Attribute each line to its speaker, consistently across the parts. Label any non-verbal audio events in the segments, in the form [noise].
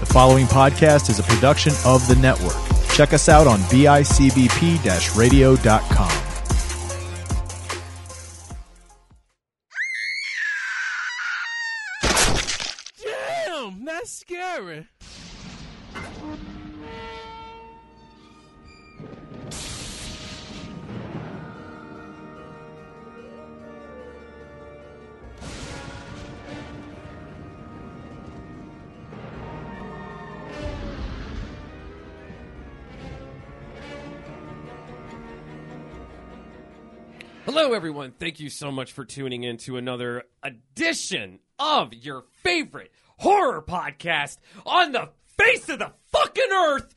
Speaker 1: The following podcast is a production of the network. Check us out on bicbp radio.com.
Speaker 2: Damn, that's scary. Hello, everyone. Thank you so much for tuning in to another edition of your favorite horror podcast on the face of the fucking earth.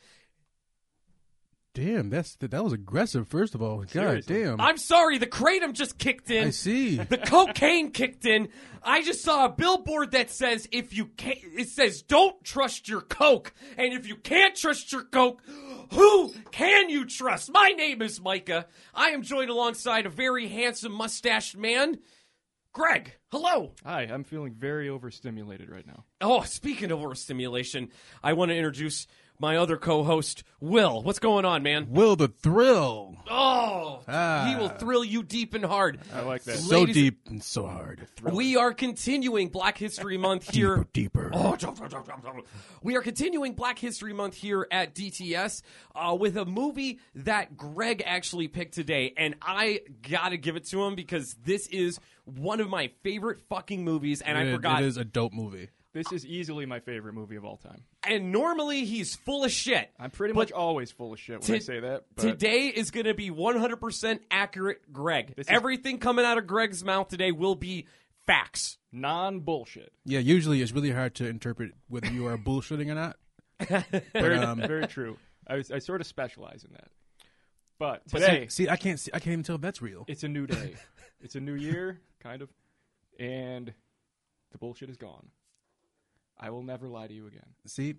Speaker 3: Damn, that's that, that was aggressive. First of all, god damn.
Speaker 2: I'm sorry, the kratom just kicked in.
Speaker 3: I see.
Speaker 2: [laughs]
Speaker 3: [laughs]
Speaker 2: The cocaine kicked in. I just saw a billboard that says if you can't, it says don't trust your coke, and if you can't trust your coke, who can you trust? My name is Micah. I am joined alongside a very handsome mustached man, Greg. Hello.
Speaker 4: Hi, I'm feeling very overstimulated right now.
Speaker 2: Oh, speaking of overstimulation, I want to introduce my other co-host, Will. What's going on, man?
Speaker 3: Will the thrill
Speaker 2: Oh,
Speaker 3: Ah.
Speaker 2: he will thrill you deep and hard.
Speaker 4: I like that.
Speaker 3: so
Speaker 2: Ladies-
Speaker 3: deep and so hard.
Speaker 2: We are continuing
Speaker 3: [laughs]
Speaker 2: Black History Month here.
Speaker 3: Deeper.
Speaker 2: Oh, we are continuing Black History Month here at DTS uh, with a movie that Greg actually picked today, and I gotta give it to him because this is one of my favorite fucking movies, and I
Speaker 3: It-
Speaker 2: forgot.
Speaker 3: it is a dope movie.
Speaker 4: This is easily my favorite movie of all time.
Speaker 2: And normally he's full of shit.
Speaker 4: I'm pretty
Speaker 2: But
Speaker 4: much always full of shit when I
Speaker 2: to-
Speaker 4: say that. But
Speaker 2: Today is going to be 100% accurate, Greg.
Speaker 4: This is-
Speaker 2: Everything coming out of Greg's mouth today will be facts. [laughs]
Speaker 4: non bullshit.
Speaker 3: Yeah, usually it's really hard to interpret whether you are bullshitting or not. But, um,
Speaker 4: Very true. I, was, I sort of specialize in that. But
Speaker 3: see-
Speaker 4: today,
Speaker 3: see, I can't see, I can't even tell if that's real.
Speaker 4: it's a new
Speaker 2: [laughs]
Speaker 4: day. it's a new year, kind of, and the bullshit is gone. I will never lie to you again.
Speaker 3: See,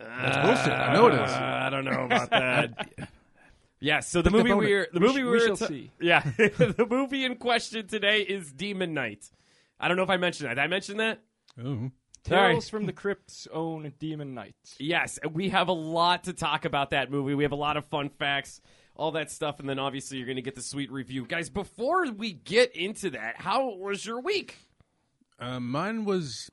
Speaker 3: Ah. that's bullshit. Uh, I know it is.
Speaker 2: I don't know about that. [laughs] yeah, so the
Speaker 3: Pick up
Speaker 2: movie
Speaker 3: on it.
Speaker 2: we're the
Speaker 4: We
Speaker 2: movie
Speaker 4: sh-
Speaker 2: we
Speaker 4: we
Speaker 2: we're
Speaker 4: shall
Speaker 2: ta-
Speaker 4: see.
Speaker 2: Yeah, [laughs] the movie in question today is Demon Knight. I don't know if I mentioned that. Did I mention that?
Speaker 3: Oh.
Speaker 2: Sorry.
Speaker 4: Tales from the Crypt's own Demon Knight.
Speaker 2: Yes, and we have a lot to talk about that movie. We have a lot of fun facts, all that stuff, and then obviously you're going to get the sweet review, guys. Before we get into that, how was your week?
Speaker 3: Uh, mine was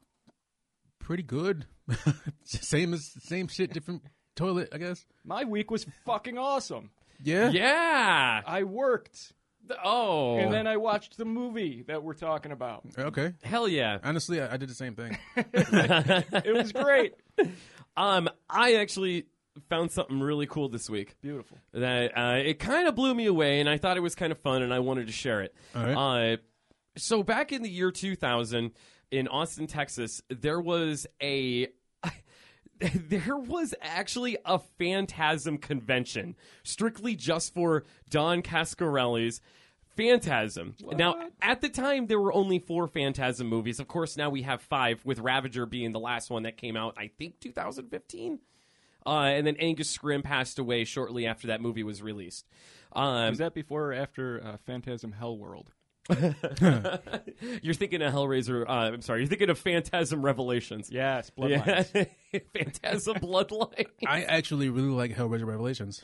Speaker 3: pretty good. [laughs] same as same shit, different toilet, I guess.
Speaker 4: My week was fucking awesome.
Speaker 3: Yeah.
Speaker 2: Yeah.
Speaker 4: I worked,
Speaker 2: Th- Oh,
Speaker 4: and then I watched the movie that we're talking about.
Speaker 3: Okay.
Speaker 2: hell yeah.
Speaker 3: Honestly, I, I did the same thing.
Speaker 4: It was great.
Speaker 2: [laughs] Um, I actually found something really cool this week.
Speaker 4: [laughs] Beautiful.
Speaker 2: that uh, it kind of blew me away, and I thought it was kind of fun, and I wanted to share it.
Speaker 3: All right.
Speaker 2: Uh, so back in the year 2000 in Austin, Texas, there was a [laughs] there was actually a Phantasm convention, strictly just for Don Cascarelli's Phantasm. Now, at the time, there were only four Phantasm movies. Of course, now we have five, with Ravager being the last one that came out, I think, 2015. Uh, and then Angus Scrimm passed away shortly after that movie was released. Um,
Speaker 4: Was that before or after uh, Phantasm Hellworld?
Speaker 2: [laughs] you're thinking of Hellraiser. Uh, I'm sorry, you're thinking of Phantasm Revelations.
Speaker 4: [laughs] Yes,
Speaker 2: Yeah.
Speaker 4: Bloodlines.
Speaker 2: [laughs] Phantasm Bloodline.
Speaker 3: I actually really like Hellraiser Revelations.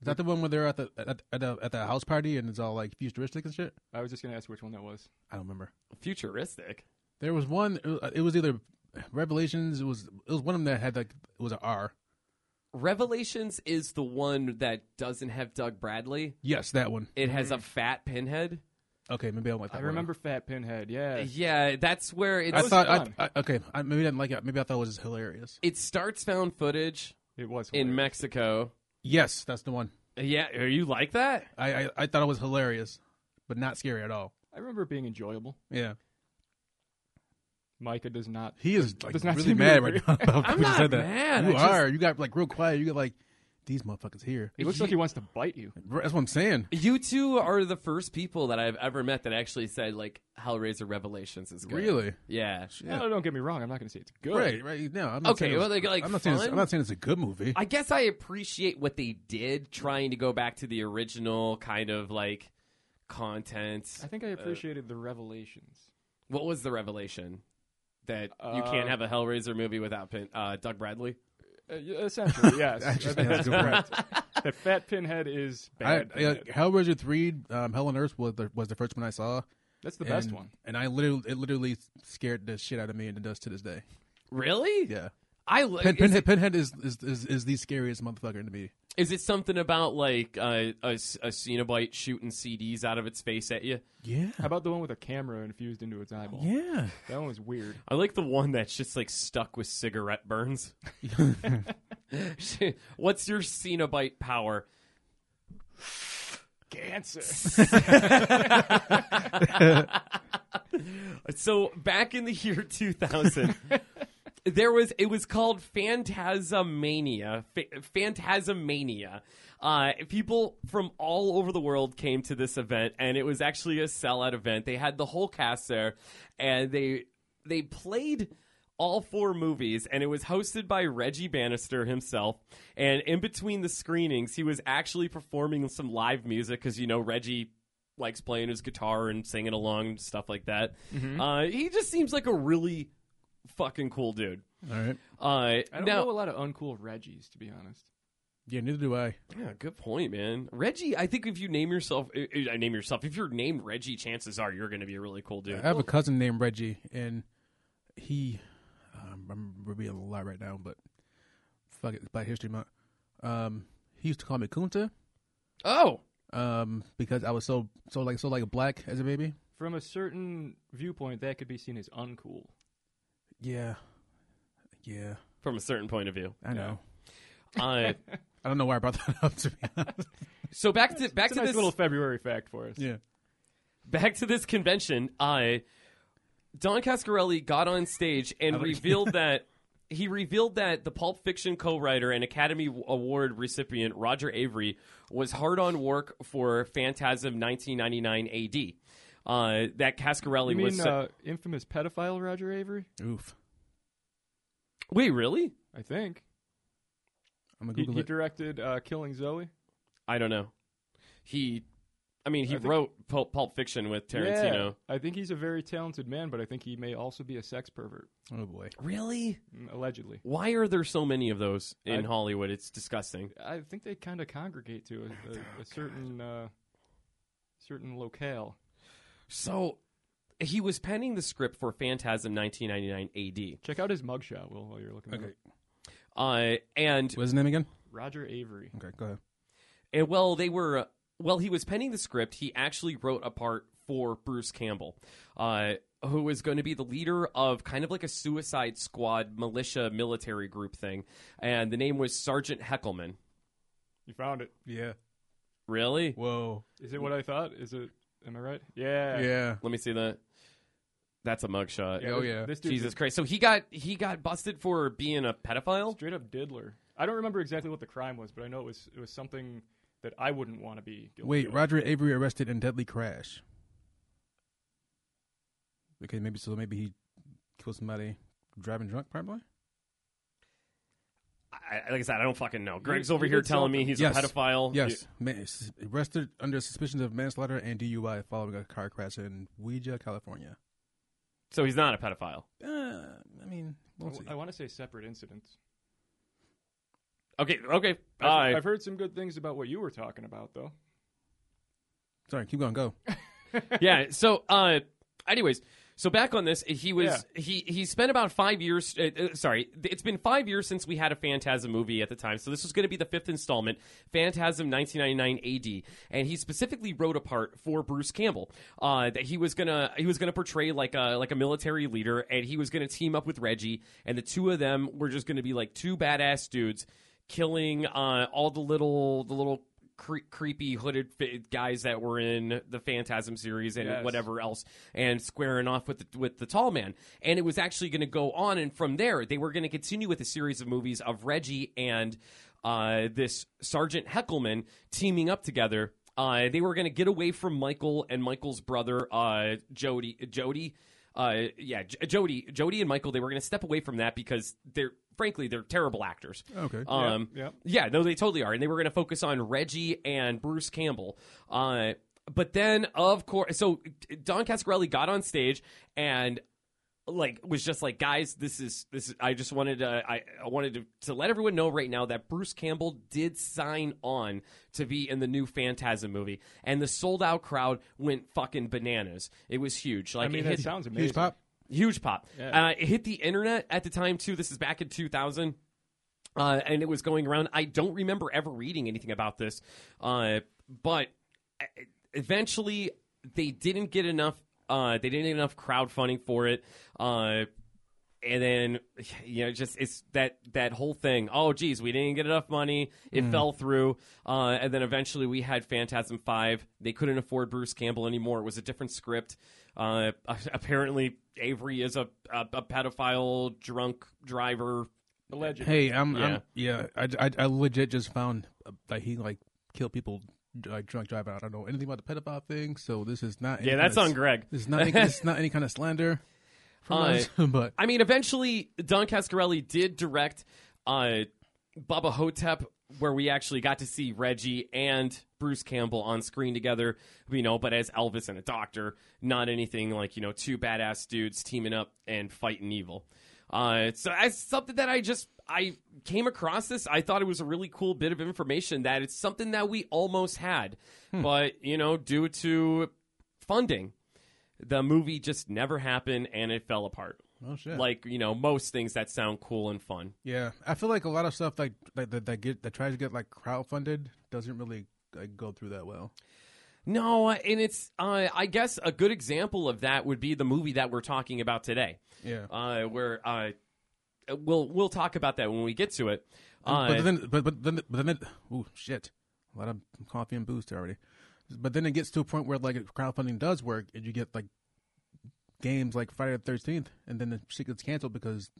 Speaker 3: Is that the one where they're at the at, at the at the house party and it's all like futuristic and shit?
Speaker 4: I was just going to ask which one that was.
Speaker 3: I don't remember.
Speaker 2: Futuristic.
Speaker 3: There was one. It was either Revelations. It was it was one of them that had like it was an R.
Speaker 2: Revelations is the one that doesn't have Doug Bradley.
Speaker 3: Yes, that one.
Speaker 2: It has a fat pinhead.
Speaker 3: Okay, maybe I don't like that.
Speaker 4: I
Speaker 3: one.
Speaker 4: remember Fat Pinhead. Yeah.
Speaker 2: Yeah, that's where it's,
Speaker 3: I
Speaker 4: was
Speaker 3: thought.
Speaker 4: fun.
Speaker 3: I, I, okay, I, maybe I didn't like it. Maybe I thought it was just hilarious.
Speaker 2: it starts found footage
Speaker 4: It was.
Speaker 2: in
Speaker 4: hilarious.
Speaker 2: Mexico.
Speaker 3: Yes, that's the one.
Speaker 2: Yeah, are you like that?
Speaker 3: I I, I thought it was hilarious, but not scary at all.
Speaker 4: I remember it being enjoyable.
Speaker 3: Yeah,
Speaker 4: Micah does not.
Speaker 3: he is like
Speaker 4: Does not
Speaker 3: really
Speaker 4: seem to
Speaker 3: mad
Speaker 4: agree.
Speaker 3: right now. About
Speaker 2: I'm
Speaker 3: we just
Speaker 2: not
Speaker 3: said that.
Speaker 2: mad,
Speaker 3: You
Speaker 2: I just-
Speaker 3: are. You got like real quiet. You got like these motherfuckers here.
Speaker 4: He looks like he wants to bite you.
Speaker 3: That's what I'm saying.
Speaker 2: You two are the first people that I've ever met that actually said like Hellraiser Revelations is good.
Speaker 3: Really?
Speaker 2: Yeah.
Speaker 3: Yeah.
Speaker 4: No, don't get me wrong. I'm not going to say it's good.
Speaker 3: Right, right. No, I'm not
Speaker 2: Okay,
Speaker 3: saying it
Speaker 2: well,
Speaker 3: was-
Speaker 2: they got, like,
Speaker 3: I'm not saying it's-
Speaker 2: fun.
Speaker 3: I'm not saying it's a good movie.
Speaker 2: I guess I appreciate what they did trying to go back to the original kind of like content.
Speaker 4: Uh, I think I appreciated the revelations.
Speaker 2: What was the revelation? that you can't
Speaker 4: Uh,
Speaker 2: have a Hellraiser movie without Pin, uh, Doug Bradley.
Speaker 4: Uh, yeah, essentially, [laughs] yes. I
Speaker 3: Actually,
Speaker 4: think
Speaker 3: that's
Speaker 4: that's
Speaker 3: a good point.
Speaker 4: correct. That fat pinhead is
Speaker 3: I,
Speaker 4: bad.
Speaker 3: I, like,
Speaker 4: pinhead.
Speaker 3: Hellraiser three, um, Hell on Earth was the, was the first one I saw.
Speaker 4: That's the best
Speaker 3: and-
Speaker 4: one.
Speaker 3: And I literally, it literally scared the shit out of me, and it does to this day.
Speaker 2: Really?
Speaker 3: Yeah,
Speaker 2: I li-
Speaker 3: Pin,
Speaker 2: is,
Speaker 3: Pinhead, Pinhead is, is is is the scariest motherfucker to me.
Speaker 2: is it something about like uh, a a Cenobite shooting CDs out of its face at you?
Speaker 3: Yeah,
Speaker 4: How about the one with a camera infused into its eyeball?
Speaker 3: yeah.
Speaker 4: That one was weird.
Speaker 2: I like the one that's just like stuck with cigarette burns. [laughs] What's your Cenobite power?
Speaker 4: Cancer.
Speaker 2: So back in the year [laughs] 2000, there was it was called Phantasmania. Fa- Phantasmania. Uh, people from all over the world came to this event, and it was actually a sellout event. They had the whole cast there, and they they played all four movies, and it was hosted by Reggie Bannister himself. And in between the screenings, he was actually performing some live music because you know Reggie likes playing his guitar and singing along and stuff like that.
Speaker 4: Mm-hmm.
Speaker 2: Uh, he just seems like a really fucking cool dude.
Speaker 3: All right.
Speaker 2: Uh,
Speaker 4: [laughs] I don't
Speaker 2: now,
Speaker 4: know a lot of uncool Reggies, to be honest.
Speaker 3: Yeah, neither do I.
Speaker 2: yeah, good point, man. Reggie, I think if you name yourself, I- I name yourself. If you're named Reggie, chances are you're going to be a really cool dude.
Speaker 3: I have a cousin named Reggie, and he, um, I'm revealing a lot right now, but fuck it, it's Black History Month. Um, he used to call me Kunta,
Speaker 2: oh,
Speaker 3: um, because I was so so like so like black as a baby.
Speaker 4: From a certain viewpoint, that could be seen as uncool.
Speaker 3: Yeah, yeah,
Speaker 2: from a certain point of view.
Speaker 3: I know. I
Speaker 2: Uh,
Speaker 3: don't know why I brought [laughs] that up. To be honest,
Speaker 2: so back to back
Speaker 4: It's
Speaker 2: to
Speaker 4: a nice
Speaker 2: this
Speaker 4: little February fact for us.
Speaker 3: yeah.
Speaker 2: back to this convention, I Don Cascarelli got on stage and
Speaker 4: [laughs]
Speaker 2: revealed that he revealed that the Pulp Fiction co-writer and Academy Award recipient Roger Avery was hard on work for Phantasm 1999 AD. Uh, that Cascarelli
Speaker 4: You mean
Speaker 2: was
Speaker 4: uh, infamous pedophile Roger Avery?
Speaker 3: Oof.
Speaker 2: wait really?
Speaker 4: I think
Speaker 3: I'm gonna
Speaker 4: he,
Speaker 3: Google
Speaker 4: he
Speaker 3: it.
Speaker 4: directed uh, Killing Zoe.
Speaker 2: I don't know. He, I mean, he
Speaker 4: I think-
Speaker 2: wrote Pulp, Pulp Fiction with Tarantino.
Speaker 4: Yeah, I think he's a very talented man, but I think he may also be a sex pervert,
Speaker 3: oh boy.
Speaker 2: Really?
Speaker 4: mm, allegedly.
Speaker 2: Why are there so many of those in
Speaker 4: I-
Speaker 2: Hollywood? It's disgusting.
Speaker 4: I think they kind of congregate to
Speaker 3: Oh
Speaker 4: a, a, a certain uh, certain locale.
Speaker 2: So he was penning the script for Phantasm 1999
Speaker 4: Check out his mugshot, Will, while you're looking. at
Speaker 3: Okay.
Speaker 4: it.
Speaker 2: AD. Uh, and,
Speaker 3: What's his name again?
Speaker 4: Roger Avery.
Speaker 3: Okay, go ahead.
Speaker 2: and well, they were, uh, well, he was penning the script. He actually wrote a part for Bruce Campbell, uh, who was going to be the leader of kind of like a suicide squad militia military group thing. And the name was Sergeant Heckelman.
Speaker 4: You found it.
Speaker 3: Yeah.
Speaker 2: Really?
Speaker 3: Whoa.
Speaker 4: Is it what I thought? Is it? Am I right? Yeah.
Speaker 3: Yeah.
Speaker 2: Let me see that. That's a mugshot.
Speaker 3: Oh,
Speaker 4: this-
Speaker 3: yeah.
Speaker 4: This dude's
Speaker 2: Jesus Christ. So he got he got busted for being a
Speaker 4: a
Speaker 2: pedophile?
Speaker 4: straight up diddler. I don't remember exactly what the crime was, but I know it was it was something that I wouldn't want to be. Guilty
Speaker 3: Wait,
Speaker 4: of.
Speaker 3: Roger Avery arrested in deadly crash. Okay, maybe so. Maybe he killed somebody driving drunk, probably.
Speaker 2: I, I- like I said, I don't fucking know. Greg's
Speaker 4: You-
Speaker 2: over
Speaker 4: you
Speaker 2: here
Speaker 4: did
Speaker 2: telling me
Speaker 4: something.
Speaker 2: he's
Speaker 3: Yes.
Speaker 2: a pedophile.
Speaker 3: Yes, ma- s- arrested under suspicion of manslaughter and DUI following a car crash in Ouija, California.
Speaker 2: So he's not a pedophile.
Speaker 3: Uh, I mean, we'll see.
Speaker 4: I, want to say separate incidents.
Speaker 2: Okay, okay.
Speaker 4: I've,
Speaker 2: I-
Speaker 4: I've heard some good things about what you were talking about, though.
Speaker 3: Sorry, keep going.
Speaker 2: [laughs]
Speaker 3: Go.
Speaker 2: [laughs] yeah. So, uh, anyways, so back on this, he was he he spent about five years. Uh, uh, sorry, th- it's been five years since we had a Phantasm movie at the time. So this was going to be the fifth installment, Phantasm 1999 AD, and he specifically wrote a part for Bruce Campbell uh, that he was gonna he was gonna portray like a like a military leader, and he was gonna team up with Reggie, and the two of them were just gonna be like two badass dudes killing uh, all the little the little cre- creepy hooded fi- guys that were in the Phantasm series and
Speaker 4: Yes.
Speaker 2: whatever else, and squaring off with the, with the tall man. And it was actually going to go on, and from there they were going to continue with a series of movies of Reggie and uh, this Sergeant Heckelman teaming up together. Uh, they were going to get away from Michael and Michael's brother uh, Jody. Jody. Uh, yeah, J- Jody, Jody, and Michael. They were going to step away from that because they're, frankly, they're terrible actors.
Speaker 3: Okay.
Speaker 2: Um,
Speaker 4: Yep,
Speaker 2: Yeah, no, they totally are. And they were going to focus on Reggie and Bruce Campbell. Uh, but then, of course, so Don Cascarelli got on stage and like was just like guys this is this is, i just wanted to i, I wanted to, to let everyone know right now that bruce campbell did sign on to be in the new phantasm movie and the sold out crowd went fucking bananas it was huge like
Speaker 4: I mean,
Speaker 2: it [laughs]
Speaker 4: that
Speaker 2: hit,
Speaker 4: sounds amazing.
Speaker 3: Huge pop.
Speaker 2: huge pop
Speaker 4: Yeah.
Speaker 2: uh, it hit the internet at the time too this is back in 2000 uh, and it was going around i don't remember ever reading anything about this uh, but e- eventually they didn't get enough uh, they didn't get enough crowdfunding for it uh, and then [sighs] you know just it's that that whole thing oh geez we didn't get enough money it fell through uh, and then eventually we had phantasm 5 they couldn't afford bruce campbell anymore it was a different script uh, [laughs] apparently avery is a, a, a pedophile drunk driver
Speaker 4: Alleged.
Speaker 3: Hey, I'm yeah.
Speaker 2: Yeah.
Speaker 3: I'm, yeah I, I, I legit just found uh, that he like killed people like drunk driving. I don't know anything about the pedophile thing, so this is not. any
Speaker 2: yeah that's
Speaker 3: kind
Speaker 2: on
Speaker 3: of,
Speaker 2: greg
Speaker 3: This is not. any- this is
Speaker 2: [laughs]
Speaker 3: not any kind of slander from
Speaker 2: Uh,
Speaker 3: us, [laughs] but
Speaker 2: I mean, eventually Don Cascarelli did direct uh, Baba Hotep, where we actually got to see Reggie and Bruce Campbell on screen together, you know, but as Elvis and a doctor, not anything like, you know, two badass dudes teaming up and fighting evil. Uh, so that's something that I just I came across this. I thought it was a really cool bit of information that it's something that we almost had, but you know, due to funding, the movie just never happened and it fell apart
Speaker 3: oh shit.
Speaker 2: like you know most things that sound cool and fun.
Speaker 3: yeah, I feel like a lot of stuff like like that, that get that tries to get like crowdfunded doesn't really like go through that well.
Speaker 2: No, and it's uh, I guess a good example of that would be the movie that we're talking about today,
Speaker 3: Yeah.
Speaker 2: uh, where uh, we'll we'll talk about that when we get to it. Uh,
Speaker 3: but then, but but then, but then, it, ooh, shit, a lot of coffee and booze already. But then it gets to a point where like crowdfunding does work, and you get like games like Friday the Thirteenth, and then the shit gets canceled because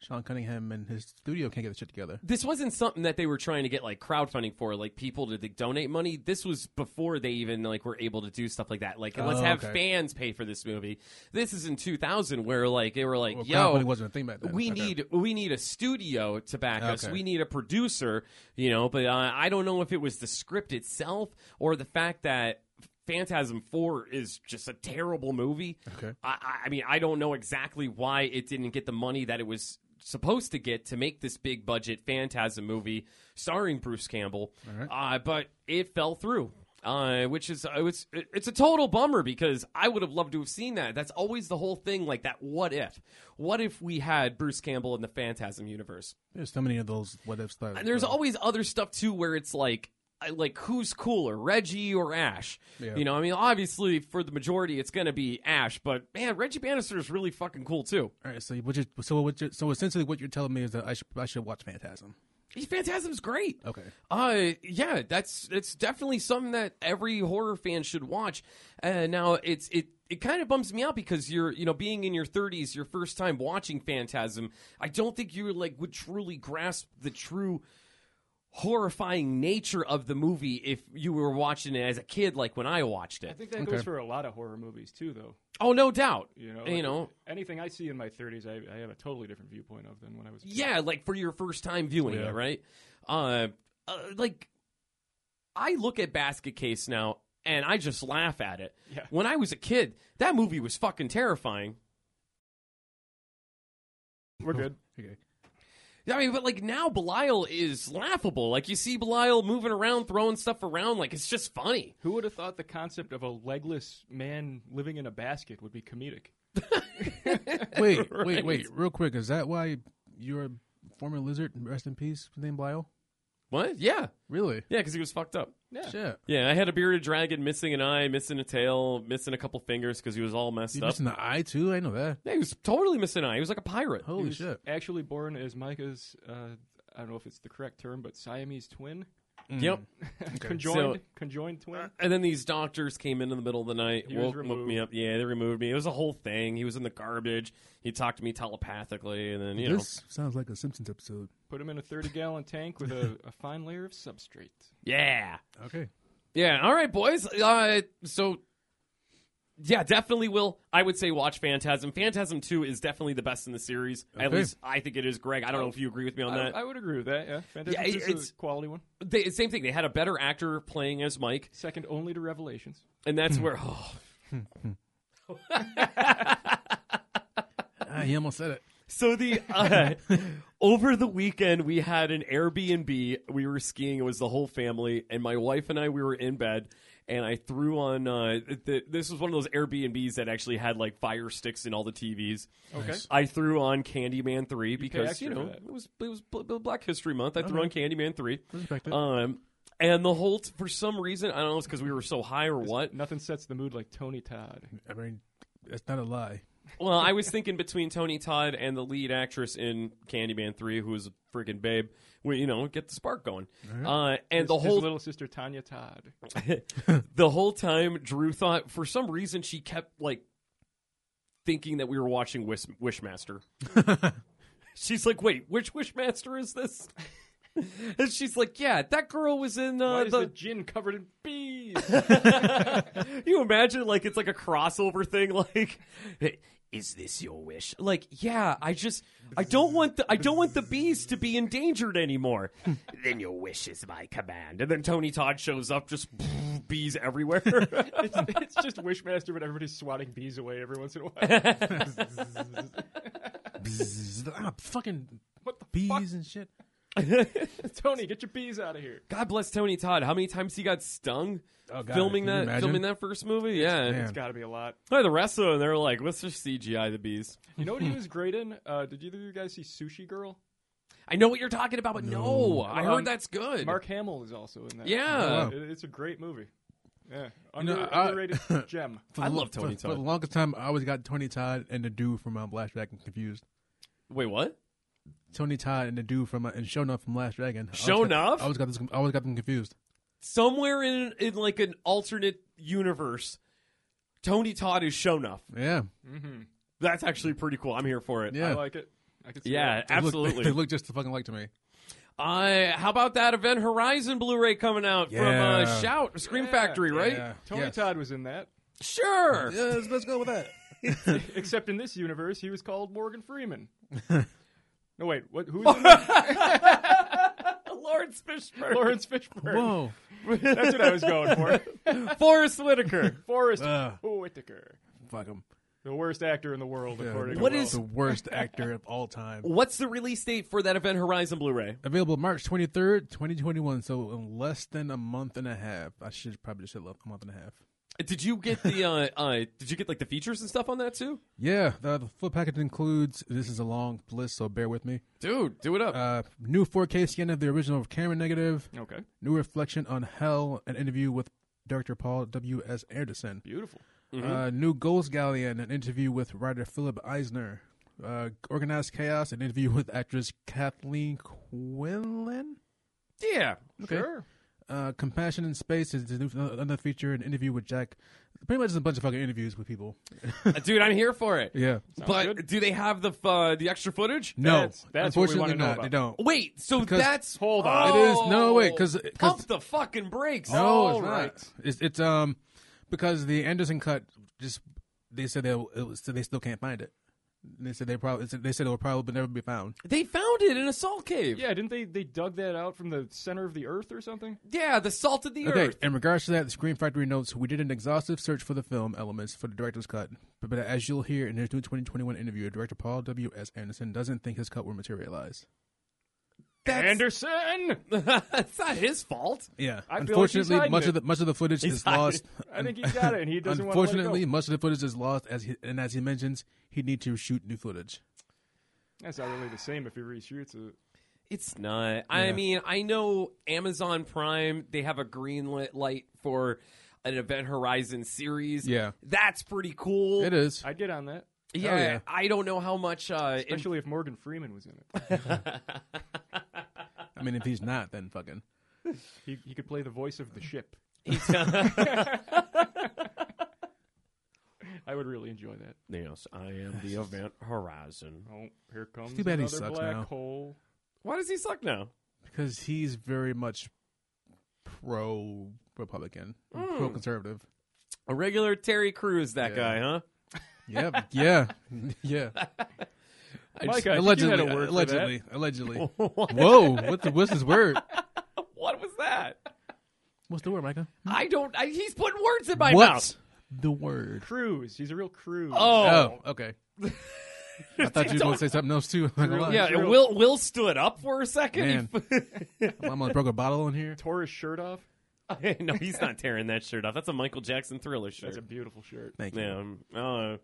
Speaker 3: Sean Cunningham and his studio can't get the shit together.
Speaker 2: this wasn't something that they were trying to get like crowdfunding for, like people to like, donate money. This was before they even like were able to do stuff like that. Like let's
Speaker 3: Oh,
Speaker 2: have
Speaker 3: okay.
Speaker 2: fans pay for this movie. This is in 2000, where like they were like,
Speaker 3: Well,
Speaker 2: "Yo,
Speaker 3: crowdfunding wasn't a thing back then.
Speaker 2: we
Speaker 3: Okay.
Speaker 2: need we need a studio to back us.
Speaker 3: Okay.
Speaker 2: We need a producer, you know. But uh, I don't know if it was the script itself or the fact that Phantasm Four is just a terrible movie.
Speaker 3: Okay.
Speaker 2: I, I- I mean, I don't know exactly why it didn't get the money that it was supposed to get to make this big budget Phantasm movie starring Bruce Campbell. Uh, but it fell through. Uh, which is it was, it's a total bummer because I would have loved to have seen that. That's always the whole thing, like that. What if? What if we had Bruce Campbell in the Phantasm universe?
Speaker 3: There's so many of those what ifs. That, uh,
Speaker 2: And there's
Speaker 3: that-
Speaker 2: always other stuff too where it's like I- like who's cooler, Reggie or Ash?
Speaker 3: Yeah.
Speaker 2: You know, I mean, obviously for the majority it's gonna be Ash, but man, Reggie Bannister is really fucking cool too.
Speaker 3: All right, so what you so what you so essentially what you're telling me is that I should I should watch Phantasm.
Speaker 2: He Phantasm's great.
Speaker 3: Okay.
Speaker 2: Uh, yeah, that's it's definitely something that every horror fan should watch. Uh, now it's it it kind of bums me out because you're you know being in your 30s, your first time watching Phantasm, I don't think you like would truly grasp the true horrifying nature of the movie if you were watching it as a kid, like when I watched
Speaker 4: I
Speaker 2: it.
Speaker 4: think that
Speaker 3: Okay.
Speaker 4: goes for a lot of horror movies too, though.
Speaker 2: Oh, no doubt.
Speaker 4: You know,
Speaker 2: You
Speaker 4: like,
Speaker 2: know.
Speaker 4: anything I see in my 30s, I, I have a totally different viewpoint of than when I was. a kid.
Speaker 2: Yeah, like for your first time viewing
Speaker 3: Yeah.
Speaker 2: it, right? Uh, uh, like I look at Basket Case now and I just laugh at it.
Speaker 4: Yeah.
Speaker 2: When I was a kid, that movie was fucking terrifying.
Speaker 4: we're good.
Speaker 3: Okay.
Speaker 2: I mean, but like now Belial is laughable. Like you see Belial moving around, throwing stuff around, like it's just funny.
Speaker 4: Who would have thought the concept of a legless man living in a basket would be comedic?
Speaker 2: [laughs]
Speaker 3: Wait,
Speaker 2: Right.
Speaker 3: wait, wait, real quick. Is that why you're a former lizard? Rest in peace, name Blyle.
Speaker 2: What? Yeah.
Speaker 3: Really?
Speaker 2: Yeah, because he was fucked up.
Speaker 4: Yeah.
Speaker 3: Shit.
Speaker 2: Yeah, I had a bearded dragon missing an eye, missing a tail, missing a couple fingers because he was all messed
Speaker 3: You
Speaker 2: up.
Speaker 3: missing the eye too? I know that.
Speaker 2: Yeah, he was totally missing an eye. He was like a pirate.
Speaker 4: He
Speaker 3: Holy
Speaker 4: was
Speaker 3: shit!
Speaker 4: Actually born as Micah's, uh, I don't know if it's the correct term, but Siamese twin, [laughs]
Speaker 2: Yep. So-
Speaker 4: conjoined, conjoined twin.
Speaker 2: And then these doctors came in in the middle of the night,
Speaker 4: He was
Speaker 2: woke, woke me
Speaker 4: removed.
Speaker 2: up. Yeah, they removed me. It was a whole thing. He was in the garbage. He talked to me telepathically, and then you know,
Speaker 3: This sounds like a Simpsons episode.
Speaker 4: Put him in a 30 gallon tank with a, a fine layer of substrate.
Speaker 2: yeah,
Speaker 3: Okay.
Speaker 2: yeah. All right, boys. Uh, so yeah, definitely will. I would say watch Phantasm. Phantasm Two is definitely the best in the series. At
Speaker 3: Okay.
Speaker 2: least I think it is. Greg, I don't know if you agree with me on
Speaker 4: I,
Speaker 2: that.
Speaker 4: I would agree with that. Yeah, Fantastic
Speaker 2: it-
Speaker 4: Beasts is
Speaker 2: it's-
Speaker 4: a quality one,
Speaker 2: They, same thing. They had a better actor playing as Mike,
Speaker 4: second only to Revelations.
Speaker 3: Hmm.
Speaker 2: [sighs] and that's where. Oh,
Speaker 3: I Ah, he almost said it.
Speaker 2: So the uh, [laughs] over the weekend we had an Airbnb. We were skiing. It was the whole family, and my wife and I. We were in bed, and I threw on. Uh, the, this was one of those Airbnbs that actually had like fire sticks in all the TVs.
Speaker 4: Okay.
Speaker 3: Nice.
Speaker 2: I threw on Candyman three because
Speaker 4: extra
Speaker 2: you know
Speaker 4: for that.
Speaker 2: it was it was Bl- Bl- Black History Month. I threw on Candyman three.
Speaker 3: Respect it.
Speaker 2: Um, and the whole t- for some reason I don't know it's because we were so high or what.
Speaker 4: Nothing sets the mood like Tony Todd.
Speaker 3: I mean, that's not a lie.
Speaker 2: Well, I was thinking between Tony Todd and the lead actress in Candyman Three, who was a freaking babe. We, you know, get the spark going. Uh, and
Speaker 4: His-
Speaker 2: the
Speaker 4: his
Speaker 2: whole
Speaker 4: little sister Tanya Todd.
Speaker 2: [laughs] the whole time, Drew thought for some reason she kept like thinking that we were watching Wish,
Speaker 4: [laughs]
Speaker 2: Wishmaster. she's like, "Wait, which Wishmaster is this?" [laughs] and she's like, "Yeah, that girl was in
Speaker 4: Why
Speaker 2: uh,
Speaker 4: is the
Speaker 2: the."
Speaker 4: gin covered in bees?
Speaker 2: [laughs] you imagine like it's like a crossover thing, [laughs] like. "Hey, Is this your wish? Like, yeah, I just I don't want the I don't want the bees to be endangered anymore. [laughs] then your wish is my command. And then Tony Todd shows up, just [laughs] bees everywhere.
Speaker 4: it's, it's just Wishmaster, but everybody's swatting bees away every once in a while.
Speaker 3: Bzzz. [laughs] ah, fucking
Speaker 4: What the
Speaker 3: bees
Speaker 4: fuck?
Speaker 3: and shit.
Speaker 4: Tony, get your bees out of here.
Speaker 2: [laughs] God bless Tony Todd. How many times he got stung
Speaker 3: Oh, God,
Speaker 2: filming
Speaker 3: can you
Speaker 2: that
Speaker 3: imagine?
Speaker 2: filming that first movie? Yeah.
Speaker 3: Man.
Speaker 4: It's got to be a lot.
Speaker 2: By the rest of them, they're like, let's just CGI the bees.
Speaker 4: You know what he was great in? Uh, did either of you guys see Sushi Girl?
Speaker 2: I know what you're talking about, but no, I
Speaker 4: Um,
Speaker 2: heard that's good.
Speaker 4: Mark Hamill is also in that.
Speaker 2: yeah.
Speaker 3: wow.
Speaker 4: It- it's a great movie. Yeah,
Speaker 3: know, uh,
Speaker 4: Under,
Speaker 3: I- [laughs]
Speaker 4: underrated gem.
Speaker 3: For
Speaker 2: I
Speaker 3: the-
Speaker 2: love Tony
Speaker 3: for, For
Speaker 2: Todd.
Speaker 3: the longest time, I always got Tony Todd and the dude from um, Last Dragon confused.
Speaker 2: Wait, what?
Speaker 3: Tony Todd and the dude from uh, and Shonuff from Last Dragon. I always
Speaker 2: Shonuff?
Speaker 3: got- I always got this. I always got them confused.
Speaker 2: Somewhere in in like an alternate universe, Tony Todd is shown off.
Speaker 3: Yeah,
Speaker 2: Mm-hmm. That's actually pretty cool. I'm here for it.
Speaker 3: yeah.
Speaker 4: I like it. I could see
Speaker 2: Yeah,
Speaker 4: that.
Speaker 3: They look- [laughs]
Speaker 2: absolutely.
Speaker 3: they look just the fucking like to me.
Speaker 2: I- how about that Event Horizon Blu-ray coming out from uh,
Speaker 3: Yeah.
Speaker 2: Shout Scream
Speaker 4: Yeah.
Speaker 2: Factory, right?
Speaker 3: Yeah.
Speaker 4: Tony
Speaker 3: Yes.
Speaker 4: Todd was
Speaker 3: [laughs]
Speaker 4: in that.
Speaker 2: Sure.
Speaker 3: Yeah, let's, let's go with that.
Speaker 4: Except in this universe, he was called
Speaker 3: [laughs]
Speaker 4: Morgan Freeman. no, wait. What? Who's in that?
Speaker 2: Lawrence Fishburne.
Speaker 4: Lawrence
Speaker 3: [laughs]
Speaker 4: Fishburne?
Speaker 3: Whoa.
Speaker 4: [laughs] That's what I was
Speaker 3: [laughs]
Speaker 4: going for.
Speaker 2: [laughs] Forrest Whitaker.
Speaker 4: Forrest
Speaker 3: Ah.
Speaker 4: Whitaker,
Speaker 3: Fuck him.
Speaker 4: the worst actor in the world,
Speaker 3: Yeah,
Speaker 4: according
Speaker 3: the-
Speaker 4: to
Speaker 2: What
Speaker 4: Will.
Speaker 2: is-
Speaker 3: the worst actor of all time?
Speaker 2: What's the release date for that Event Horizon Blu-ray?
Speaker 3: [laughs] Available March twenty third, twenty twenty one. So in less than a month and a half, I should probably just say lo- a month and a half.
Speaker 2: Did you get the uh, [laughs] uh did you get like the features and stuff on that too?
Speaker 3: Yeah, the, the full package includes. This is a long list, so bear with me.
Speaker 2: Dude, do it up.
Speaker 3: Uh, new 4K scan of the original camera negative.
Speaker 4: Okay,
Speaker 3: New reflection on Hell. An interview with director Paul W. S. Anderson.
Speaker 4: beautiful.
Speaker 3: Uh, new Ghost Galleon. An interview with writer Philip Eisner. Uh, organized Chaos. An interview with actress Kathleen Quinlan.
Speaker 2: yeah.
Speaker 4: Sure.
Speaker 3: Uh, Compassion in Space is the new- uh, another feature, an interview with Jack. Pretty much just a bunch of fucking interviews with people.
Speaker 2: Uh, Dude, I'm here for it.
Speaker 3: [laughs] Yeah.
Speaker 2: but
Speaker 4: good.
Speaker 2: do they have the uh, the extra footage?
Speaker 3: No.
Speaker 4: That's- that's what we
Speaker 3: unfortunately
Speaker 4: wanna know
Speaker 3: not.
Speaker 4: about.
Speaker 3: They don't.
Speaker 2: Wait, so
Speaker 3: Because-
Speaker 2: that's Oh,
Speaker 4: Hold on.
Speaker 3: It is- no, wait, 'cause- 'cause-
Speaker 2: pump the fucking brakes.
Speaker 3: No,
Speaker 2: All
Speaker 3: it's
Speaker 2: right.
Speaker 3: not. It's, it's um because the Anderson cut just they said they it was, they still can't find it. They said they probably they said it will probably never be found.
Speaker 2: They found it in a salt cave.
Speaker 4: Yeah, didn't they they dug that out from the center of the earth or something?
Speaker 2: Yeah, the salt of the
Speaker 3: Okay,
Speaker 2: earth.
Speaker 3: in regards to that, the Screen Factory notes we did an exhaustive search for the film elements for the director's cut, but, but as you'll hear in his new 2021 interview, director Paul W. S. Anderson doesn't think his cut will materialize.
Speaker 2: That's,
Speaker 4: Anderson.
Speaker 2: [laughs] that's not his fault.
Speaker 3: Yeah,
Speaker 4: I feel like he's
Speaker 3: unfortunately,
Speaker 4: hiding
Speaker 3: much
Speaker 4: it.
Speaker 3: of the much of the footage
Speaker 2: He's
Speaker 3: is
Speaker 2: hiding
Speaker 3: lost.
Speaker 4: I think he's got it, and he doesn't want to let it
Speaker 3: Unfortunately,
Speaker 4: go.
Speaker 3: much of the footage is lost, as he, and as he mentions, he'd need to shoot new footage.
Speaker 4: That's not really the same if he reshoots it.
Speaker 2: It's not. I
Speaker 3: Yeah.
Speaker 2: mean, I know Amazon Prime, they have a green lit light for an Event Horizon series.
Speaker 3: Yeah.
Speaker 2: That's pretty cool.
Speaker 3: It is. Oh,
Speaker 4: I'd get on that,
Speaker 2: Yeah,
Speaker 3: yeah.
Speaker 2: I don't know how much uh in-
Speaker 4: especially if Morgan Freeman was in it.
Speaker 3: I mean, if he's not, then fucking.
Speaker 4: He he could play the voice of the ship.
Speaker 2: [laughs]
Speaker 4: I would really enjoy that.
Speaker 2: Yes, I am the Event Horizon.
Speaker 4: Oh, here comes
Speaker 3: too bad he
Speaker 4: another
Speaker 3: sucks
Speaker 4: black
Speaker 3: now.
Speaker 4: hole.
Speaker 2: Why does he suck now?
Speaker 3: because he's very much pro Republican,
Speaker 4: Hmm.
Speaker 3: pro conservative.
Speaker 2: A regular Terry Crews, that
Speaker 3: Yeah. [laughs]
Speaker 2: guy, huh?
Speaker 3: Yep.
Speaker 4: [laughs]
Speaker 3: yeah. Yeah.
Speaker 2: I
Speaker 4: Mike, I think you
Speaker 3: allegedly.
Speaker 4: had a word for that.
Speaker 3: allegedly. Allegedly.
Speaker 4: [laughs]
Speaker 2: What?
Speaker 3: Whoa. What the, what's his word?
Speaker 2: What was that?
Speaker 3: What's the word, Micah?
Speaker 2: I don't. I, he's putting words in my
Speaker 3: What's
Speaker 2: mouth.
Speaker 3: the word?
Speaker 4: Oh. [laughs] Cruise. He's a real cruise.
Speaker 2: Oh,
Speaker 3: okay. I thought you were going to say something else too. [laughs] I'm not gonna lie.
Speaker 2: yeah,
Speaker 4: Real-
Speaker 2: Will Will stood up for a second.
Speaker 3: My mom broke a bottle in here.
Speaker 4: Tore his shirt off.
Speaker 2: [laughs] no, he's not tearing that shirt off. That's a Michael Jackson Thriller shirt.
Speaker 4: That's a beautiful shirt.
Speaker 3: Thank you.
Speaker 2: Yeah, um, uh,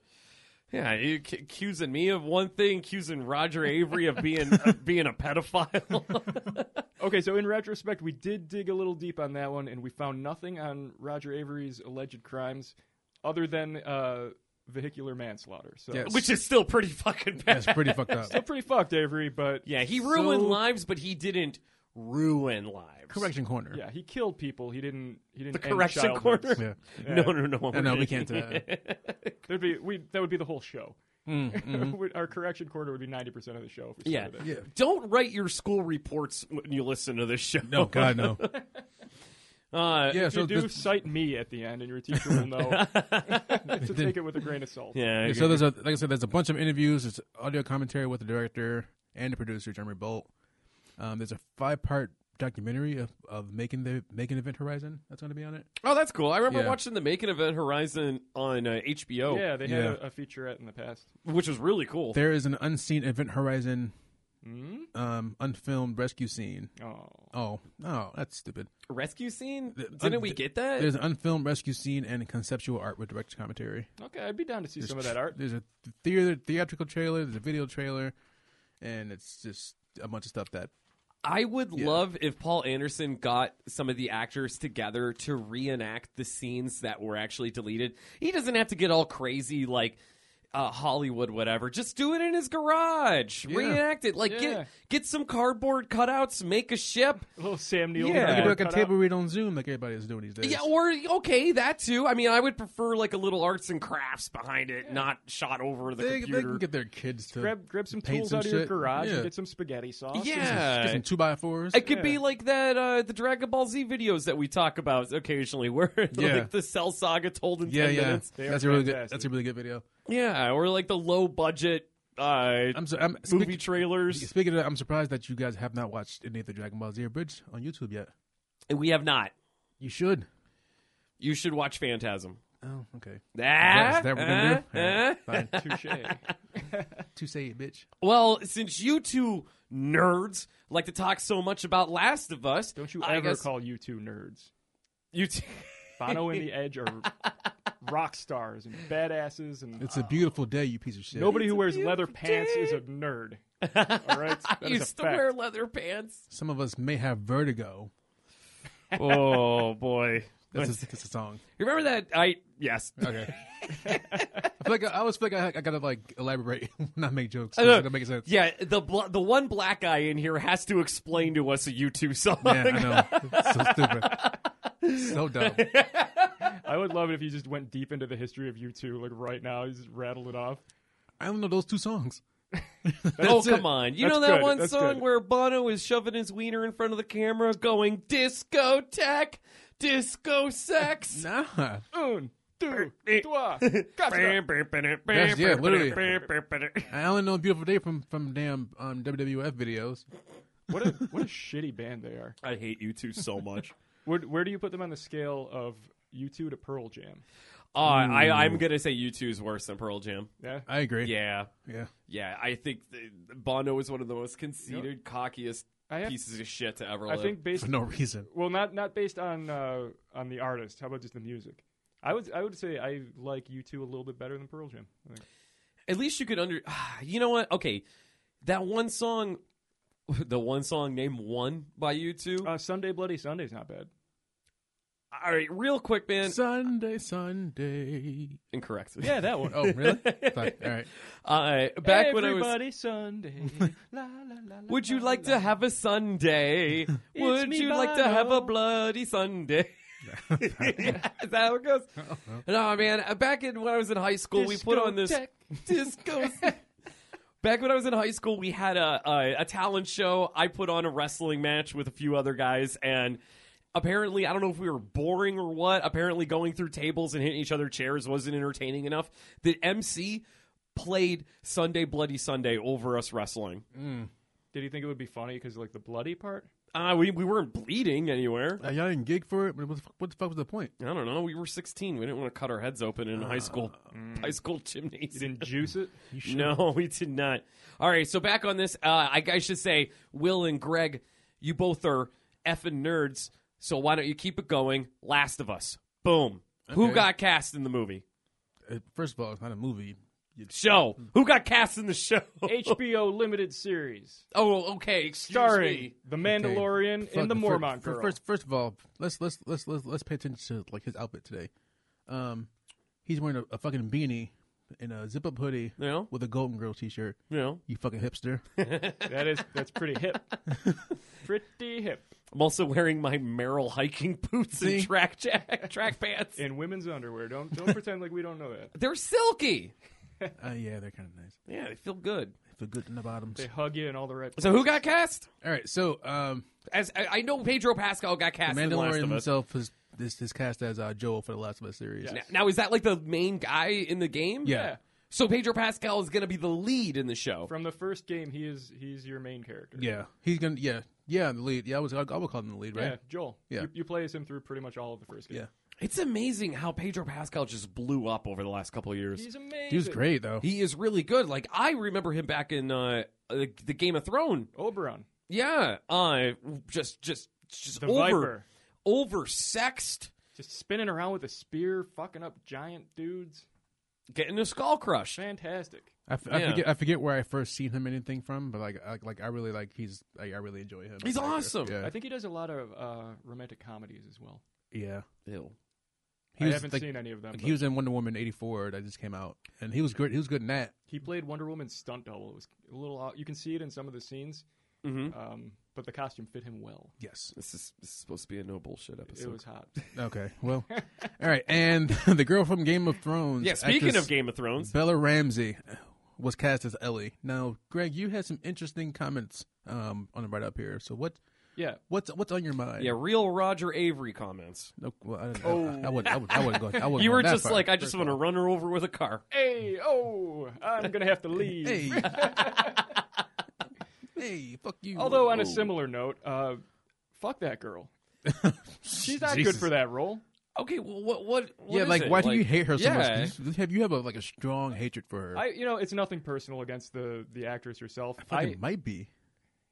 Speaker 2: yeah. You c- accusing me of one thing, accusing Roger Avery of being of being a pedophile.
Speaker 4: Okay, so in retrospect, we did dig a little deep on that one, and we found nothing on Roger Avery's alleged crimes other than uh, vehicular manslaughter. So
Speaker 3: Yes.
Speaker 2: which is still pretty fucking bad.
Speaker 3: That's pretty fucked
Speaker 4: [laughs]
Speaker 3: up.
Speaker 4: still pretty fucked, Avery. But
Speaker 2: yeah, he ruined
Speaker 4: so-
Speaker 2: lives, but he didn't ruin lives.
Speaker 3: Correction corner.
Speaker 4: Yeah, he killed people. He didn't. He didn't.
Speaker 2: The
Speaker 4: end
Speaker 2: correction
Speaker 4: child
Speaker 2: corner.
Speaker 4: murders.
Speaker 3: Yeah.
Speaker 2: [laughs] No, no, no.
Speaker 3: No,
Speaker 4: [laughs]
Speaker 3: no, we can't uh, do
Speaker 2: that.
Speaker 4: There'd be we. That would be the whole show.
Speaker 3: Mm, mhm.
Speaker 4: Would- [laughs] Our correction corner would be ninety percent of the show. If we
Speaker 2: Mm-hmm. yeah.
Speaker 4: started it.
Speaker 3: Yeah.
Speaker 2: Don't write your school reports when you listen to this show.
Speaker 3: No, God,
Speaker 4: [laughs]
Speaker 3: no.
Speaker 2: [laughs] Uh,
Speaker 3: Yeah,
Speaker 4: If
Speaker 3: so
Speaker 4: you do
Speaker 3: this,
Speaker 4: cite me at the end, and your teacher
Speaker 2: [laughs]
Speaker 4: will know [laughs] to take it with a grain of salt.
Speaker 2: yeah.
Speaker 3: yeah, so there's a like I said, there's a bunch of interviews. There's audio commentary with the director and the producer, Jeremy Bolt. Um, there's a five part documentary of, of making the making Event Horizon that's going to be on it.
Speaker 2: oh, that's cool. I remember
Speaker 3: Yeah.
Speaker 2: watching the Making of Event Horizon on uh, HBO,
Speaker 4: Yeah, they had
Speaker 3: Yeah.
Speaker 4: A, a featurette in the past.
Speaker 2: which was really cool.
Speaker 3: There is an unseen Event Horizon
Speaker 4: Mm?
Speaker 3: um, unfilmed rescue scene.
Speaker 4: Oh,
Speaker 3: Oh, no, that's stupid.
Speaker 2: rescue scene?
Speaker 3: The-
Speaker 2: Didn't
Speaker 3: uh,
Speaker 2: we
Speaker 3: th-
Speaker 2: get that?
Speaker 3: There's an unfilmed rescue scene and conceptual art with direct commentary.
Speaker 4: okay. I'd be down to see
Speaker 3: There's
Speaker 4: some of that
Speaker 3: tr-
Speaker 4: art.
Speaker 3: There's a theater, theatrical trailer. There's a video trailer, and it's just a bunch of stuff that
Speaker 2: I would
Speaker 3: Yeah.
Speaker 2: love if Paul Anderson got some of the actors together to reenact the scenes that were actually deleted. He doesn't have to get all crazy like uh, Hollywood, whatever. Just do it in his garage.
Speaker 3: Yeah.
Speaker 2: Reenact it. Like
Speaker 4: Yeah.
Speaker 2: get get some cardboard cutouts, make a ship.
Speaker 4: A little Sam Neill.
Speaker 2: Yeah.
Speaker 3: You
Speaker 2: You
Speaker 3: can do like
Speaker 4: cut
Speaker 3: a
Speaker 4: out.
Speaker 3: table read on Zoom, like everybody is doing these days.
Speaker 2: Yeah, or okay, that too. I mean, I would prefer like a little arts and crafts behind it, not shot over the
Speaker 3: they, they
Speaker 2: computer.
Speaker 3: can get their kids to
Speaker 4: Grab grab some
Speaker 3: paint
Speaker 4: tools
Speaker 3: some
Speaker 4: out of your
Speaker 3: shit.
Speaker 4: garage
Speaker 3: Yeah.
Speaker 4: and get some spaghetti sauce. and
Speaker 2: Yeah.
Speaker 3: get some two by fours.
Speaker 2: It could be
Speaker 4: Yeah.
Speaker 2: like that uh the Dragon Ball Z videos that we talk about occasionally [laughs] where
Speaker 3: Yeah.
Speaker 2: like the Cell Saga told in
Speaker 3: yeah,
Speaker 2: 10
Speaker 3: yeah,
Speaker 2: minutes.
Speaker 4: They
Speaker 3: that's
Speaker 4: are
Speaker 3: a really good.
Speaker 4: fantastic.
Speaker 3: That's a really good video.
Speaker 2: Yeah, or like the low budget uh
Speaker 3: I'm, so, I'm
Speaker 2: movie
Speaker 3: speaking,
Speaker 2: trailers.
Speaker 3: speaking of, that, I'm surprised that you guys have not watched any of the Dragon Ball Z Bridge on YouTube yet.
Speaker 2: We have not.
Speaker 3: You should.
Speaker 2: You should watch Phantasm.
Speaker 3: Oh, okay.
Speaker 2: Ah,
Speaker 3: Is that what we're gonna do?
Speaker 2: ah,
Speaker 3: All right,
Speaker 2: ah.
Speaker 3: [laughs] fine.
Speaker 2: [laughs]
Speaker 4: Touche.
Speaker 3: to say it, bitch.
Speaker 2: Well, since you two nerds like to talk so much about Last of Us,
Speaker 4: Don't you
Speaker 2: I
Speaker 4: ever
Speaker 2: guess
Speaker 4: call you two nerds.
Speaker 2: you two
Speaker 4: Bono and
Speaker 2: [laughs]
Speaker 4: the Edge are rock stars and badasses, and
Speaker 3: It's a beautiful day, you piece of shit.
Speaker 4: nobody
Speaker 2: It's
Speaker 4: who
Speaker 2: a
Speaker 4: wears leather
Speaker 2: beautiful
Speaker 4: pants
Speaker 2: day.
Speaker 4: is
Speaker 2: [laughs]
Speaker 4: a nerd. All right, That
Speaker 2: I [laughs]
Speaker 4: is a
Speaker 2: used to
Speaker 4: fact.
Speaker 2: wear leather pants.
Speaker 3: Some of us may have vertigo.
Speaker 2: oh
Speaker 4: [laughs]
Speaker 2: boy.
Speaker 3: This is this is a song.
Speaker 2: You remember that I yes.
Speaker 3: Okay. I feel like I, always feel like I, I gotta like elaborate, [laughs] not make jokes.
Speaker 2: know.
Speaker 3: It's gonna make sense.
Speaker 2: Yeah, the bl- the one black guy in here has to explain to us a U2 song. [laughs]
Speaker 3: Yeah, I know. so stupid. So dumb.
Speaker 4: I would love it if you just went deep into the history of you two, like right now, you just rattled it off.
Speaker 3: I don't know those two songs.
Speaker 2: oh, come on. You
Speaker 4: That's
Speaker 2: know that
Speaker 4: good.
Speaker 2: one
Speaker 4: That's
Speaker 2: song
Speaker 4: good.
Speaker 2: where Bono is shoving his wiener in front of the camera going discotheque, disco
Speaker 4: [laughs]
Speaker 2: sex?
Speaker 3: Nah.
Speaker 4: Un, two, trois, quatre.
Speaker 2: Yes,
Speaker 3: yeah, literally. I only know Beautiful Day from, from damn um, WWF videos.
Speaker 4: What a what a shitty band they are.
Speaker 2: I hate U2 so much.
Speaker 4: [laughs] Where where do you put them on the scale of you two to Pearl Jam?
Speaker 2: Uh, I, I'm going to say U2 is worse than Pearl Jam.
Speaker 4: Hmm. Yeah,
Speaker 3: I agree.
Speaker 2: Yeah.
Speaker 3: Yeah.
Speaker 2: Yeah, I think th- Bono is one of the most conceited, cockiest
Speaker 4: I have-
Speaker 2: pieces of shit to ever
Speaker 4: I
Speaker 2: live.
Speaker 4: think
Speaker 3: [laughs]
Speaker 4: based
Speaker 3: For no reason.
Speaker 4: Well, not not based on uh, on the artist. How about just the music? I would I would say I like you two a little bit better than Pearl Jam. I think.
Speaker 2: At least you could under. [sighs] You know what? Okay, that one song, [laughs] the one song named "One" by you 2
Speaker 4: Uh, Sunday Bloody Sunday's not bad.
Speaker 2: All right, real quick, man.
Speaker 3: Sunday, Sunday.
Speaker 2: Incorrect.
Speaker 4: [laughs] Yeah, that one.
Speaker 3: Oh, really? Fuck, All right.
Speaker 2: [laughs] Uh, back when I was.
Speaker 4: Everybody Sunday. [laughs] la, la, la, la,
Speaker 2: Would you
Speaker 4: la,
Speaker 2: like
Speaker 4: la.
Speaker 2: to have a
Speaker 4: [laughs]
Speaker 2: Sunday? Would
Speaker 4: me,
Speaker 2: you like to have a
Speaker 4: Bono.
Speaker 2: bloody
Speaker 4: [laughs]
Speaker 2: Sunday? [laughs] Is that how it goes?
Speaker 4: Uh-huh.
Speaker 2: No, man. uh, Back in when I was in high school, we put on this
Speaker 4: [laughs] Discotheque.
Speaker 2: disco. Back when I was in high school, we had a, a a talent show. I put on a wrestling match with a few other guys, and apparently, I don't know if we were boring or what. Apparently, going through tables and hitting each other chairs wasn't entertaining enough. The MC played Sunday Bloody Sunday over us wrestling.
Speaker 4: Did he think it would be funny because like the bloody part?
Speaker 2: Uh, we, we weren't bleeding anywhere.
Speaker 3: Uh, y'all didn't gig for it, but what the fuck, what the fuck was the point?
Speaker 2: I don't know. We were 16. We didn't want to cut our heads open in a high school high school
Speaker 4: Ah, mm. You
Speaker 2: gymnasium.
Speaker 4: didn't [laughs] juice it.
Speaker 2: No, [laughs] we did not. All right, so back on this, uh, I, I should say, Will and Greg, you both are effing nerds. So why don't you keep it going? Last of Us, boom. Who
Speaker 3: Okay.
Speaker 2: got cast in the movie?
Speaker 3: Uh, First of all, it's not a movie. You-
Speaker 2: Show. Who got cast in the show?
Speaker 4: HBO limited series
Speaker 2: [laughs] oh, okay. Excuse
Speaker 4: starring
Speaker 2: me.
Speaker 4: the Mandalorian
Speaker 3: Fuck,
Speaker 4: and the
Speaker 3: fir-
Speaker 4: Mormon
Speaker 3: fir-
Speaker 4: girl.
Speaker 3: First, first of all, let's let's let's let's let's pay attention to like his outfit today. Um, he's wearing a, a fucking beanie and a zip up hoodie
Speaker 2: Yeah.
Speaker 3: with a Golden Girl t shirt.
Speaker 2: You know,
Speaker 3: You fucking
Speaker 4: [laughs]
Speaker 3: hipster.
Speaker 4: [laughs] that is that's pretty
Speaker 3: [laughs]
Speaker 4: hip. pretty hip.
Speaker 2: I'm also wearing my Merrill hiking [laughs] boots and
Speaker 3: See?
Speaker 2: track jack, [laughs] track pants.
Speaker 4: In women's underwear. Don't don't pretend like we don't know that.
Speaker 2: They're silky.
Speaker 3: uh, yeah, they're kind of nice.
Speaker 2: Yeah, they feel good.
Speaker 3: They feel good in the bottoms.
Speaker 4: They hug you in all the right.
Speaker 2: So who got cast?
Speaker 3: All right, so um,
Speaker 2: As I, I know, Pedro Pascal got cast in The Last
Speaker 3: Mandalorian
Speaker 2: of Us.
Speaker 3: himself is this is cast as uh, Joel for the Last of Us series.
Speaker 4: Yeah.
Speaker 2: Now, is that like the main guy in the game?
Speaker 3: Yeah.
Speaker 4: Yeah.
Speaker 2: So Pedro Pascal is going to be the lead in the show.
Speaker 4: From the first game, he is he's your main character.
Speaker 3: Yeah. he's gonna yeah yeah the lead. Yeah, I was I would call him the lead,
Speaker 4: Yeah,
Speaker 3: right?
Speaker 4: Joel.
Speaker 3: Yeah.
Speaker 4: You, you play as him through pretty much all of the first game.
Speaker 3: Yeah.
Speaker 2: It's amazing how Pedro Pascal just blew up over the last couple of years.
Speaker 4: He's amazing.
Speaker 3: He was great though.
Speaker 2: He is really good. Like I remember him back in uh, uh, the Game of Thrones.
Speaker 4: Oberon.
Speaker 2: Yeah, uh, just just just
Speaker 4: The
Speaker 2: over
Speaker 4: Viper.
Speaker 2: oversexed,
Speaker 4: Just spinning around with a spear, fucking up giant dudes.
Speaker 2: getting a skull crush.
Speaker 4: Fantastic.
Speaker 3: I, f- I
Speaker 2: Yeah.
Speaker 3: forget I forget where I first seen him in anything from, but like I, like I really like he's like, I really enjoy him.
Speaker 2: He's
Speaker 3: Like,
Speaker 2: awesome.
Speaker 3: Yeah,
Speaker 4: I think he does a lot of uh, romantic comedies as well.
Speaker 3: yeah.
Speaker 2: Ew.
Speaker 3: He
Speaker 4: I
Speaker 3: was,
Speaker 4: haven't
Speaker 3: like-
Speaker 4: seen any of them.
Speaker 3: Like,
Speaker 4: but
Speaker 3: he was in Wonder Woman '84 that just came out, and he was good. He was good in that.
Speaker 4: he played Wonder Woman's stunt double. It was a little. odd- You can see it in some of the scenes,
Speaker 2: hmm
Speaker 4: um, but the costume fit him well.
Speaker 3: Yes.
Speaker 2: This is this is supposed to be a no bullshit
Speaker 4: It
Speaker 2: episode.
Speaker 3: [laughs]
Speaker 4: was hot.
Speaker 3: Okay. Well. all right. And [laughs] the girl from Game of Thrones.
Speaker 2: yeah. Speaking
Speaker 3: actress
Speaker 2: of Game of Thrones,
Speaker 3: Bella Ramsey uh, was cast as Ellie. Now, Greg, you had some interesting comments um, on the right up here. So what
Speaker 4: Yeah,
Speaker 3: what's what's on your mind?
Speaker 2: yeah, real Roger Avery comments.
Speaker 3: No, well, I, don't- I, I, wouldn't. I wouldn't, I wouldn't
Speaker 2: [laughs]
Speaker 3: go. I wouldn't
Speaker 2: You
Speaker 3: go
Speaker 2: were
Speaker 3: that
Speaker 2: just
Speaker 3: far,
Speaker 2: like, I
Speaker 3: first
Speaker 2: just
Speaker 3: of
Speaker 2: want to
Speaker 3: all.
Speaker 2: run her over with a car.
Speaker 4: Hey, oh, I'm gonna have to leave.
Speaker 3: Hey.
Speaker 4: [laughs]
Speaker 3: hey. Fuck you.
Speaker 4: Although on a similar note, uh, fuck
Speaker 3: [laughs]
Speaker 4: that girl. She's not
Speaker 3: Jesus.
Speaker 4: good for that role.
Speaker 2: Okay, well, what, what, what
Speaker 3: yeah,
Speaker 2: is
Speaker 3: like
Speaker 2: it?
Speaker 3: why do you hate her so
Speaker 2: yeah.
Speaker 3: much? You- Have you have a like a strong hatred for her?
Speaker 4: I, you know, it's nothing personal against the the actress herself.
Speaker 3: Fucking
Speaker 4: I,
Speaker 3: might be.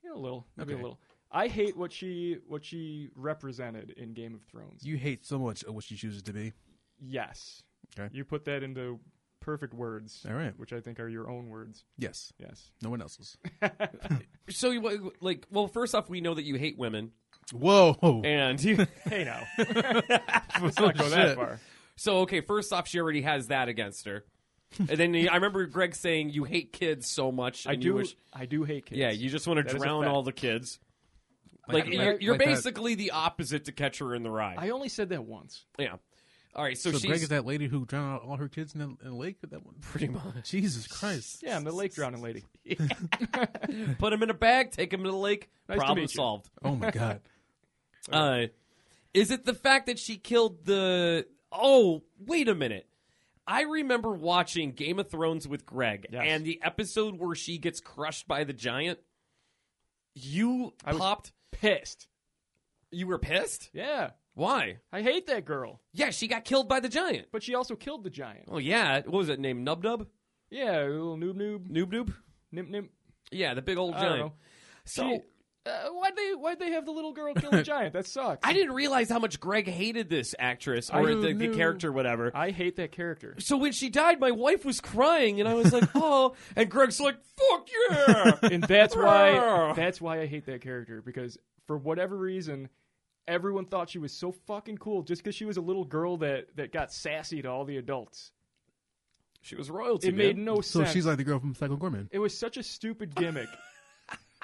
Speaker 4: yeah, a little, maybe
Speaker 3: Okay.
Speaker 4: a little. I hate what she what she represented in Game of Thrones.
Speaker 3: You hate so much of what she chooses to be.
Speaker 4: yes,
Speaker 3: Okay.
Speaker 4: you put that into perfect words,
Speaker 3: All right.
Speaker 4: which I think are your own words.
Speaker 3: Yes.
Speaker 4: Yes,
Speaker 3: No one [laughs] else's.
Speaker 2: So, you- like, well, first off, we know that you hate women,
Speaker 3: Whoa.
Speaker 2: and
Speaker 3: [laughs]
Speaker 2: you,
Speaker 4: hey [laughs] now, let's not go that
Speaker 3: Shit.
Speaker 4: far.
Speaker 2: so okay. First off, she already has that against her, and then I remember Greg saying you hate kids so much.
Speaker 4: I
Speaker 2: and you
Speaker 4: do,
Speaker 2: wish-
Speaker 4: I do hate kids.
Speaker 2: yeah, you just want
Speaker 4: That
Speaker 2: to
Speaker 4: is a
Speaker 2: drown
Speaker 4: fact.
Speaker 2: all the kids. Like,
Speaker 3: Like-
Speaker 2: you're,
Speaker 3: like-
Speaker 2: you're
Speaker 3: like that-
Speaker 2: basically the opposite to catch her in the rye.
Speaker 4: I only said that once.
Speaker 2: yeah. All right, so,
Speaker 3: So
Speaker 2: she's
Speaker 3: Greg is that lady who drowned out all her kids in the, in the lake. That one.
Speaker 2: [laughs] pretty much
Speaker 3: Jesus
Speaker 4: [laughs]
Speaker 3: Christ.
Speaker 4: Yeah, I'm the lake drowning
Speaker 2: [laughs]
Speaker 4: lady.
Speaker 2: put him in a bag, take him to the lake.
Speaker 4: Nice to
Speaker 2: problem
Speaker 4: meet you.
Speaker 2: solved.
Speaker 3: Oh my
Speaker 4: [laughs]
Speaker 3: God.
Speaker 2: Uh, is it the fact that she killed the? Oh, wait a minute. I remember watching Game of Thrones with Greg,
Speaker 4: Yes.
Speaker 2: and the episode where she gets crushed by the giant. You
Speaker 4: I was-
Speaker 2: popped.
Speaker 4: Pissed.
Speaker 2: You were pissed.
Speaker 4: Yeah,
Speaker 2: Why?
Speaker 4: I hate that girl.
Speaker 2: Yeah, she got killed by the giant.
Speaker 4: But she also killed the giant.
Speaker 2: Oh yeah, what was that name? Nub Nub,
Speaker 4: Yeah, a little noob noob,
Speaker 2: Noob Noob.
Speaker 4: nimp nimp.
Speaker 2: Yeah, the big old
Speaker 4: I don't
Speaker 2: giant.
Speaker 4: know.
Speaker 2: So
Speaker 4: She- uh, why'd they why'd they have the little girl
Speaker 2: [laughs]
Speaker 4: kill the giant? That sucks.
Speaker 2: I didn't realize how much Greg hated this actress
Speaker 4: I
Speaker 2: or the, the
Speaker 4: knew-
Speaker 2: character, whatever.
Speaker 4: I hate that character.
Speaker 2: So when she died, my wife was crying, and I was like, "Oh!" And Greg's like, "Fuck yeah!"
Speaker 4: [laughs] And that's why
Speaker 2: Brr.
Speaker 4: that's why I hate that character because for whatever reason, everyone thought she was so fucking cool just because she was a little girl that that got sassy to all the adults.
Speaker 2: she was royalty.
Speaker 4: It made no
Speaker 3: So
Speaker 4: sense.
Speaker 3: she's like the girl from Psycho Gorman.
Speaker 4: it was such a stupid gimmick.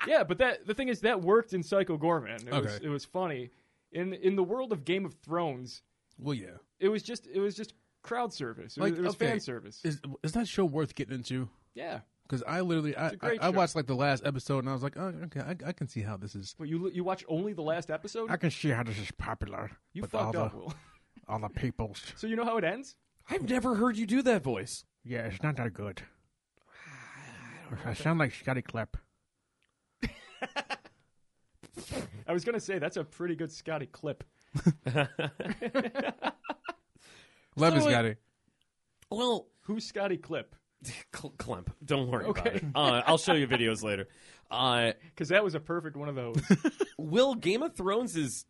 Speaker 4: yeah, but that the thing is that worked in Psycho Gorman. It was
Speaker 3: Okay.
Speaker 4: it was funny. In in the world of Game of Thrones,
Speaker 3: Well, yeah.
Speaker 4: it was just it was just crowd service. It
Speaker 3: Like,
Speaker 4: was, it was
Speaker 3: okay.
Speaker 4: fan service.
Speaker 3: Is is that show worth getting into?
Speaker 4: yeah.
Speaker 3: Because I literally, I,
Speaker 4: a
Speaker 3: I,
Speaker 4: great
Speaker 3: I
Speaker 4: show.
Speaker 3: watched like the last episode and I was like, oh, okay, I, I can see how this is.
Speaker 4: But you li- you watch only the last episode.
Speaker 3: I can see how this is popular.
Speaker 4: you
Speaker 3: with
Speaker 4: fucked
Speaker 3: all
Speaker 4: up. [laughs]
Speaker 3: The,
Speaker 4: Will.
Speaker 3: all the peoples.
Speaker 4: So you know how it ends.
Speaker 2: I've never heard you do that voice.
Speaker 3: Yeah, it's not that good. I sound like Scotty Clapp.
Speaker 4: I was gonna say that's a pretty good Scotty clip.
Speaker 3: Levin's
Speaker 2: So,
Speaker 3: got it.
Speaker 2: Well,
Speaker 4: Who's Scotty Clip?
Speaker 2: [laughs] cl- Clemp, don't worry about
Speaker 4: Okay.
Speaker 2: it. Uh, I'll show you videos later. Uh,
Speaker 4: Because that was a perfect one
Speaker 3: [laughs]
Speaker 4: of those.
Speaker 2: Will Game of Thrones is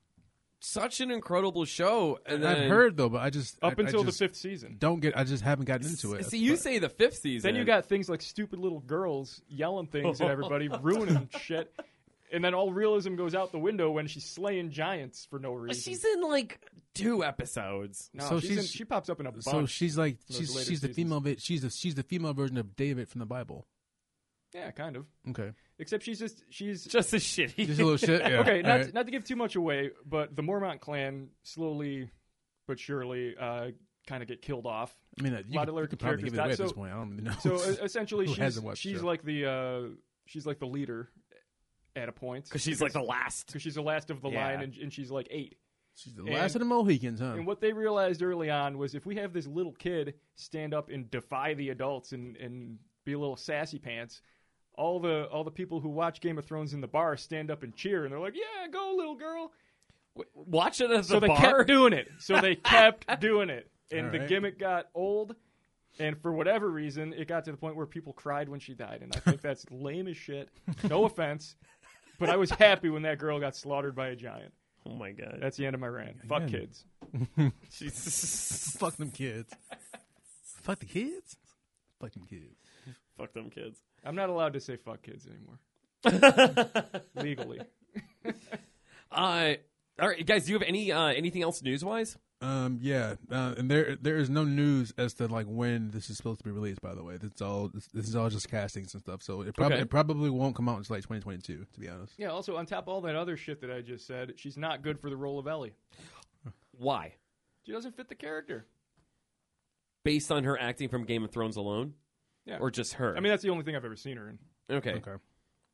Speaker 2: such an incredible show. And then,
Speaker 3: I've heard though, but I just
Speaker 4: Up
Speaker 3: I- I
Speaker 4: until
Speaker 3: just
Speaker 4: the fifth season.
Speaker 3: Don't get. I just haven't gotten into it.
Speaker 2: So you
Speaker 3: But-
Speaker 2: say the fifth season.
Speaker 4: Then you got things like stupid little girls yelling things
Speaker 3: [laughs]
Speaker 4: at everybody, ruining shit. And then all realism goes out the window when she's slaying giants for no reason.
Speaker 2: She's in like two episodes.
Speaker 4: no,
Speaker 3: so
Speaker 4: she's in-
Speaker 3: she's-
Speaker 4: she pops up in a bunch.
Speaker 3: so she's like
Speaker 4: those
Speaker 3: she's
Speaker 4: later
Speaker 3: she's the
Speaker 4: seasons.
Speaker 3: female vi- she's the, she's the female version of David from the Bible.
Speaker 4: yeah, kind of.
Speaker 3: [laughs] Okay,
Speaker 4: Except she's just she's
Speaker 2: Just a shitty.
Speaker 3: just a
Speaker 2: [laughs]
Speaker 3: little shit. [laughs] Yeah.
Speaker 4: [laughs] okay, not,
Speaker 3: Alright.
Speaker 4: not to give too much away, but the Mormont clan slowly but surely uh, kind of get
Speaker 3: [laughs]
Speaker 4: killed off.
Speaker 3: I mean, uh, you
Speaker 4: lot
Speaker 3: could,
Speaker 4: of
Speaker 3: you
Speaker 4: lurking
Speaker 3: could probably give
Speaker 4: characters
Speaker 3: it away at this point.
Speaker 4: die. So-
Speaker 3: I don't even know.
Speaker 4: So uh, essentially,
Speaker 3: Who
Speaker 4: she's,
Speaker 3: hasn't watched the
Speaker 4: she's
Speaker 3: show?
Speaker 4: like the uh, she's like the leader at a
Speaker 3: [laughs]
Speaker 4: point
Speaker 2: Because she's like the last.
Speaker 4: [laughs] because she's the last of the
Speaker 2: Yeah.
Speaker 4: line, and, and she's like eight.
Speaker 3: [laughs] she's the last of the Mohicans, huh?
Speaker 4: And what they realized early on was if we have this little kid stand up and defy the adults and, and be a little sassy pants, all the all the people who watch Game of Thrones in the bar stand up and cheer, and they're like, "Yeah, go, little girl."
Speaker 2: Watch it at
Speaker 4: so
Speaker 2: the
Speaker 4: they
Speaker 2: bar.
Speaker 4: kept doing it. So they kept doing it, and
Speaker 3: All
Speaker 4: the
Speaker 3: right.
Speaker 4: gimmick got old. And for whatever reason, it got to the point where people cried when she died, and I think that's lame as shit. No offense, but I was happy when that girl got slaughtered by a giant.
Speaker 2: [laughs] oh my god.
Speaker 4: That's the end of my rant. Fuck
Speaker 3: Again.
Speaker 4: kids.
Speaker 2: Jesus.
Speaker 3: Fuck them kids. Fuck the kids. Fuck them kids.
Speaker 2: Fuck them kids.
Speaker 4: I'm not allowed to say fuck kids anymore
Speaker 3: [laughs]
Speaker 4: legally.
Speaker 2: Uh, all right, guys. Do you have any uh, anything else news wise?
Speaker 3: Um. Yeah. Uh, and there, there is no news as to like when this is supposed to be released. By the way, this is all this, this is all just castings and stuff. So it probably
Speaker 2: Okay.
Speaker 3: it probably won't come out until like 2022. To be honest,
Speaker 4: Yeah. Also, on top of all that other shit that I just said, she's not good for the role of Ellie.
Speaker 2: Why?
Speaker 4: She doesn't fit the character.
Speaker 2: Based on her acting from Game of Thrones alone,
Speaker 4: Yeah.
Speaker 2: or just her?
Speaker 4: I mean, that's the only thing I've ever seen her in.
Speaker 2: okay.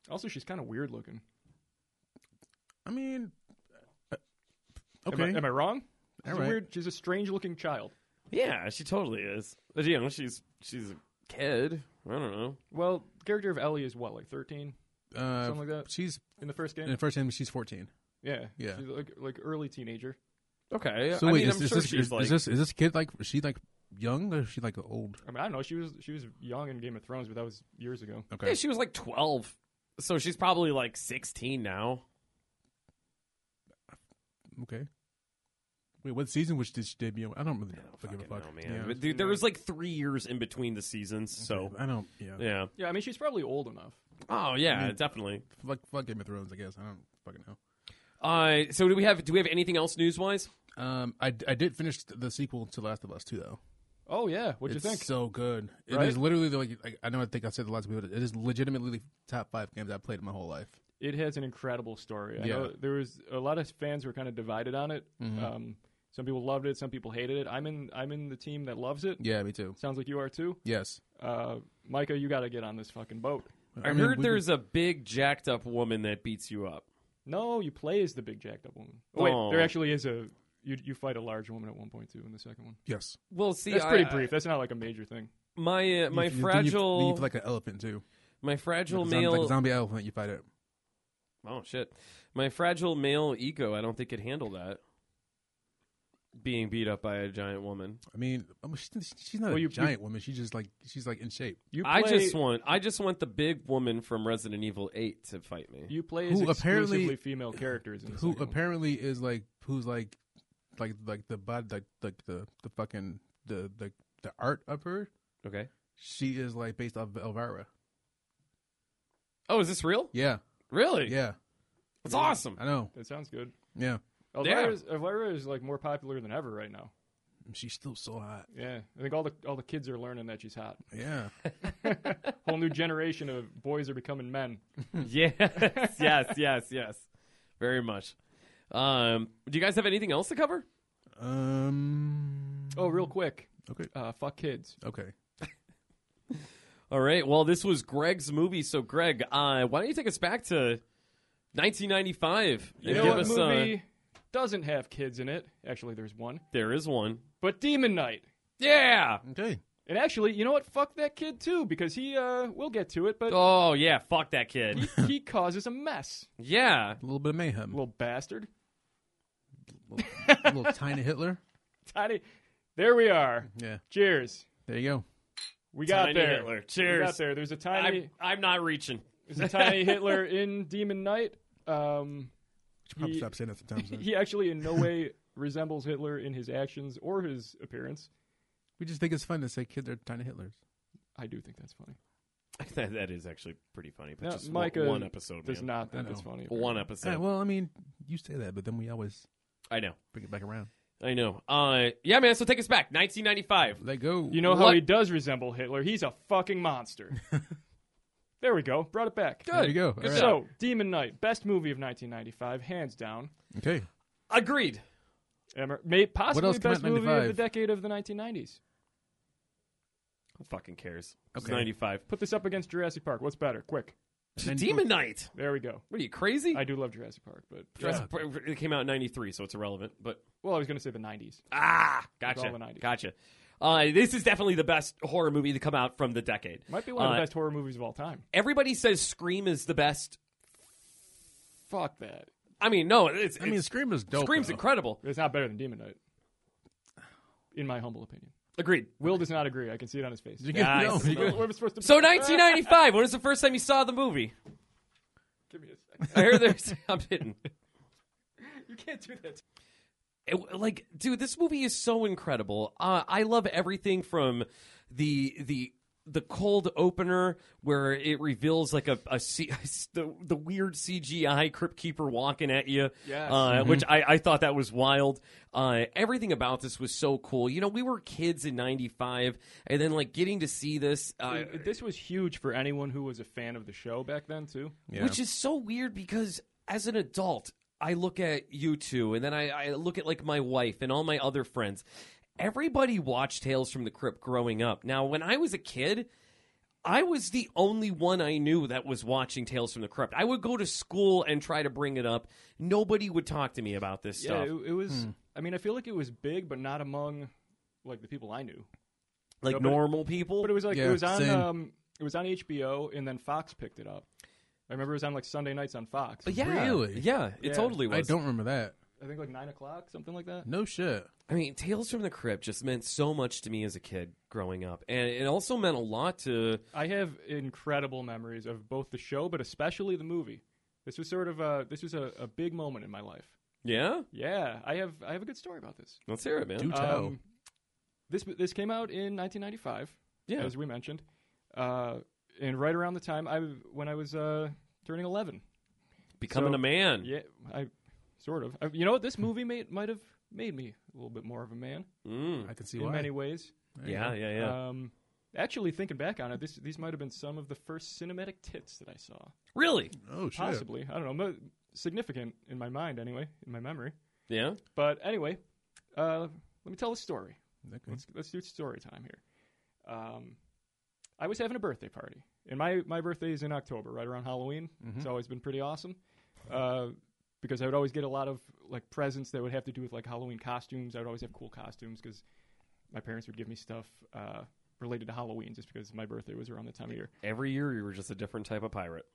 Speaker 4: Also, she's kind of weird looking.
Speaker 3: I mean, uh,
Speaker 4: Am I-
Speaker 3: okay.
Speaker 4: Am I, wrong? She's
Speaker 3: All
Speaker 4: a
Speaker 3: right.
Speaker 4: weird. She's a strange looking child.
Speaker 2: Yeah, she totally is. But, you know, she's she's a kid. I don't know.
Speaker 4: Well, the character of Ellie is what, like thirteen
Speaker 3: uh,
Speaker 4: something like that?
Speaker 3: She's
Speaker 4: in the first
Speaker 3: in
Speaker 4: game?
Speaker 3: the first game. She's 14.
Speaker 4: Yeah.
Speaker 3: Yeah.
Speaker 4: She's like like early teenager.
Speaker 2: Okay.
Speaker 3: So
Speaker 2: I
Speaker 3: wait,
Speaker 2: mean,
Speaker 3: is,
Speaker 2: I'm
Speaker 3: is
Speaker 2: sure
Speaker 3: this,
Speaker 2: she's
Speaker 3: is,
Speaker 2: like
Speaker 3: is this is this kid like is she like young or is she like old?
Speaker 4: I mean, I don't know. She was she was young in Game of Thrones, but that was years ago.
Speaker 3: Okay.
Speaker 2: yeah, she was like 12. So she's probably like 16 now.
Speaker 3: okay. Wait, what season was did she debut? I don't really
Speaker 2: I
Speaker 3: give a
Speaker 2: don't
Speaker 3: fuck.
Speaker 2: know, man.
Speaker 3: Yeah.
Speaker 2: But dude, there was like three years in between the seasons. So
Speaker 3: I don't. Yeah.
Speaker 2: yeah.
Speaker 4: Yeah, I mean, she's probably old enough.
Speaker 2: Oh yeah, definitely.
Speaker 3: Fuck, fuck Game of Thrones. I guess I don't fucking know.
Speaker 2: Uh, so do we have do we have anything else news wise?
Speaker 3: Um, I, I did finish the sequel to Last of Us too, though.
Speaker 4: Oh yeah, what'd
Speaker 3: it's
Speaker 4: you think?
Speaker 3: so good. It
Speaker 4: Right?
Speaker 3: is literally the, like, like I know I think I said the last people. It is legitimately top five games I've played in my whole life.
Speaker 4: it has an incredible story. I
Speaker 3: Yeah.
Speaker 4: know there was a lot of fans were kind of divided on it.
Speaker 2: Mm-hmm.
Speaker 4: Um, some people loved it, some people hated it. I'm in I'm in the team that loves it.
Speaker 3: Yeah, me too.
Speaker 4: Sounds like you are too.
Speaker 3: Yes,
Speaker 4: Uh, Micah, you got to get on this fucking boat.
Speaker 2: I,
Speaker 3: mean,
Speaker 2: heard
Speaker 3: we-
Speaker 2: there's a big jacked up woman that beats you up.
Speaker 4: No, you play as the big jacked up woman. Oh, wait,
Speaker 2: Oh.
Speaker 4: there actually is a you you fight a large woman at one point too in the second one.
Speaker 3: yes.
Speaker 2: Well, see,
Speaker 4: That's
Speaker 2: I-
Speaker 4: pretty
Speaker 2: I-
Speaker 4: brief. That's not like a major thing.
Speaker 2: my uh,
Speaker 3: You- you- then
Speaker 2: my
Speaker 3: you-
Speaker 2: fragile
Speaker 3: then you feel like an elephant too.
Speaker 2: my fragile
Speaker 3: Like a zom-
Speaker 2: male.
Speaker 3: like a zombie elephant. You fight it.
Speaker 2: Oh shit. My fragile male ego, I don't think could handle that. Being beat up by a giant woman.
Speaker 3: I mean, oh, I mean, she's- she's not
Speaker 4: Well,
Speaker 3: a
Speaker 4: you- you-
Speaker 3: giant woman. She's just like she's like in shape.
Speaker 4: You play,
Speaker 2: I just want I just want the big woman from Resident Evil 8 to fight me.
Speaker 4: you play as
Speaker 3: Who apparently-
Speaker 4: exclusively female characters. In the
Speaker 3: Who
Speaker 4: second one.
Speaker 3: apparently is like who's like like like the bud like like the the fucking the the the art of her.
Speaker 2: okay.
Speaker 3: She is like based off of Elvira.
Speaker 2: Oh, is this real?
Speaker 3: Yeah,
Speaker 2: Really?
Speaker 3: yeah.
Speaker 2: That's awesome.
Speaker 3: [laughs] I know.
Speaker 4: That sounds good.
Speaker 3: Yeah,
Speaker 4: Elvira's, Elvira is like more popular than ever right now.
Speaker 3: she's still so hot.
Speaker 4: Yeah, I think all the all the kids are learning that she's hot.
Speaker 3: [laughs] Yeah,
Speaker 4: Whole new generation of boys are becoming men.
Speaker 3: Hmm.
Speaker 2: yes. yes, yes, yes. Very much. Um, do you guys have anything else to cover?
Speaker 3: um.
Speaker 4: Oh,
Speaker 2: Mm-hmm.
Speaker 4: real quick,
Speaker 3: Okay.
Speaker 4: uh, fuck kids.
Speaker 3: Okay.
Speaker 2: All right. Well, this was Greg's movie. So, Greg, uh, why don't you take us back to 1995
Speaker 4: You
Speaker 2: and
Speaker 4: know
Speaker 2: give
Speaker 4: what
Speaker 2: us Uh,
Speaker 4: movie doesn't have kids in it? Actually, there's one,
Speaker 2: there is one.
Speaker 4: but Demon Knight.
Speaker 2: Yeah.
Speaker 3: Okay.
Speaker 4: And actually, you know what? Fuck that kid too, because he uh, we'll get to it, but
Speaker 2: Oh yeah, fuck that
Speaker 4: [laughs]
Speaker 2: kid.
Speaker 4: he,
Speaker 2: [laughs]
Speaker 4: he causes a mess,
Speaker 2: Yeah.
Speaker 3: A little bit of mayhem.
Speaker 4: little bastard. [laughs]
Speaker 3: little, little, [laughs] little tiny Hitler.
Speaker 4: Tiny. There we are.
Speaker 3: Yeah.
Speaker 4: Cheers.
Speaker 3: There you go.
Speaker 4: We got
Speaker 2: Tiny
Speaker 4: there.
Speaker 2: Hitler.
Speaker 4: We
Speaker 2: Cheers.
Speaker 4: got there. There's a tiny.
Speaker 2: I'm, I'm not reaching. [laughs]
Speaker 4: There's a tiny Hitler in Demon Knight. Um,
Speaker 3: Should probably
Speaker 4: He-
Speaker 3: stop saying that sometimes. [laughs] huh?
Speaker 4: he actually in no way resembles Hitler in his actions or his appearance.
Speaker 3: we just think it's fun to say kid they're tiny Hitlers.
Speaker 4: I do think that's funny.
Speaker 2: That, that is actually pretty funny, but
Speaker 4: No,
Speaker 2: just
Speaker 4: Micah
Speaker 2: one, one episode.
Speaker 4: Does
Speaker 2: Man.
Speaker 4: not think
Speaker 3: I
Speaker 4: it's
Speaker 3: know.
Speaker 4: funny.
Speaker 2: One episode.
Speaker 3: Yeah, well, I mean, you say that, but then we always
Speaker 2: I know.
Speaker 3: bring it back around.
Speaker 2: I know. Uh, yeah, man. So take us back, 1995.
Speaker 3: Let go.
Speaker 4: You know how
Speaker 2: What?
Speaker 4: he does resemble Hitler? He's a fucking monster.
Speaker 3: [laughs]
Speaker 4: there we go. Brought it back.
Speaker 3: There you go. All right.
Speaker 4: So, Demon Knight, best movie of 1995, hands down.
Speaker 3: Okay.
Speaker 2: Agreed.
Speaker 4: Emer- May, possibly
Speaker 3: else came
Speaker 4: best
Speaker 3: out in
Speaker 4: movie of the
Speaker 3: 95?
Speaker 4: decade of the 1990s.
Speaker 2: Who fucking cares? It's
Speaker 3: Okay.
Speaker 2: 95.
Speaker 4: Put this up against Jurassic Park. What's better? Quick.
Speaker 2: Demon Knight.
Speaker 4: There we go.
Speaker 2: What are you crazy?
Speaker 4: I do love Jurassic Park, but
Speaker 2: Jurassic Park- It came out in 93, so it's irrelevant. But
Speaker 4: well, I was going to say the 90s.
Speaker 2: ah,
Speaker 4: all
Speaker 2: gotcha,
Speaker 4: the 90s.
Speaker 2: gotcha. Uh, this is definitely the best horror movie to come out from the decade.
Speaker 4: Might be one of
Speaker 2: Uh,
Speaker 4: the best horror movies of all time.
Speaker 2: Everybody says Scream is the best.
Speaker 4: Fuck that.
Speaker 2: I mean, no, it's,
Speaker 3: I mean,
Speaker 2: it's-
Speaker 3: Scream is dope.
Speaker 2: Scream's
Speaker 3: though.
Speaker 2: incredible.
Speaker 4: It's not better than Demon Knight, in my humble opinion.
Speaker 2: Agreed.
Speaker 4: Will does not agree. I can see it on his face.
Speaker 3: [laughs] You can-
Speaker 2: Nice.
Speaker 3: no, you
Speaker 4: Where
Speaker 3: can-
Speaker 4: am I supposed to
Speaker 2: So 1995. when was the first time you saw the movie?
Speaker 4: Give me a second.
Speaker 2: I heard there's. I'm kidding.
Speaker 4: [laughs] You can't do that.
Speaker 2: It- like dude this movie is so incredible uh, i love everything from the the the cold opener where it reveals like a, a C, [laughs] the, the weird cgi crypt keeper walking at you
Speaker 4: Yes.
Speaker 2: uh, which I, I thought that was wild uh, everything about this was so cool you know we were kids in 95 and then like getting to see this uh,
Speaker 4: Uh, this was huge for anyone who was a fan of the show back then too.
Speaker 3: Yeah.
Speaker 2: which is so weird because as an adult i look at you two and then I, I look at like my wife and all my other friends everybody watched tales from the crypt growing up now when i was a kid I was the only one I knew that was watching Tales from the Crypt. I would go to school and try to bring it up. Nobody would talk to me about this
Speaker 4: Yeah,
Speaker 2: stuff.
Speaker 4: it, it was.
Speaker 3: Hmm.
Speaker 4: I mean, I feel like it was big, but not among like the people I knew.
Speaker 2: like
Speaker 4: nobody-
Speaker 2: normal people.
Speaker 4: But it was like
Speaker 3: Yeah,
Speaker 4: it was on
Speaker 3: same.
Speaker 4: um, it was on HBO, and then Fox picked it up. I remember it was on like Sunday nights on Fox.
Speaker 2: yeah,
Speaker 3: Really?
Speaker 2: yeah, it
Speaker 4: Yeah.
Speaker 2: totally was.
Speaker 3: I don't remember that.
Speaker 4: I think like nine o'clock, something like that.
Speaker 3: No shit.
Speaker 2: I mean, Tales from the Crypt just meant so much to me as a kid growing up, and it also meant a lot to
Speaker 4: I have incredible memories of both the show, but especially the movie. This was sort of a this was a, a big moment in my life.
Speaker 2: yeah.
Speaker 4: Yeah, I have I have a good story about this.
Speaker 2: Let's hear it, man.
Speaker 3: Do tell.
Speaker 4: Um, this this came out in 1995,
Speaker 2: Yeah.
Speaker 4: as we mentioned, uh, and right around the time I when I was uh, turning 11.
Speaker 2: Becoming
Speaker 4: So-
Speaker 2: a man.
Speaker 4: Yeah, I sort of. I, you know what? This movie made might have made me a little bit more of a man
Speaker 2: Mm.
Speaker 3: I can see
Speaker 4: in
Speaker 3: why.
Speaker 4: many ways.
Speaker 3: There you
Speaker 2: Yeah,
Speaker 3: go.
Speaker 2: yeah, yeah.
Speaker 4: Um, actually, thinking back on it, this, these might have been some of the first cinematic tits that I saw.
Speaker 2: really?
Speaker 3: Oh shit.
Speaker 4: Possibly, I don't know. Mo- significant in my mind, anyway, in my memory.
Speaker 2: Yeah.
Speaker 4: But anyway, uh, let me tell the story.
Speaker 3: Okay.
Speaker 4: Let's let's do story time here. Um, I was having a birthday party, and my my birthday is in October, right around Halloween.
Speaker 2: Mm-hmm.
Speaker 4: It's always been pretty awesome, uh, because I would always get a lot of like presents that would have to do with like Halloween costumes. I would always have cool costumes because my parents would give me stuff uh, related to Halloween, just because my birthday was around the time of year.
Speaker 2: Every year you were just a different type of pirate.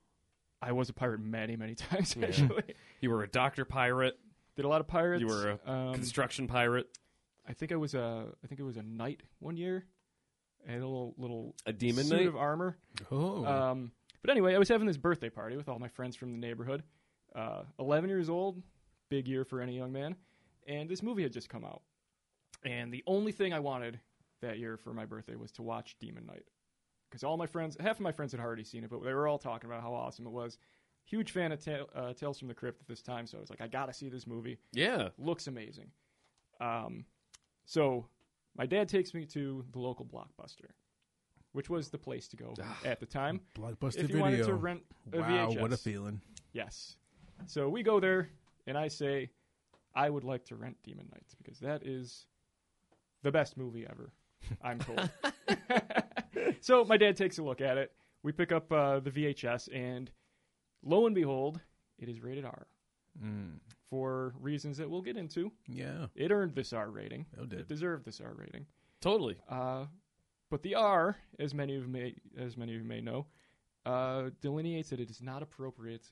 Speaker 4: I was a pirate many many [laughs] times actually.
Speaker 2: You were a doctor pirate,
Speaker 4: Did a lot of pirates.
Speaker 2: You were a
Speaker 4: um,
Speaker 2: construction pirate,
Speaker 4: I think I was a I think it was a knight one year. I had a little little
Speaker 2: a demon
Speaker 4: suit
Speaker 2: knight.
Speaker 4: of armor.
Speaker 3: Oh.
Speaker 4: Um, but anyway, I was having this birthday party with all my friends from the neighborhood. Uh, 11 years old, big year for any young man. And this movie had just come out. And the only thing I wanted that year for my birthday was to watch Demon Knight. Because all my friends, half of my friends had already seen it, but they were all talking about how awesome it was. Huge fan of Ta- uh, Tales from the Crypt at this time, so I was like, I gotta see this movie
Speaker 2: yeah.
Speaker 4: looks amazing. Um, so my dad takes me to the local Blockbuster, which was the place to go at the time.
Speaker 3: Blockbuster
Speaker 4: if you
Speaker 3: video.
Speaker 4: wanted to rent a
Speaker 3: wow,
Speaker 4: VHS.
Speaker 3: what a feeling.
Speaker 4: Yes. So we go there, and I say, I would like to rent Demon Knights because that is the best movie
Speaker 3: [laughs]
Speaker 4: ever, I'm told. [laughs] so my dad takes a look at it. We pick up uh, the VHS, and lo and behold, it is rated R
Speaker 3: Mm.
Speaker 4: for reasons that we'll get into.
Speaker 3: Yeah.
Speaker 4: It earned this R rating.
Speaker 3: It did.
Speaker 4: It deserved this R rating.
Speaker 2: Totally.
Speaker 4: Uh, But the R, as many of you may, as many of you may know, uh, delineates that it is not appropriate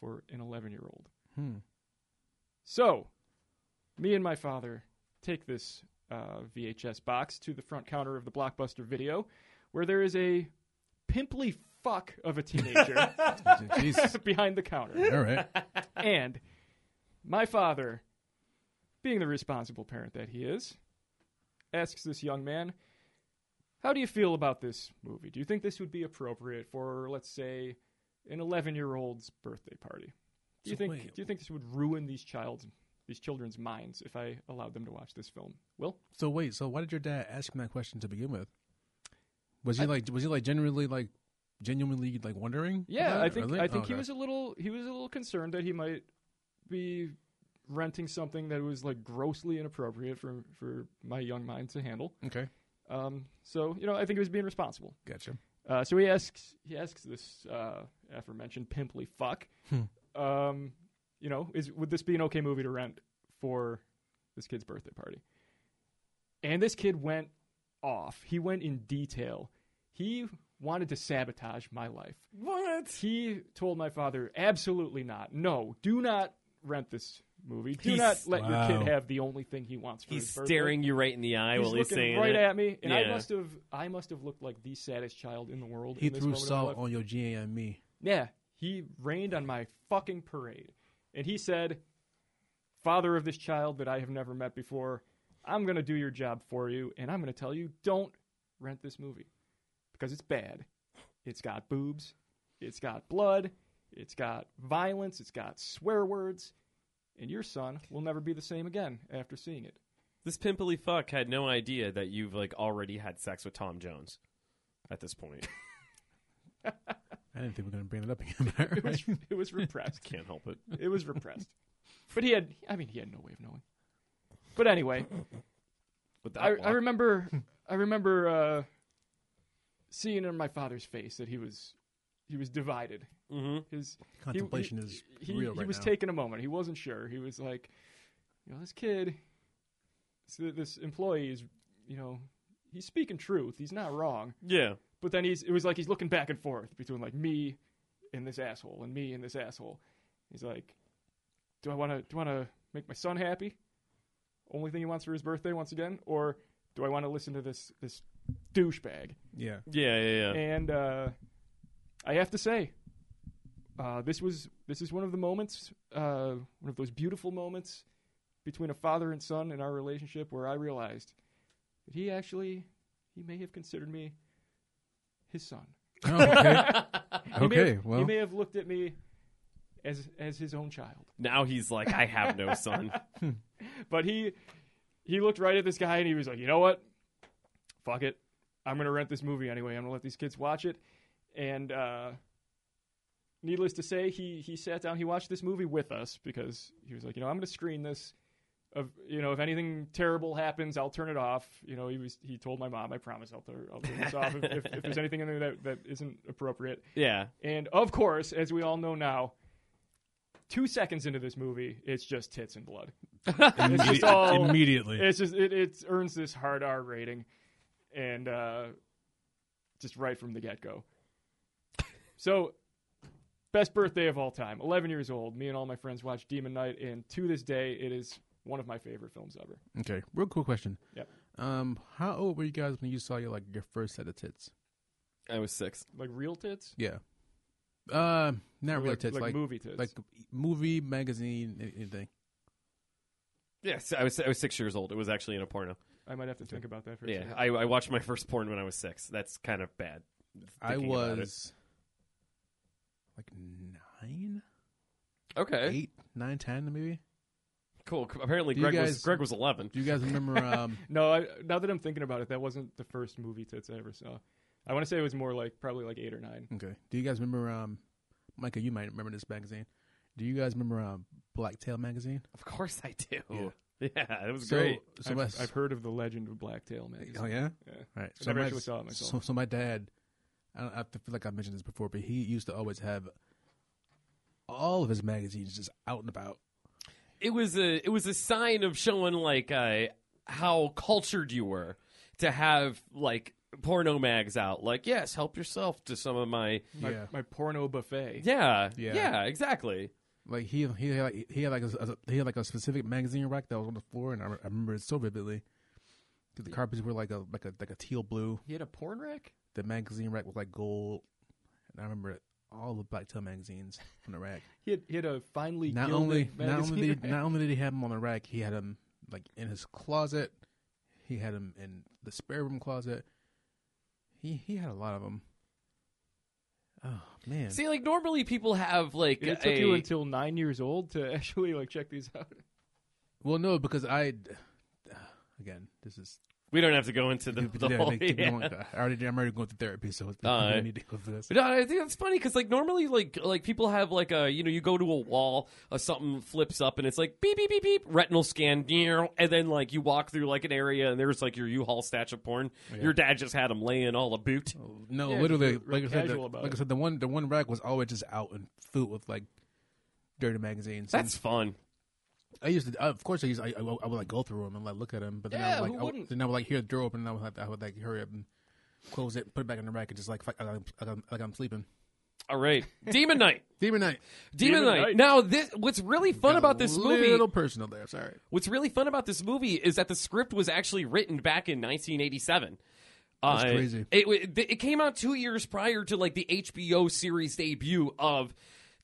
Speaker 4: for an 11 year old. [laughs]
Speaker 3: Hmm.
Speaker 4: So, me and my father take this uh, VHS box to the front counter of the Blockbuster video, where there is a pimply fuck of a teenager [laughs]
Speaker 3: Jesus.
Speaker 4: behind the counter.
Speaker 3: All right.
Speaker 4: And my father, being the responsible parent that he is, asks this young man, How do you feel about this movie? Do you think this would be appropriate for, let's say, an 11 year old's birthday party? Do you
Speaker 3: So
Speaker 4: think
Speaker 3: wait.
Speaker 4: do you think this would ruin these child's these children's minds if I allowed them to watch this film? Will?
Speaker 3: So wait. So why did your dad ask him that question to begin with? Was he like? Was he like genuinely like? Genuinely like wondering.
Speaker 4: Yeah,
Speaker 3: about
Speaker 4: I
Speaker 3: it?
Speaker 4: think
Speaker 3: Really?
Speaker 4: I think he
Speaker 3: Okay.
Speaker 4: was a little he was a little concerned that he might be renting something that was like grossly inappropriate for for my young mind to handle.
Speaker 3: Okay.
Speaker 4: Um, so you know, I think he was being responsible.
Speaker 3: Gotcha.
Speaker 4: Uh, so he asks he asks this uh, aforementioned pimply fuck,
Speaker 2: Hmm.
Speaker 4: um, you know, is would this be an okay movie to rent for this kid's birthday party? And this kid went off. He went in detail. He wanted to sabotage my life.
Speaker 2: What?
Speaker 4: He told my father, absolutely not. No, do not rent this movie. Do
Speaker 2: He's-
Speaker 4: not let your
Speaker 3: Wow.
Speaker 4: kid have the only thing he wants for
Speaker 2: He's
Speaker 4: his birthday
Speaker 2: staring you right in the eye
Speaker 4: he's
Speaker 2: while he's
Speaker 4: looking
Speaker 2: saying
Speaker 4: right
Speaker 2: it.
Speaker 4: at me, and
Speaker 2: Yeah.
Speaker 4: I must have I must have looked like the saddest child in the world.
Speaker 3: He
Speaker 4: in this
Speaker 3: threw
Speaker 4: moment of my
Speaker 3: salt
Speaker 4: life.
Speaker 3: on your GAME.
Speaker 4: Yeah, he rained on my fucking parade, and he said, "Father of this child that I have never met before, I'm gonna do your job for you, and I'm gonna tell you don't rent this movie because it's bad. It's got boobs, it's got blood, it's got violence, it's got swear words." And your son will never be the same again after seeing it.
Speaker 2: This pimply fuck had no idea that you've like already had sex with Tom Jones at this [laughs] point.
Speaker 3: I didn't think we were going to bring it up again.
Speaker 4: [laughs] It was,
Speaker 3: right? [laughs]
Speaker 4: it was repressed.
Speaker 2: Can't help it.
Speaker 4: it was repressed. But he had, I mean, he had no way of knowing. But anyway,
Speaker 2: With that
Speaker 4: I,
Speaker 2: lock.
Speaker 4: I remember, I remember uh, seeing in my father's face that he was, he was divided.
Speaker 2: Mhm.
Speaker 4: His he-
Speaker 3: Contemplation
Speaker 4: he,
Speaker 3: is
Speaker 4: he,
Speaker 3: real
Speaker 4: he
Speaker 3: right
Speaker 4: was
Speaker 3: now.
Speaker 4: taking a moment. He wasn't sure. He was like, you know, this kid, this, this employee is, you know, he's speaking truth. He's not wrong.
Speaker 2: Yeah.
Speaker 4: But then he's it was like he's looking back and forth between like me and this asshole and me and this asshole. He's like, do I want to do I want to make my son happy? Only thing he wants for his birthday once again, or do I want to listen to this this douchebag? [laughs]
Speaker 3: yeah.
Speaker 2: Yeah, yeah, yeah.
Speaker 4: And uh, I have to say, uh, this was this is one of the moments, uh, one of those beautiful moments between a father and son in our relationship, where I realized that he actually he may have considered me his son.
Speaker 3: Oh, okay.
Speaker 4: He may have-
Speaker 3: Okay, well.
Speaker 4: he may have looked at me as as his own child,
Speaker 2: Now he's like, I have no
Speaker 4: [laughs]
Speaker 2: son.
Speaker 4: but he he looked right at this guy and he was like, you know what, fuck it, I'm gonna rent this movie anyway. I'm gonna let these kids watch it, and uh, needless to say, he he sat down, he watched this movie with us because he was like, you know, I'm gonna screen this. Of you know, if anything terrible happens, I'll turn it off. You know, he was he told my mom, I promise, I'll, tur- I'll turn this off if, if, if there's anything in there that, that isn't appropriate.
Speaker 2: Yeah.
Speaker 4: And of course, as we all know now, two seconds into this movie, it's just tits and blood. it's just all.
Speaker 3: Immediately.
Speaker 4: It's just it, it earns this hard R rating, and uh, just right from the
Speaker 3: [laughs]
Speaker 4: get go. So, best birthday of all time. Eleven years old. Me and all my friends watched Demon Night, and to this day, it is one of my favorite films ever.
Speaker 3: Okay. Real cool question.
Speaker 4: Yep.
Speaker 3: Um, how old were you guys when you saw your like your first set of tits?
Speaker 2: I was six.
Speaker 4: Like real tits.
Speaker 3: Yeah. Uh, not
Speaker 4: Or
Speaker 3: really
Speaker 4: like,
Speaker 3: tits,
Speaker 4: like
Speaker 3: like
Speaker 4: movie tits.
Speaker 3: like movie, magazine, any- anything.
Speaker 2: Yes, I was. I was six years old. It was actually in a porno.
Speaker 4: I might have to think about that for a
Speaker 2: Yeah,
Speaker 4: second.
Speaker 2: I, I watched my first porn when I was six. That's kind of bad.
Speaker 3: I
Speaker 2: thinking about it.
Speaker 3: was like nine,
Speaker 4: Eh?
Speaker 2: Okay,
Speaker 3: eight, nine, ten, maybe.
Speaker 2: cool. Apparently,
Speaker 3: Do you
Speaker 2: Greg was
Speaker 3: guys-
Speaker 2: Greg was eleven.
Speaker 3: Do you guys
Speaker 4: [laughs]
Speaker 3: remember? Um,
Speaker 4: No, I, now that I'm thinking about it, that wasn't the first movie tits I ever saw. I want to say it was more like probably like eight or nine.
Speaker 3: okay. Do you guys remember? Um, Micah, you might remember this magazine. Do you guys remember um, Blacktail magazine?
Speaker 2: Of course, I do. Yeah, it was
Speaker 3: So-
Speaker 2: great.
Speaker 3: So
Speaker 4: I've,
Speaker 3: that's-
Speaker 4: I've heard of the legend of Blacktail magazine.
Speaker 3: oh yeah.
Speaker 4: Yeah.
Speaker 3: All right.
Speaker 4: I never actually saw it myself.
Speaker 3: So, so my dad, I, don't, I feel like I mentioned this before, but he used to always have all of his magazines just out and about.
Speaker 2: It was a it was a sign of showing like uh, how cultured you were to have like porno mags out. Like, yes, help yourself to some of my.
Speaker 4: My,
Speaker 3: Yeah.
Speaker 4: my porno buffet.
Speaker 2: Yeah, yeah,
Speaker 3: Yeah.
Speaker 2: exactly.
Speaker 3: Like he he had like, he had like a, a- he had like a specific magazine rack that was on the floor, and I, re- I remember it so vividly. 'Cause the carpets were like a like a like a teal blue.
Speaker 4: He had a porn rack?
Speaker 3: The magazine rack was like gold, and I remember it, all the Black Tail magazines on the rack.
Speaker 4: He had, he had a finely
Speaker 3: Not
Speaker 4: gilded
Speaker 3: only not
Speaker 4: magazine [laughs]
Speaker 3: only did,
Speaker 4: rack.
Speaker 3: not only did he have them on the rack, he had them like in his closet. He had them in the spare room closet. He he had a lot of them. Oh man!
Speaker 2: See, like normally people have like
Speaker 4: It took
Speaker 2: a,
Speaker 4: you until nine years old to [laughs] actually like check these out.
Speaker 3: well, no, because I [sighs] again this is
Speaker 2: we don't have to go into the,
Speaker 3: Keep-
Speaker 2: [laughs] the
Speaker 3: yeah,
Speaker 2: whole.
Speaker 3: they keep
Speaker 2: yeah.
Speaker 3: going. I already, I'm already going to therapy, so it's-
Speaker 2: Uh,
Speaker 3: I don't need to go for this.
Speaker 2: No, I think that's funny because like normally like like people have like a you know you go to a wall uh, something flips up and it's like beep beep beep beep retinal scan meow, and then like you walk through like an area and there's like your U-Haul stash of porn. Your dad just had him laying all a boot.
Speaker 3: No,
Speaker 4: Yeah, just
Speaker 3: literally,
Speaker 4: real-
Speaker 3: like I
Speaker 4: real
Speaker 3: said, the,
Speaker 4: casual about
Speaker 3: like I
Speaker 4: it.
Speaker 3: said, the one the one rack was always just out and filled with like dirty magazines.
Speaker 2: That's fun.
Speaker 3: And I used to, of course, I used I, I, would like go through them and like look at them, but then
Speaker 4: Yeah,
Speaker 3: I would,
Speaker 4: who
Speaker 3: like I would,
Speaker 4: wouldn't?
Speaker 3: then I would like hear the door open and I would have to, I would like hurry up and close it, put it back in the rack, and just like fuck, like, I'm- like, I'm, like I'm sleeping.
Speaker 2: All right, Demon Knight.
Speaker 3: Demon Knight,
Speaker 2: Demon,
Speaker 4: Demon
Speaker 2: Knight.
Speaker 4: Knight.
Speaker 2: Now this what's really fun
Speaker 3: Got
Speaker 2: about
Speaker 3: a
Speaker 2: this movie
Speaker 3: little personal there. Sorry,
Speaker 2: What's really fun about this movie is that the script was actually written back in 1987.
Speaker 3: That's crazy.
Speaker 2: It, wa- th- it came out two years prior to like the HBO series debut of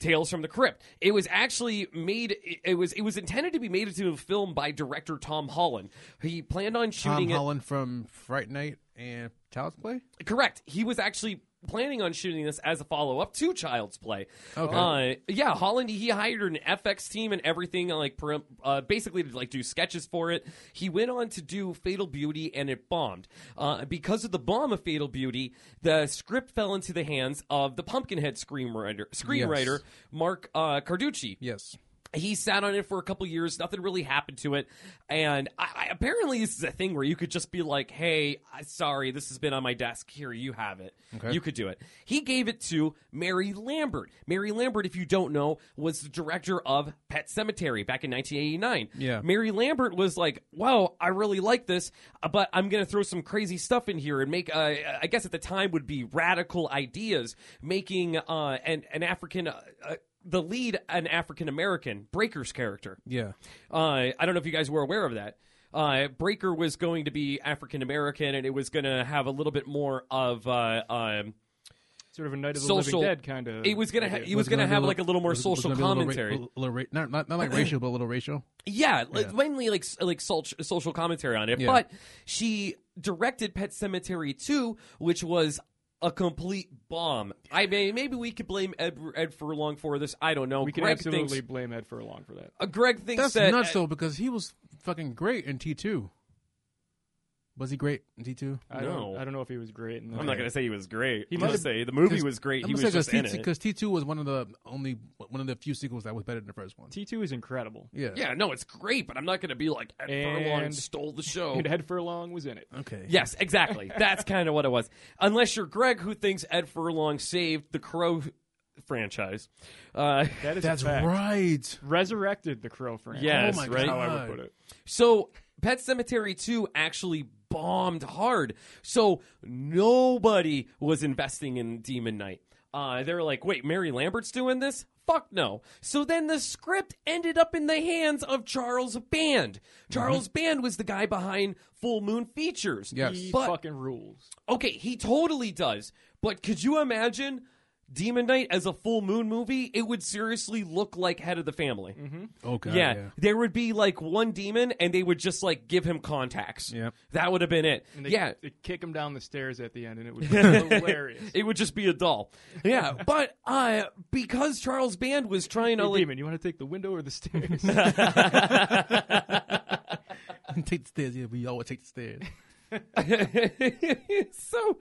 Speaker 2: Tales from the Crypt. It was actually made. It, it was it was intended to be made into a film by director Tom Holland. He planned
Speaker 3: Tom
Speaker 2: on shooting it.
Speaker 3: Holland from Fright Night and Child's Play.
Speaker 2: Correct. He was actually planning on shooting this as a follow up to Child's Play.
Speaker 3: Okay.
Speaker 2: Uh, yeah, Holland. He hired an FX team and everything, like per- uh, basically to like do sketches for it. He went on to do Fatal Beauty, and it bombed. Uh, because of the bomb of Fatal Beauty, the script fell into the hands of the Pumpkinhead screenwriter, screenwriter Mark uh, Carducci
Speaker 3: Yes,
Speaker 2: he sat on it for a couple years. Nothing really happened to it, and I, I, apparently this is a thing where you could just be like, "Hey, I, sorry, this has been on my desk. Here, you have it. You could do it." He gave it to Mary Lambert. Mary Lambert, if you don't know, was the director of Pet Cemetery back in 1989.
Speaker 3: Yeah.
Speaker 2: Mary Lambert was like, "Wow, I really like this, uh, but I'm going to throw some crazy stuff in here and make, uh, I guess at the time would be radical ideas, making uh, an an African." Uh, uh, the lead, an African American, Breaker's character.
Speaker 3: yeah.
Speaker 2: Uh, I don't know if you guys were aware of that. Uh, Breaker was going to be African American, and it was going to have a little bit more of uh, um,
Speaker 4: Sort of a Night of the
Speaker 2: social.
Speaker 4: Living Dead kind of.
Speaker 2: It was going to ha-
Speaker 4: idea.
Speaker 2: it was going to
Speaker 3: gonna be
Speaker 2: have like a little more
Speaker 3: was- was
Speaker 2: social
Speaker 3: gonna be a little ra-
Speaker 2: commentary.
Speaker 3: a little ra- not, not
Speaker 2: [clears throat]
Speaker 3: not like racial, but a little racial.
Speaker 2: Yeah, like, mainly like s- like sol- social commentary on it.
Speaker 3: Yeah.
Speaker 2: But she directed Pet Cemetery 2, which was a complete bomb. I mean, maybe we could blame Ed, Ed Furlong for this. I don't know.
Speaker 4: we can
Speaker 2: Greg
Speaker 4: absolutely
Speaker 2: thinks,
Speaker 4: blame Ed Furlong for that.
Speaker 2: uh, Greg thinks
Speaker 3: That's
Speaker 2: that uh,
Speaker 3: nuts though, because he was fucking great in T two. Was he great in T two?
Speaker 4: I
Speaker 2: No.
Speaker 4: don't. I don't know if he was great. In the
Speaker 2: I'm not going to say he was great. He
Speaker 4: must
Speaker 2: must say the movie was great. He was just in it.
Speaker 3: because T two was one of the only one of the few sequels that was better than the first one.
Speaker 4: T two is incredible,
Speaker 3: Yeah.
Speaker 2: Yeah, no, it's great, but I'm not going to be like Ed Furlong
Speaker 4: And-
Speaker 2: stole the show.
Speaker 4: and Ed Furlong was in it.
Speaker 3: Okay.
Speaker 2: Yes, exactly. That's kind of what it was. Unless you're Greg, who thinks Ed Furlong saved the Crow franchise. Uh,
Speaker 4: That is a
Speaker 3: That's
Speaker 4: fact.
Speaker 3: right.
Speaker 4: Resurrected the Crow franchise.
Speaker 2: Yes,
Speaker 3: oh my
Speaker 2: right?
Speaker 4: How
Speaker 3: god.
Speaker 4: I would put it.
Speaker 2: So Pet Cemetery 2 actually bombed hard. So nobody was investing in Demon Knight. Uh, they were like, wait, Mary Lambert's doing this? Fuck no. So then the script ended up in the hands of Charles Band. Charles Band was the guy behind Full Moon Features.
Speaker 3: Yes.
Speaker 4: He
Speaker 2: But
Speaker 4: fucking rules.
Speaker 2: Okay, he totally does. But could you imagine Demon Knight as a full moon movie? It would seriously look like Head of the Family.
Speaker 3: Oh god.
Speaker 2: Yeah,
Speaker 3: Yeah.
Speaker 2: there would be like one demon, and they would just like give him contacts.
Speaker 3: Yep.
Speaker 2: that would have been it.
Speaker 4: And they, [laughs]
Speaker 2: yeah,
Speaker 4: they kick him down the stairs at the end, and it
Speaker 3: [laughs]
Speaker 4: was hilarious.
Speaker 2: it would just be a doll.
Speaker 4: [laughs]
Speaker 2: Yeah, but uh, because Charles Band was trying to
Speaker 4: Hey,
Speaker 2: like,
Speaker 4: Demon, you want to take the window or
Speaker 3: [laughs]
Speaker 4: the stairs?
Speaker 3: take the stairs. Yeah, [laughs] we always take the stairs.
Speaker 2: [laughs] so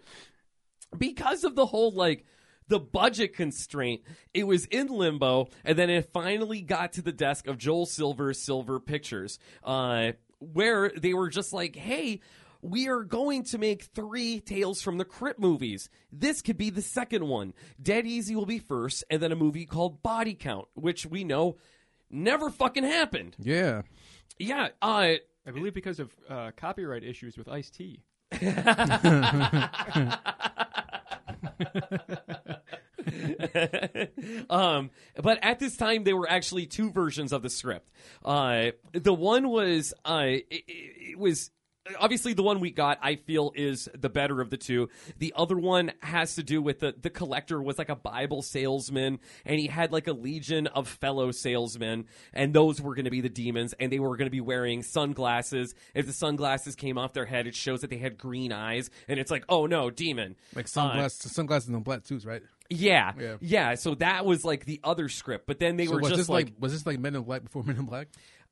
Speaker 2: because of the whole like the budget constraint it was in limbo and then it finally got to the desk of joel silver silver pictures uh, where they were just like hey we are going to make three Tales from the Crypt movies. This could be the second one. Dead Easy will be first, and then a movie called Body Count, which we know never fucking happened.
Speaker 3: Yeah.
Speaker 2: Yeah, uh,
Speaker 4: I believe because of uh, copyright issues with Ice T.
Speaker 2: [laughs] um, but at this time, there were actually two versions of the script. Uh, the one was uh, it, it- it was obviously the one we got. I feel is the better of the two. The other one has to do with the the collector was like a Bible salesman, and he had like a legion of fellow salesmen, and those were going to be the demons, and they were going to be wearing sunglasses. If the sunglasses came off their head, it shows that they had green eyes, and it's like, oh no, demon.
Speaker 3: Like sunglasses, sunglasses and black suits, right?
Speaker 2: Yeah, yeah,
Speaker 3: Yeah.
Speaker 2: So that was like the other script, but then they
Speaker 3: So
Speaker 2: were
Speaker 3: was
Speaker 2: just
Speaker 3: this like, was this like Men in Black before Men in Black?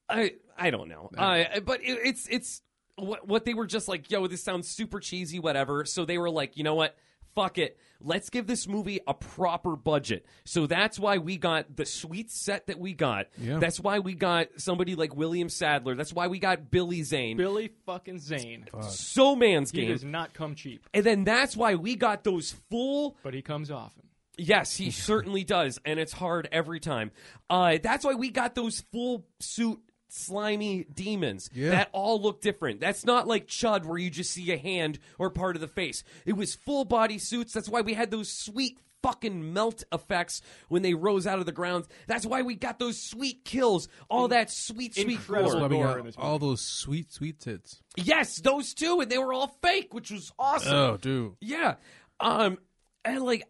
Speaker 2: I I don't know. Uh, but it, it's it's what what they were just like, yo, this sounds super cheesy, whatever. So they were like, you know what? Fuck it. Let's give this movie a proper budget. So that's why we got the sweet set that we got.
Speaker 3: Yeah.
Speaker 2: That's why we got somebody like William Sadler. That's why we got Billy Zane.
Speaker 4: Billy fucking Zane.
Speaker 2: so man's
Speaker 4: He
Speaker 2: game.
Speaker 4: does not come cheap,
Speaker 2: And then that's why we got those full
Speaker 4: but he comes often.
Speaker 2: Yes,
Speaker 3: [laughs]
Speaker 2: he certainly does, and it's hard every time. Uh, that's why we got those full suit slimy demons
Speaker 3: Yeah.
Speaker 2: that all look different. That's not like Chud where you just see a hand or part of the face. It was full body suits. That's why we had those sweet fucking melt effects when they rose out of the ground. That's why we got those sweet kills. All that sweet sweet
Speaker 4: Incredible.
Speaker 2: gore.
Speaker 3: That's why we
Speaker 4: gore in
Speaker 3: got
Speaker 4: this
Speaker 3: all those sweet, sweet tits.
Speaker 2: Yes, those two and they were all fake, which was awesome.
Speaker 3: Oh, dude.
Speaker 2: Yeah. Um and like I-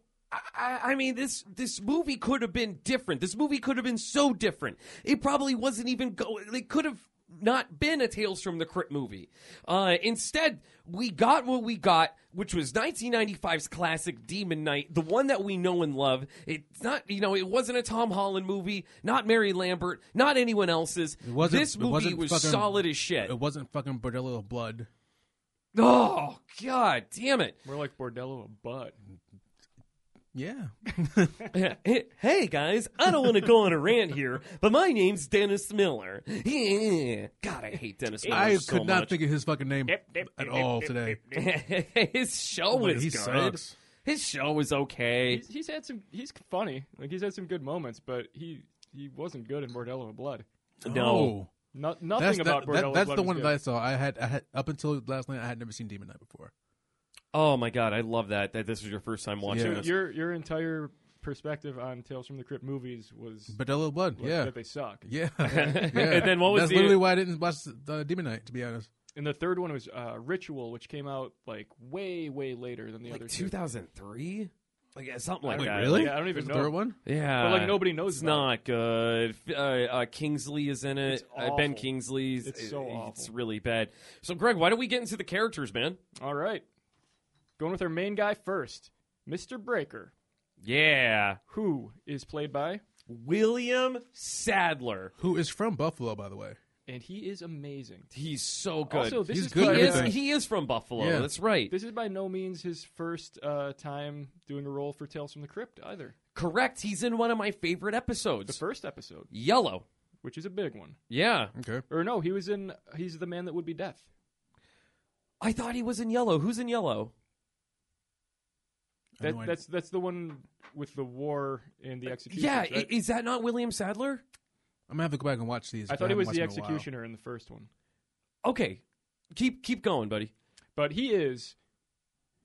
Speaker 2: I, I mean this this movie could have been different. This movie could have been so different. It probably wasn't even go it could have not been a Tales from the Crypt movie. Uh instead, we got what we got, which was 1995's classic Demon Night, the one that we know and love. It's not, you know, it wasn't a Tom Holland movie, not Mary Lambert, not anyone else's.
Speaker 3: wasn't-
Speaker 2: this
Speaker 3: it
Speaker 2: movie
Speaker 3: wasn't
Speaker 2: was
Speaker 3: fucking-
Speaker 2: solid as shit.
Speaker 3: It wasn't fucking Bordello of Blood.
Speaker 2: Oh, god damn it.
Speaker 4: We're like Bordello of Bud.
Speaker 3: Yeah.
Speaker 2: [laughs] hey guys, I don't want to go on a rant here, but my name's Dennis Miller. Yeah. God, I hate Dennis Miller
Speaker 3: I
Speaker 2: so
Speaker 3: could not
Speaker 2: much.
Speaker 3: think of his fucking name at all today.
Speaker 2: [laughs] His show
Speaker 3: But
Speaker 2: was
Speaker 3: he
Speaker 2: good.
Speaker 3: sucks.
Speaker 2: His show was okay.
Speaker 4: He's, he's had some. He's funny. Like he's had some good moments, but he he wasn't good in Bordello of Blood. Oh.
Speaker 2: No.
Speaker 4: No, nothing
Speaker 3: That's,
Speaker 4: about
Speaker 3: that,
Speaker 4: Bordello
Speaker 3: that-
Speaker 4: of
Speaker 3: that's
Speaker 4: Blood
Speaker 3: the
Speaker 4: was
Speaker 3: one
Speaker 4: good.
Speaker 3: that I saw. I had, I had up until last night. I had never seen Demon Night before.
Speaker 2: Oh my god, I love that. That this was your first time watching
Speaker 3: Yeah.
Speaker 2: this.
Speaker 4: Your your entire perspective on Tales from the Crypt movies was
Speaker 3: Bordello of Blood.
Speaker 4: was
Speaker 3: Yeah,
Speaker 4: that they suck. [laughs]
Speaker 3: yeah. And
Speaker 2: then what was
Speaker 3: that's
Speaker 2: the-
Speaker 3: literally why I didn't watch uh, Demon Night. To be honest,
Speaker 4: And the third one was uh, Ritual, which came out like way way later than the other
Speaker 2: like
Speaker 4: two.
Speaker 2: 2003, like yeah, something like
Speaker 4: Wait,
Speaker 2: that.
Speaker 4: really? Yeah, I don't even
Speaker 3: There's a
Speaker 4: know.
Speaker 3: Third one.
Speaker 2: Yeah,
Speaker 4: But like nobody knows.
Speaker 2: Uh, It's
Speaker 4: about it.
Speaker 2: not good. Uh, uh, Kingsley is in it.
Speaker 4: It's
Speaker 2: Uh, ben
Speaker 4: awful.
Speaker 2: Kingsley's.
Speaker 4: It's so
Speaker 2: uh, It's
Speaker 4: awful.
Speaker 2: really bad. So, Greg, why don't we get into the characters, man?
Speaker 4: All right, going with our main guy first, Mr. Breaker,
Speaker 2: Yeah.
Speaker 4: who is played by,
Speaker 2: William Sadler.
Speaker 3: Who is from Buffalo, by the way?
Speaker 4: and he is amazing.
Speaker 2: He's so good.
Speaker 4: Also, this
Speaker 3: He's
Speaker 4: is
Speaker 3: good
Speaker 4: by-
Speaker 3: at
Speaker 2: he,
Speaker 3: everything.
Speaker 2: is, he is from Buffalo.
Speaker 3: Yeah.
Speaker 2: That's right.
Speaker 4: This is by no means his first uh, time doing a role for Tales from the Crypt either.
Speaker 2: Correct. He's in one of my favorite
Speaker 4: The
Speaker 2: episodes.
Speaker 4: first episode,
Speaker 2: Yellow.
Speaker 4: which is a big one.
Speaker 2: Yeah.
Speaker 3: Okay.
Speaker 4: Or no, he was in. He's the man that would be death.
Speaker 2: I thought he was in yellow. Who's in yellow?
Speaker 3: I
Speaker 4: That,
Speaker 3: know I-
Speaker 4: that's that's the one with the war and the execution.
Speaker 2: Yeah. i- Is that not William Sadler?
Speaker 3: I'm gonna have to go back and watch these.
Speaker 4: I
Speaker 3: 'cause
Speaker 4: thought he was
Speaker 3: haven't
Speaker 4: the
Speaker 3: watched them in a while.
Speaker 4: executioner in the first one,
Speaker 2: Okay. Keep keep going, buddy.
Speaker 4: but he is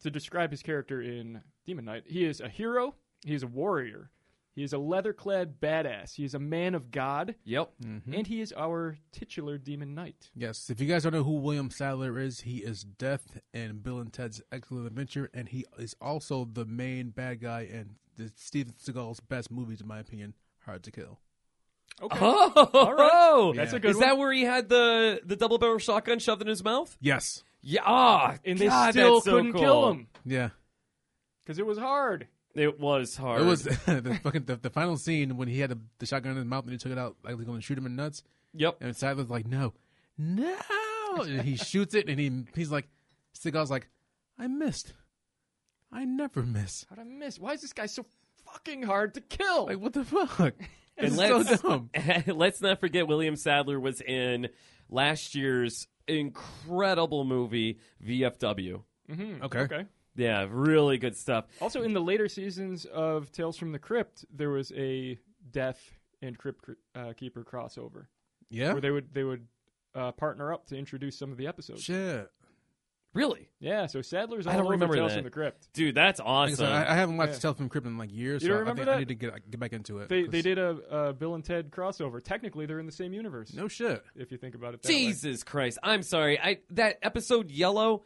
Speaker 4: to describe his character in Demon Knight. He is a hero. He is a warrior. He is a leather-clad badass. He is a man of God,
Speaker 2: Yep.
Speaker 4: and he is our titular Demon Knight.
Speaker 3: Yes. If you guys don't know who William Sadler is, he is Death in Bill and Ted's Excellent Adventure, and he is also the main bad guy in the Steven Seagal's best movies, in my opinion, Hard to Kill.
Speaker 4: Okay,
Speaker 2: [laughs] Oh,
Speaker 4: right. That's a good
Speaker 2: Is
Speaker 4: one.
Speaker 2: that where he had the the double barrel shotgun shoved in his mouth?
Speaker 3: Yes.
Speaker 2: Yeah. ah,
Speaker 4: and they
Speaker 2: God,
Speaker 4: still
Speaker 2: that's so
Speaker 4: couldn't
Speaker 2: cool.
Speaker 4: kill him
Speaker 3: Yeah.
Speaker 4: because it was hard.
Speaker 2: It was hard.
Speaker 3: It was [laughs] the fucking the, the final scene when he had the, the shotgun in his mouth and he took it out like he was going to shoot him in nuts,
Speaker 2: Yep.
Speaker 3: and Sadler's like, "No, no," and he shoots it, and he he's like, Seagal's like, "I missed. I never miss.
Speaker 4: How'd I miss? Why is this guy so fucking hard to kill?
Speaker 3: Like what the fuck."
Speaker 2: And
Speaker 3: It's so
Speaker 2: let's-
Speaker 3: dumb.
Speaker 2: [laughs] Let's not forget William Sadler was in last year's incredible movie VFW.
Speaker 4: Mhm,
Speaker 3: Okay.
Speaker 4: Okay.
Speaker 2: Yeah, really good stuff.
Speaker 4: Also, in the later seasons of Tales from the Crypt, there was a Death and Crypt uh, Keeper crossover
Speaker 3: Yeah.
Speaker 4: where they would they would uh, partner up to introduce some of the episodes.
Speaker 3: Shit.
Speaker 2: Really?
Speaker 4: Yeah, so Sadler's
Speaker 2: I
Speaker 4: all
Speaker 2: don't
Speaker 4: over
Speaker 2: remember
Speaker 4: Tales
Speaker 2: that.
Speaker 4: from the Crypt.
Speaker 2: Dude, that's
Speaker 3: Like I,
Speaker 2: awesome.
Speaker 3: said, I, I haven't watched
Speaker 4: Yeah.
Speaker 3: Tales from the Crypt in like years.
Speaker 4: You
Speaker 3: so
Speaker 4: don't
Speaker 3: I,
Speaker 4: remember
Speaker 3: think
Speaker 4: that?
Speaker 3: I need to get get back into it.
Speaker 4: They
Speaker 3: 'cause-
Speaker 4: they did a uh, Bill and Ted crossover. Technically, they're in the same universe.
Speaker 3: no shit. [laughs]
Speaker 4: If you think about it, that way.
Speaker 2: Jesus Christ. I'm sorry. I that episode Yellow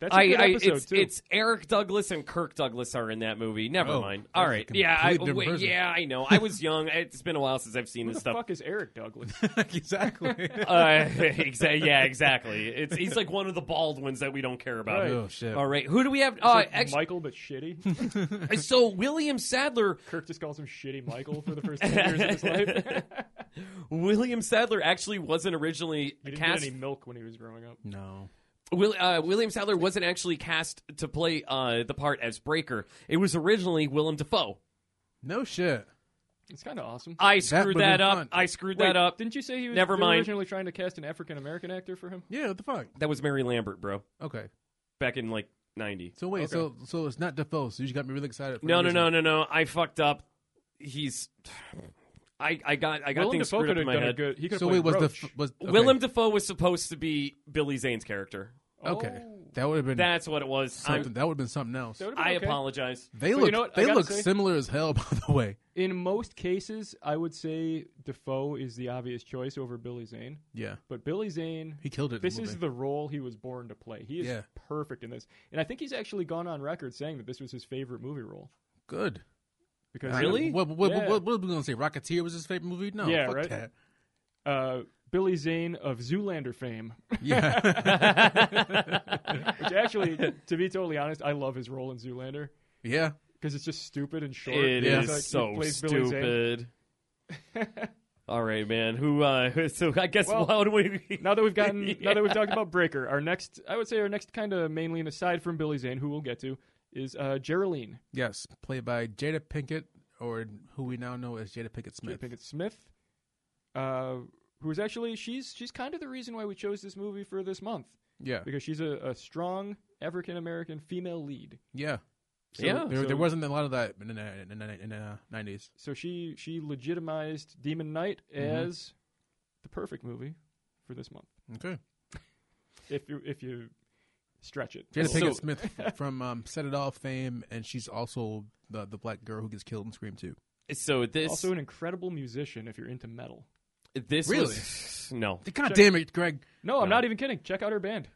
Speaker 4: That's a good
Speaker 2: I,
Speaker 4: episode
Speaker 2: I, it's,
Speaker 4: too.
Speaker 2: it's Eric Douglas and Kirk Douglas are in that movie. Never
Speaker 3: Oh,
Speaker 2: mind.
Speaker 3: that
Speaker 2: All
Speaker 3: was a
Speaker 2: right.
Speaker 3: completely
Speaker 2: Yeah, I,
Speaker 3: different
Speaker 2: wait,
Speaker 3: person.
Speaker 2: yeah, I know. I was young. It's been a while since I've seen
Speaker 4: Who
Speaker 2: this
Speaker 4: the
Speaker 2: stuff.
Speaker 4: fuck is
Speaker 2: [laughs]
Speaker 4: Eric Douglas? [laughs]
Speaker 3: exactly.
Speaker 2: uh, [laughs] exa- yeah, exactly. It's he's like one of the bald ones that we don't care about.
Speaker 4: Right.
Speaker 3: oh shit.
Speaker 2: All right, who do we have?
Speaker 4: It's [laughs]
Speaker 2: Uh,
Speaker 4: like
Speaker 2: actually,
Speaker 4: Michael, but shitty.
Speaker 2: [laughs] so William
Speaker 4: [laughs]
Speaker 2: Sadler.
Speaker 4: Kirk just calls him Shitty Michael for the first ten
Speaker 2: [laughs]
Speaker 4: years of his life.
Speaker 2: William Sadler actually wasn't originally
Speaker 4: He didn't
Speaker 2: cast.
Speaker 4: get any milk when he was growing up.
Speaker 3: No.
Speaker 2: Will, uh, William Sadler wasn't actually cast to play uh, the part as Breaker. It was originally Willem Dafoe.
Speaker 3: No shit.
Speaker 4: It's kind of awesome.
Speaker 2: I
Speaker 3: would've
Speaker 2: screwed
Speaker 3: been
Speaker 2: that, up.
Speaker 3: fun.
Speaker 2: I screwed
Speaker 4: Wait,
Speaker 2: that up.
Speaker 4: Didn't you say he was
Speaker 2: Never
Speaker 4: they were
Speaker 2: mind.
Speaker 4: originally trying to cast an African American actor for him?
Speaker 3: Yeah. What the fuck?
Speaker 2: That was Mary Lambert, bro.
Speaker 3: Okay.
Speaker 2: Back in like '90.
Speaker 3: So wait.
Speaker 4: Okay.
Speaker 3: So so it's not Defoe. So you just got me really excited. For
Speaker 2: No,
Speaker 3: no
Speaker 2: no, no, no, no. I fucked up. He's. I, I got I got
Speaker 4: Willem
Speaker 2: things
Speaker 4: Dafoe
Speaker 2: screwed up
Speaker 4: could
Speaker 2: in
Speaker 4: have
Speaker 2: my
Speaker 4: done a
Speaker 2: head.
Speaker 4: good. He could
Speaker 3: So
Speaker 4: have
Speaker 3: wait, was
Speaker 4: Roach.
Speaker 3: the was okay.
Speaker 2: Willem Dafoe was supposed to be Billy Zane's character.
Speaker 3: Okay,
Speaker 4: Oh.
Speaker 3: that would have been
Speaker 2: That's what it was. I'm-
Speaker 3: something. That would have been something else.
Speaker 4: That would've been
Speaker 2: I
Speaker 4: okay.
Speaker 2: apologize.
Speaker 3: They
Speaker 4: But you
Speaker 3: look
Speaker 4: know what? I
Speaker 3: they
Speaker 4: gotta
Speaker 3: look
Speaker 4: say-
Speaker 3: similar as hell. [laughs] By the way,
Speaker 4: In most cases, I would say Defoe is the obvious choice over Billy Zane.
Speaker 3: yeah,
Speaker 4: But Billy Zane,
Speaker 3: he killed it. in
Speaker 4: this
Speaker 3: the
Speaker 4: is
Speaker 3: movie.
Speaker 4: the role he was born to play. He is
Speaker 3: Yeah.
Speaker 4: perfect in this, and I think he's actually gone on record saying that this was his favorite movie role.
Speaker 3: good.
Speaker 4: Because
Speaker 2: Really?
Speaker 3: What what,
Speaker 4: Yeah.
Speaker 3: what, what are we gonna say? Rocketeer was his favorite movie? No,
Speaker 4: Yeah,
Speaker 3: fuck
Speaker 4: right? [laughs]
Speaker 3: that.
Speaker 4: uh, Billy Zane of Zoolander fame,
Speaker 2: [laughs]
Speaker 3: Yeah, [laughs]
Speaker 4: which actually, to be totally honest, I love his role in Zoolander
Speaker 3: yeah.
Speaker 4: because it's just stupid and short.
Speaker 2: It
Speaker 3: Yeah.
Speaker 2: is
Speaker 4: It's like he
Speaker 2: so
Speaker 4: plays Billy Zane.
Speaker 2: stupid.
Speaker 3: [laughs]
Speaker 2: All right, man. Who? uh [laughs] So I guess
Speaker 4: Well,
Speaker 2: how do
Speaker 3: [laughs]
Speaker 2: we?
Speaker 4: Now that we've gotten, now that we've talked about Breaker, our next, I would say, our next kind of mainly, and aside from Billy Zane, who we'll get to, is uh, Geraldine
Speaker 3: Yes, played by Jada Pinkett, or who we now know as Jada Pinkett Smith.
Speaker 4: Pinkett Smith, uh, who is actually she's she's kind of the reason why we chose this movie for this month
Speaker 3: Yeah,
Speaker 4: because she's a, a strong African American female lead.
Speaker 3: yeah, Oh, So
Speaker 2: Yeah,
Speaker 3: There,
Speaker 4: so-
Speaker 3: there wasn't a lot of that in the in the- in the nineties.
Speaker 4: So she she legitimized Demon Knight
Speaker 3: Mm-hmm.
Speaker 4: as the perfect movie for this month.
Speaker 3: Okay,
Speaker 4: If you if you stretch it,
Speaker 3: Jada
Speaker 2: So-
Speaker 3: Pinkett Smith [laughs] from um, Set It Off fame, and she's also the the black girl who gets killed in Scream Two.
Speaker 2: [laughs] so this
Speaker 4: also an incredible musician if you're into metal.
Speaker 2: this
Speaker 3: Really?
Speaker 2: was [laughs] no.
Speaker 3: God damn it, Greg!
Speaker 4: No, I'm
Speaker 2: No.
Speaker 4: not even kidding. Check out her band.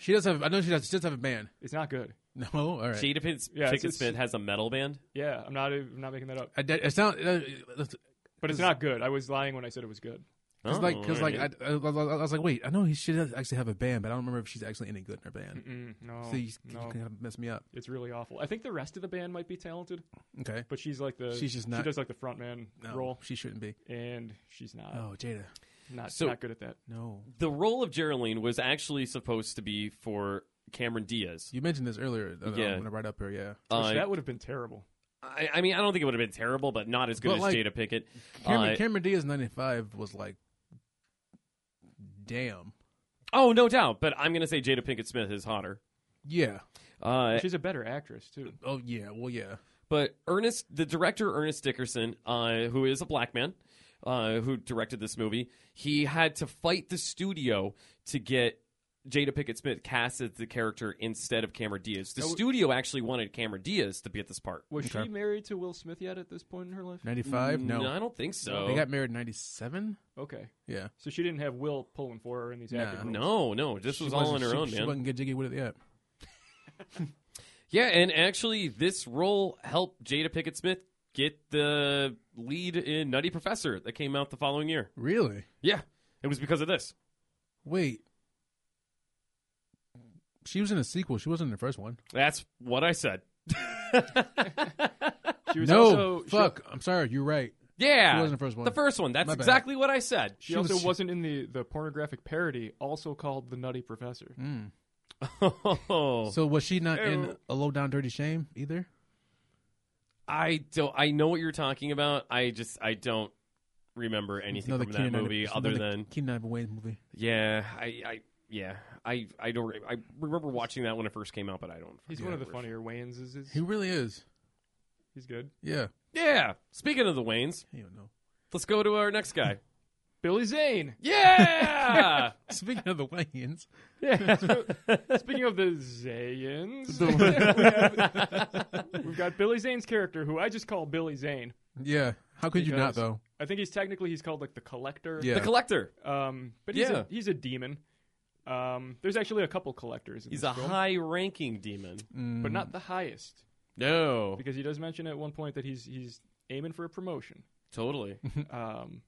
Speaker 3: She does have. I know she does. She does have a band.
Speaker 4: It's not good.
Speaker 3: No, all right.
Speaker 2: Jada Pinkett
Speaker 4: Yeah, it's-
Speaker 2: Pinkett
Speaker 4: it's-
Speaker 2: Smith has a metal band.
Speaker 4: Yeah, I'm not I'm not making that up.
Speaker 3: I, did- it sound, uh, it's
Speaker 4: But
Speaker 3: This-
Speaker 4: it's not good. I was lying when I said it was good.
Speaker 3: it's
Speaker 2: Oh,
Speaker 3: like because
Speaker 2: all
Speaker 3: like I,
Speaker 2: right.
Speaker 3: I, was- I was like, wait, I know he should actually have a band, but I don't remember if she's actually any good in her band.
Speaker 4: Mm-mm, no,
Speaker 3: so you, you
Speaker 4: no,
Speaker 3: kind of mess me up.
Speaker 4: it's really awful. I think the rest of the band might be talented,
Speaker 3: Okay,
Speaker 4: but she's like the
Speaker 3: She's just not-
Speaker 4: she does like the front man
Speaker 3: no,
Speaker 4: role,
Speaker 3: she shouldn't be.
Speaker 4: and she's not
Speaker 3: Oh, Jada,
Speaker 4: not
Speaker 2: So-
Speaker 4: not good at that.
Speaker 3: no.
Speaker 2: the role of Geraldine was actually supposed to be for Cameron Diaz.
Speaker 3: You mentioned this earlier. uh,
Speaker 2: Yeah.
Speaker 3: when I write up here, yeah.
Speaker 4: Which
Speaker 2: Uh,
Speaker 4: that would have been terrible.
Speaker 2: I, I mean, I don't think it would have been terrible, but not as good
Speaker 3: But,
Speaker 2: as
Speaker 3: like,
Speaker 2: Jada Pinkett.
Speaker 3: Cameron,
Speaker 2: Uh,
Speaker 3: Cameron Diaz ninety five was like, damn,
Speaker 2: oh, no doubt. But I'm going to say Jada Pinkett Smith is hotter.
Speaker 3: yeah.
Speaker 2: Uh,
Speaker 4: She's a better actress too.
Speaker 3: Oh yeah, well yeah.
Speaker 2: but Ernest, the director Ernest Dickerson, uh, who is a black man, uh, who directed this movie, he had to fight the studio to get Jada Pinkett Smith cast as the character instead of Cameron Diaz. The studio actually wanted Cameron Diaz to be at this part.
Speaker 4: Was
Speaker 3: Okay.
Speaker 4: she married to Will Smith yet at this point in her life?
Speaker 3: Ninety five? No.
Speaker 2: I don't think so.
Speaker 3: They got [laughs] married in ninety seven.
Speaker 4: Okay,
Speaker 3: Yeah.
Speaker 4: so she didn't have Will pulling for her in these
Speaker 3: Nah.
Speaker 4: acting roles.
Speaker 2: no, no, this
Speaker 3: She
Speaker 2: was all on
Speaker 3: wasn't-
Speaker 2: her
Speaker 3: she-
Speaker 2: own,
Speaker 3: She
Speaker 2: man.
Speaker 3: wasn't get jiggy with it yet.
Speaker 2: Yeah, and actually, this role helped Jada Pickett Smith get the lead in Nutty Professor that came out the following year.
Speaker 3: Really?
Speaker 2: Yeah, it was because of this.
Speaker 3: Wait. She was in a sequel. She wasn't in the first one.
Speaker 2: That's what I said. [laughs]
Speaker 4: She was
Speaker 3: no,
Speaker 4: also, she-
Speaker 3: fuck. I'm sorry. You're right.
Speaker 2: Yeah,
Speaker 3: She wasn't the first one.
Speaker 2: The first one. That's
Speaker 3: My bad.
Speaker 2: exactly what I [laughs] said.
Speaker 4: She,
Speaker 3: She
Speaker 4: also
Speaker 3: was-
Speaker 4: was, not in the, the pornographic parody, also called The Nutty Professor.
Speaker 3: Mm.
Speaker 2: Oh,
Speaker 3: So was she not in
Speaker 2: Ew.
Speaker 3: a low down dirty shame either?
Speaker 2: I don't. I know what you're talking about. I just I don't remember anything from that
Speaker 3: Keenan-
Speaker 2: movie
Speaker 3: it's
Speaker 2: other
Speaker 3: another
Speaker 2: than
Speaker 3: Keenan Ivory Wayne movie.
Speaker 2: yeah. I I yeah. I I don't. re- I remember watching that when it first came out, but I don't.
Speaker 4: He's
Speaker 2: fucking
Speaker 4: one of the
Speaker 2: remember.
Speaker 4: funnier Wayans. Is, is
Speaker 3: He really is.
Speaker 4: he's good?
Speaker 3: Yeah.
Speaker 2: Yeah. Speaking of the Waynes,
Speaker 3: I don't know. [laughs]
Speaker 2: Let's go to our next guy.
Speaker 4: Billy Zane.
Speaker 2: Yeah. [laughs]
Speaker 3: Speaking of the Wayans,
Speaker 4: Yeah. so- [laughs] Speaking of the [laughs] Zayans, we've got Billy Zane's character, who I just call Billy Zane.
Speaker 3: yeah, how could you not
Speaker 4: Because-
Speaker 3: though?
Speaker 4: I think he's technically he's called like the collector.
Speaker 3: Yeah.
Speaker 2: the collector.
Speaker 4: Um, but he's
Speaker 2: Yeah.
Speaker 4: a, he's a demon. Um, there's actually a couple collectors. In
Speaker 2: He's
Speaker 4: this
Speaker 2: a
Speaker 4: film,
Speaker 2: high-ranking demon.
Speaker 3: Mm.
Speaker 4: but not the highest
Speaker 2: No.
Speaker 4: because he does mention at one point that he's he's aiming for a promotion.
Speaker 2: Totally.
Speaker 4: Um,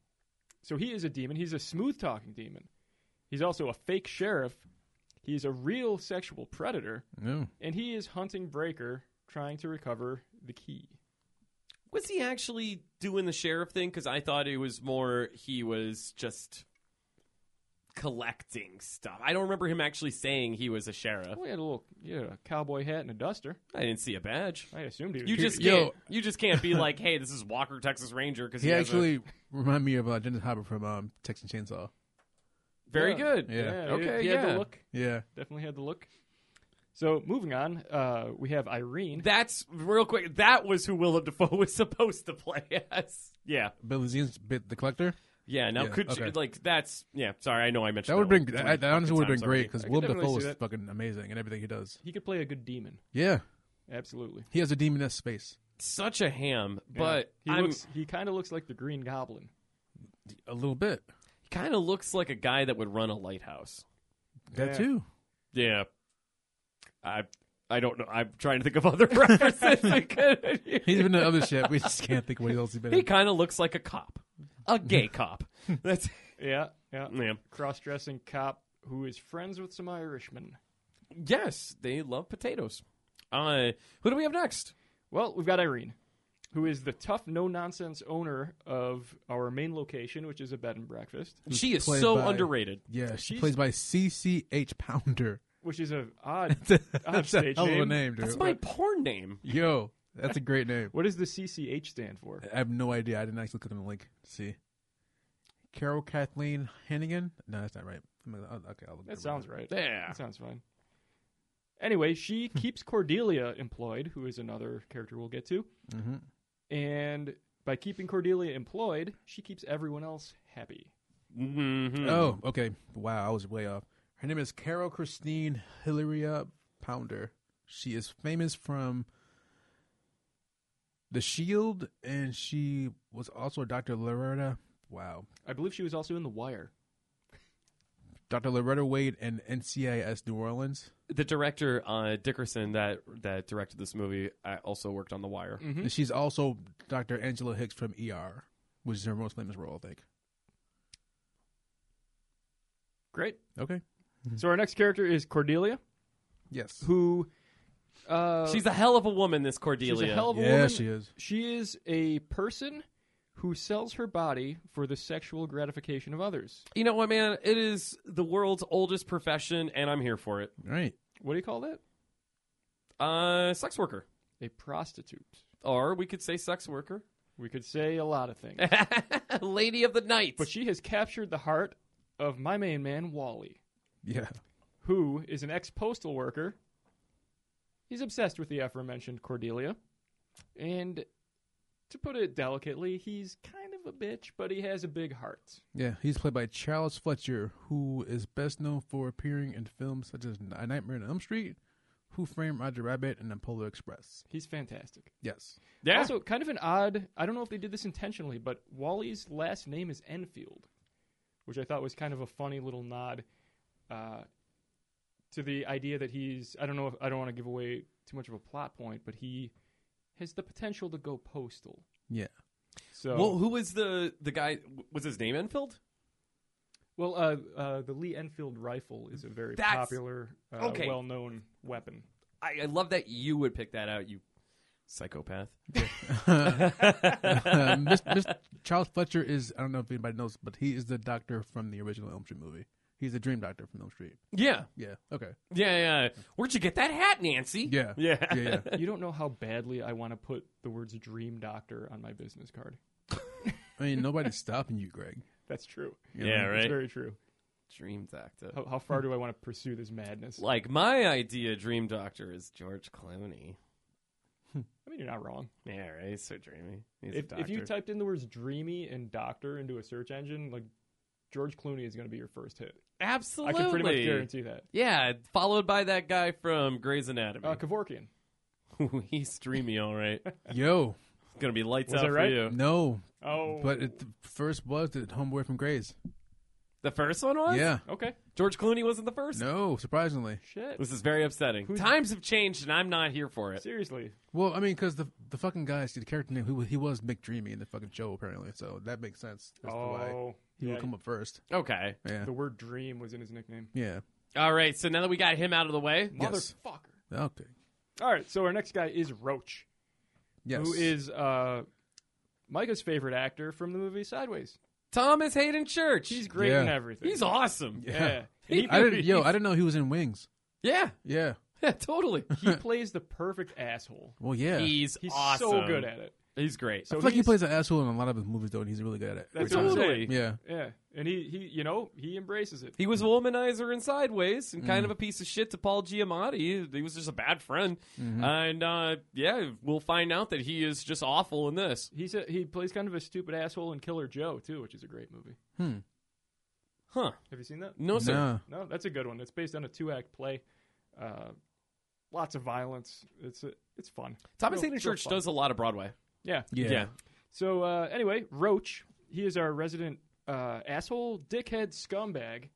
Speaker 4: so he is a demon. He's a smooth talking demon. He's also a fake sheriff. He's a real sexual predator,
Speaker 3: No.
Speaker 4: and he is hunting Breaker, trying to recover the key.
Speaker 2: [laughs] Was he actually doing the sheriff thing? Because I thought it was more he was just collecting stuff. I don't remember him actually saying he was a sheriff.
Speaker 4: Well, he had a little, he had a cowboy hat and a duster.
Speaker 2: I didn't see a badge.
Speaker 4: I assumed he was.
Speaker 2: You just
Speaker 3: Yo.
Speaker 2: can't. You just can't be like, hey, this is Walker Texas Ranger because
Speaker 3: He
Speaker 2: he, has a-
Speaker 3: actually remind me of uh, Dennis Hopper from um, Texas Chainsaw.
Speaker 2: very
Speaker 4: Yeah.
Speaker 2: good.
Speaker 3: Yeah.
Speaker 4: he-
Speaker 2: Okay,
Speaker 4: He had
Speaker 2: yeah.
Speaker 4: the look.
Speaker 3: Yeah,
Speaker 4: Definitely had the look. So moving on, uh, we have Irene.
Speaker 2: That's real quick. That was who Willem Dafoe was [laughs] supposed to play as. Yeah,
Speaker 3: Billy Zane's bit the collector.
Speaker 2: yeah. Now
Speaker 3: Yeah,
Speaker 2: could you
Speaker 3: okay.
Speaker 2: like that's yeah. Sorry, I know I mentioned
Speaker 3: That would
Speaker 2: one
Speaker 3: have been.
Speaker 2: three
Speaker 3: That, that honestly would have
Speaker 2: times
Speaker 3: been great
Speaker 2: already.
Speaker 3: because
Speaker 4: I could
Speaker 3: Willem
Speaker 4: definitely
Speaker 3: Dafoe
Speaker 4: see
Speaker 3: is
Speaker 4: that.
Speaker 3: fucking amazing in everything he does.
Speaker 4: He could play a good demon.
Speaker 3: Yeah,
Speaker 4: Absolutely.
Speaker 3: he has a demon in space.
Speaker 2: Such a ham,
Speaker 4: Yeah.
Speaker 2: but
Speaker 4: he
Speaker 2: I'm-
Speaker 4: looks he kind of looks like the Green Goblin.
Speaker 3: A little bit.
Speaker 2: he kind of looks like a guy that would run a lighthouse.
Speaker 3: That
Speaker 4: Yeah.
Speaker 3: too.
Speaker 2: Yeah, I I don't know. I'm trying to think of other [laughs] references. I could
Speaker 3: He's been in other shit. We just can't think of what else he's been
Speaker 2: He
Speaker 3: in.
Speaker 2: kind of looks like a cop, a gay cop. That's
Speaker 4: Yeah, yeah.
Speaker 2: yeah.
Speaker 4: Cross-dressing cop who is friends with some Irishmen.
Speaker 2: Yes, they love potatoes. Uh, who do we have next?
Speaker 4: Well, we've got Irene, who is the tough, no-nonsense owner of our main location, which is a bed and breakfast,
Speaker 2: She is
Speaker 3: played
Speaker 2: so
Speaker 3: by-
Speaker 2: underrated.
Speaker 3: Yeah, she
Speaker 4: She's-
Speaker 3: plays by CCH Pounder.
Speaker 4: which is a odd.
Speaker 3: [laughs] that's a
Speaker 4: stage
Speaker 3: hell of a
Speaker 4: name.
Speaker 3: name, dude.
Speaker 2: That's my porn name.
Speaker 3: Yo, that's a great name.
Speaker 4: what does the CCH stand for?
Speaker 3: I have no idea. I didn't actually click on the link to see. Carol Kathleen Hannigan? No, that's not right. I'm gonna- I'll- Okay, I'll look it
Speaker 4: That
Speaker 3: up.
Speaker 4: sounds right.
Speaker 2: Yeah.
Speaker 4: That sounds fine. Anyway,
Speaker 3: [laughs]
Speaker 4: she keeps Cordelia employed, who is another character we'll get to.
Speaker 3: Mhm.
Speaker 4: And by keeping Cordelia employed, she keeps everyone else happy.
Speaker 2: Mm-hmm.
Speaker 3: Oh, okay. Wow, I was way off. Her name is Carol Christine Hilaria Pounder. She is famous from The Shield, and she was also Dr. Loretta. Wow.
Speaker 4: I believe she was also in The Wire.
Speaker 3: Dr. Loretta Wade and NCIS New Orleans.
Speaker 2: The director uh, Dickerson that that directed this movie uh, also worked on The Wire.
Speaker 4: Mhm.
Speaker 3: And she's also Dr. Angela Hicks from ER, which is her most famous role, I think.
Speaker 4: Great.
Speaker 3: Okay.
Speaker 4: So our next character is Cordelia,
Speaker 3: Yes.
Speaker 4: who uh,
Speaker 2: She's a hell of a woman, this Cordelia.
Speaker 4: she's a hell of a
Speaker 3: yeah,
Speaker 4: woman.
Speaker 3: she is.
Speaker 4: She is a person who sells her body for the sexual gratification of others.
Speaker 2: you know what, man? It is the world's oldest profession, and I'm here for it.
Speaker 3: Right.
Speaker 4: What do you call that?
Speaker 2: Uh, sex worker,
Speaker 4: A prostitute.
Speaker 2: or we could say sex worker, [laughs]
Speaker 4: We could say a lot of things.
Speaker 2: lady of the night.
Speaker 4: But she has captured the heart of my main man, Wally,
Speaker 3: Yeah.
Speaker 4: who is an ex postal worker. He's obsessed with the aforementioned Cordelia. And to put it delicately, he's kind of a bitch, but he has a big heart.
Speaker 3: Yeah, he's played by Charles Fletcher, who is best known for appearing in films such as A Nightmare on Elm Street, Who Framed Roger Rabbit, and The Polar Express.
Speaker 4: He's fantastic.
Speaker 3: Yes. [laughs]
Speaker 2: yeah,
Speaker 4: Also, kind of an odd, I don't know if they did this intentionally, but Wally's last name is Enfield, which I thought was kind of a funny little nod uh, to the idea that he's, I don't know if, I don't want to give away too much of a plot point, but he has the potential to go postal.
Speaker 3: Yeah.
Speaker 4: So,
Speaker 2: Well,
Speaker 4: well,
Speaker 2: who was the the guy? Was his name Enfield?
Speaker 4: uh, uh, the Lee Enfield rifle is a very
Speaker 2: That's-
Speaker 4: popular, uh,
Speaker 2: okay.
Speaker 4: well known
Speaker 2: [laughs]
Speaker 4: weapon.
Speaker 2: I, I love that you would pick that out, you
Speaker 4: [laughs]
Speaker 2: psychopath.
Speaker 3: Um, Mis- Mis- Charles Fletcher is, I don't know if anybody knows, but he is the doctor from the original Elm Street movie. He's the dream doctor from Elm Street.
Speaker 2: [laughs] Yeah,
Speaker 3: Yeah. Okay.
Speaker 2: yeah, yeah. Where'd you get that hat, Nancy?
Speaker 3: Yeah.
Speaker 2: [laughs] yeah,
Speaker 3: Yeah, yeah.
Speaker 4: You don't know how badly I want to put the words dream doctor on my business card.
Speaker 3: I mean, nobody's stopping you, Greg.
Speaker 4: That's true.
Speaker 3: You know?
Speaker 2: Yeah,
Speaker 4: That's
Speaker 2: right.
Speaker 4: very true.
Speaker 2: Dream Doctor.
Speaker 4: How, how far do I want to pursue this madness?
Speaker 2: Like my idea, Dream Doctor is George Clooney.
Speaker 4: I mean, you're not wrong.
Speaker 2: Yeah, right. He's so dreamy. He's a
Speaker 4: If,
Speaker 2: doctor.
Speaker 4: if you typed in the words dreamy and doctor into a search engine, like George Clooney is going to be your first hit.
Speaker 2: Absolutely.
Speaker 4: I can pretty much guarantee that.
Speaker 2: Yeah, followed by that guy from Grey's Anatomy. [laughs]
Speaker 4: Uh, Kevorkian.
Speaker 2: He's dreamy, all right. It's
Speaker 3: Yo,
Speaker 2: gonna be lights
Speaker 4: Was
Speaker 2: out
Speaker 4: I right?
Speaker 2: for you.
Speaker 3: no,
Speaker 4: Oh,
Speaker 3: but it, the first was the homeboy from Grays.
Speaker 2: The first one was.
Speaker 3: Yeah,
Speaker 4: okay,
Speaker 2: George Clooney wasn't the first.
Speaker 3: no, surprisingly.
Speaker 4: shit.
Speaker 2: This is very upsetting. Times have changed, and I'm not here for it.
Speaker 4: Seriously,
Speaker 3: Well, I mean, because the the fucking guy, see, the character name, he was, he was McDreamy in the fucking show apparently, so that makes sense. That's why
Speaker 4: oh,
Speaker 3: he
Speaker 4: yeah.
Speaker 3: would come up first.
Speaker 2: Okay.
Speaker 3: Yeah,
Speaker 4: The word "dream" was in his nickname.
Speaker 3: yeah.
Speaker 2: All right. So now that we got him out of the way,
Speaker 3: Yes.
Speaker 4: Motherfucker.
Speaker 3: Okay.
Speaker 4: All right, so our next guy is Roach,
Speaker 3: Yes.
Speaker 4: who is uh, Micah's favorite actor from the movie Sideways.
Speaker 2: Thomas Hayden Church.
Speaker 4: He's great
Speaker 3: Yeah.
Speaker 4: in everything.
Speaker 2: he's awesome.
Speaker 3: [laughs] Yeah.
Speaker 4: yeah. And he,
Speaker 3: I didn't.
Speaker 4: [laughs]
Speaker 3: Yo, I didn't know he was in Wings.
Speaker 2: Yeah. [laughs]
Speaker 3: Yeah.
Speaker 2: Yeah. Totally.
Speaker 4: he plays the perfect asshole.
Speaker 3: Well, yeah.
Speaker 2: He's,
Speaker 4: He's
Speaker 2: awesome.
Speaker 4: so good at it.
Speaker 2: He's great.
Speaker 3: I
Speaker 4: So
Speaker 3: feel like he
Speaker 4: he's-
Speaker 3: plays an asshole in a lot of his movies, though, and he's really good at it.
Speaker 4: That's
Speaker 3: Every
Speaker 4: what I'm
Speaker 3: time.
Speaker 2: Totally.
Speaker 4: saying.
Speaker 3: Yeah.
Speaker 4: Yeah, and he, he, you know, he embraces it.
Speaker 2: He was a
Speaker 3: Mm-hmm.
Speaker 2: womanizer in Sideways and kind of a piece of shit to Paul Giamatti. He, he was just a bad friend.
Speaker 3: Mm-hmm.
Speaker 2: And uh, yeah, we'll find out that he is just awful in this.
Speaker 4: He's a, he plays kind of a stupid asshole in Killer Joe too, which is a great movie.
Speaker 2: Huh.
Speaker 4: Have you seen that?
Speaker 2: No, sir.
Speaker 3: Nah.
Speaker 4: No, that's a good one. It's based on a two act play. Uh, lots of violence. It's a, it's fun.
Speaker 2: Thomas
Speaker 4: Real-
Speaker 2: Hayden
Speaker 4: real
Speaker 2: Church
Speaker 4: fun.
Speaker 2: does a lot of Broadway.
Speaker 4: Yeah.
Speaker 3: Yeah.
Speaker 2: Yeah.
Speaker 4: So uh, anyway, Roach, he is our resident uh, asshole, dickhead, scumbag,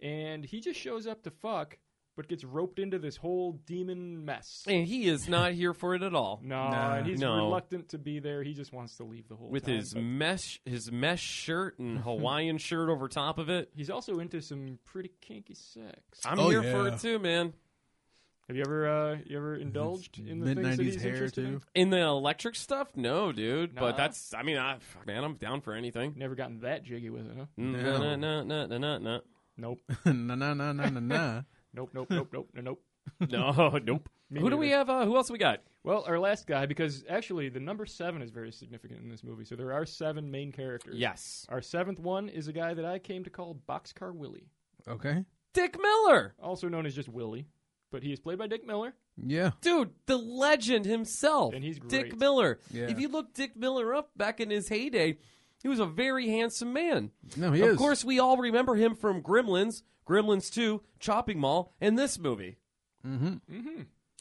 Speaker 4: and he just shows up to fuck, but gets roped into this whole demon mess.
Speaker 2: And he is not here for it at all.
Speaker 4: [laughs] No,
Speaker 3: Nah.
Speaker 4: and he's
Speaker 2: No.
Speaker 4: reluctant to be there. He just wants to leave the whole
Speaker 2: With
Speaker 4: time,
Speaker 2: his
Speaker 4: but-
Speaker 2: mesh his mesh
Speaker 3: [laughs]
Speaker 2: shirt and Hawaiian shirt over top of it.
Speaker 4: He's also into some pretty kinky sex.
Speaker 2: I'm
Speaker 3: Oh,
Speaker 2: here for
Speaker 3: yeah.
Speaker 2: it too, man.
Speaker 4: Have you ever uh, you ever indulged in the
Speaker 3: Mid
Speaker 4: things that
Speaker 3: nineties
Speaker 4: he's
Speaker 3: hair
Speaker 4: interested
Speaker 3: too.
Speaker 4: in?
Speaker 2: In the electric stuff? No, dude.
Speaker 4: Nah.
Speaker 2: But that's I mean, I man, I'm down for anything. Mm,
Speaker 4: Never gotten that jiggy with it, huh?
Speaker 2: No, no, no, no, no, no, no.
Speaker 4: Nope.
Speaker 3: [laughs] na na na na na
Speaker 4: [laughs]
Speaker 3: na.
Speaker 4: Nope. Nope. nope. Nope. No. Nope.
Speaker 3: [laughs]
Speaker 2: No, [laughs] nope.
Speaker 4: Me
Speaker 2: who do we
Speaker 4: neither.
Speaker 2: have? Uh, who else we got?
Speaker 4: Well, our last guy, because actually the number seven is very significant in this movie. So there are seven main characters.
Speaker 2: Yes.
Speaker 4: Our seventh one is a guy that I came to call Boxcar Willie,
Speaker 3: Okay.
Speaker 2: Dick Miller.
Speaker 4: also known as just Willie, but he is played by Dick Miller.
Speaker 3: Yeah.
Speaker 2: Dude, the legend himself.
Speaker 4: And he's
Speaker 2: Dick
Speaker 4: great.
Speaker 2: Miller.
Speaker 3: Yeah.
Speaker 2: If you look Dick Miller up back in his heyday, he was a very handsome man.
Speaker 3: No, he
Speaker 2: of
Speaker 3: is.
Speaker 2: course, we all remember him from Gremlins, Gremlins 2, Chopping Mall, and this movie.
Speaker 3: Mm-hmm.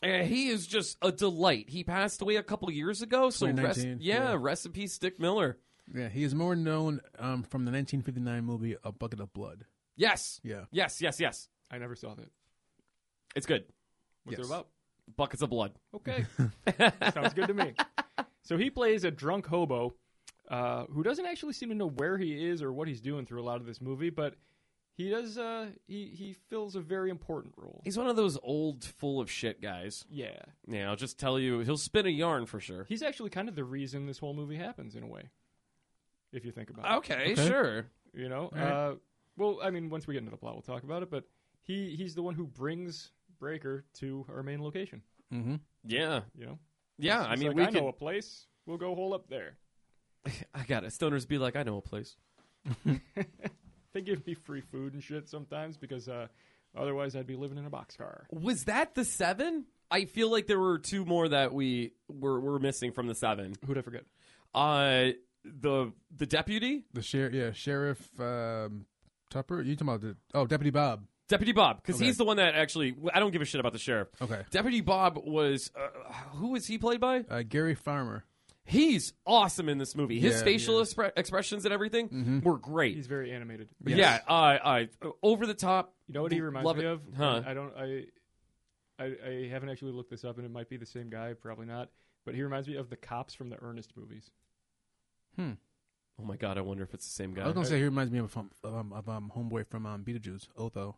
Speaker 2: Uh, he is just a delight. He passed away a couple years ago, so rest,
Speaker 3: 2019,
Speaker 2: yeah,
Speaker 3: yeah.
Speaker 2: rest in peace, Dick Miller.
Speaker 3: Yeah. He is more known um, from the 1959 movie A Bucket of Blood.
Speaker 2: Yes,
Speaker 3: Yeah.
Speaker 2: yes, yes, yes.
Speaker 4: I never saw that.
Speaker 2: It's good.
Speaker 4: What's
Speaker 3: Yes.
Speaker 4: it about?
Speaker 2: Buckets of blood.
Speaker 4: Okay. [laughs] Sounds good to me. So he plays a drunk hobo uh, who doesn't actually seem to know where he is or what he's doing through a lot of this movie, but he does. Uh, he he fills a very important role.
Speaker 2: He's one of those old, full of shit guys.
Speaker 4: Yeah,
Speaker 2: Yeah, I'll just tell you, he'll spin a yarn for sure.
Speaker 4: he's actually kind of the reason this whole movie happens in a way, if you think about
Speaker 2: Okay,
Speaker 3: Okay.
Speaker 2: sure.
Speaker 4: it. You know.
Speaker 3: right.
Speaker 4: Uh, well, I mean, once we get into the plot, we'll talk about it. But he he's the one who brings Breaker to our main location.
Speaker 3: Mm-hmm.
Speaker 2: Yeah,
Speaker 4: You know.
Speaker 2: yeah.
Speaker 4: He's
Speaker 2: I mean,
Speaker 4: like,
Speaker 2: we
Speaker 4: I know
Speaker 2: could.
Speaker 4: a place. We'll go hole up there.
Speaker 2: I got it. Stoners be like, I know a place.
Speaker 4: They give me free food and shit sometimes because uh, otherwise I'd be living in a boxcar.
Speaker 2: Was that the seven? I feel like there were two more that we were were missing from the seven.
Speaker 4: Who'd I forget?
Speaker 2: Uh, the the deputy,
Speaker 3: The sheriff. Yeah. Sheriff um, Tupper. You talking about the? Oh, Deputy Bob.
Speaker 2: deputy Bob, because
Speaker 3: Okay.
Speaker 2: he's the one that actually. I don't give a shit about the sheriff.
Speaker 3: Okay.
Speaker 2: Deputy Bob was uh, who was he played by?
Speaker 3: Uh, Gary Farmer.
Speaker 2: He's awesome in this movie. His
Speaker 3: Yeah, Mm-hmm.
Speaker 2: facial expre- expressions and everything were great.
Speaker 4: He's very animated.
Speaker 3: Yes.
Speaker 2: Yeah, uh, uh, over the top.
Speaker 4: You know what he reminds
Speaker 2: Love
Speaker 4: me
Speaker 2: it.
Speaker 4: of?
Speaker 2: Huh.
Speaker 4: I don't. I, I I haven't actually looked this up, and it might be the same guy. Probably not. But he reminds me of the cops from the Ernest movies.
Speaker 2: Oh my god, I wonder if it's the same guy.
Speaker 3: I was gonna say he reminds me of um, of, um, of um, homeboy from um, Beetlejuice, Otho.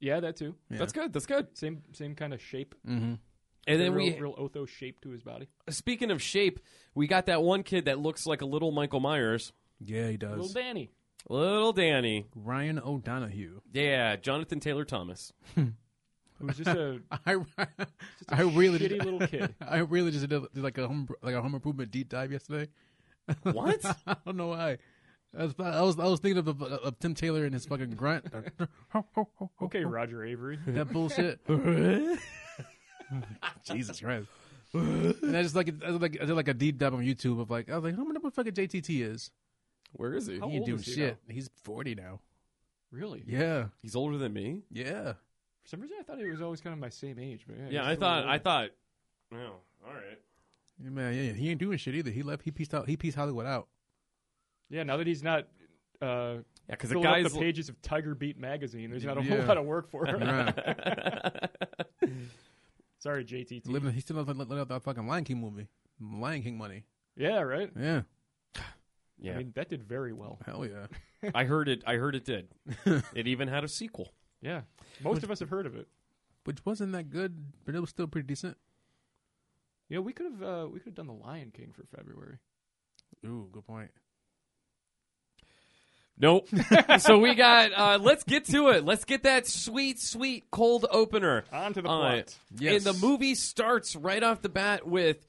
Speaker 4: Yeah, that too.
Speaker 3: Yeah.
Speaker 2: That's good. That's good.
Speaker 4: Same same kind of shape.
Speaker 3: Mm-hmm.
Speaker 2: And then
Speaker 4: real,
Speaker 2: we
Speaker 4: real Otho shape to his body.
Speaker 2: Speaking of shape, we got that one kid that looks like a little Michael Myers.
Speaker 3: Yeah, he
Speaker 4: Little
Speaker 3: does.
Speaker 4: Danny.
Speaker 2: Little Danny.
Speaker 3: Ryan O'Donohue. [laughs]
Speaker 2: Yeah, Jonathan Taylor Thomas.
Speaker 4: Who's just
Speaker 2: [laughs]
Speaker 4: a
Speaker 3: I,
Speaker 4: just a
Speaker 3: I really
Speaker 4: shitty
Speaker 3: did,
Speaker 4: little kid.
Speaker 3: [laughs] I really just did, did like a home like a home improvement deep dive yesterday. [laughs]
Speaker 2: What?
Speaker 3: I don't know why. I was I was, I was thinking of, of Tim Taylor and his fucking grunt.
Speaker 4: [laughs]
Speaker 3: [laughs]
Speaker 4: Okay,
Speaker 2: [laughs]
Speaker 4: Roger Avery.
Speaker 3: that bullshit. [laughs] Jesus Christ. and I just like I did like I did like a deep dive on YouTube of like I was like I wonder what fucking JTT is.
Speaker 2: [laughs] Where is he?
Speaker 4: How
Speaker 3: He ain't
Speaker 4: old
Speaker 3: doing
Speaker 4: is he
Speaker 3: shit. He's forty now.
Speaker 4: Really?
Speaker 3: Yeah,
Speaker 2: He's older than me.
Speaker 3: yeah.
Speaker 4: For some reason, I thought he was always kind of my same age. But yeah,
Speaker 2: Yeah,
Speaker 4: he's
Speaker 2: I
Speaker 4: still
Speaker 2: thought.
Speaker 4: really
Speaker 2: I
Speaker 4: old.
Speaker 2: thought. Oh, all right.
Speaker 3: Yeah, man, yeah, yeah. He ain't doing shit either. He left. He pieced out. He pieced Hollywood out.
Speaker 4: Yeah, now that he's not uh,
Speaker 2: Yeah, because the
Speaker 4: filling up
Speaker 2: guy's
Speaker 4: the pages of Tiger Beat magazine, there's not a
Speaker 3: Yeah.
Speaker 4: whole lot of work
Speaker 2: [laughs]
Speaker 4: for him.
Speaker 3: Right.
Speaker 4: [laughs] Sorry, JTT.
Speaker 3: Living. He still doesn't let let out that fucking Lion King movie. Lion King money.
Speaker 4: yeah, right.
Speaker 3: Yeah.
Speaker 2: yeah,
Speaker 4: I mean, that did very well.
Speaker 3: Hell yeah.
Speaker 2: I heard it. I heard it did. it even had a sequel.
Speaker 4: Yeah, most of us have heard of it.
Speaker 3: [laughs] Which wasn't that good, but it was still pretty decent.
Speaker 4: Yeah, we could have uh, we could have done the Lion King for February.
Speaker 3: Ooh, good point.
Speaker 4: [laughs]
Speaker 2: Nope. so we got. Uh, let's get to it. Let's get that sweet, sweet cold opener.
Speaker 4: On to the
Speaker 2: Uh,
Speaker 4: plot.
Speaker 3: Yes.
Speaker 2: And the movie starts right off the bat with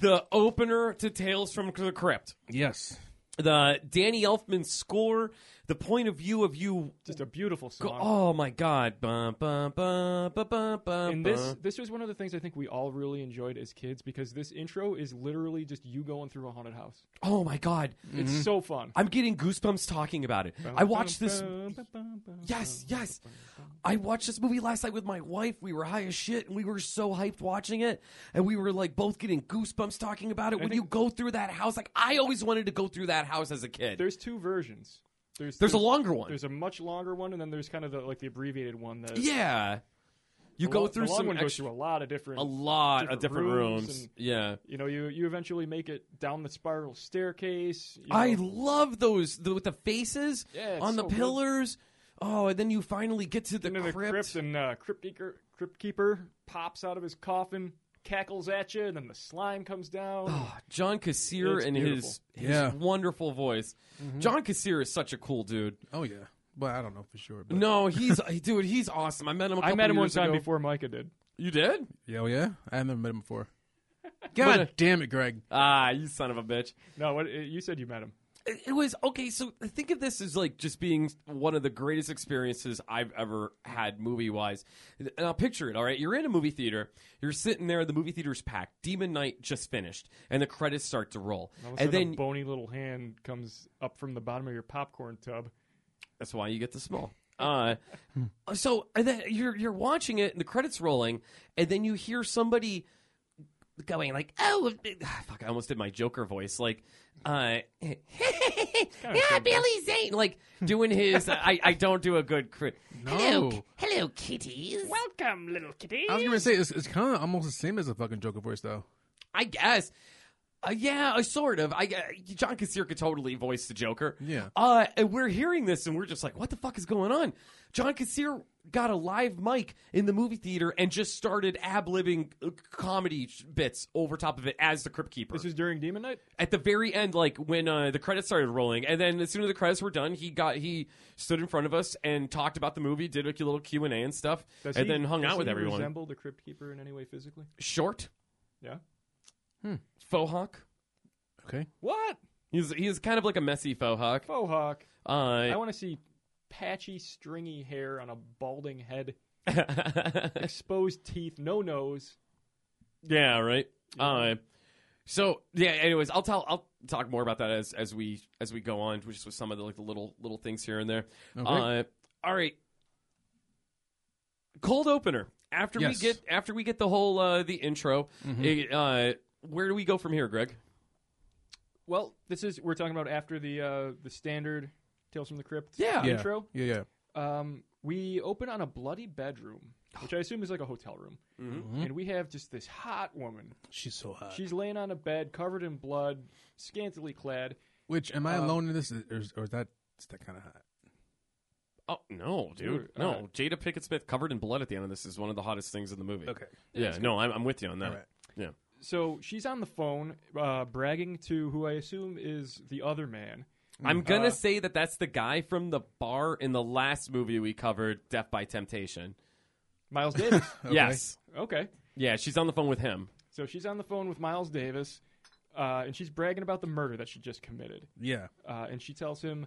Speaker 2: the opener to Tales from the Crypt.
Speaker 3: Yes.
Speaker 2: The Danny Elfman score, the point of view of you.
Speaker 4: Just a beautiful
Speaker 2: Go,
Speaker 4: song.
Speaker 2: oh my God! Ba, ba, ba, ba, ba, ba,
Speaker 4: And this
Speaker 2: ba.
Speaker 4: this was one of the things I think we all really enjoyed as kids because this intro is literally just you going through a haunted house.
Speaker 2: Oh my God!
Speaker 4: It's so fun.
Speaker 2: I'm getting goosebumps talking about it. I watched this. Yes, yes. I watched this movie last night with my wife. We were high as shit, and we were so hyped watching it, and we were like both getting goosebumps talking about it. When you go through that house, like I always wanted to go through that house as a kid.
Speaker 4: There's two versions. There's
Speaker 2: There's a longer one.
Speaker 4: There's a much longer one, and then there's kind of the like the abbreviated one. That
Speaker 2: yeah, you
Speaker 4: the
Speaker 2: go
Speaker 4: lo-
Speaker 2: through
Speaker 4: the long
Speaker 2: some
Speaker 4: one goes
Speaker 2: extra-
Speaker 4: through a lot of different
Speaker 2: a lot of different rooms.
Speaker 4: and,
Speaker 2: Yeah,
Speaker 4: you know, you you eventually make it down the spiral staircase. you
Speaker 2: I
Speaker 4: know.
Speaker 2: love those the, with the faces
Speaker 4: Yeah, it's
Speaker 2: on the
Speaker 4: so good.
Speaker 2: pillars. Oh, and then you finally get to the
Speaker 4: into the
Speaker 2: crypt.
Speaker 4: crypt, and uh, crypt, keeper, crypt keeper pops out of his coffin, cackles at you, and then the slime comes down.
Speaker 2: Ah, John Kassir
Speaker 4: It's
Speaker 2: and his his
Speaker 3: Yeah.
Speaker 2: wonderful voice. John Kassir is such a cool dude.
Speaker 3: Oh yeah. But I don't know for sure. But.
Speaker 2: No, he's [laughs] dude. He's awesome. I met him. A
Speaker 4: I
Speaker 2: couple
Speaker 4: met him one
Speaker 2: years
Speaker 4: time
Speaker 2: ago.
Speaker 4: before Micah did.
Speaker 2: You did?
Speaker 3: Yeah, oh, yeah. I have never met him before. God damn it, Greg.
Speaker 2: Ah, you son of a bitch.
Speaker 4: No, what, eh, you said you met him.
Speaker 2: It, it was okay. So think of this as like just being one of the greatest experiences I've ever had movie wise. And I'll picture it. All right, you're in a movie theater. You're sitting there. The movie theater's packed. Demon Night just finished, and the credits start to roll.
Speaker 4: All of a
Speaker 2: And
Speaker 4: sudden,
Speaker 2: then
Speaker 4: a bony little hand comes up from the bottom of your popcorn tub.
Speaker 2: That's why you get the small. Uh, so and then you're you're watching it, and the credits rolling, and then you hear somebody going like, "Oh, fuck!" I almost did my Joker voice, like, uh, "Yeah, Billy Zane," like doing his. I I don't do a good crit.
Speaker 3: No.
Speaker 5: Hello, kitties.
Speaker 4: Welcome, little kitty.
Speaker 3: I was gonna say it's, it's kind of almost the same as a fucking Joker voice though.
Speaker 2: I guess. Uh, yeah, uh, sort of. I uh, John Kassir could totally voice the Joker.
Speaker 3: Yeah.
Speaker 2: Uh, and we're hearing this and we're just like, what the fuck is going on? John Kassir got a live mic in the movie theater and just started ab-libbing uh, comedy sh- bits over top of it as the Crypt Keeper.
Speaker 4: This was during Demon Night.
Speaker 2: At the very end, like when uh, the credits started rolling, and then as soon as the credits were done, he got he stood in front of us and talked about the movie, did like a little Q and A and stuff,
Speaker 4: Does
Speaker 2: and
Speaker 4: he-
Speaker 2: then hung
Speaker 4: does
Speaker 2: out with
Speaker 4: he
Speaker 2: everyone.
Speaker 4: Resemble the Crypt Keeper in any way physically?
Speaker 2: Short,
Speaker 4: Yeah.
Speaker 2: faux hawk.
Speaker 3: Okay.
Speaker 4: What?
Speaker 2: He's he's kind of like a messy faux hawk.
Speaker 4: Faux hawk. I
Speaker 2: Uh,
Speaker 4: want to see patchy, stringy hair on a balding head,
Speaker 2: [laughs]
Speaker 4: [laughs] exposed teeth, no nose.
Speaker 2: yeah, right. Uh, so yeah. Anyways, I'll tell. I'll talk more about that as as we as we go on, just with some of the like the little little things here and there.
Speaker 3: Okay.
Speaker 2: Uh, all right. Cold opener. After
Speaker 3: Yes.
Speaker 2: we get after we get the whole uh, the intro, it, uh, where do we go from here, Greg?
Speaker 4: Well, this is we're talking about after the uh, the standard Tales from the Crypt
Speaker 2: Yeah.
Speaker 3: Yeah.
Speaker 4: intro.
Speaker 3: Yeah, yeah.
Speaker 4: Um, we open on a bloody bedroom, which I assume is like a hotel room,
Speaker 3: Mm-hmm.
Speaker 4: and we have just this hot woman.
Speaker 3: She's so hot.
Speaker 4: She's laying on a bed, covered in blood, scantily clad.
Speaker 3: Which am
Speaker 4: Um,
Speaker 3: I alone in this, or is, or is that is that kind of hot?
Speaker 2: Oh no, dude!
Speaker 4: Dude,
Speaker 2: No,
Speaker 4: all right.
Speaker 2: Jada Pickett Smith covered in blood at the end of this is one of the hottest things in the movie.
Speaker 3: Okay.
Speaker 2: Yeah. No, I'm, I'm with you on that.
Speaker 3: All right.
Speaker 2: Yeah.
Speaker 4: So she's on the phone, uh, bragging to who I assume is the other man.
Speaker 2: I'm gonna say that that's the guy from the bar in the last movie we covered, Death by Temptation.
Speaker 4: Miles [laughs] Davis.
Speaker 2: Yes,
Speaker 4: okay.
Speaker 2: yeah, she's on the phone with him.
Speaker 4: So she's on the phone with Miles Davis, uh, and she's bragging about the murder that she just committed.
Speaker 3: Yeah.
Speaker 4: Uh, and she tells him,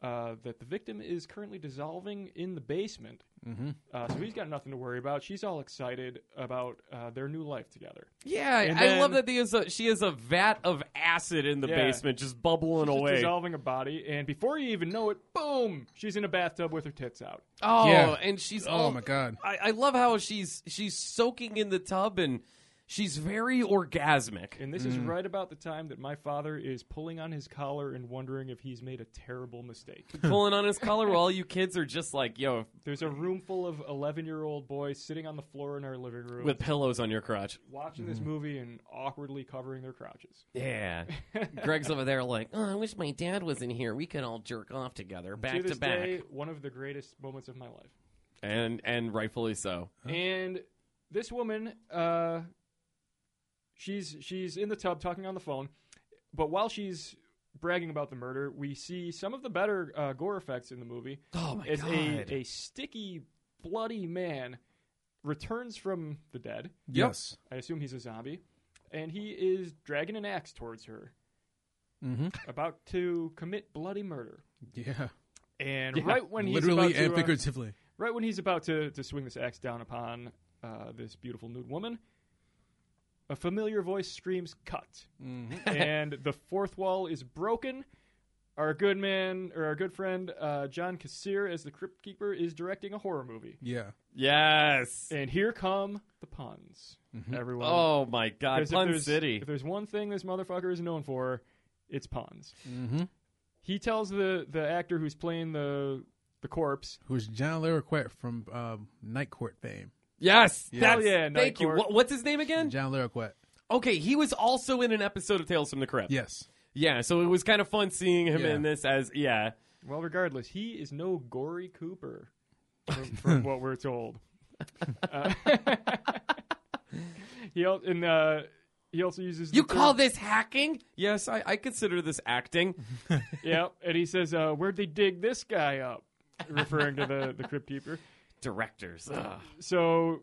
Speaker 4: uh, that the victim is currently dissolving in the basement. Mm-hmm. Uh, so he's got nothing to worry about. She's all excited about uh, their new life together.
Speaker 2: Yeah,
Speaker 4: And
Speaker 2: I
Speaker 4: then-
Speaker 2: love that the is a, she is a vat of acid in the
Speaker 4: Yeah.
Speaker 2: basement, just bubbling
Speaker 4: She's just
Speaker 2: away.
Speaker 4: dissolving a body, and before you even know it, boom, she's in a bathtub with her tits out.
Speaker 2: Oh,
Speaker 3: Yeah.
Speaker 2: and she's
Speaker 3: Oh,
Speaker 2: all-
Speaker 3: my God.
Speaker 2: I, I love how she's she's soaking in the tub and she's very orgasmic.
Speaker 4: And this is right about the time that my father is pulling on his collar and wondering if he's made a terrible mistake.
Speaker 2: [laughs] Pulling on his collar while all you kids are just like, yo,
Speaker 4: There's a room full of 11 year old boys sitting on the floor in our living room
Speaker 2: with Mm-hmm. pillows on your crotch.
Speaker 4: watching this movie and awkwardly covering their crotches.
Speaker 2: Yeah. Greg's over there like, oh, I wish my dad was in here. We could all jerk off together, back
Speaker 4: to
Speaker 2: to,
Speaker 4: this
Speaker 2: back.
Speaker 4: day, one of the greatest moments of my life.
Speaker 2: And and rightfully so.
Speaker 4: And this woman, uh, she's she's in the tub talking on the phone, but while she's bragging about the murder, we see some of the better uh, gore effects in the movie.
Speaker 2: Oh my
Speaker 4: as
Speaker 2: god.
Speaker 4: a, a sticky, bloody man returns from the dead.
Speaker 3: Yes.
Speaker 4: I assume he's a zombie. And he is dragging an axe towards her,
Speaker 3: Mm-hmm.
Speaker 4: about to commit bloody murder.
Speaker 3: Yeah.
Speaker 4: And
Speaker 2: Yeah,
Speaker 4: right when he's
Speaker 3: Literally
Speaker 4: about to,
Speaker 3: and
Speaker 4: uh,
Speaker 3: figuratively.
Speaker 4: right when he's about to, to swing this axe down upon uh, this beautiful nude woman, a familiar voice screams,
Speaker 2: [laughs]
Speaker 4: "Cut!" Mm-hmm. and the fourth wall is broken. Our good man or our good friend uh, John Kassir, as the crypt keeper, is directing a horror movie.
Speaker 3: Yeah.
Speaker 2: yes.
Speaker 4: And here come the puns, everyone.
Speaker 2: Oh my god.
Speaker 4: Because if
Speaker 2: Pun
Speaker 4: there's-
Speaker 2: City.
Speaker 4: If there's one thing this motherfucker is known for, it's puns.
Speaker 3: Mm-hmm.
Speaker 4: He tells the the actor who's playing the the corpse.
Speaker 3: Who's John Larroquette from um, Night Court fame?
Speaker 2: Yes.
Speaker 3: Yeah.
Speaker 2: That's,
Speaker 4: Hell yeah,
Speaker 2: thank you.
Speaker 4: Nightcore.
Speaker 2: What, what's his name again?
Speaker 3: John Larroquette.
Speaker 2: Okay, he was also in an episode of Tales from the Crypt.
Speaker 3: Yes.
Speaker 2: Yeah, so it was kind of fun seeing him
Speaker 3: Yeah.
Speaker 2: in this as yeah.
Speaker 4: Well, regardless, he is no Gory Cooper, from,
Speaker 2: [laughs]
Speaker 4: from what we're told. Uh, [laughs] he al- and uh, he also uses the
Speaker 2: You
Speaker 4: term-
Speaker 2: call this hacking? Yes, I, I consider this acting.
Speaker 4: Yep, and he says, uh, "Where'd they dig this guy up?" Referring to the the crypt keeper.
Speaker 2: [laughs] Directors. Ugh.
Speaker 4: So.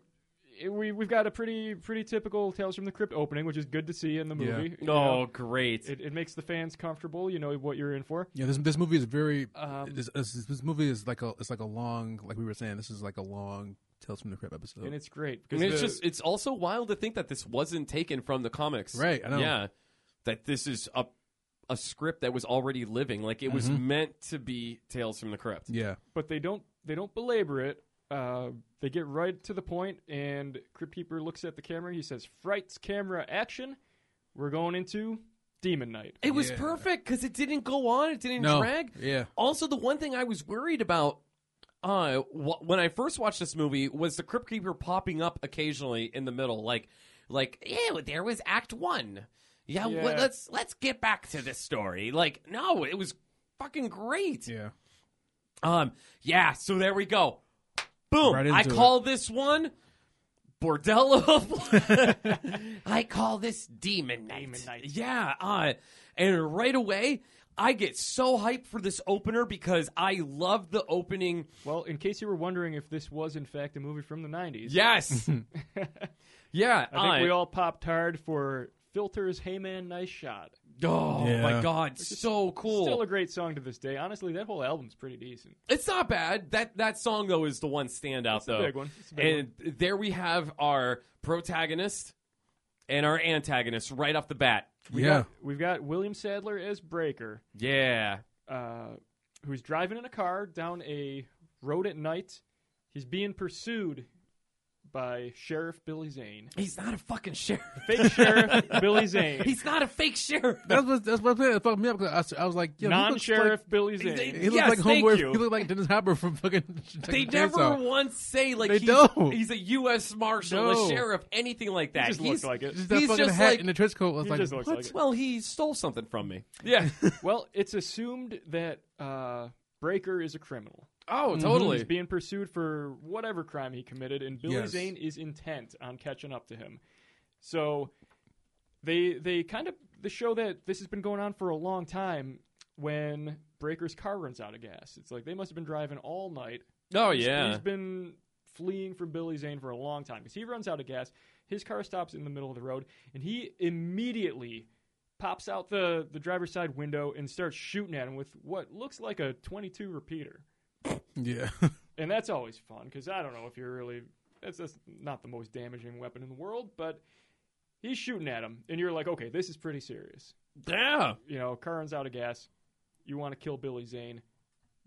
Speaker 4: it- We we've got a pretty pretty typical Tales from the Crypt opening, which is good to see in the
Speaker 3: Yeah.
Speaker 4: movie. you know?
Speaker 2: Oh, great.
Speaker 4: It, it makes the fans comfortable. You know what you're in for.
Speaker 3: Yeah, this this movie is very.
Speaker 4: Um,
Speaker 3: this, this, this movie is like a it's like a long like we were saying this is like a long Tales from the Crypt episode.
Speaker 4: And it's great
Speaker 2: I
Speaker 4: because
Speaker 2: mean, it's
Speaker 4: the-
Speaker 2: just it's also wild to think that this wasn't taken from the comics.
Speaker 3: Right, I know.
Speaker 2: Yeah. That this is a a script that was already living. Like it was meant to be Tales from the Crypt.
Speaker 3: yeah,
Speaker 4: but they don't they don't belabor it. Uh, they get right to the point, and Crypt Keeper looks at the camera. He says, "Frights, camera, action! We're going into Demon Night."
Speaker 2: It was
Speaker 3: Yeah.
Speaker 2: perfect because it didn't go on. It didn't
Speaker 3: no,
Speaker 2: drag.
Speaker 3: yeah,
Speaker 2: Also, the one thing I was worried about uh, wh- when I first watched this movie was the Crypt Keeper popping up occasionally in the middle, like, like yeah, there was Act One. Yeah,
Speaker 4: Yeah.
Speaker 2: Well, let's let's get back to this story. Like, no, it was fucking great.
Speaker 3: yeah.
Speaker 2: Um, yeah. So there we go. Boom.
Speaker 3: Right
Speaker 2: I
Speaker 3: into
Speaker 2: call this one Bordello. of- [laughs] I call this Demon Night.
Speaker 4: Demon Night.
Speaker 2: Yeah. Uh, and right away, I get so hyped for this opener because I love the opening.
Speaker 4: Well, in case you were wondering if this was in fact a movie from the '90s,
Speaker 3: [laughs]
Speaker 2: Yes. yeah.
Speaker 4: I think we all popped hard for Filter's "Hey Man, Nice Shot."
Speaker 2: Oh my
Speaker 3: Yeah.
Speaker 2: god, so cool.
Speaker 4: Still a great song to this day. Honestly, that whole album's pretty decent.
Speaker 2: It's not bad. That that song though is the one standout
Speaker 4: a
Speaker 2: though.
Speaker 4: big one. It's a big
Speaker 2: Oh. and there we have our protagonist and our antagonist right off the bat.
Speaker 4: We
Speaker 3: Yeah.
Speaker 4: got, we've got William Sadler as Breaker.
Speaker 2: Yeah.
Speaker 4: uh, who's driving in a car down a road at night. He's being pursued by Sheriff Billy Zane.
Speaker 2: He's not a fucking sheriff.
Speaker 4: Fake Sheriff Billy
Speaker 2: [laughs]
Speaker 4: Zane.
Speaker 2: He's not a fake sheriff.
Speaker 3: That's what that's what it fucked me up 'cause I was- I, was like yo, he looks
Speaker 4: Non-Sheriff Billy Zane.
Speaker 3: Like, he looked
Speaker 2: Yes,
Speaker 3: like
Speaker 2: thank
Speaker 3: homeboy.
Speaker 2: you.
Speaker 3: He looked like Dennis Hopper from fucking. [laughs] E.
Speaker 2: They
Speaker 3: Texas
Speaker 2: never
Speaker 3: Chainsaw.
Speaker 2: once say like
Speaker 3: They
Speaker 2: he's,
Speaker 3: don't.
Speaker 2: he's a U.S. marshal, a
Speaker 3: No.
Speaker 2: sheriff, anything like that.
Speaker 4: just
Speaker 2: he's
Speaker 4: looks like it.
Speaker 3: Just that
Speaker 2: he's
Speaker 3: fucking
Speaker 2: just
Speaker 3: hat
Speaker 2: like-
Speaker 3: and the trench coat was
Speaker 4: He
Speaker 3: like
Speaker 4: just looks
Speaker 3: what?
Speaker 4: like it.
Speaker 2: Well, he stole something from me. [laughs] Yeah.
Speaker 4: Well, it's assumed that uh, Breaker is a criminal.
Speaker 2: oh,
Speaker 4: He's
Speaker 2: totally.
Speaker 4: being pursued for whatever crime he committed, and Billy
Speaker 3: Yes.
Speaker 4: Zane is intent on catching up to him. So they they kind of they show that this has been going on for a long time. When Breaker's car runs out of gas, it's like they must have been driving all night.
Speaker 2: Oh
Speaker 4: He's-
Speaker 2: yeah.
Speaker 4: he's been fleeing from Billy Zane for a long time because he runs out of gas. His car stops in the middle of the road, and he immediately pops out the, the driver's side window and starts shooting at him with what looks like a 22 repeater.
Speaker 2: [laughs]
Speaker 3: Yeah.
Speaker 4: And that's always fun because I don't know if you're really. That's, that's not the most damaging weapon in the world, but he's shooting at him, and you're like, okay, this is pretty serious.
Speaker 2: Yeah.
Speaker 4: You know, car runs out of gas. You want to kill Billy Zane.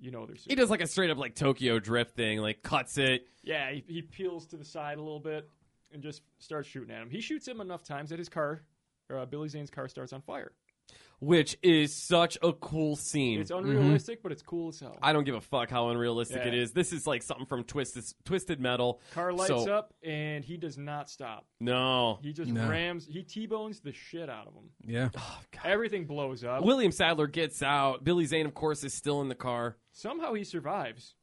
Speaker 4: You know there's
Speaker 2: He does like a straight up like Tokyo drift thing, like cuts it.
Speaker 4: Yeah, he, he peels to the side a little bit and just starts shooting at him. He shoots him enough times that his car, or, uh, Billy Zane's car, starts on fire.
Speaker 2: which is such a cool scene.
Speaker 4: It's unrealistic, but it's cool as hell.
Speaker 2: Mm-hmm. I don't give a fuck how unrealistic
Speaker 4: Yeah.
Speaker 2: it is. This is like something from Twisted Twisted Metal.
Speaker 4: car lights
Speaker 2: so-
Speaker 4: up, and he does not stop.
Speaker 2: No.
Speaker 4: He just
Speaker 3: No.
Speaker 4: rams, he T bones the shit out
Speaker 2: [sighs]
Speaker 4: of him.
Speaker 3: Yeah.
Speaker 4: Everything blows up.
Speaker 2: Oh, William Sadler gets out. Billy Zane, of course, is still in the car.
Speaker 4: Somehow he survives.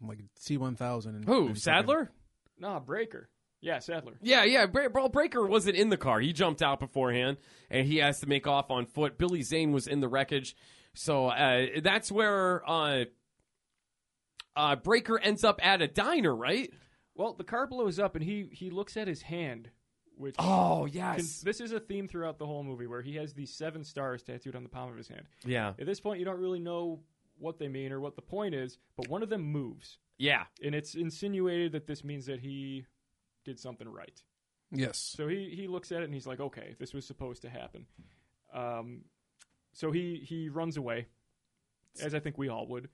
Speaker 3: Like C one thousand.
Speaker 2: Who? Sadler?
Speaker 4: Nah, Breaker. Yeah, Sadler.
Speaker 2: Yeah, yeah. Bra- Brawl Breaker wasn't in the car. He jumped out beforehand, and he has to make off on foot. Billy Zane was in the wreckage, so uh, that's where uh, uh, Breaker ends up at a diner, right?
Speaker 4: Well, the car blows up, and he he looks at his hand, which
Speaker 2: Oh
Speaker 4: can-
Speaker 2: yes,
Speaker 4: this is a theme throughout the whole movie where he has these seven stars tattooed on the palm of his hand.
Speaker 2: yeah,
Speaker 4: At this point, you don't really know what they mean or what the point is, but one of them moves,
Speaker 2: yeah.
Speaker 4: and it's insinuated that this means that he did something right.
Speaker 3: Yes.
Speaker 4: So he he looks at it and he's like, okay, this was supposed to happen. Um, so he he runs away, as I think we all would,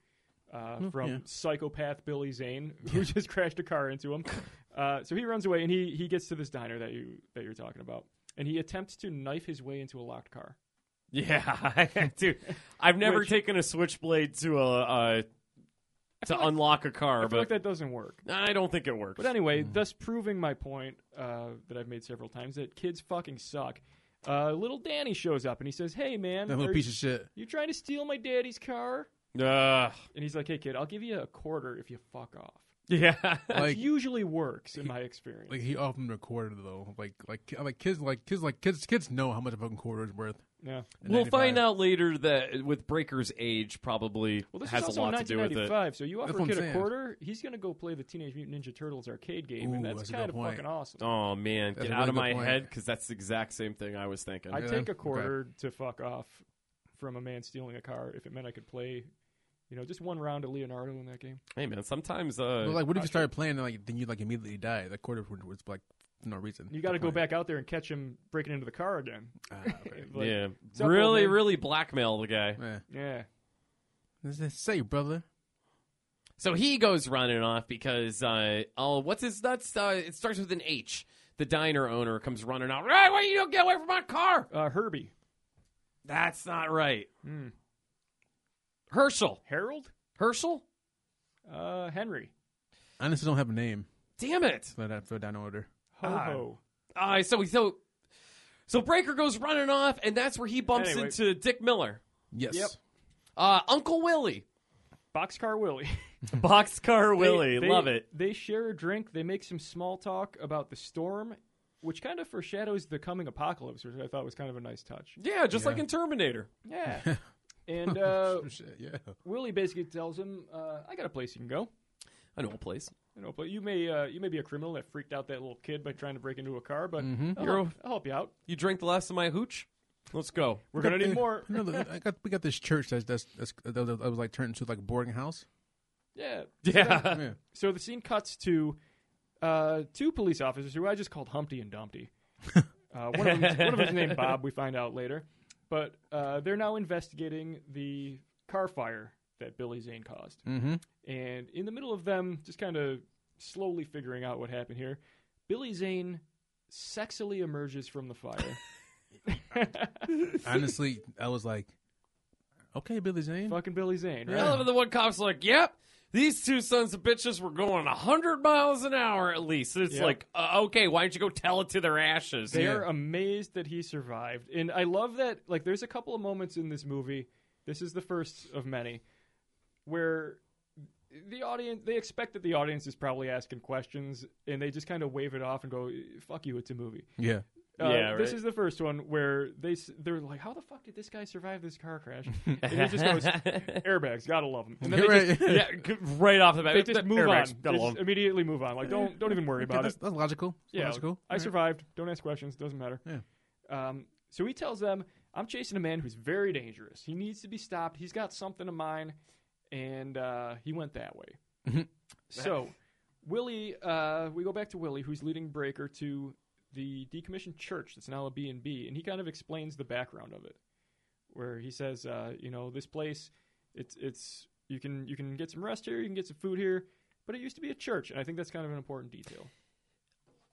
Speaker 4: uh, from
Speaker 3: yeah.
Speaker 4: psychopath Billy Zane who just crashed a car into him. Uh, so he runs away and he he gets to this diner that you that you're talking about, and he attempts to knife his way into a locked car.
Speaker 2: Yeah, [laughs] dude. I've never
Speaker 4: Which-
Speaker 2: taken a switchblade to a uh, to
Speaker 4: feel like-
Speaker 2: unlock a car,
Speaker 4: I feel like
Speaker 2: but
Speaker 4: that doesn't work.
Speaker 2: I don't think it works.
Speaker 4: But anyway,
Speaker 3: Mm.
Speaker 4: thus proving my point uh, that I've made several times that kids fucking suck. Uh, little Danny shows up and he says, "Hey man,
Speaker 3: That little
Speaker 4: are
Speaker 3: piece of shit.
Speaker 4: you trying to steal my daddy's car?"
Speaker 2: Ugh. [laughs]
Speaker 4: And he's like, "Hey kid, I'll give you a quarter if you fuck off."
Speaker 2: yeah,
Speaker 4: Which
Speaker 3: Like-
Speaker 4: usually works in my experience.
Speaker 3: Like he often recorded though. Like like ki- like kids like kids like kids kids know how much a fucking quarter is worth.
Speaker 4: yeah.
Speaker 3: in
Speaker 2: we'll find
Speaker 3: 95.
Speaker 2: out later that with Breaker's age probably
Speaker 4: Well, this
Speaker 2: has
Speaker 4: is
Speaker 2: a
Speaker 4: also
Speaker 2: lot to do with it.
Speaker 4: 1995, so you offer
Speaker 3: That's
Speaker 4: a
Speaker 3: what
Speaker 4: kid
Speaker 3: I'm
Speaker 4: a
Speaker 3: saying.
Speaker 4: quarter, he's gonna go play the Teenage Mutant Ninja Turtles arcade game, and
Speaker 3: Ooh,
Speaker 4: that's,
Speaker 3: that's a
Speaker 4: kind
Speaker 3: good
Speaker 4: of
Speaker 3: point.
Speaker 4: fucking awesome.
Speaker 2: Oh man,
Speaker 3: That's
Speaker 2: get
Speaker 3: a
Speaker 2: out
Speaker 3: really
Speaker 2: of my
Speaker 3: good point.
Speaker 2: head because that's the exact same thing I was thinking.
Speaker 4: I'd
Speaker 3: Yeah.
Speaker 4: take a
Speaker 3: Okay.
Speaker 4: quarter to fuck off from a man stealing a car if it meant I could play, you know, just one round of Leonardo in that game.
Speaker 2: hey man, sometimes
Speaker 3: But
Speaker 2: uh,
Speaker 3: like, what if you started playing and like then you like immediately die? That quarter would- was like for no reason.
Speaker 4: You got to
Speaker 3: to
Speaker 4: go back out there and catch him breaking into the car again.
Speaker 3: ah,
Speaker 4: Like,
Speaker 2: yeah,
Speaker 4: What's up, old
Speaker 2: really,
Speaker 4: man?
Speaker 2: really blackmail the guy.
Speaker 3: yeah.
Speaker 4: yeah.
Speaker 3: This is say, brother.
Speaker 2: So he goes running off because uh, oh, what's his nuts? Uh, it starts with an H. The diner owner comes running out. Right, why you don't get away from my car?
Speaker 4: Uh, Herbie,
Speaker 2: That's not right.
Speaker 4: Hmm.
Speaker 2: Herschel,
Speaker 4: Harold,
Speaker 2: Herschel.
Speaker 4: uh, Henry,
Speaker 3: I honestly don't have a name,
Speaker 2: Damn it!
Speaker 3: so I'd have to go down in order.
Speaker 4: Ho
Speaker 2: Ah,
Speaker 4: Ho.
Speaker 2: Uh, so so so Breaker goes running off, and that's where he bumps
Speaker 4: Anyway.
Speaker 2: into Dick Miller,
Speaker 3: Yes.
Speaker 4: Yep.
Speaker 2: uh, Uncle Willie,
Speaker 4: Boxcar Willie.
Speaker 2: [laughs] Boxcar [laughs]
Speaker 4: They-
Speaker 2: Willie.
Speaker 4: they-
Speaker 2: Love it.
Speaker 4: They share a drink. They make some small talk about the storm, which kind of foreshadows the coming apocalypse, which I thought was kind of a nice touch.
Speaker 2: Yeah, just like in Terminator.
Speaker 4: Yeah. and uh,
Speaker 3: Shit, yeah.
Speaker 4: Willie basically tells him, uh, "I got a place you can go.
Speaker 2: I know a place.
Speaker 4: You know, but you may uh, you may be a criminal that freaked out that little kid by trying to break into a car, but I'll,
Speaker 2: You're
Speaker 4: help, I'll help you out.
Speaker 2: You drank the last of my hooch. Let's go. [laughs]
Speaker 4: We're gonna need more.
Speaker 3: [laughs] No, look, I got we got this church that's that's, that's that, that, that was like turned into like a boarding house.
Speaker 4: Yeah.
Speaker 2: Yeah.
Speaker 3: Yeah.
Speaker 4: So the scene cuts to uh, two police officers who I just called Humpty and Dumpty. Uh, one of them, one of them's named Bob. We find out later, but uh, they're now investigating the car fire that Billy Zane caused.
Speaker 3: Mm-hmm.
Speaker 4: And in the middle of them, just kind of slowly figuring out what happened here, Billy Zane sexily emerges from the [laughs] fire.
Speaker 3: Honestly, I was like, okay, Billy Zane.
Speaker 4: Fucking Billy Zane, right?
Speaker 2: I love it. The one cop's like, "Yep, these two sons of bitches were going hundred miles an hour at least." It's
Speaker 4: Yep.
Speaker 2: like, uh, okay, why don't you go tell it to their ashes?
Speaker 4: They are amazed that he survived. And I love that, like, there's a couple of moments in this movie. This is the first of many where the audience, they expect that the audience is probably asking questions and they just kind of wave it off and go, fuck you, it's a movie.
Speaker 3: Yeah.
Speaker 4: Uh,
Speaker 2: Yeah,
Speaker 4: This
Speaker 2: right.
Speaker 4: is the first one where they, s- they're like, how the fuck did this guy survive this car
Speaker 2: [laughs]
Speaker 4: crash? and he just goes, airbags, gotta love him. And then they
Speaker 3: Right.
Speaker 4: just,
Speaker 2: yeah, g- right off the bat.
Speaker 4: they just move on.
Speaker 2: Airbags,
Speaker 4: They
Speaker 2: gotta
Speaker 4: just
Speaker 2: love 'em.
Speaker 4: immediately move on. Like, don't, don't
Speaker 2: [laughs]
Speaker 4: even worry
Speaker 3: Okay,
Speaker 4: about it.
Speaker 3: that's, that's logical. That's
Speaker 4: Yeah,
Speaker 3: logical.
Speaker 4: I survived. Don't ask questions. Doesn't matter.
Speaker 3: Yeah.
Speaker 4: Um, so he tells them, I'm chasing a man who's very dangerous. He needs to be stopped. He's got something of mine, and uh, he went that
Speaker 3: Mm-hmm.
Speaker 4: way. so, Willie, uh, we go back to Willie, who's leading Breaker to the decommissioned church that's now a B&B, and he kind of explains the background of it, where he says, uh, you know, this place, it's it's you can you can get some rest here, you can get some food here, but it used to be a church, and I think that's kind of an important detail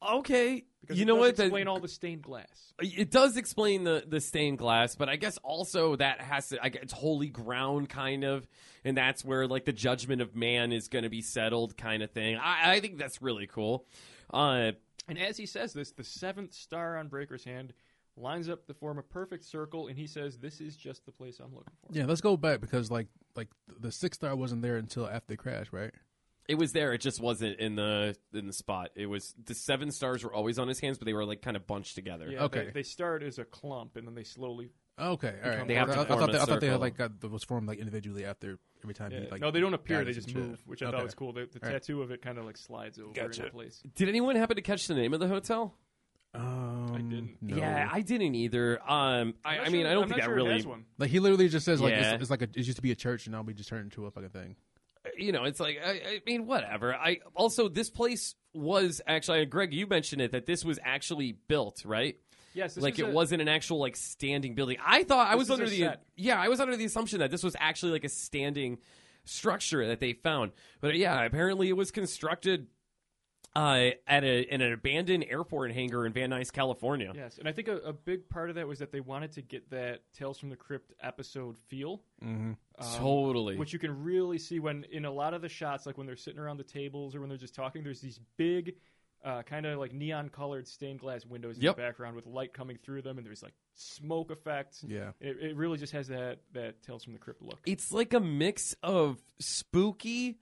Speaker 2: Okay,
Speaker 4: because
Speaker 2: you
Speaker 4: it
Speaker 2: know
Speaker 4: does
Speaker 2: what? That-
Speaker 4: Explain all the stained glass.
Speaker 2: it does explain the the stained glass but i guess also that has to I guess, it's holy ground kind of and that's where like the judgment of man is going to be settled kind of thing i i think that's really cool uh
Speaker 4: And as he says this, the seventh star on Breaker's hand lines up to form a perfect circle, and he says, "This is just the place I'm looking for."
Speaker 3: Yeah, let's go back because like like the six star wasn't there until after the crash, right?
Speaker 2: it was there it just wasn't in the in the spot it was the seven stars were always on his hands but they were like kind of bunched together
Speaker 4: Yeah,
Speaker 3: Okay.
Speaker 4: They, they start as a clump, and then they slowly.
Speaker 3: Okay, all right.
Speaker 4: They have
Speaker 3: I,
Speaker 4: to
Speaker 3: I
Speaker 2: form
Speaker 3: thought they,
Speaker 2: a
Speaker 3: I thought they had
Speaker 2: circle.
Speaker 3: like got, was formed like individually after every time.
Speaker 4: Yeah.
Speaker 3: he, like,
Speaker 4: uh, no, they don't appear.
Speaker 3: got
Speaker 4: They
Speaker 3: us
Speaker 4: just
Speaker 3: and shit.
Speaker 4: move, which I
Speaker 3: Okay.
Speaker 4: thought was cool. The, the
Speaker 3: All right.
Speaker 4: tattoo of it kind of like slides over
Speaker 3: Gotcha.
Speaker 4: in place.
Speaker 2: did anyone happen to catch the name of the hotel
Speaker 3: Um,
Speaker 4: didn't.
Speaker 3: no.
Speaker 2: yeah i didn't either um i, I mean i don't think that really
Speaker 3: Like he literally just says like
Speaker 2: Yeah.
Speaker 3: it's, it's like a, it used to be a church and now we just turned into a fucking thing.
Speaker 2: you know, it's like I, I mean, whatever. I also this place was actually Greg, you mentioned it that this was actually built, right?
Speaker 4: Yes, this
Speaker 2: like
Speaker 4: was
Speaker 2: it
Speaker 4: a-
Speaker 2: wasn't an actual like standing building. I thought I
Speaker 4: This
Speaker 2: was
Speaker 4: is
Speaker 2: under
Speaker 4: a
Speaker 2: the
Speaker 4: set.
Speaker 2: yeah, I was under the assumption that this was actually like a standing structure that they found, but uh, yeah, apparently it was constructed uh, at a, in an abandoned airport hangar in Van Nuys, California.
Speaker 4: Yes, and I think a, a big part of that was that they wanted to get that Tales from the Crypt episode feel.
Speaker 2: Mm-hmm. totally.
Speaker 4: um, which you can really see when in a lot of the shots like when they're sitting around the tables or when they're just talking there's these big uh, kind of like neon colored stained glass windows in
Speaker 2: Yep.
Speaker 4: the background with light coming through them and there's like smoke effects
Speaker 3: Yeah.
Speaker 4: it, it really just has that that tales from the crypt look
Speaker 2: it's like a mix of spooky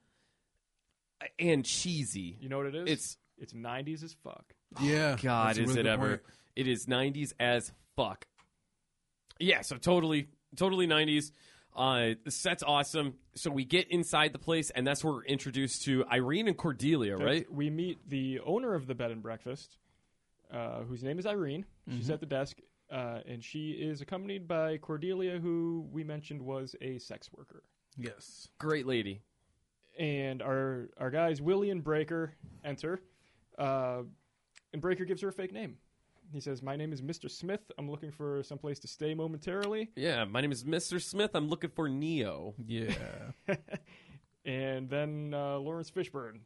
Speaker 2: uh, and cheesy.
Speaker 4: you know what it is
Speaker 2: It's
Speaker 4: it's 90s as fuck
Speaker 3: Yeah.
Speaker 2: Oh, God,
Speaker 3: that's a
Speaker 2: is
Speaker 3: really
Speaker 2: it
Speaker 3: good
Speaker 2: ever?
Speaker 3: point.
Speaker 2: It is '90s as fuck. Yeah, so totally, totally '90s. Uh, the set's awesome. So we get inside the place, and that's where we're introduced to Irene and Cordelia, right?
Speaker 4: we meet the owner of the bed and breakfast uh, whose name is irene she's
Speaker 2: Mm-hmm.
Speaker 4: at the desk uh, and she is accompanied by cordelia who we mentioned was a sex worker
Speaker 3: Yes.
Speaker 2: Great lady.
Speaker 4: and our our guys Willie and Breaker enter, uh, and Breaker gives her a fake name. He says, "My name is Mr. Smith. I'm looking for someplace to stay momentarily."
Speaker 2: Yeah, my name is Mr. Smith. I'm looking for Neo.
Speaker 3: Yeah.
Speaker 4: And then uh, Lawrence Fishburne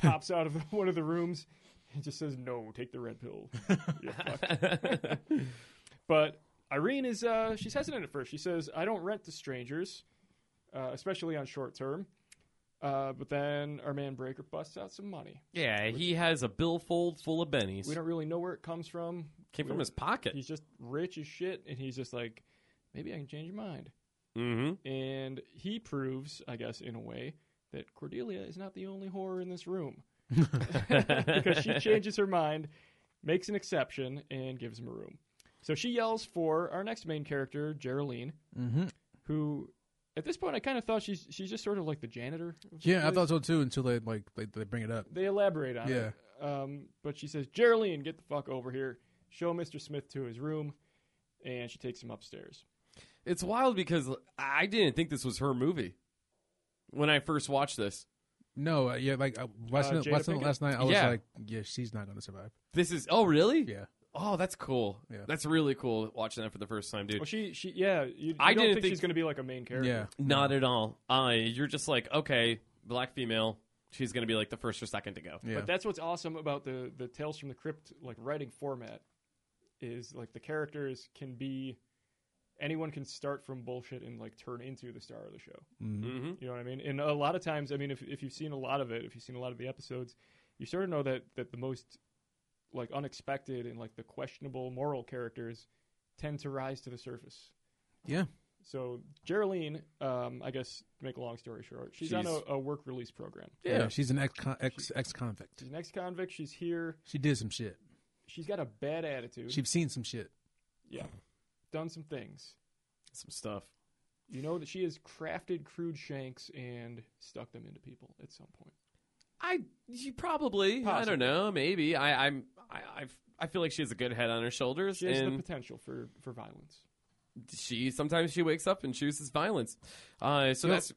Speaker 4: pops out of one of the rooms and just says, "No, take the red pill."
Speaker 2: [laughs]
Speaker 4: You fuck. but Irene is uh, she's hesitant at first. She says, "I don't rent to strangers, uh, especially on short term." Uh, but then our man Breaker busts out some money.
Speaker 2: Yeah, he has a billfold full of bennies.
Speaker 4: We don't really know where it comes from.
Speaker 2: Came from
Speaker 4: We don't-
Speaker 2: his pocket.
Speaker 4: [laughs] He's just rich as shit, and he's just like, maybe I can change your mind.
Speaker 2: Mm-hmm.
Speaker 4: And he proves, I guess, in a way, that Cordelia is not the only horror in this room [laughs] because she changes her mind, makes an exception, and gives him a room. So she yells for our next main character, Geraldine,
Speaker 3: Mm-hmm.
Speaker 4: who. At this point, I kind of thought she's she's just sort of like the janitor. of
Speaker 3: Yeah,
Speaker 4: the
Speaker 3: I
Speaker 4: place.
Speaker 3: thought so too until they like they, they bring it up.
Speaker 4: They elaborate on
Speaker 3: Yeah.
Speaker 4: it. Um, but she says, Geraldine, get the fuck over here. Show Mr. Smith to his room. And she takes him upstairs.
Speaker 2: It's wild because I didn't think this was her movie when I first watched this.
Speaker 3: No, uh, yeah, like I- watching
Speaker 4: Uh,
Speaker 3: it,
Speaker 4: Jada
Speaker 3: watching it
Speaker 4: Pinkett?
Speaker 3: last night, I was
Speaker 2: Yeah.
Speaker 3: like, yeah, she's not going to survive.
Speaker 2: This is oh really?
Speaker 3: Yeah.
Speaker 2: Oh, that's cool.
Speaker 3: Yeah.
Speaker 2: That's really cool watching that for the first time, dude.
Speaker 4: Well, she, she, yeah. You, you
Speaker 2: I
Speaker 4: don't
Speaker 2: didn't
Speaker 4: think,
Speaker 2: think-
Speaker 4: she's going to be like a main character.
Speaker 3: Yeah.
Speaker 2: Not at all. Uh, you're just like, okay, black female. She's going to be like the first or second to go.
Speaker 3: Yeah.
Speaker 4: But that's what's awesome about the the Tales from the Crypt like writing format is like the characters can be anyone can start from bullshit and like turn into the star of the show.
Speaker 2: Mm-hmm.
Speaker 4: You know what I mean? And a lot of times, I mean, if if you've seen a lot of it, if you've seen a lot of the episodes, you sort of know that that the most like unexpected and like the questionable moral characters tend to rise to the surface.
Speaker 3: Yeah.
Speaker 4: So Geraldine, um, I guess to make a long story short, she's, on
Speaker 2: She's-
Speaker 4: a, a work release program.
Speaker 3: Yeah.
Speaker 2: Yeah.
Speaker 3: she's an ex ex ex convict.
Speaker 4: She's an ex-convict. She's here.
Speaker 3: She did some shit.
Speaker 4: She's got a bad attitude.
Speaker 3: She's seen some shit.
Speaker 4: yeah, done some things.
Speaker 2: Some stuff.
Speaker 4: You know that she has crafted crude shanks and stuck them into people at some point.
Speaker 2: I you probably I
Speaker 4: Possibly.
Speaker 2: don't know maybe I I'm I I've, I feel like she has a good head on her shoulders
Speaker 4: She has the
Speaker 2: and
Speaker 4: potential for for violence.
Speaker 2: she sometimes she wakes up and chooses violence. Uh, so
Speaker 3: You know,
Speaker 2: that's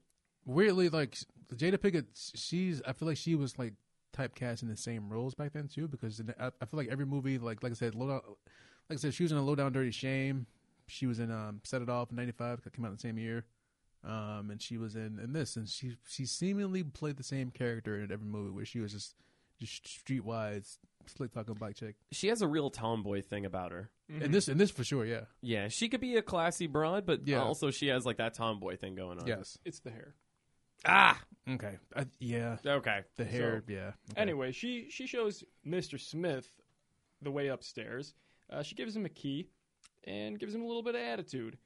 Speaker 3: weirdly like Jada Pickett. She's I feel like she was like typecast in the same roles back then too because in- I, I feel like every movie like like I said low down, like I said she was in a low down dirty shame. She was in um, Set It Off in '95 that came out the same year, um, and she was in in this and she she seemingly played the same character in every movie where she was just just streetwise slick talking black chick.
Speaker 2: she has a real tomboy thing about her.
Speaker 3: And this and this for sure, yeah,
Speaker 2: Yeah, she could be a classy broad, but
Speaker 3: Yeah.
Speaker 2: also she has like that tomboy thing going on.
Speaker 3: yes,
Speaker 4: It's the hair.
Speaker 2: Ah.
Speaker 3: okay, I, yeah,
Speaker 2: Okay.
Speaker 3: the hair, yeah. Okay.
Speaker 4: Anyway, she she shows Mr. Smith the way upstairs. Uh, she gives him a key and gives him a little bit of attitude.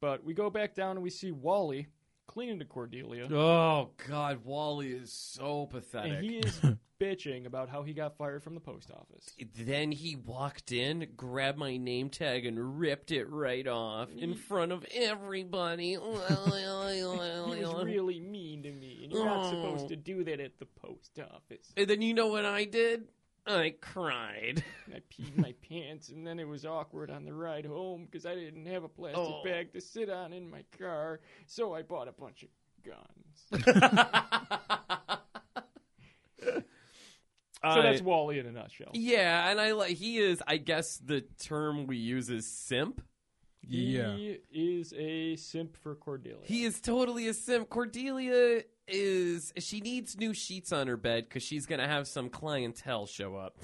Speaker 4: But we go back down and we see Wally clinging to Cordelia.
Speaker 2: Oh God, Wally is so pathetic.
Speaker 4: And he is bitching about how he got fired from the post office.
Speaker 2: then he walked in, grabbed my name tag, and ripped it right off in front of
Speaker 4: [laughs]
Speaker 2: everybody.
Speaker 4: He was really mean to me, and you're not
Speaker 2: Oh.
Speaker 4: supposed to do that at the post office.
Speaker 2: and then you know what I did? I
Speaker 4: [laughs]
Speaker 2: cried. [laughs]
Speaker 4: And I peed my pants, and then it was awkward on the ride home because I didn't have a plastic
Speaker 2: Oh.
Speaker 4: bag to sit on in my car, so I bought a bunch of guns. So that's Wally in a nutshell.
Speaker 2: yeah, and I like he is. I guess the term we use is simp.
Speaker 3: yeah,
Speaker 4: He is a simp for Cordelia.
Speaker 2: He is totally a simp. Cordelia is she needs new sheets on her bed because she's gonna have some clientele show up.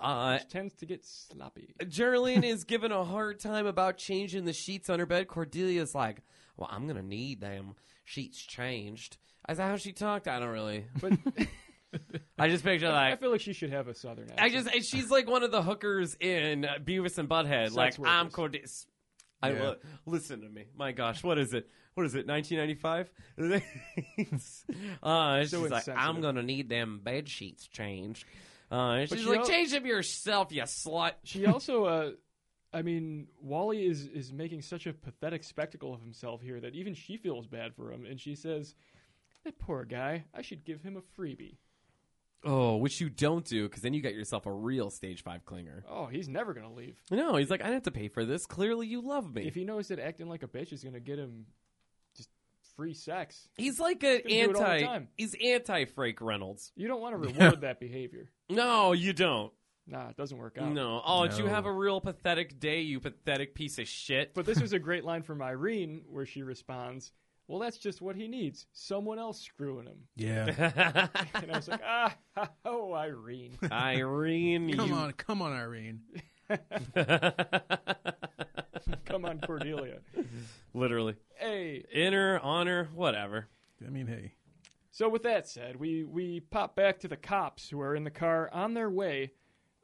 Speaker 2: Uh,
Speaker 4: Which tends to
Speaker 2: [laughs]
Speaker 4: get sloppy.
Speaker 2: Geraldine is given a hard time about changing the sheets on her bed. Cordelia's like, "Well, I'm gonna need them sheets changed." Is that how she talked? I don't really.
Speaker 4: But
Speaker 2: I just picture
Speaker 4: I
Speaker 2: like.
Speaker 4: feel like she should have a southern accent.
Speaker 2: I just and she's like one of the hookers in uh, Beavis and Butthead.
Speaker 4: Sex
Speaker 2: like I'm
Speaker 4: workers.
Speaker 2: Cordelia. I
Speaker 3: Yeah.
Speaker 2: lo- listen to me. My gosh, what is it? What is it? [laughs] 1995. uh, she's like,
Speaker 4: insensitive.
Speaker 2: I'm gonna need them bed sheets changed. Uh, she's
Speaker 4: you
Speaker 2: like,
Speaker 4: know-
Speaker 2: change them yourself, you slut.
Speaker 4: She also, uh, I mean, Wally is is making such a pathetic spectacle of himself here that even she feels bad for him, and she says, "That poor guy. I should give him a freebie."
Speaker 2: Oh, which you don't do because then you get yourself a real stage five clinger.
Speaker 4: Oh, he's never gonna leave.
Speaker 2: No, he's like, I don't have to pay for this. Clearly, you love me.
Speaker 4: If he knows that acting like a bitch is gonna get him just free sex,
Speaker 2: he's like an
Speaker 4: Gonna do it all the
Speaker 2: anti.
Speaker 4: time.
Speaker 2: He's anti Frank Reynolds.
Speaker 4: you
Speaker 2: [laughs]
Speaker 4: don't want to
Speaker 3: Yeah.
Speaker 4: reward that behavior.
Speaker 2: No, you don't.
Speaker 4: Nah, it doesn't work out.
Speaker 2: No. Oh, did you
Speaker 3: No.
Speaker 2: have a real pathetic day, you pathetic piece of shit.
Speaker 4: But this was a great line from Irene, where she responds, "Well, that's just what he needs. Someone else screwing him."
Speaker 3: yeah.
Speaker 2: [laughs]
Speaker 4: And I was like, "Ah, [laughs] oh, Irene."
Speaker 2: [laughs] Irene,
Speaker 3: Come
Speaker 2: you.
Speaker 3: on, come on, Irene.
Speaker 4: Come on, Cordelia.
Speaker 2: [laughs] Literally.
Speaker 4: Hey,
Speaker 2: Inner, honor, whatever.
Speaker 3: I mean, hey,
Speaker 4: so with that said, we we pop back to the cops who are in the car on their way,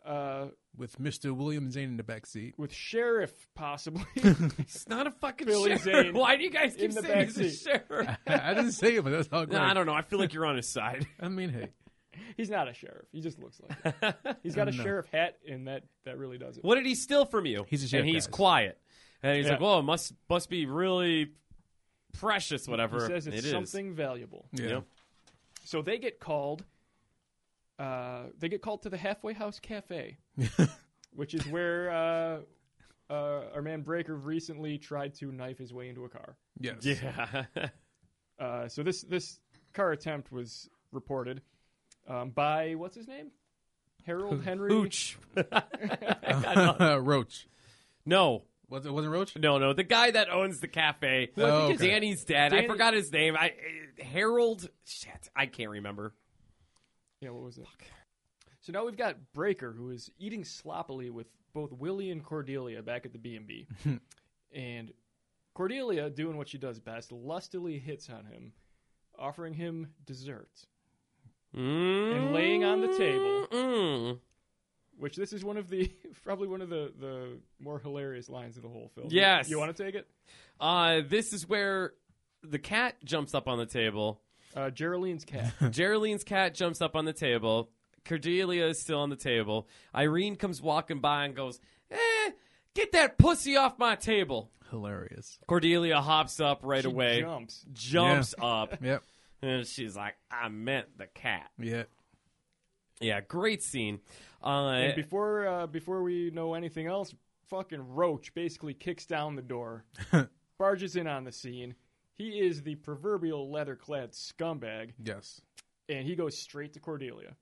Speaker 4: uh,
Speaker 3: with Mister William Zane in the back seat. [laughs]
Speaker 4: with sheriff
Speaker 2: [laughs]
Speaker 4: possibly.
Speaker 2: It's not a fucking
Speaker 4: Billy
Speaker 2: sheriff.
Speaker 4: Zane
Speaker 2: Why do you guys keep
Speaker 4: in the
Speaker 2: saying he's a
Speaker 4: backseat.
Speaker 2: [laughs] sheriff?
Speaker 3: I didn't say it, but that's how. it
Speaker 2: [laughs] no, I
Speaker 3: goes.
Speaker 2: don't know. I feel like you're on his [laughs] side.
Speaker 3: I mean, hey,
Speaker 4: He's not a sheriff. He just looks like it. He's
Speaker 2: [laughs]
Speaker 4: got a
Speaker 3: No.
Speaker 4: sheriff hat, and that that really does it.
Speaker 2: What did he steal from you?
Speaker 3: He's a sheriff,
Speaker 2: And he's
Speaker 3: guys.
Speaker 2: quiet. And he's
Speaker 4: Yeah.
Speaker 2: like, "Whoa, must must be really precious, whatever."
Speaker 4: He says it's
Speaker 2: it is."
Speaker 4: something valuable.
Speaker 3: yeah,
Speaker 2: Yeah.
Speaker 4: So they get called. Uh, they get called to the halfway house
Speaker 3: [laughs]
Speaker 4: cafe, which is where uh, uh, our man Breaker recently tried to knife his way into a car.
Speaker 3: yes,
Speaker 2: [laughs] Yeah.
Speaker 4: Uh, so this this car attempt was reported um, by what's his name,
Speaker 3: [laughs]
Speaker 4: Harold
Speaker 2: [laughs]
Speaker 4: Henry.
Speaker 2: Hooch.
Speaker 3: Roach.
Speaker 2: no.
Speaker 3: Was it wasn't Roach?
Speaker 2: No, no. The guy that owns the cafe.
Speaker 3: Who I think Oh, is- okay.
Speaker 2: Danny's dad. I
Speaker 4: Danny-
Speaker 2: forgot his name. I uh, Harold shit, I can't remember.
Speaker 4: Yeah, what was it? So now we've got Breaker, who is eating sloppily with both Willie and Cordelia back at the B and [laughs] B, and Cordelia doing what she does best, lustily hits on him, offering him dessert.
Speaker 2: And
Speaker 4: laying on the table.
Speaker 2: Mm.
Speaker 4: Which this is one of the [laughs] probably one of the the more hilarious lines of the whole film.
Speaker 2: Yes.
Speaker 4: you, want to take it?
Speaker 2: Uh this is where the cat jumps up on the table.
Speaker 4: Uh, Geraldine's [laughs] cat.
Speaker 2: Geraldine's cat jumps up on the table. Cordelia is still on the table. Irene comes walking by and goes, eh, get that pussy off my table.
Speaker 3: Hilarious.
Speaker 2: Cordelia hops up right
Speaker 4: She
Speaker 2: away,
Speaker 4: jumps.
Speaker 2: jumps up,
Speaker 3: Yep.
Speaker 2: and she's like, I meant the cat.
Speaker 3: Yeah.
Speaker 2: Yeah, great scene.
Speaker 4: And
Speaker 2: Uh,
Speaker 4: before uh, before we know anything else, fucking roach basically kicks down the door, barges in on the scene. He is the proverbial leather clad scumbag,
Speaker 3: Yes,
Speaker 4: and he goes straight to Cordelia.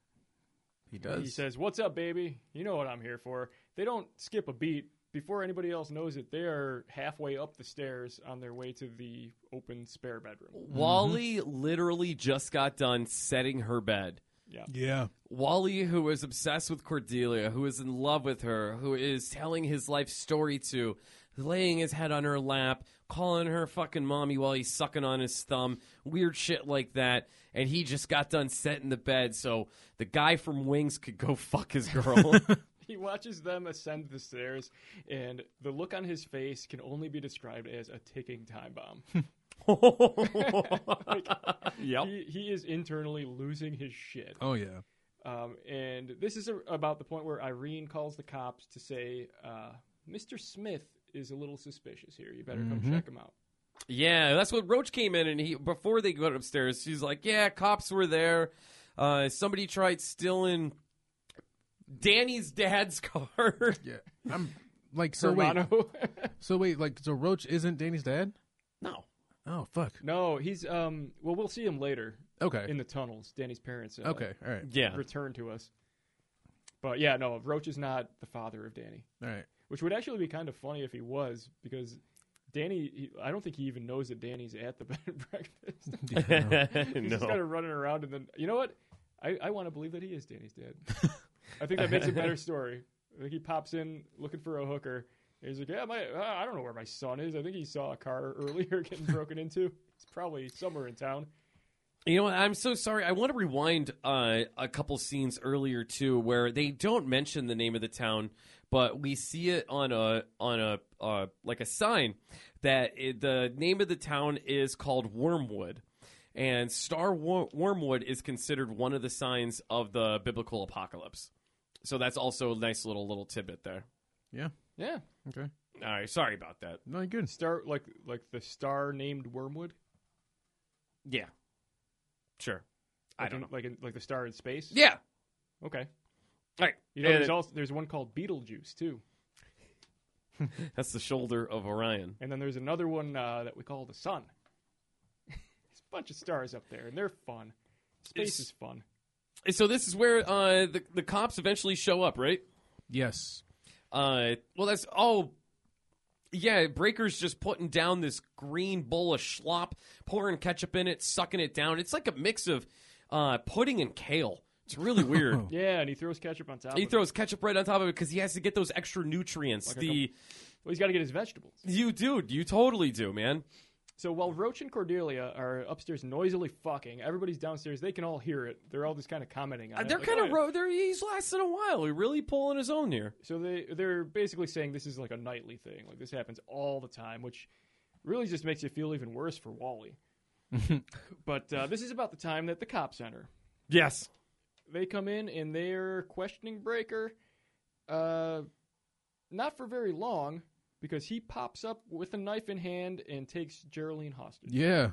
Speaker 3: he does.
Speaker 4: He says, What's up, baby? You know what I'm here for. They don't skip a beat. Before anybody else knows it, they are halfway up the stairs on their way to the open spare bedroom.
Speaker 2: Wally literally just got done setting her bed.
Speaker 4: Yeah.
Speaker 3: yeah,
Speaker 2: Wally, who is obsessed with Cordelia, who is in love with her, who is telling his life story to, laying his head on her lap, calling her fucking mommy while he's sucking on his thumb, weird shit like that. And he just got done setting the bed, so the guy from Wings could go [laughs] fuck his girl.
Speaker 4: He watches them ascend the stairs, and the look on his face can only be described as a ticking time bomb.
Speaker 2: yep.
Speaker 4: He, he is internally losing his shit.
Speaker 3: oh yeah,
Speaker 4: Um, and this is a, about the point where Irene calls the cops to say, uh, Mr. Smith is a little suspicious here. You better
Speaker 3: Mm-hmm.
Speaker 4: come check him out.
Speaker 2: Yeah, that's what Roach came in, and he before they went upstairs, she's like, "Yeah, cops were there. Uh, somebody tried stealing Danny's dad's [laughs] car."
Speaker 3: yeah. I'm like so wait,
Speaker 4: Romano.
Speaker 3: so wait, like so Roach isn't Danny's dad?
Speaker 2: no,
Speaker 3: Oh fuck.
Speaker 4: [laughs] no, he's, um, well, we'll see him later
Speaker 3: Okay.
Speaker 4: in the tunnels. Danny's parents uh,
Speaker 3: okay. All right.
Speaker 2: yeah, [laughs]
Speaker 4: return to us. But yeah, no, Roach is not the father of Danny.
Speaker 3: All
Speaker 4: [laughs]
Speaker 3: right.
Speaker 4: which would actually be kind of funny if he was because Danny he, I don't think he even knows that Danny's at the [laughs] bed and breakfast.
Speaker 3: Yeah,
Speaker 2: [laughs]
Speaker 4: He's just kind of running around and then you know what? I, I want to believe that he is Danny's dad. I think that makes
Speaker 2: [laughs]
Speaker 4: a better story. I think he pops in looking for a hooker. and He's like, yeah, my uh, I don't know where my son is. I think he saw a car [laughs] earlier getting broken into. It's probably somewhere in town.
Speaker 2: You know, what? I'm so sorry. I want to rewind uh, a couple scenes earlier too, where they don't mention the name of the town, but we see it on a on a uh, like a sign that it, the name of the town is called Wormwood, and Star Wor- Wormwood is considered one of the signs of the biblical apocalypse. So that's also a nice little little tidbit there.
Speaker 3: yeah.
Speaker 4: Yeah,
Speaker 3: Okay.
Speaker 2: All right, sorry about that.
Speaker 3: No, you're good.
Speaker 4: star like like the star named Wormwood.
Speaker 2: Yeah, sure.
Speaker 4: Like
Speaker 2: I don't
Speaker 4: in-
Speaker 2: know.
Speaker 4: like in, like the star in space.
Speaker 2: Yeah.
Speaker 4: Okay.
Speaker 2: All right.
Speaker 4: You know, there's
Speaker 2: And
Speaker 4: also there's one called Beetlejuice too,
Speaker 2: that's the shoulder of Orion.
Speaker 4: and then there's another one uh, that we call the Sun. there's a bunch of stars up there, and they're fun. Space
Speaker 2: It's-
Speaker 4: is fun.
Speaker 2: And so this is where uh, the the cops eventually show up, right?
Speaker 3: Yes.
Speaker 2: Uh, well, that's oh, yeah. Breaker's just putting down this green bowl of schlop, pouring ketchup in it, sucking it down. It's like a mix of uh, pudding and kale. It's really weird.
Speaker 4: [laughs] Yeah, and he throws ketchup on top.
Speaker 2: He
Speaker 4: of it.
Speaker 2: throws ketchup right on top of it because he has to get those extra nutrients.
Speaker 4: Like a
Speaker 2: the
Speaker 4: Well, he's got to get his vegetables.
Speaker 2: you do, you totally do, man.
Speaker 4: So while Roach and Cordelia are upstairs noisily fucking, everybody's downstairs. They can all hear it. They're all just kind of commenting on it.
Speaker 2: Uh, They're
Speaker 4: like,
Speaker 2: kind
Speaker 4: "Oh,
Speaker 2: of
Speaker 4: yeah."
Speaker 2: ro- they're, he's lasting a while. He's really pulling his own here.
Speaker 4: So they they're basically saying this is like a nightly thing. Like this happens all the time, which really just makes you feel even worse
Speaker 2: [laughs]
Speaker 4: for Wally. but uh, this is about the time that the cops enter.
Speaker 2: Yes.
Speaker 4: they come in and they're questioning Breaker. Uh, not for very long because he pops up with a knife in hand and takes Geraldine hostage.
Speaker 3: Yeah.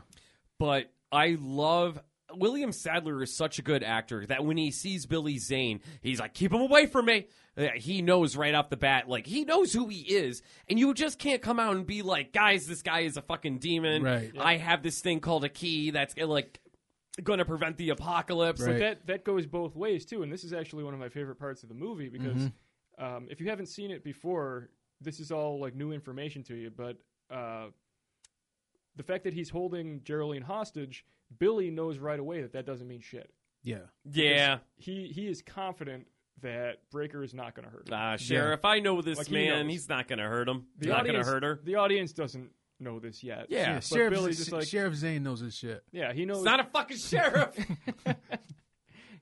Speaker 2: but I love William Sadler is such a good actor that when he sees Billy Zane, he's like, "Keep him away from me." Yeah, He knows right off the bat, like he knows who he is, and you just can't come out and be like, "Guys, this guy is a fucking demon."
Speaker 3: Right.
Speaker 2: I have this thing called a key that's uh, like going to prevent the apocalypse.
Speaker 3: Right.
Speaker 4: But that that goes both ways too, and this is actually one of my favorite parts of the movie because um, if you haven't seen it before, this is all like new information to you. But uh, the fact that he's holding Geraldine hostage, Billy knows right away that that doesn't mean shit.
Speaker 3: Yeah.
Speaker 2: Yeah,
Speaker 4: He he is confident that Breaker is not going to hurt him.
Speaker 2: ah, sheriff, I know this
Speaker 4: Like, he
Speaker 2: man.
Speaker 4: knows.
Speaker 2: he's not going to hurt him.
Speaker 4: The
Speaker 2: not going
Speaker 4: audience,
Speaker 2: to hurt her.
Speaker 4: The audience doesn't know this yet.
Speaker 2: Yeah.
Speaker 3: Yeah,
Speaker 2: But
Speaker 3: Sheriff,
Speaker 4: Billy's just like-
Speaker 3: Sheriff Zane knows his shit.
Speaker 4: yeah, he knows.
Speaker 2: It's not a fucking sheriff.
Speaker 3: [laughs]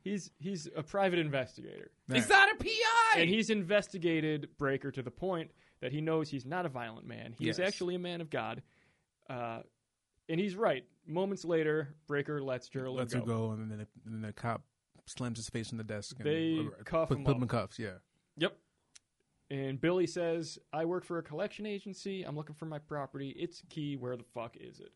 Speaker 4: he's he's a private investigator,
Speaker 2: It's not a PI.
Speaker 4: and he's investigated Breaker to the point that he knows he's not a violent man. He's
Speaker 3: Yes.
Speaker 4: actually a man of God, uh, and he's right. Moments later, Breaker lets Gerald
Speaker 3: Lets
Speaker 4: go.
Speaker 3: her go, and then, the, and then the cop slams his face on the desk. And
Speaker 4: They
Speaker 3: or-
Speaker 4: cuff
Speaker 3: put,
Speaker 4: him
Speaker 3: put him
Speaker 4: up.
Speaker 3: in cuffs. Yeah.
Speaker 2: yep.
Speaker 4: And Billy says, "I work for a collection agency. I'm looking for my property. It's key. Where the fuck is it?"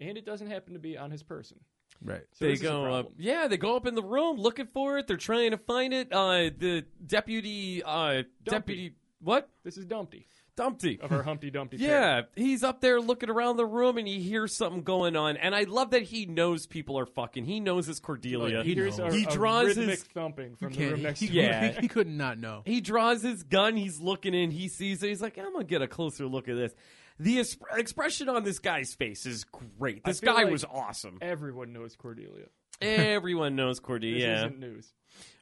Speaker 4: And it doesn't happen to be on his person.
Speaker 3: Right.
Speaker 4: So
Speaker 2: they
Speaker 4: this is a
Speaker 2: go up.
Speaker 4: problem.
Speaker 2: Yeah, they go up in the room looking for it. They're trying to find it. Uh, the deputy, uh, deputy What?
Speaker 4: This is Dumpty
Speaker 2: Dumpty.
Speaker 4: of our Humpty Dumpty. parody.
Speaker 2: Yeah, he's up there looking around the room and he hears something going on. And I love that he knows people are fucking. He knows it's
Speaker 4: Oh,
Speaker 2: Cordelia.
Speaker 3: He
Speaker 4: Here's a,
Speaker 2: He
Speaker 4: a
Speaker 2: draws his-
Speaker 4: rhythmic thumping from the
Speaker 3: Can't-
Speaker 4: room next
Speaker 3: he,
Speaker 4: to
Speaker 2: Yeah.
Speaker 4: him.
Speaker 3: he, he could not know.
Speaker 2: He draws his gun. He's looking in. He sees it. He's like, I'm going to get a closer look at this. The es- expression on this guy's face is great. This
Speaker 4: feel
Speaker 2: guy
Speaker 4: like-
Speaker 2: was
Speaker 4: [laughs]
Speaker 2: awesome.
Speaker 4: Everyone knows Cordelia.
Speaker 2: Everyone knows
Speaker 4: This
Speaker 2: Cordelia.
Speaker 4: isn't news.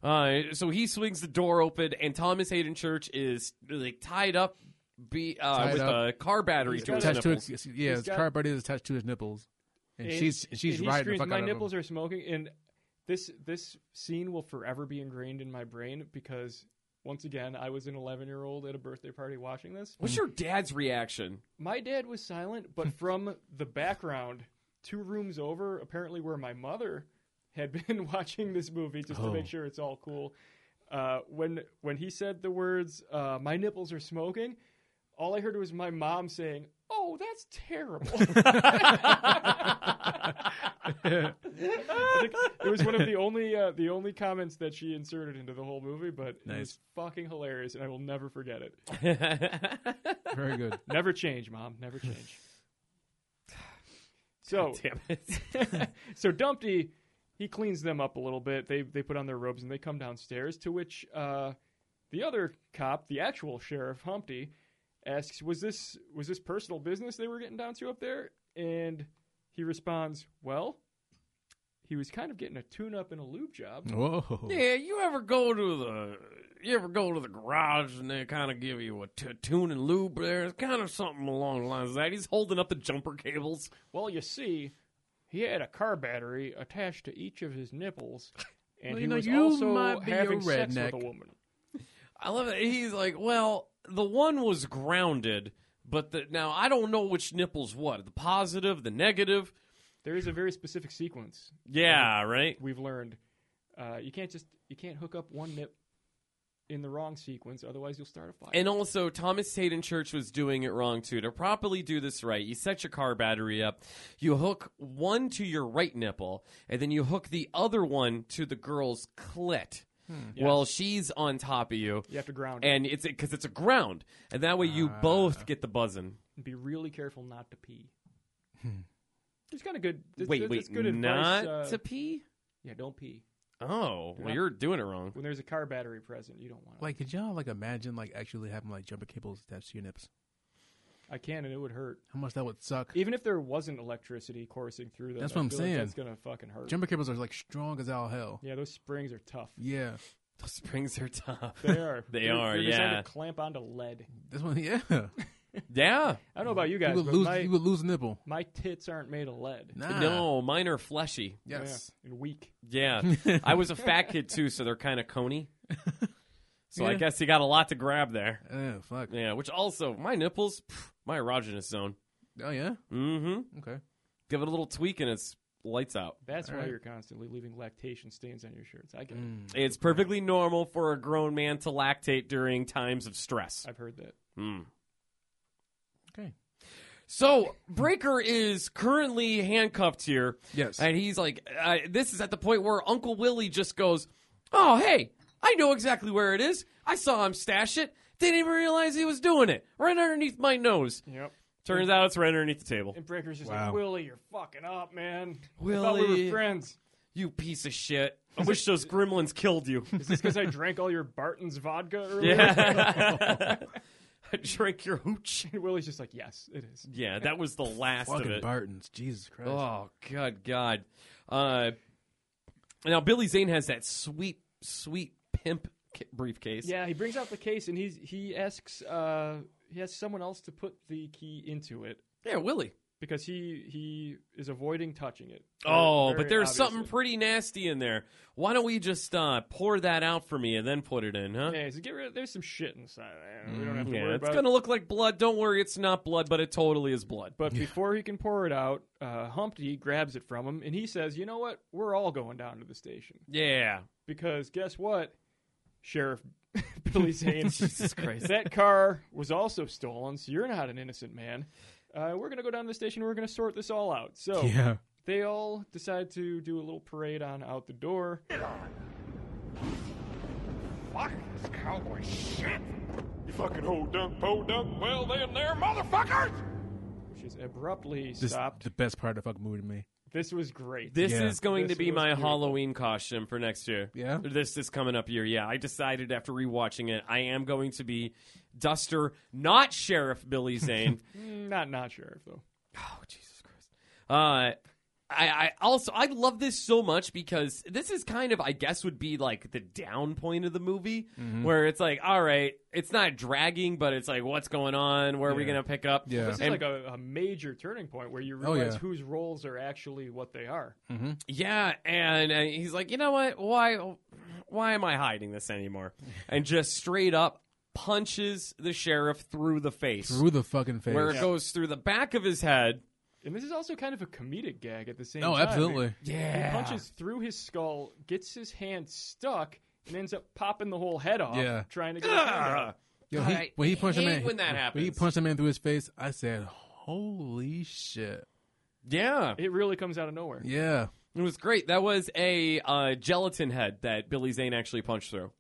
Speaker 2: Uh, so he swings the door open, and Thomas Hayden Church is like tied up, be, uh,
Speaker 3: Tied
Speaker 2: with
Speaker 3: up.
Speaker 2: a car battery
Speaker 4: He's
Speaker 2: to his
Speaker 4: got
Speaker 3: attached
Speaker 2: nipples.
Speaker 3: to his, yeah, his
Speaker 4: got-
Speaker 3: car buddy is attached to his nipples, and,
Speaker 4: And-
Speaker 3: she's she's
Speaker 4: and he
Speaker 3: riding
Speaker 4: screams,
Speaker 3: the fuck
Speaker 4: My
Speaker 3: out
Speaker 4: nipples
Speaker 3: of
Speaker 4: are smoking, and this this scene will forever be ingrained in my brain because once again, I was an 11 year old at a birthday party watching this.
Speaker 2: What's your dad's reaction? [laughs]
Speaker 4: My dad was silent,
Speaker 3: [laughs]
Speaker 4: but from the background, two rooms over, apparently where my mother had [laughs] been watching this movie just to
Speaker 3: Oh.
Speaker 4: make sure it's all cool. Uh, when when he said the words, uh, "My nipples are smoking," all I heard was my mom saying, "Oh, that's terrible." [laughs] I think it was one of the only uh, the only comments that she inserted into the whole movie, but it was
Speaker 3: Nice.
Speaker 4: fucking hilarious, and I will never forget it.
Speaker 3: him. Very
Speaker 4: [laughs]
Speaker 3: good.
Speaker 4: Never change, mom. Never change. So,
Speaker 2: Damn it. [laughs]
Speaker 4: [laughs] so Dumpty, he cleans them up a little bit. They they put on their robes and they come downstairs. To which uh, the other cop, the actual sheriff Humpty, asks, "Was this was this personal business they were getting down to up there?" And he responds, "Well." He was kind of getting a tune-up and a lube job.
Speaker 3: Whoa.
Speaker 2: Yeah, you ever go to the you ever go to the garage and they kind of give you a t- tune and lube there? It's kind of something along the lines of that. He's holding up the jumper cables.
Speaker 4: Well, you see, he had a car battery attached to each of
Speaker 3: [laughs]
Speaker 4: his nipples, and
Speaker 3: Well,
Speaker 4: he
Speaker 3: you know,
Speaker 4: was
Speaker 3: you
Speaker 4: also
Speaker 3: might be a
Speaker 4: having sex with
Speaker 3: redneck.
Speaker 4: a woman.
Speaker 2: I love it. He's like, well, the one was grounded, but the, now I don't know which nipple's what. The positive, the negative.
Speaker 4: There is a very specific sequence
Speaker 2: Yeah, right.
Speaker 4: we've learned. Uh, you can't just you can't hook up one nip in the wrong sequence, otherwise you'll start a fire.
Speaker 2: And also, Thomas Hayden Church was doing it wrong too. To properly do this right, you set your car battery up, you hook one to your right nipple, and then you hook the other one to the girl's clit. While she's on top of you,
Speaker 4: you have to ground it
Speaker 2: and it's because it's a ground, and that way you both get the buzzing.
Speaker 4: and be really careful not to pee.
Speaker 3: Hmm.
Speaker 4: It's kind of good. It's,
Speaker 2: wait,
Speaker 4: it's,
Speaker 2: wait,
Speaker 4: it's good
Speaker 2: not
Speaker 4: advice. uh,
Speaker 2: to pee?
Speaker 4: yeah, don't pee
Speaker 2: Oh, well,
Speaker 4: not-
Speaker 2: you're doing it wrong.
Speaker 4: when there's a car battery present. You don't want.
Speaker 3: Like, could y'all like imagine like actually having like jumper cables attached to your nips?
Speaker 4: I can, and it would hurt.
Speaker 3: How much that would suck.
Speaker 4: Even if there wasn't electricity coursing through them,
Speaker 3: That's
Speaker 4: I
Speaker 3: what I'm
Speaker 4: feel like
Speaker 3: saying.
Speaker 4: that's gonna fucking hurt.
Speaker 3: Jumper cables are like strong as all hell.
Speaker 4: yeah, those springs are tough.
Speaker 3: Yeah,
Speaker 2: [laughs] Those springs are tough.
Speaker 4: [laughs]
Speaker 2: [laughs]
Speaker 4: They are.
Speaker 2: They
Speaker 4: They're-
Speaker 2: are,
Speaker 4: They're designed
Speaker 2: yeah.
Speaker 4: to clamp onto lead.
Speaker 3: this one. [laughs] Yeah, you
Speaker 2: yeah.
Speaker 4: I don't know about you guys,
Speaker 3: would
Speaker 4: but
Speaker 3: lose.
Speaker 4: my,
Speaker 3: You would lose a nipple.
Speaker 4: my tits aren't made of lead.
Speaker 3: Nah.
Speaker 2: No, mine are fleshy.
Speaker 3: Yes.
Speaker 4: Yeah, and weak.
Speaker 2: Yeah. I was a fat kid too, so they're kind of coney. So I
Speaker 3: Yeah.
Speaker 2: guess he got a lot to grab there.
Speaker 3: Oh fuck.
Speaker 2: Yeah, which also, my nipples, pff, my erogenous zone.
Speaker 3: Oh yeah.
Speaker 2: Mm hmm.
Speaker 3: Okay.
Speaker 2: Give it a little tweak and it's lights out.
Speaker 4: That's
Speaker 3: All
Speaker 4: why
Speaker 3: right.
Speaker 4: you're constantly leaving lactation stains on your shirts. I get it.
Speaker 3: Mm.
Speaker 2: It's perfectly normal for a grown man to lactate during times of stress.
Speaker 4: I've heard that.
Speaker 2: Mm.
Speaker 3: Okay.
Speaker 2: So Breaker is currently handcuffed here.
Speaker 3: Yes.
Speaker 2: And he's like, uh, this is at the point where Uncle Willie just goes, oh, hey, I know exactly where it is. I saw him stash it. Didn't even realize he was doing it. Right underneath my nose.
Speaker 4: Yep.
Speaker 2: Turns out it's right underneath the table.
Speaker 4: And Breaker's just
Speaker 3: Wow.
Speaker 4: like, Willie, you're fucking up, man. I thought we
Speaker 2: Willie.
Speaker 4: were friends.
Speaker 2: You piece of shit. I wish those gremlins killed [laughs] you.
Speaker 4: Is this because I drank all your Barton's vodka earlier?
Speaker 2: Yeah. I drank your hooch.
Speaker 4: And [laughs] Willie's just like, yes, it is.
Speaker 2: Yeah, that was the last of
Speaker 3: Fucking
Speaker 2: it.
Speaker 3: Bartons. Jesus Christ.
Speaker 2: Oh, good God. Uh, now, Billy Zane has that sweet, sweet pimp ki- briefcase.
Speaker 4: Yeah, he brings out the case and he's he asks uh, he asks someone else to put the key into it
Speaker 2: Yeah, Willie.
Speaker 4: because he he is avoiding touching it.
Speaker 2: Oh,
Speaker 4: Very
Speaker 2: but there's something
Speaker 4: obviously.
Speaker 2: pretty nasty in there. Why don't we just uh, pour that out for me and then put it in, huh? Mm,
Speaker 4: Yeah, so get rid. There's some shit inside. There. We don't have to
Speaker 2: Yeah,
Speaker 4: worry
Speaker 2: it's
Speaker 4: about
Speaker 2: gonna
Speaker 4: it.
Speaker 2: look like blood. Don't worry, it's not blood, but it totally is blood. [laughs]
Speaker 4: But before he can pour it out, uh, Humpty grabs it from him and he says, "You know what? We're all going down to the station
Speaker 2: Yeah,
Speaker 4: because guess what, Sheriff [laughs] Billy
Speaker 2: [laughs]
Speaker 4: Zane,
Speaker 2: Jesus Christ.
Speaker 4: that car was also stolen. So you're not an innocent man. Uh, we're gonna go down to the station. We're gonna sort this all out." So
Speaker 3: Yeah.
Speaker 4: they all decide to do a little parade on out the door.
Speaker 5: Fuck this cowboy shit. You fucking ho dunk, po dunk. Well, then, there, motherfuckers.
Speaker 4: which is abruptly
Speaker 3: This
Speaker 4: stopped.
Speaker 3: the best part of the fucking movie to me.
Speaker 4: This was great.
Speaker 2: This
Speaker 3: Yeah.
Speaker 2: is going
Speaker 4: This
Speaker 2: to be
Speaker 4: was
Speaker 2: my
Speaker 4: beautiful.
Speaker 2: Halloween costume for next year.
Speaker 3: Yeah?
Speaker 2: This is coming up year. Yeah. I decided after rewatching it, I am going to be Duster, not Sheriff Billy Zane.
Speaker 4: Mm, not not sheriff though.
Speaker 2: oh, Jesus Christ. Uh, I, I also I love this so much because this is kind of I guess would be like the down point of the movie
Speaker 3: Mm-hmm.
Speaker 2: where it's like all right it's not dragging but it's like what's going on where are we
Speaker 3: Yeah.
Speaker 2: gonna pick up
Speaker 3: Yeah.
Speaker 4: This is
Speaker 2: And-
Speaker 4: like a, a major turning point where you
Speaker 3: Oh,
Speaker 4: realize
Speaker 3: yeah.
Speaker 4: whose roles are actually what they are.
Speaker 3: Mm-hmm.
Speaker 2: Yeah, and uh, he's like, you know what? Why, why am I hiding
Speaker 3: [laughs]
Speaker 2: this anymore? And just straight up punches the sheriff through the face,
Speaker 3: Through the fucking face.
Speaker 2: where it goes through the back of his head.
Speaker 4: And this is also kind of a comedic gag at the same
Speaker 3: No,
Speaker 4: time.
Speaker 3: absolutely.
Speaker 4: He
Speaker 2: Yeah,
Speaker 4: punches through his skull, gets his hand stuck, and ends up popping the whole head off
Speaker 3: Yeah.
Speaker 4: trying to get his hand
Speaker 2: Ah!
Speaker 4: out.
Speaker 3: Yo,
Speaker 2: God,
Speaker 3: he,
Speaker 2: I
Speaker 3: when he punched a
Speaker 2: hate
Speaker 3: man,
Speaker 2: when that
Speaker 3: he
Speaker 2: happens.
Speaker 3: punched a man through his face, I said, "Holy shit!"
Speaker 2: yeah.
Speaker 4: It really comes out of nowhere.
Speaker 3: Yeah,
Speaker 2: It was great. That was a uh, gelatin head that Billy Zane actually punched through.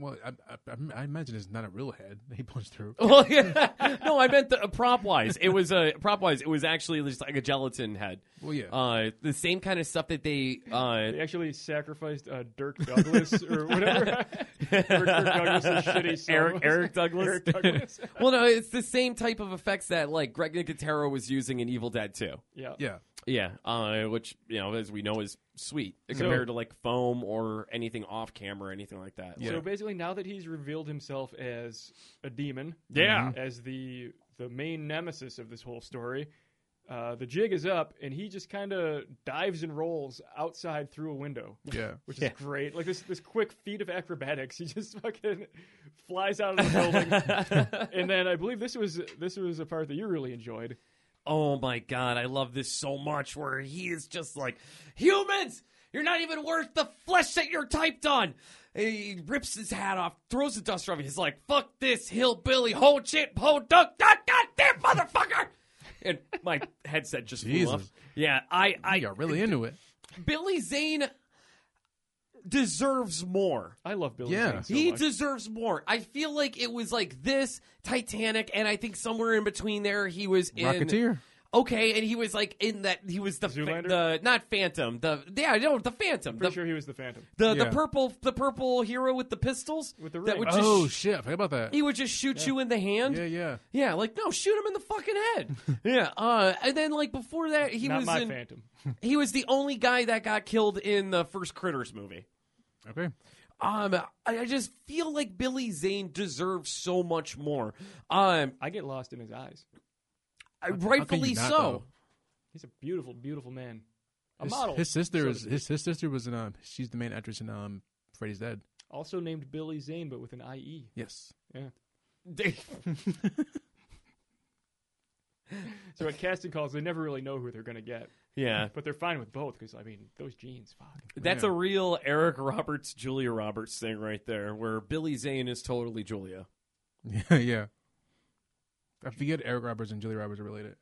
Speaker 3: well, I, I, I imagine it's not a real head that he punched through.
Speaker 2: [laughs] Well, yeah. no, I meant the, uh, prop wise. It was uh, prop wise. It was actually just like a gelatin head.
Speaker 3: Well, yeah.
Speaker 2: Uh, the same kind of stuff that they uh,
Speaker 4: They actually sacrificed uh, Dirk Douglas
Speaker 2: [laughs]
Speaker 4: or whatever. Or Kirk Douglas's shitty son
Speaker 2: Eric
Speaker 4: was-
Speaker 2: Eric Douglas. [laughs]
Speaker 4: Eric Douglas.
Speaker 2: well, no, it's the same type of effects that like Greg Nicotero was using in Evil Dead 2.
Speaker 4: yeah.
Speaker 3: yeah,
Speaker 2: Yeah, uh, which you know, as we know, is sweet compared to like foam or anything off camera or anything like that.
Speaker 3: Yeah.
Speaker 4: So basically, now that he's revealed himself as a demon,
Speaker 2: Yeah.
Speaker 4: as the the main nemesis of this whole story, uh, the jig is up, and he just kind of dives and rolls outside through a window,
Speaker 2: [laughs]
Speaker 3: yeah.
Speaker 4: which
Speaker 2: Yeah.
Speaker 4: is great. Like this this quick feat of acrobatics, [laughs] he just fucking flies out of the
Speaker 3: [laughs]
Speaker 4: building.
Speaker 2: [laughs]
Speaker 4: and then I believe this was this was a part that you really enjoyed.
Speaker 2: oh my god, I love this so much. Where he is just like humans. You're not even worth the flesh that you're typed on. And He rips his hat off, throws the duster off. He's like, "Fuck this hillbilly, whole shit, whole duck, god, goddamn motherfucker!" And my [laughs] headset just flew off.
Speaker 3: Jesus.
Speaker 2: Yeah, I, I
Speaker 3: I got really into it.
Speaker 2: Billy Zane deserves more.
Speaker 4: I love Billy.
Speaker 3: Yeah.
Speaker 4: Zane so
Speaker 2: he
Speaker 4: much.
Speaker 2: deserves more. I feel like it was like this Titanic, and I think somewhere in between there he was in
Speaker 3: Rocketeer.
Speaker 2: Okay, and he was like in that he was the fa-
Speaker 4: Zoolander?
Speaker 2: the not Phantom the yeah no the Phantom the,
Speaker 4: Pretty sure he was the Phantom.
Speaker 2: the, the
Speaker 3: Yeah.
Speaker 2: purple the purple hero with the pistols
Speaker 4: With the
Speaker 2: that
Speaker 4: ring.
Speaker 2: would just
Speaker 3: Oh
Speaker 2: sh-
Speaker 3: shit! I forgot about that.
Speaker 2: he would just shoot you in the hand.
Speaker 3: Yeah, yeah.
Speaker 2: Yeah, like no, shoot him in the fucking
Speaker 3: [laughs]
Speaker 2: head. yeah, uh, and then like before that, he
Speaker 4: Not
Speaker 2: was
Speaker 4: my
Speaker 2: in,
Speaker 4: Phantom.
Speaker 2: he was the only guy that got killed in the first Critters movie.
Speaker 3: Okay.
Speaker 2: Um, I, I just feel like Billy Zane deserves so much more. Um,
Speaker 4: I get lost in his eyes.
Speaker 2: I- rightfully
Speaker 3: not,
Speaker 2: so.
Speaker 3: though?
Speaker 4: He's a beautiful, beautiful man. A
Speaker 3: His,
Speaker 4: model.
Speaker 3: his sister
Speaker 4: so to
Speaker 3: is
Speaker 4: speak.
Speaker 3: his, his sister was in um she's the main actress in um Freddy's Dead.
Speaker 4: also named Billy Zane, but with an IE.
Speaker 3: Yes.
Speaker 4: Yeah.
Speaker 2: Dave-
Speaker 4: So at casting calls, they never really know who they're going to get,
Speaker 2: [laughs] yeah,
Speaker 4: but they're fine with both because I mean, those genes, fuck.
Speaker 2: that's
Speaker 3: Yeah.
Speaker 2: a real Eric Roberts, Julia Roberts thing right there, where Billy Zane is totally Julia.
Speaker 3: Yeah, yeah. I forget Eric Roberts and Julie Roberts are related.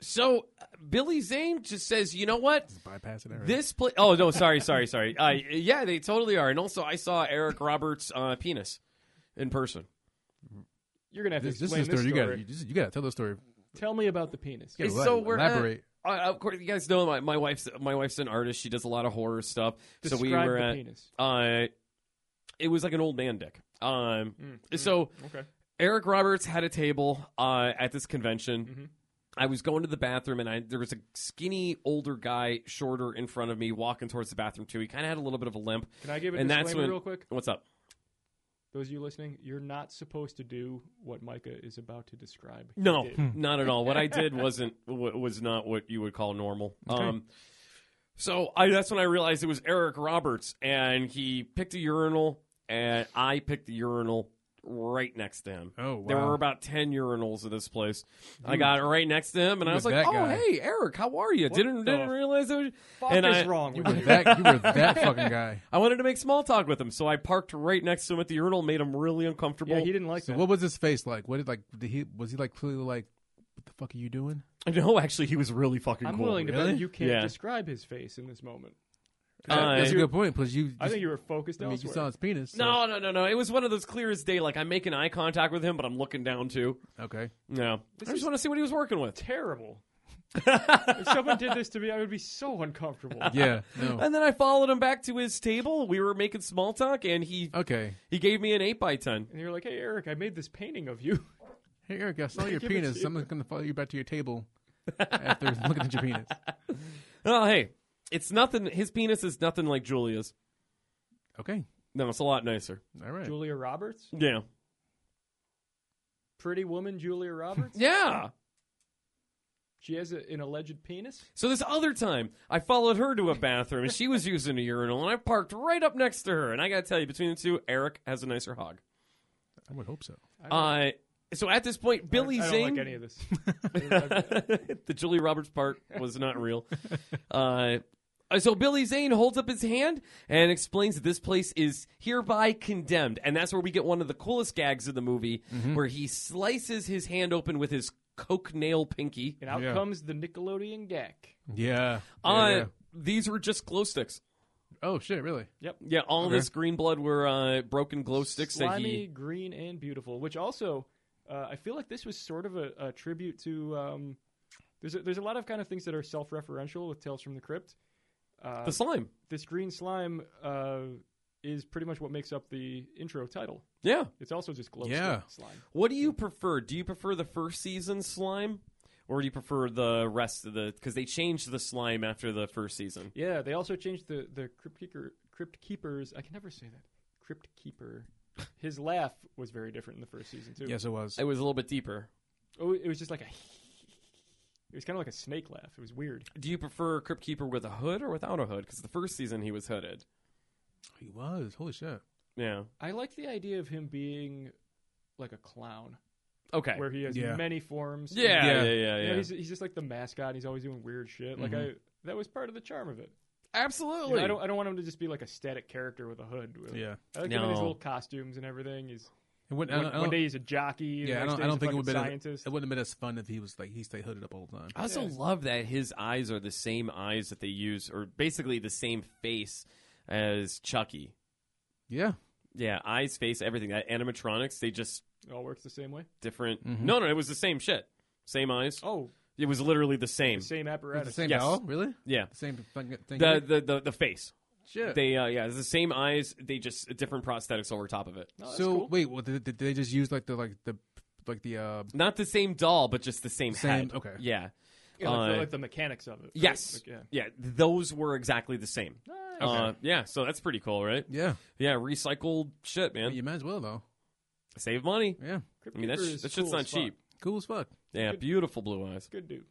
Speaker 2: So uh, Billy Zane just says, you know what?
Speaker 3: Just bypassing it. right?
Speaker 2: This place. Oh no, sorry, sorry, sorry. [laughs] Uh, yeah, they totally are. And also, I saw Eric Roberts' uh, penis in person.
Speaker 4: You're gonna have
Speaker 3: this,
Speaker 4: to
Speaker 3: this
Speaker 4: explain
Speaker 3: is
Speaker 4: this
Speaker 3: the story.
Speaker 4: story.
Speaker 3: You got you, just- you got to tell the story.
Speaker 4: Tell me about the penis.
Speaker 3: You gotta
Speaker 2: So
Speaker 3: elab-
Speaker 2: we're at-
Speaker 3: elaborate.
Speaker 2: Uh, of course, you guys know my, my wife's my wife's an artist. She does a lot of horror stuff.
Speaker 4: Describe
Speaker 2: so we were
Speaker 4: the
Speaker 2: at
Speaker 4: penis.
Speaker 2: uh, it was like an old man dick. Um,
Speaker 4: Mm,
Speaker 2: so
Speaker 4: Okay.
Speaker 2: Eric Roberts had a table uh, at this convention.
Speaker 4: Mhm.
Speaker 2: I was going to the bathroom, and I there was a skinny older guy, shorter in front of me, walking towards the bathroom too. He kind of had a little bit of a limp.
Speaker 4: Can I give a
Speaker 2: And that's
Speaker 4: disclaimer
Speaker 2: when-
Speaker 4: real quick?
Speaker 2: What's up?
Speaker 4: Those of you listening, you're not supposed to do what Micah is about to describe. He
Speaker 2: No, [laughs]
Speaker 4: did.
Speaker 2: not at all. What I did wasn't wa- was not what you would call normal. Um, so I that's when I realized it was Eric Roberts, and he picked a urinal, and I picked the urinal right next to him.
Speaker 3: Oh, wow.
Speaker 2: There were about ten urinals in this place. I got right next to him, and I was
Speaker 3: was
Speaker 2: like,
Speaker 3: that
Speaker 2: "Oh,
Speaker 3: guy."
Speaker 2: hey, Eric, how are you?" Didn't
Speaker 4: the
Speaker 2: didn't realize it. Was,
Speaker 4: Fuck
Speaker 2: and
Speaker 4: is
Speaker 2: I,
Speaker 4: wrong with
Speaker 3: You were
Speaker 4: you?
Speaker 3: that you were that fucking guy.
Speaker 2: I wanted to make small talk with him, so I parked right next to him at the urinal, made him really uncomfortable.
Speaker 4: [laughs] Yeah, he didn't like
Speaker 3: So
Speaker 4: that.
Speaker 3: what was his face like? What did like did he was he like clearly like what the fuck are you doing?
Speaker 2: [laughs] no, actually, he was really fucking
Speaker 4: I'm
Speaker 2: cool.
Speaker 4: willing to bet
Speaker 3: Really?
Speaker 4: you can't
Speaker 2: Yeah.
Speaker 4: describe his face in this moment.
Speaker 2: Uh,
Speaker 3: That's a good point. Plus, you,
Speaker 4: I think you were focused
Speaker 3: I mean, you
Speaker 4: elsewhere.
Speaker 3: saw his penis. so-
Speaker 2: no, no, no, no. It was one of those clear as day. Like I'm making eye contact with him, but I'm looking down too.
Speaker 3: Okay.
Speaker 2: No, I just want to see what he was working with.
Speaker 4: Terrible.
Speaker 2: [laughs]
Speaker 4: if someone did this to me, I would be so uncomfortable.
Speaker 3: Yeah. No.
Speaker 2: And then I followed him back to his table. We were making small talk, and he
Speaker 3: Okay.
Speaker 2: he gave me an eight by ten.
Speaker 4: And you're like, hey, Eric, I made this painting of you.
Speaker 3: Hey, Eric, I saw your
Speaker 4: Give it to
Speaker 3: penis.
Speaker 4: you.
Speaker 3: Someone's going to follow you back to your table after looking at your penis.
Speaker 2: Oh, hey, it's nothing. His penis is nothing like Julia's.
Speaker 3: Okay.
Speaker 2: No, it's a lot nicer.
Speaker 3: All right.
Speaker 4: Julia Roberts?
Speaker 2: Yeah,
Speaker 4: Pretty woman Julia Roberts?
Speaker 2: yeah.
Speaker 4: She has a, an alleged penis?
Speaker 2: So this other time, I followed her to a bathroom, and she was using a urinal, and I parked right up next to her. And I gotta tell you, between the two, Eric has a nicer hog.
Speaker 3: I would hope so.
Speaker 2: Uh, so at this point, Billy
Speaker 4: I, I don't
Speaker 2: Zane,
Speaker 4: like any of this.
Speaker 2: [laughs] the Julie Roberts part was not real. Uh, so Billy Zane holds up his hand and explains that this place is hereby condemned, and that's where we get one of the coolest gags of the movie,
Speaker 3: Mm-hmm.
Speaker 2: where he slices his hand open with his coke nail pinky.
Speaker 4: and out
Speaker 3: Yeah.
Speaker 4: comes the Nickelodeon gack.
Speaker 3: Yeah.
Speaker 2: uh,
Speaker 3: yeah.
Speaker 2: These were just glow sticks.
Speaker 3: Oh, shit, really?
Speaker 2: Yeah, all
Speaker 3: Okay.
Speaker 2: this green blood were uh, broken glow sticks that
Speaker 4: Slimy,
Speaker 2: he.
Speaker 4: green, and beautiful. Which also, uh, I feel like this was sort of a, a tribute to. Um, there's a, there's a lot of kind of things that are self-referential with Tales from the Crypt. Uh,
Speaker 2: The slime.
Speaker 4: this green slime uh, is pretty much what makes up the intro title.
Speaker 2: Yeah.
Speaker 4: It's also just glow
Speaker 3: Yeah.
Speaker 4: stick slime.
Speaker 2: What do you prefer? Do you prefer the first season slime, or do you prefer the rest of the? Because they changed the slime after the first season.
Speaker 4: Yeah, they also changed the the crypt keeper crypt keepers. I can never say that. Crypt keeper. His laugh was very different in the first season too.
Speaker 3: Yes, it was.
Speaker 2: It was a little bit deeper.
Speaker 4: Oh, it was just like a. It was kind of like a snake laugh. It was weird.
Speaker 2: Do you prefer Crypt Keeper with a hood or without a hood? Because the first season he was hooded.
Speaker 3: He was. Holy shit.
Speaker 2: Yeah.
Speaker 4: I liked the idea of him being like a clown,
Speaker 2: Okay.
Speaker 4: where he has
Speaker 3: Yeah.
Speaker 4: many forms.
Speaker 2: yeah, yeah,
Speaker 3: Yeah.
Speaker 2: yeah, yeah,
Speaker 4: You know, he's he's just like the mascot. and He's always doing weird shit. Like I, that was part of the charm of it. You know,
Speaker 2: Absolutely.
Speaker 4: I don't I don't want him to just be like a static character with a hood.
Speaker 3: Yeah.
Speaker 4: I like him in his
Speaker 2: No.
Speaker 4: little costumes and everything. He's
Speaker 3: It wouldn't, I
Speaker 4: one,
Speaker 3: don't- I
Speaker 4: one
Speaker 3: don't-
Speaker 4: day he's a jockey. the
Speaker 3: uh, yeah, I don't,
Speaker 4: next day
Speaker 3: I don't
Speaker 4: he's a
Speaker 3: think it
Speaker 4: fucking
Speaker 3: would have been.
Speaker 4: scientist.
Speaker 3: It wouldn't have been as fun if he was like he stayed hooded up all the time.
Speaker 2: I also
Speaker 4: Yeah.
Speaker 2: love that his eyes are the same eyes that they use, or basically the same face as Chucky.
Speaker 3: Yeah.
Speaker 2: Yeah, eyes, face, everything. That animatronics, they just
Speaker 4: It all works the same way.
Speaker 2: different.
Speaker 3: Mm-hmm.
Speaker 2: No, no, it was the same shit. Same eyes.
Speaker 4: Oh,
Speaker 2: It was literally the same.
Speaker 4: the same
Speaker 3: It's the
Speaker 4: apparatus.
Speaker 3: same
Speaker 2: Yes.
Speaker 3: doll? Really?
Speaker 2: Yeah.
Speaker 3: The same thing. thing
Speaker 2: The the the, the face.
Speaker 3: shit.
Speaker 2: They uh, yeah, it's the same eyes. They just different prosthetics over top of it.
Speaker 4: Oh, that's
Speaker 3: so
Speaker 4: cool.
Speaker 3: wait, well, did, did they just use like the like the like the uh
Speaker 2: Not the same doll, but just the same,
Speaker 3: Same-
Speaker 2: head.
Speaker 3: okay.
Speaker 2: Yeah.
Speaker 4: Yeah, like, the,
Speaker 2: Uh,
Speaker 4: like the mechanics of it. right?
Speaker 2: Yes.
Speaker 4: Like, yeah.
Speaker 2: yeah. Those were exactly the same. Uh, yeah. So that's pretty cool, right?
Speaker 3: yeah?
Speaker 2: Yeah. Recycled shit, man.
Speaker 3: You might as well though.
Speaker 2: Save money.
Speaker 3: Yeah,
Speaker 4: Crypt
Speaker 2: I mean, that's
Speaker 4: Keeper is
Speaker 2: that shit's
Speaker 4: cool
Speaker 2: not
Speaker 4: as fuck.
Speaker 2: cheap.
Speaker 3: cool as fuck.
Speaker 2: Yeah. Beautiful blue eyes.
Speaker 4: Good dude.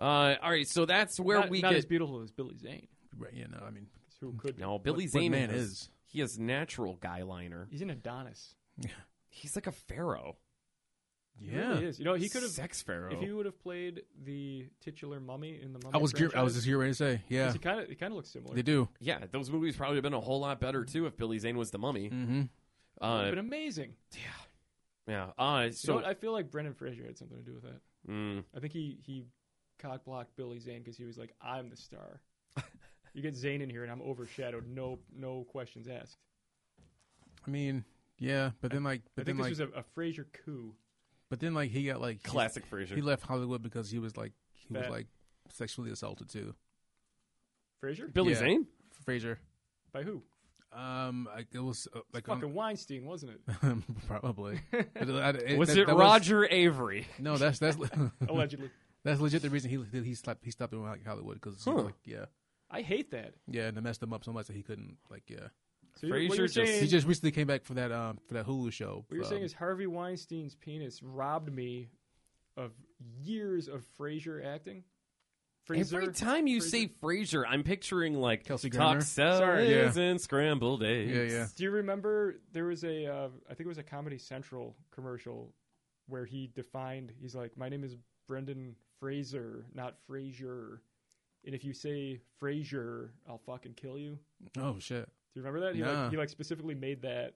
Speaker 2: Uh, all right. So that's where
Speaker 4: not,
Speaker 2: we
Speaker 4: not
Speaker 2: get.
Speaker 4: as beautiful as Billy Zane.
Speaker 3: Right? Yeah, no, I mean,
Speaker 4: 'cause Who could?
Speaker 2: no, Billy
Speaker 3: what
Speaker 2: Zane
Speaker 3: man
Speaker 2: has-
Speaker 3: is.
Speaker 2: He has natural guy liner.
Speaker 4: He's an Adonis.
Speaker 2: He's like a pharaoh.
Speaker 4: He
Speaker 3: yeah.
Speaker 4: really is. You know, he could have
Speaker 2: sex pharaoh.
Speaker 4: if he would have played the titular mummy in the mummy.
Speaker 3: I was gear,
Speaker 4: franchise,
Speaker 3: I was just here ready to say, yeah,
Speaker 4: 'cause He kind of he kind of looks similar.
Speaker 3: they do.
Speaker 2: Yeah, those movies probably have been a whole lot better too if Billy Zane was the mummy.
Speaker 3: Mm-hmm.
Speaker 2: Uh,
Speaker 4: but amazing.
Speaker 2: yeah. Uh,
Speaker 4: So
Speaker 2: so
Speaker 4: I feel like Brendan Fraser had something to do with that.
Speaker 2: mm,
Speaker 4: I think he he cock blocked Billy Zane because he was like, I'm the star. you get Zane in here and I'm overshadowed. No no questions asked.
Speaker 3: I mean, yeah, but then like,
Speaker 4: I
Speaker 3: but
Speaker 4: think
Speaker 3: then
Speaker 4: this
Speaker 3: like,
Speaker 4: was a, a Fraser coup.
Speaker 3: but then like he got like he's-
Speaker 2: classic Frasier.
Speaker 3: He left Hollywood because he was like he was
Speaker 4: Fat.
Speaker 3: like sexually assaulted too.
Speaker 4: Fraser
Speaker 2: Billy
Speaker 3: Yeah.
Speaker 2: Zane.
Speaker 3: Fraser.
Speaker 4: by who?
Speaker 3: Um, I, it was uh, like
Speaker 4: Fucking Weinstein, wasn't it?
Speaker 3: um, [laughs] probably. But, uh, I-
Speaker 2: Was
Speaker 3: that-
Speaker 2: it
Speaker 3: that was-
Speaker 2: Roger Avery?
Speaker 3: no, that's that's [laughs]
Speaker 4: Allegedly. that's
Speaker 3: that's legit the reason he he stopped he stopped doing like Hollywood because
Speaker 2: Huh.
Speaker 3: like yeah
Speaker 4: I hate that.
Speaker 3: yeah and it messed him up so much that he couldn't like yeah
Speaker 4: So you're- what
Speaker 2: Fraser
Speaker 4: you're
Speaker 2: just-
Speaker 4: saying,
Speaker 3: he just recently came back for that um for that Hulu show.
Speaker 4: what you're
Speaker 3: um,
Speaker 4: saying is Harvey Weinstein's penis robbed me of years of Fraser acting. Fraser.
Speaker 2: Every time you
Speaker 4: Frasier.
Speaker 2: say Frasier, I'm picturing like
Speaker 3: Kelsey
Speaker 2: Tuck
Speaker 3: Grammer?
Speaker 2: Sorry,
Speaker 4: Sorry.
Speaker 3: Yeah.
Speaker 2: and scrambled eggs.
Speaker 3: yeah yeah
Speaker 4: Do you remember there was a uh, I think it was a Comedy Central commercial where he defined he's like my name is Brendan Fraser, not Frazier, and if you say Frazier, I'll fucking kill you.
Speaker 3: oh shit
Speaker 4: Do you remember that? He,
Speaker 3: Nah.
Speaker 4: like, he like specifically made that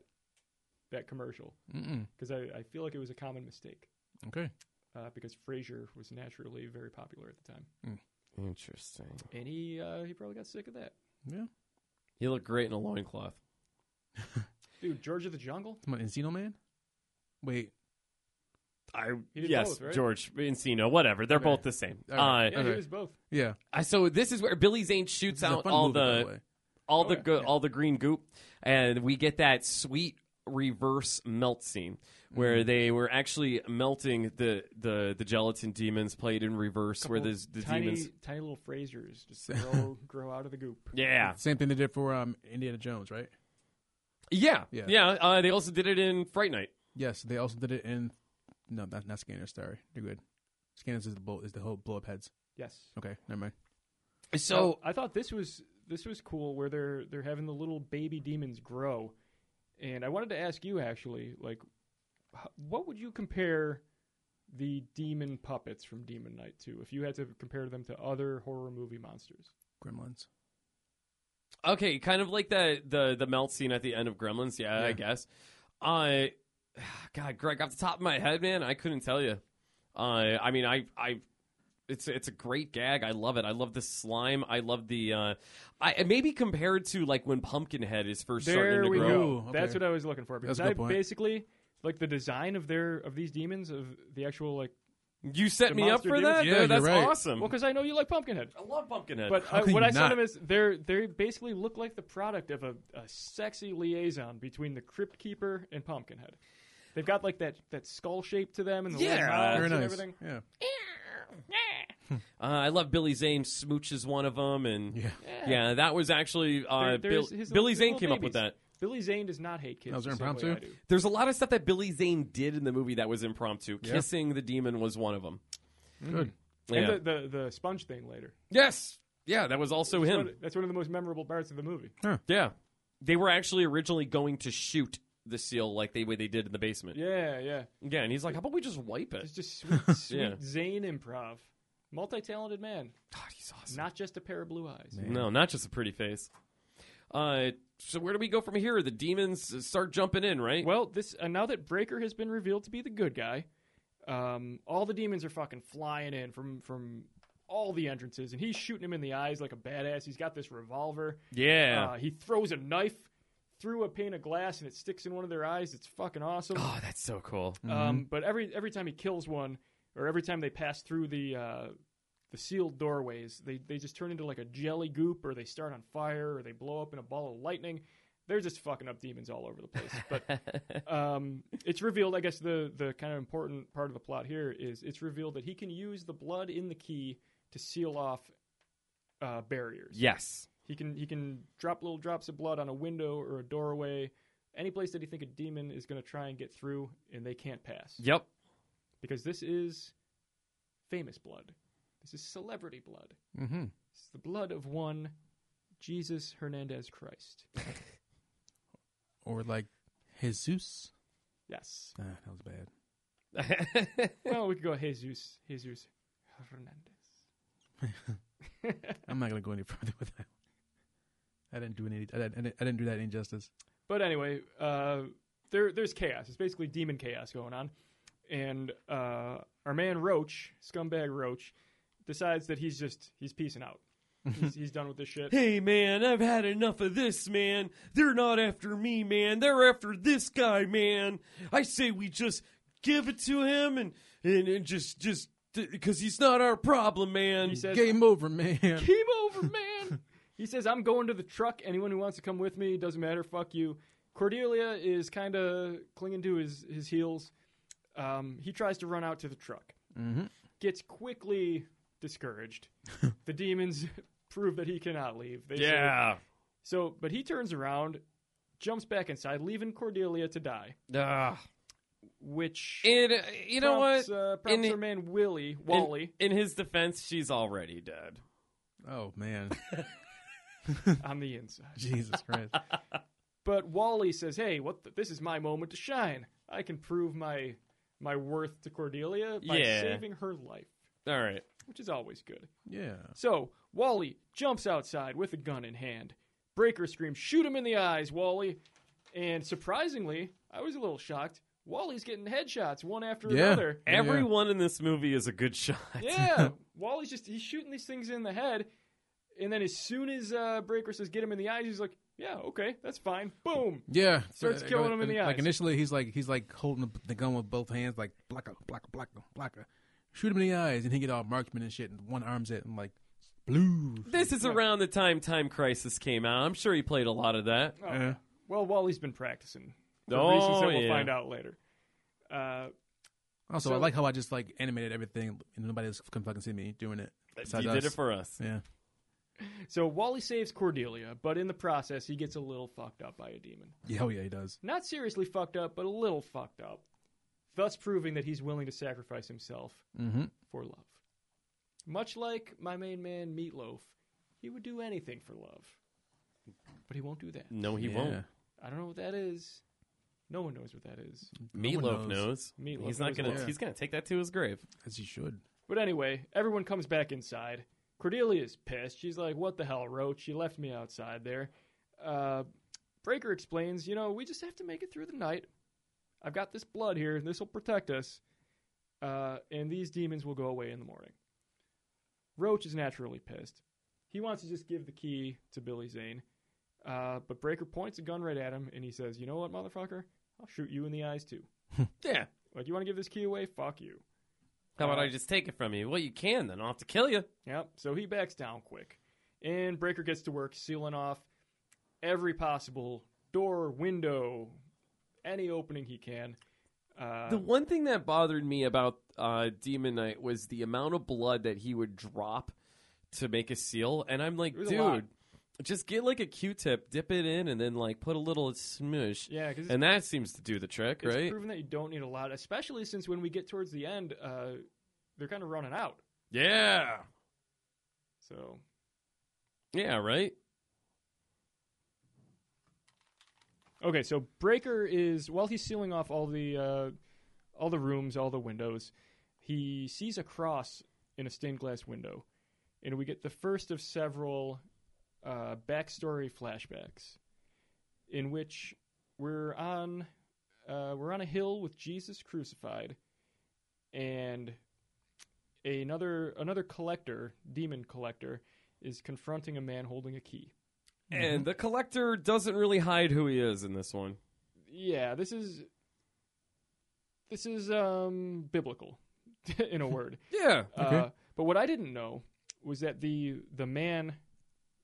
Speaker 4: that commercial
Speaker 3: Mm-mm.
Speaker 4: because I, I feel like it was a common mistake
Speaker 3: okay
Speaker 4: uh, because Frazier was naturally very popular at the time,
Speaker 2: Interesting.
Speaker 4: and he uh, he probably got sick of that.
Speaker 3: yeah
Speaker 2: He looked great in a loincloth.
Speaker 4: Dude, George of the Jungle?
Speaker 3: Come on, Encino Man? Wait.
Speaker 2: I
Speaker 4: He did
Speaker 2: yes,
Speaker 4: both, right?
Speaker 2: George Encino, whatever. They're
Speaker 3: Okay.
Speaker 2: both the same.
Speaker 3: Okay.
Speaker 2: Uh,
Speaker 4: Yeah,
Speaker 3: Okay.
Speaker 4: he was both.
Speaker 3: Yeah.
Speaker 2: I- so this is where Billy Zane
Speaker 3: This
Speaker 2: shoots
Speaker 3: is a
Speaker 2: out
Speaker 3: fun
Speaker 2: all
Speaker 3: movie, by
Speaker 2: the
Speaker 3: way.
Speaker 2: all
Speaker 4: Oh,
Speaker 2: the
Speaker 4: yeah.
Speaker 2: go- all the green goop, and we get that sweet reverse melt scene where
Speaker 4: Mm-hmm.
Speaker 2: they were actually melting the the the gelatin demons played in reverse, where
Speaker 4: Couple
Speaker 2: the the
Speaker 4: tiny,
Speaker 2: demons.
Speaker 4: tiny little
Speaker 2: [laughs]
Speaker 4: Frasers just grow, grow out of the goop.
Speaker 2: Yeah,
Speaker 3: Same thing they did for um, Indiana Jones, right?
Speaker 2: yeah, yeah.
Speaker 3: Yeah.
Speaker 2: uh, they also did it in Fright Night.
Speaker 3: Yes, they also did it in. No, not, not Scanners. Sorry, you're good. Scanners is the bull, is the whole blow up heads.
Speaker 4: Yes.
Speaker 3: Okay, never mind.
Speaker 2: So
Speaker 4: I thought this was this was cool where they're they're having the little baby demons grow. And I wanted to ask you actually, like h- what would you compare the demon puppets from Demon Knight to if you had to compare them to other horror movie monsters?
Speaker 3: Gremlins.
Speaker 2: okay, kind of like the the the melt scene at the end of Gremlins. Yeah, I
Speaker 3: Yeah.
Speaker 2: guess. Uh, [sighs] God, Greg, off the top of my head, man, I couldn't tell you. Uh, I mean, I I. It's it's a great gag. I love it. I love the slime. I love the. Uh, I it may be compared to like when Pumpkinhead is first
Speaker 4: There
Speaker 2: starting to
Speaker 4: we
Speaker 2: grow.
Speaker 3: go.
Speaker 4: go.
Speaker 3: Ooh,
Speaker 4: That's
Speaker 3: okay.
Speaker 4: what I was looking for because
Speaker 3: a good
Speaker 4: I
Speaker 3: point.
Speaker 4: basically like the design of their of these demons of the actual like
Speaker 2: You set
Speaker 4: The
Speaker 2: me up
Speaker 4: monster
Speaker 2: for
Speaker 4: demons?
Speaker 2: that.
Speaker 3: Yeah,
Speaker 2: Dude,
Speaker 3: you're
Speaker 2: that's
Speaker 3: right.
Speaker 2: awesome.
Speaker 4: well because I know you like Pumpkinhead.
Speaker 2: I love Pumpkinhead.
Speaker 4: But
Speaker 3: How
Speaker 4: I,
Speaker 3: can
Speaker 4: what
Speaker 3: you
Speaker 4: I saw
Speaker 3: not?
Speaker 4: them is they're they basically look like the product of a, a sexy liaison between the Crypt Keeper and Pumpkinhead. They've got like that, that skull shape to them and the little
Speaker 2: Yeah.
Speaker 4: mouths
Speaker 3: Very
Speaker 4: and
Speaker 3: nice.
Speaker 4: everything.
Speaker 3: Yeah.
Speaker 2: uh, I love Billy Zane smooches one of them, and
Speaker 3: Yeah.
Speaker 2: yeah, that was actually uh,
Speaker 4: There- there's
Speaker 2: Bill-
Speaker 4: his little-
Speaker 2: Billy
Speaker 4: his
Speaker 2: Zane
Speaker 4: little
Speaker 2: came up with
Speaker 4: babies.
Speaker 2: that.
Speaker 4: Billy Zane does not hate kids.
Speaker 3: That was
Speaker 4: the same
Speaker 3: impromptu?
Speaker 4: way I do.
Speaker 2: There's a lot of stuff that Billy Zane did in the movie that was impromptu.
Speaker 3: Yeah.
Speaker 2: Kissing the demon was one of them.
Speaker 3: Good.
Speaker 2: Yeah.
Speaker 4: And the, the, the sponge thing later.
Speaker 2: yes. Yeah, that was also
Speaker 4: That's
Speaker 2: him.
Speaker 4: one, of- that's one of the most memorable parts of the movie.
Speaker 2: yeah. They were actually originally going to shoot the seal like they way they did in the basement. Yeah.
Speaker 4: Yeah, yeah.
Speaker 2: and he's like, "How about we just wipe it?"
Speaker 4: It's just sweet, sweet
Speaker 2: Yeah.
Speaker 4: Zane improv. Multi talented man,
Speaker 2: God, he's awesome.
Speaker 4: not just a pair of blue eyes.
Speaker 2: no, not just a pretty face. Uh, so where do we go from here? The demons start jumping in, right?
Speaker 4: Well, this uh, now that Breaker has been revealed to be the good guy, um, all the demons are fucking flying in from from all the entrances, and he's shooting him in the eyes like a badass. He's got this revolver.
Speaker 2: yeah.
Speaker 4: Uh, he throws a knife through a pane of glass, and it sticks in one of their eyes. It's fucking awesome.
Speaker 2: oh, that's so cool.
Speaker 4: Um, but every every time he kills one, or every time they pass through the uh, the sealed doorways, they they just turn into like a jelly goop, or they start on fire, or they blow up in a ball of lightning. They're just fucking up demons all over the place.
Speaker 2: [laughs]
Speaker 4: But um, it's revealed, I guess, the the kind of important part of the plot here is it's revealed that he can use the blood in the key to seal off uh, barriers.
Speaker 2: Yes.
Speaker 4: He can he can drop little drops of blood on a window or a doorway, any place that he think a demon is going to try and get through, and they can't pass
Speaker 2: Yep. [laughs]
Speaker 4: because this is famous blood. This is celebrity blood.
Speaker 3: Mm-hmm.
Speaker 4: This is the blood of one Jesus Hernandez Christ.
Speaker 3: Or like Jesus.
Speaker 4: Yes.
Speaker 3: Ah, that was bad.
Speaker 4: well, we could go Jesus, Jesus Hernandez.
Speaker 3: I'm not gonna go any [laughs] further with that. I didn't do any. I didn't, I didn't- I didn't do that injustice.
Speaker 4: But anyway, uh, there there's chaos. It's basically demon chaos going on, and uh, our man Roach, scumbag Roach, decides that he's just he's peacing out. He's, he's done with this shit.
Speaker 2: Hey man, I've had enough of this, man. They're not after me, man. They're after this guy, man. I say we just give it to him and and, and just just because he's not our problem, man.
Speaker 4: He says,
Speaker 3: Game over,
Speaker 2: [laughs]
Speaker 3: man. [laughs]
Speaker 4: Game over, man. he says, I'm going to the truck. Anyone who wants to come with me, doesn't matter. Fuck you. Cordelia is kind of clinging to his, his heels. Um, he tries to run out to the truck.
Speaker 2: Mm-hmm.
Speaker 3: Mhm.
Speaker 4: Gets quickly
Speaker 2: [laughs]
Speaker 4: discouraged. the demons [laughs] prove that he cannot leave. They say-
Speaker 2: yeah.
Speaker 4: so, but he turns around, jumps back inside, leaving Cordelia to die.
Speaker 2: Ah.
Speaker 4: Which
Speaker 2: And uh, you know
Speaker 4: prompts,
Speaker 2: what?
Speaker 4: Uh, prompts
Speaker 2: In-
Speaker 4: her man Willie
Speaker 2: In-
Speaker 4: Wally.
Speaker 2: In, his defense, she's already dead.
Speaker 3: Oh man, [laughs]
Speaker 4: on the inside.
Speaker 3: Jesus Christ.
Speaker 4: But Wally says, "Hey, what? The, this is my moment to shine. I can prove my my worth to Cordelia by
Speaker 2: Yeah.
Speaker 4: saving her life,
Speaker 2: All right.
Speaker 4: which is always good."
Speaker 3: Yeah.
Speaker 4: So Wally jumps outside with a gun in hand. Breaker screams, "Shoot him in the eyes, Wally!" And surprisingly, I was a little shocked. Wally's getting headshots one after
Speaker 3: Yeah. [laughs]
Speaker 4: another.
Speaker 3: Yeah.
Speaker 2: Everyone in this movie is a good [laughs] shot.
Speaker 4: Yeah, Wally's just he's shooting these things in the head, and then as soon as uh, Breaker says, "Get him in the eyes," he's like, yeah, okay, that's fine. Boom.
Speaker 3: Yeah,
Speaker 4: Starts
Speaker 3: so,
Speaker 4: killing him in the
Speaker 3: Like
Speaker 4: eyes.
Speaker 3: initially, he's like he's like holding the- the gun with both hands, like blocka, blocka, blocka, blocka. Shoot him in the eyes, and he get all marksman and shit, and one arm's it, and like blue.
Speaker 2: This is around the time Time Crisis came out. I'm sure he played a lot of that.
Speaker 4: Oh, Well, Wally's been practicing for
Speaker 2: Oh,
Speaker 4: reasons that we'll
Speaker 2: yeah.
Speaker 4: find out later. Uh,
Speaker 3: Also, I
Speaker 4: So-
Speaker 3: like how I just like animated everything, and nobody else can fucking see me doing it.
Speaker 2: he
Speaker 3: besides
Speaker 2: did it
Speaker 3: us.
Speaker 2: for us.
Speaker 3: yeah.
Speaker 4: so Wally saves Cordelia, but in the process, he gets a little fucked up by a demon.
Speaker 3: yeah, hell yeah, he does.
Speaker 4: Not seriously fucked up, but a little fucked up. Thus proving that he's willing to sacrifice himself
Speaker 3: Mm-hmm.
Speaker 4: for love. Much like my main man Meatloaf, he would do anything for love. But he won't do that.
Speaker 2: No, he won't.
Speaker 4: I don't know what that is. No one knows what that is.
Speaker 2: Meatloaf
Speaker 3: knows.
Speaker 2: knows.
Speaker 4: Meatloaf
Speaker 2: he's not
Speaker 4: knows
Speaker 2: gonna.
Speaker 4: what-
Speaker 2: He's gonna take that to his grave.
Speaker 3: as he should.
Speaker 4: But anyway, everyone comes back inside. Cordelia's pissed. She's like, "What the hell, Roach? You left me outside there." Uh, Breaker explains, "You know, we just have to make it through the night. I've got this blood here, and this will protect us. Uh, and these demons will go away in the morning." Roach is naturally pissed. He wants to just give the key to Billy Zane, uh, but Breaker points a gun right at him, and he says, "You know what, motherfucker? I'll shoot you in the eyes too.
Speaker 2: Yeah.
Speaker 4: Like, you want to give this key away? Fuck you."
Speaker 2: How about
Speaker 4: Uh,
Speaker 2: I just take it from you? Well, you can. Then I'll have to kill you.
Speaker 4: Yep. So he backs down quick. And Breaker gets to work sealing off every possible door, window, any opening he can. Uh,
Speaker 2: The one thing that bothered me about uh, Demon Knight was the amount of blood that he would drop to make a seal, and I'm like,
Speaker 4: It was a lot.
Speaker 2: dude, just get like a Q-tip, dip it in, and then like put a little smush,
Speaker 4: yeah, because it's,
Speaker 2: and that seems to do the trick,
Speaker 4: it's
Speaker 2: right?
Speaker 4: proven that you don't need a lot, especially since when we get towards the end, uh, they're kind of running out.
Speaker 2: yeah,
Speaker 4: So
Speaker 2: yeah, right.
Speaker 4: Okay, so Breaker is while he's sealing off all the uh, all the rooms, all the windows, he sees a cross in a stained glass window, and we get the first of several uh, backstory flashbacks, in which we're on uh, we're on a hill with Jesus crucified, and another another collector, demon collector, is confronting a man holding a key.
Speaker 2: And the collector doesn't really hide who he is in this one.
Speaker 4: yeah this is this is um biblical [laughs]
Speaker 2: [laughs]
Speaker 4: in a word
Speaker 2: Yeah,
Speaker 4: uh, but what i didn't know was that the the man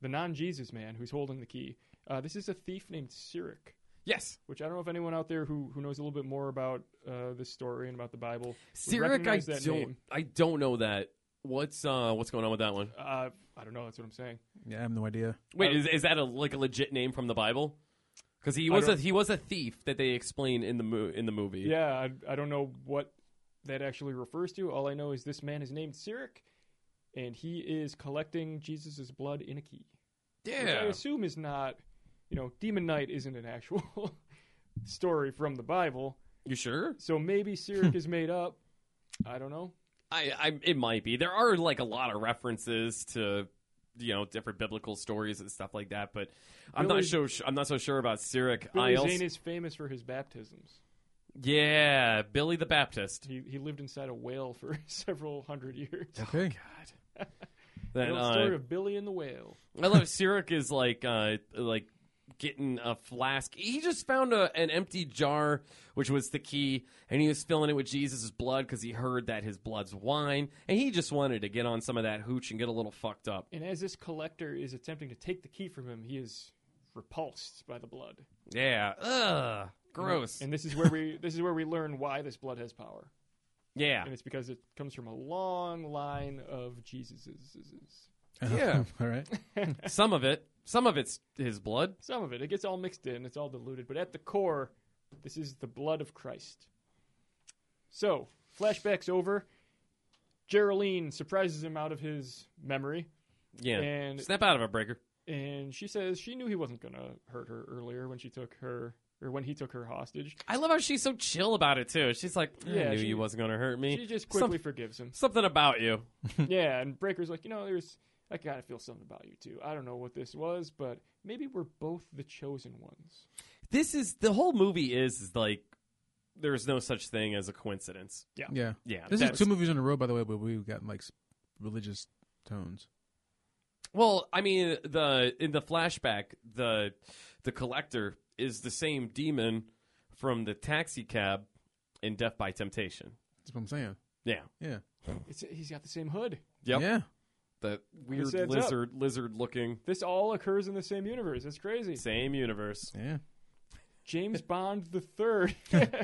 Speaker 4: the non-jesus man who's holding the key uh, this is a thief named Cyric,
Speaker 2: yes.
Speaker 4: which i don't know if anyone out there who who knows a little bit more about uh, this story and about the bible would
Speaker 2: Cyric, I
Speaker 4: recognize that
Speaker 2: don't,
Speaker 4: name.
Speaker 2: I don't know that. What's uh, what's going on with that one?
Speaker 4: Uh, i don't know that's what i'm saying
Speaker 3: Yeah, I have no idea.
Speaker 2: Wait,
Speaker 4: Uh,
Speaker 2: is, is that a like a legit name from the Bible? Because he
Speaker 4: I
Speaker 2: was a
Speaker 4: don't-
Speaker 2: he was a thief that they explain in the mo- in the movie.
Speaker 4: yeah I, I don't know what that actually refers to all i know is this man is named Cyric, and he is collecting jesus' blood in a key which I
Speaker 2: yeah.
Speaker 4: assume is not, you know, Demon Knight isn't an actual [laughs] story from the Bible,
Speaker 2: You sure?
Speaker 4: so maybe Cyric
Speaker 2: Hmm.
Speaker 4: is made up. I don't know.
Speaker 2: I, I it might be. There are like a lot of references to you know different biblical stories and stuff like that, but I'm
Speaker 4: Billy-
Speaker 2: not so su- I'm not so sure about Cyric.
Speaker 4: Billy
Speaker 2: I also,
Speaker 4: Zane is famous for his baptisms.
Speaker 2: yeah, Billy the Baptist.
Speaker 4: He he lived inside a whale for [laughs] several hundred
Speaker 2: [laughs]
Speaker 4: years.
Speaker 3: Okay,
Speaker 2: That
Speaker 4: the old
Speaker 2: uh,
Speaker 4: story of Billy and the whale.
Speaker 2: I love Cyric is like uh like getting a flask. He just found a an empty jar which was the key and he was filling it with Jesus' blood cuz he heard that his blood's wine and he just wanted to get on some of that hooch and get a little fucked up.
Speaker 4: And as this collector is attempting to take the key from him, he is repulsed by the blood.
Speaker 2: Yeah. Ugh. Gross.
Speaker 4: And this is
Speaker 2: [laughs]
Speaker 4: where we this is where we learn why this blood has power.
Speaker 2: yeah.
Speaker 4: And it's because it comes from a long line of Jesus's.
Speaker 2: Yeah.
Speaker 3: Uh-huh. [laughs] all right.
Speaker 2: Some of it some of it's his blood.
Speaker 4: Some of it. It gets all mixed in, it's all diluted, but at the core, this is the blood of Christ. So, flashback's over. Geraldine surprises him out of his memory,
Speaker 2: Yeah.
Speaker 4: And-
Speaker 2: Snap out of a breaker.
Speaker 4: and she says she knew he wasn't going to hurt her earlier when she took her or when he took her hostage.
Speaker 2: I love how she's so chill about it too. She's like, I
Speaker 4: Yeah,
Speaker 2: knew
Speaker 4: she-
Speaker 2: you wasn't going to hurt me.
Speaker 4: She just
Speaker 2: Some-
Speaker 4: quickly forgives
Speaker 2: [laughs]
Speaker 4: him.
Speaker 2: something about you.
Speaker 4: yeah, and Breaker's like, you know, there's I kind of feel something about you too. I don't know what this was, but maybe we're both the chosen ones.
Speaker 2: This is the whole movie is, is like there's no such thing as a coincidence.
Speaker 3: Yeah,
Speaker 2: Yeah,
Speaker 3: this
Speaker 2: that-
Speaker 3: is two movies in a row, by the way, but we've gotten like s- religious tones.
Speaker 2: Well, I mean, the in the flashback, the the collector is the same demon from the taxi cab in Death by Temptation.
Speaker 3: That's what I'm saying.
Speaker 2: Yeah,
Speaker 3: Yeah.
Speaker 4: It's, he's got the same hood.
Speaker 2: yep.
Speaker 3: Yeah.
Speaker 2: The weird
Speaker 4: This adds up.
Speaker 2: lizard, lizard looking,
Speaker 4: This all occurs in the same universe. It's crazy.
Speaker 2: same universe.
Speaker 3: Yeah.
Speaker 4: James Bond the Third [laughs]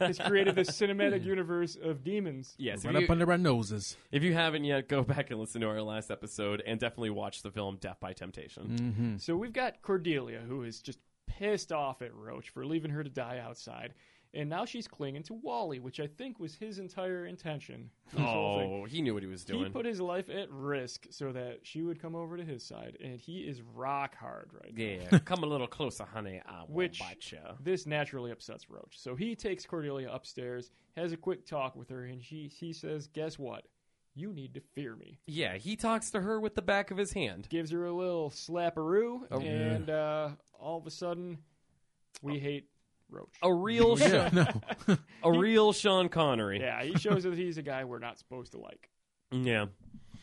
Speaker 4: has created this cinematic universe of demons.
Speaker 2: Yes, if
Speaker 3: right
Speaker 2: you,
Speaker 3: up under our noses.
Speaker 2: if you haven't yet, go [laughs] back and listen to our last episode, and definitely watch the film Death by Temptation.
Speaker 3: Mm-hmm.
Speaker 4: So we've got Cordelia, who is just pissed off at Roach for leaving her to die outside. And now she's clinging to Wally, which I think was his entire intention.
Speaker 3: Mm.
Speaker 4: This whole thing.
Speaker 2: Oh, he knew what he was
Speaker 4: He
Speaker 2: doing.
Speaker 4: put his life at risk so that she would come over to his side, and he is rock hard right
Speaker 2: [laughs]
Speaker 4: now.
Speaker 2: yeah, come a little closer, honey. I will
Speaker 4: Which-
Speaker 2: bite ya.
Speaker 4: This naturally upsets Roach. So he takes Cordelia upstairs, has a quick talk with her, and she, he says, Guess what? You need to fear me.
Speaker 2: Yeah, he talks to her with the back of his hand.
Speaker 4: Gives her a little slapperoo,
Speaker 2: Oh.
Speaker 4: and uh, all of a sudden, we hate Roach.
Speaker 2: A [laughs]
Speaker 3: [laughs]
Speaker 2: real,
Speaker 3: Yeah. No.
Speaker 2: a real Sean Connery.
Speaker 4: Yeah, he shows that he's a guy we're not supposed to like.
Speaker 2: yeah.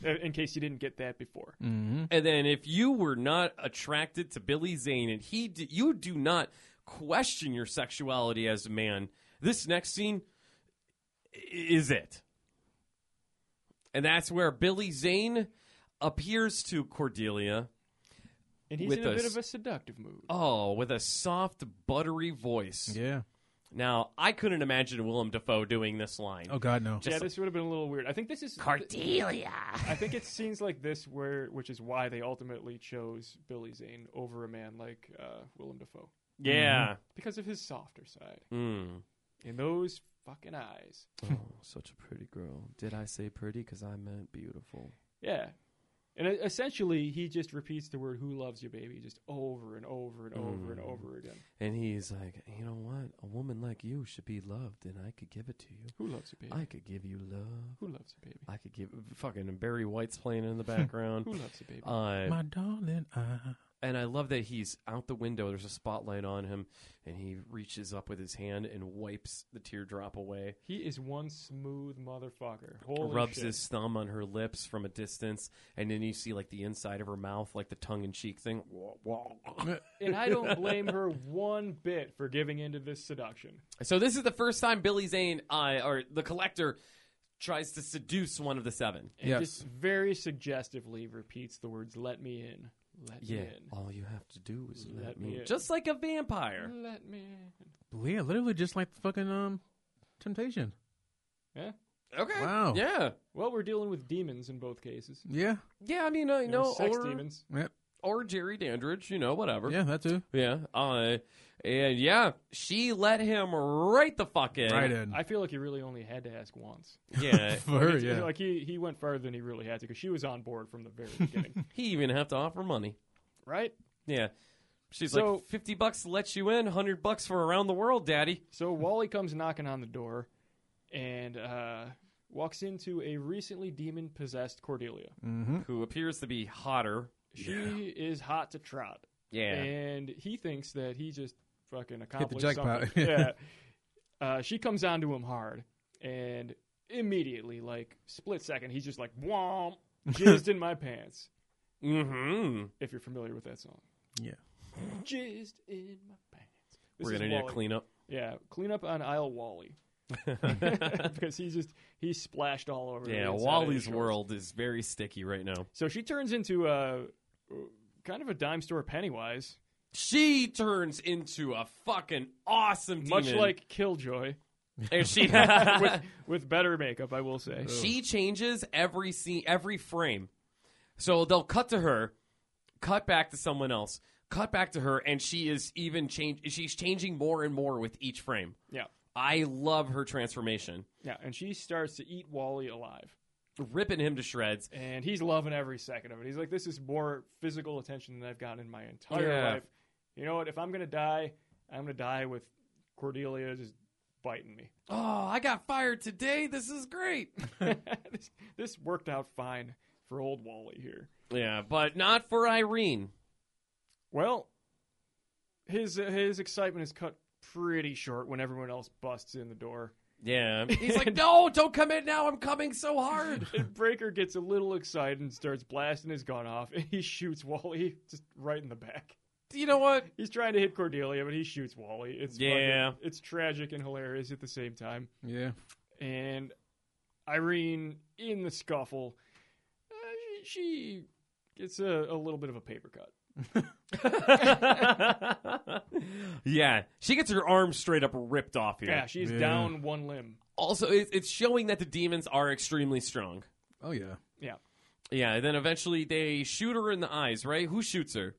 Speaker 4: Uh, In case you didn't get that before.
Speaker 3: [laughs] Mm-hmm.
Speaker 2: And then if you were not attracted to Billy Zane and he d- you do not question your sexuality as a man, this next scene i- is it. And that's where Billy Zane appears to Cordelia,
Speaker 4: And he's
Speaker 2: With
Speaker 4: in a
Speaker 2: us.
Speaker 4: bit of a seductive mood.
Speaker 2: oh, with a soft, buttery voice.
Speaker 3: Yeah.
Speaker 2: Now, I couldn't imagine Willem Dafoe doing this line.
Speaker 3: Oh God, no.
Speaker 4: yeah, this would have been a little weird. I think this is
Speaker 2: Cordelia.
Speaker 4: I think it's scenes like this where, which is why they ultimately chose Billy Zane over a man like uh, Willem Dafoe
Speaker 2: Yeah.
Speaker 4: because of his softer side
Speaker 3: Mm-hmm.
Speaker 2: Mm.
Speaker 4: and those fucking eyes.
Speaker 2: Oh, such a pretty girl. Did I say pretty? Because I meant beautiful.
Speaker 4: Yeah, and e- essentially he just repeats the word "Who loves you, baby" just over and over and over and over again.
Speaker 2: And he's like, you know what? A woman like you should be loved, and I could give it to you.
Speaker 4: Who loves you, baby?
Speaker 2: I could give you love.
Speaker 4: Who loves you, baby?
Speaker 2: I could give fucking Barry White's playing
Speaker 3: [laughs]
Speaker 2: in the background.
Speaker 4: Who loves you, baby?
Speaker 2: Uh,
Speaker 3: My darling, I.
Speaker 2: and I love that he's out the window. There's a spotlight on him, and he reaches up with his hand and wipes the teardrop away.
Speaker 4: he is one smooth motherfucker. Holy
Speaker 2: rubs
Speaker 4: shit.
Speaker 2: his thumb on her lips from a distance, and then you see like the inside of her mouth, like the tongue in cheek [laughs] thing.
Speaker 4: and I don't [laughs] blame her one bit for giving into this seduction.
Speaker 2: So this is the first time Billy Zane, uh, or the collector, tries to seduce one of the seven.
Speaker 4: And
Speaker 3: Yes.
Speaker 4: just very suggestively repeats the words "Let me in, let
Speaker 2: Yeah.
Speaker 4: me in."
Speaker 2: All you have to do is let,
Speaker 4: Let
Speaker 2: me,
Speaker 4: me
Speaker 2: in.
Speaker 4: in.
Speaker 2: Just like a vampire.
Speaker 4: Let me in.
Speaker 3: Yeah, literally just like the fucking um, Temptation.
Speaker 4: Yeah.
Speaker 2: Okay.
Speaker 3: Wow.
Speaker 2: Yeah.
Speaker 4: Well, we're dealing with demons in both cases.
Speaker 3: Yeah.
Speaker 2: Yeah, I mean, uh, you
Speaker 4: You know,
Speaker 2: know,
Speaker 4: sex
Speaker 2: or,
Speaker 4: demons.
Speaker 3: Yeah.
Speaker 2: or Jerry Dandridge, you know, whatever.
Speaker 3: Yeah, that too.
Speaker 2: Yeah. Uh, and yeah, she let him right the fuck in.
Speaker 3: Right in.
Speaker 4: I feel like he really only had to ask once.
Speaker 3: [laughs]
Speaker 2: Yeah.
Speaker 3: For her,
Speaker 4: It's- it's
Speaker 3: yeah.
Speaker 4: Like he, he went farther than he really had to because she was on board from the very beginning, [laughs]
Speaker 2: he even have to offer money.
Speaker 4: right?
Speaker 2: Yeah. She's
Speaker 4: So-
Speaker 2: like, 50 bucks to let you in, 100 bucks for around the world, daddy.
Speaker 4: So Wally comes knocking on the door, and uh, walks into a recently demon possessed Cordelia.
Speaker 3: Mm-hmm.
Speaker 2: Who appears to be hotter.
Speaker 4: She is hot to trot.
Speaker 2: Yeah.
Speaker 4: and he thinks that he just fucking accomplished
Speaker 3: jackpot.
Speaker 4: something.
Speaker 3: [laughs]
Speaker 4: yeah. Uh, she comes on to him hard, and immediately, like split second, he's just like, "Womp,
Speaker 3: [laughs]
Speaker 4: jizzed in my pants."
Speaker 2: hmm.
Speaker 4: If you're familiar with that song,
Speaker 3: Yeah.
Speaker 4: jizzed in my pants. This
Speaker 2: We're
Speaker 4: is
Speaker 2: going to need a
Speaker 4: Wally. [laughs]
Speaker 2: cleanup. [laughs]
Speaker 4: Yeah, clean up on aisle Wally [laughs] because he just he splashed all over. the
Speaker 2: yeah,
Speaker 4: inside of his
Speaker 2: Wally's
Speaker 4: shorts.
Speaker 2: world is very sticky right now.
Speaker 4: So she turns into a kind of a dime store Pennywise,
Speaker 2: She turns into a fucking awesome demon.
Speaker 4: much
Speaker 2: [laughs]
Speaker 4: like Killjoy.
Speaker 2: and she
Speaker 4: [laughs] with, with better makeup, I will say.
Speaker 2: she changes every scene, every frame. So they'll cut to her, cut back to someone else, cut back to her, and she is even change. She's changing more and more with each frame.
Speaker 4: Yeah,
Speaker 2: I love her transformation,
Speaker 4: yeah, and she starts to eat Wally alive,
Speaker 2: ripping him to shreds.
Speaker 4: and he's loving every second of it. He's like, "This is more physical attention than I've gotten in my entire
Speaker 2: Yeah.
Speaker 4: life." You know what? If I'm gonna die, I'm gonna die with Cordelia just biting me. [laughs]
Speaker 2: Oh, I got fired today. This is great. [laughs]
Speaker 4: this, this worked out fine for old Wally here.
Speaker 2: Yeah, but not for Irene.
Speaker 4: Well, uh, his his excitement is cut pretty short when everyone else busts in the door.
Speaker 2: Yeah. [laughs] He's like, no, don't come in now. I'm coming so hard.
Speaker 4: And Breaker gets a little excited and starts blasting his gun off, and he shoots Wally just right in the back.
Speaker 2: You know what?
Speaker 4: He's trying to hit Cordelia, but he shoots Wally. It's
Speaker 2: Yeah.
Speaker 4: fucking- it's tragic and hilarious at the same time.
Speaker 3: Yeah.
Speaker 4: And Irene in the scuffle, uh, she- she gets a, a little bit of a paper cut.
Speaker 2: [laughs] yeah. She gets her arm straight up ripped off here.
Speaker 4: Yeah, she's
Speaker 3: Yeah.
Speaker 4: down one limb.
Speaker 2: Also, it, it's showing that the demons are extremely strong.
Speaker 3: Oh yeah.
Speaker 4: Yeah,
Speaker 2: Yeah, and then eventually they shoot her in the eyes, right? Who shoots her?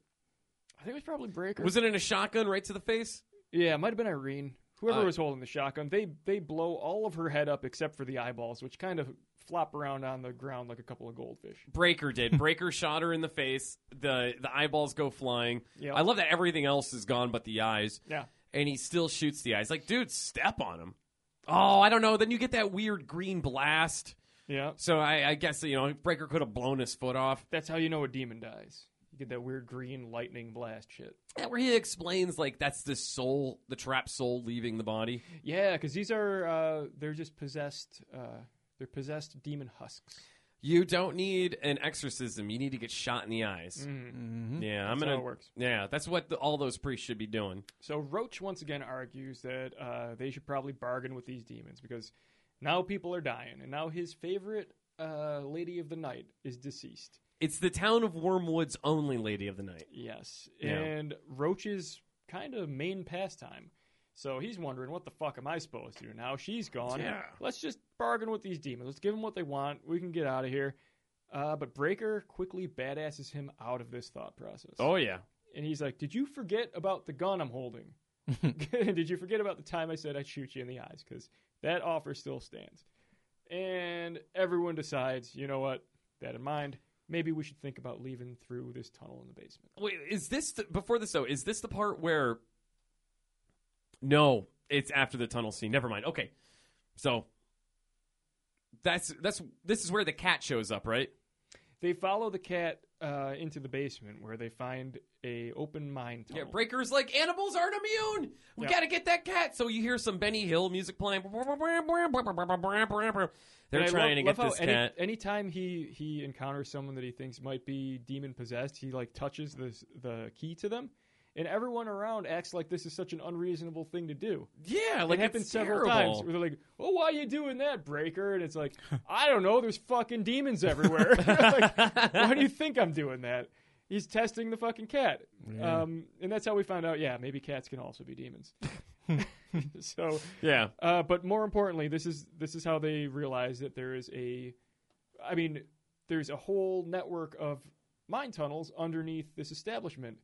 Speaker 4: I think it was probably Breaker.
Speaker 2: Was it in a shotgun right to the face?
Speaker 4: Yeah, it might have been Irene. Whoever
Speaker 2: Uh,
Speaker 4: was holding the shotgun, they they blow all of her head up except for the eyeballs, which kind of flop around on the ground like a couple of goldfish.
Speaker 2: Breaker did.
Speaker 4: [laughs]
Speaker 2: Breaker shot her in the face. The the eyeballs go flying.
Speaker 4: Yeah.
Speaker 2: I love that everything else is gone but the eyes.
Speaker 4: Yeah.
Speaker 2: And he still shoots the eyes. Like, dude, step on him. Oh, I don't know. Then you get that weird green blast.
Speaker 4: Yeah.
Speaker 2: So I, I guess you know Breaker could have blown his foot off.
Speaker 4: That's how you know a demon dies. You get that weird green lightning blast shit.
Speaker 2: That where he explains like that's the soul, the trapped soul leaving the body.
Speaker 4: Yeah, because these are uh, they're just possessed. Uh, they're possessed demon husks.
Speaker 2: You don't need an exorcism. You need to get shot in the eyes.
Speaker 3: Mm-hmm.
Speaker 2: Yeah, I'm
Speaker 4: That's
Speaker 2: gonna.
Speaker 4: how it works.
Speaker 2: Yeah, that's what the, all those priests should be doing.
Speaker 4: So Roach once again argues that uh, they should probably bargain with these demons because now people are dying, and now his favorite uh, lady of the night is deceased.
Speaker 2: It's the town of Wormwood's only Lady of the Night.
Speaker 4: Yes.
Speaker 2: Yeah.
Speaker 4: And Roach's kind of main pastime. So he's wondering, what the fuck am I supposed to do now? She's gone.
Speaker 2: Yeah.
Speaker 4: Let's just bargain with these demons. Let's give them what they want. We can get out of here. Uh, but Breaker quickly badasses him out of this thought process.
Speaker 2: yeah,
Speaker 4: And he's like, Did you forget about the gun
Speaker 2: [laughs]
Speaker 4: I'm holding? [laughs] Did you forget about the time I said I'd shoot you in the eyes? Because that offer still stands. And everyone decides, you know what? That in mind, maybe we should think about leaving through this tunnel in the basement.
Speaker 2: Wait, is this the, before this though? Is this the part where? No, it's after the tunnel scene. Never mind. Okay, so that's that's this is where the cat shows up, right?
Speaker 4: They follow the cat uh, into the basement where they find a open mine tunnel.
Speaker 2: Yeah, Breaker's like animals aren't immune. We
Speaker 4: Oh. Yeah.
Speaker 2: got to get that cat. So you hear some Benny Hill music playing. They're
Speaker 4: And I
Speaker 2: trying to
Speaker 4: love-
Speaker 2: get
Speaker 4: love how
Speaker 2: this
Speaker 4: any,
Speaker 2: cat.
Speaker 4: Anytime he he encounters someone that he thinks might be demon possessed, he like touches the the key to them, and everyone around acts like this is such an unreasonable thing to do.
Speaker 2: yeah, like
Speaker 4: it happened
Speaker 2: it's
Speaker 4: several
Speaker 2: terrible.
Speaker 4: times where they're like, "Well, why you doing that, Breaker?" And it's like, "I don't know. There's fucking demons everywhere. [laughs] like, why do you think I'm doing that?" He's testing the fucking cat, um, and that's how we found out. Yeah, maybe cats can also be demons. [laughs] so,
Speaker 2: Yeah.
Speaker 4: uh, but more importantly, this is this is how they realize that there is a, I mean, there's a whole network of mine tunnels underneath this establishment.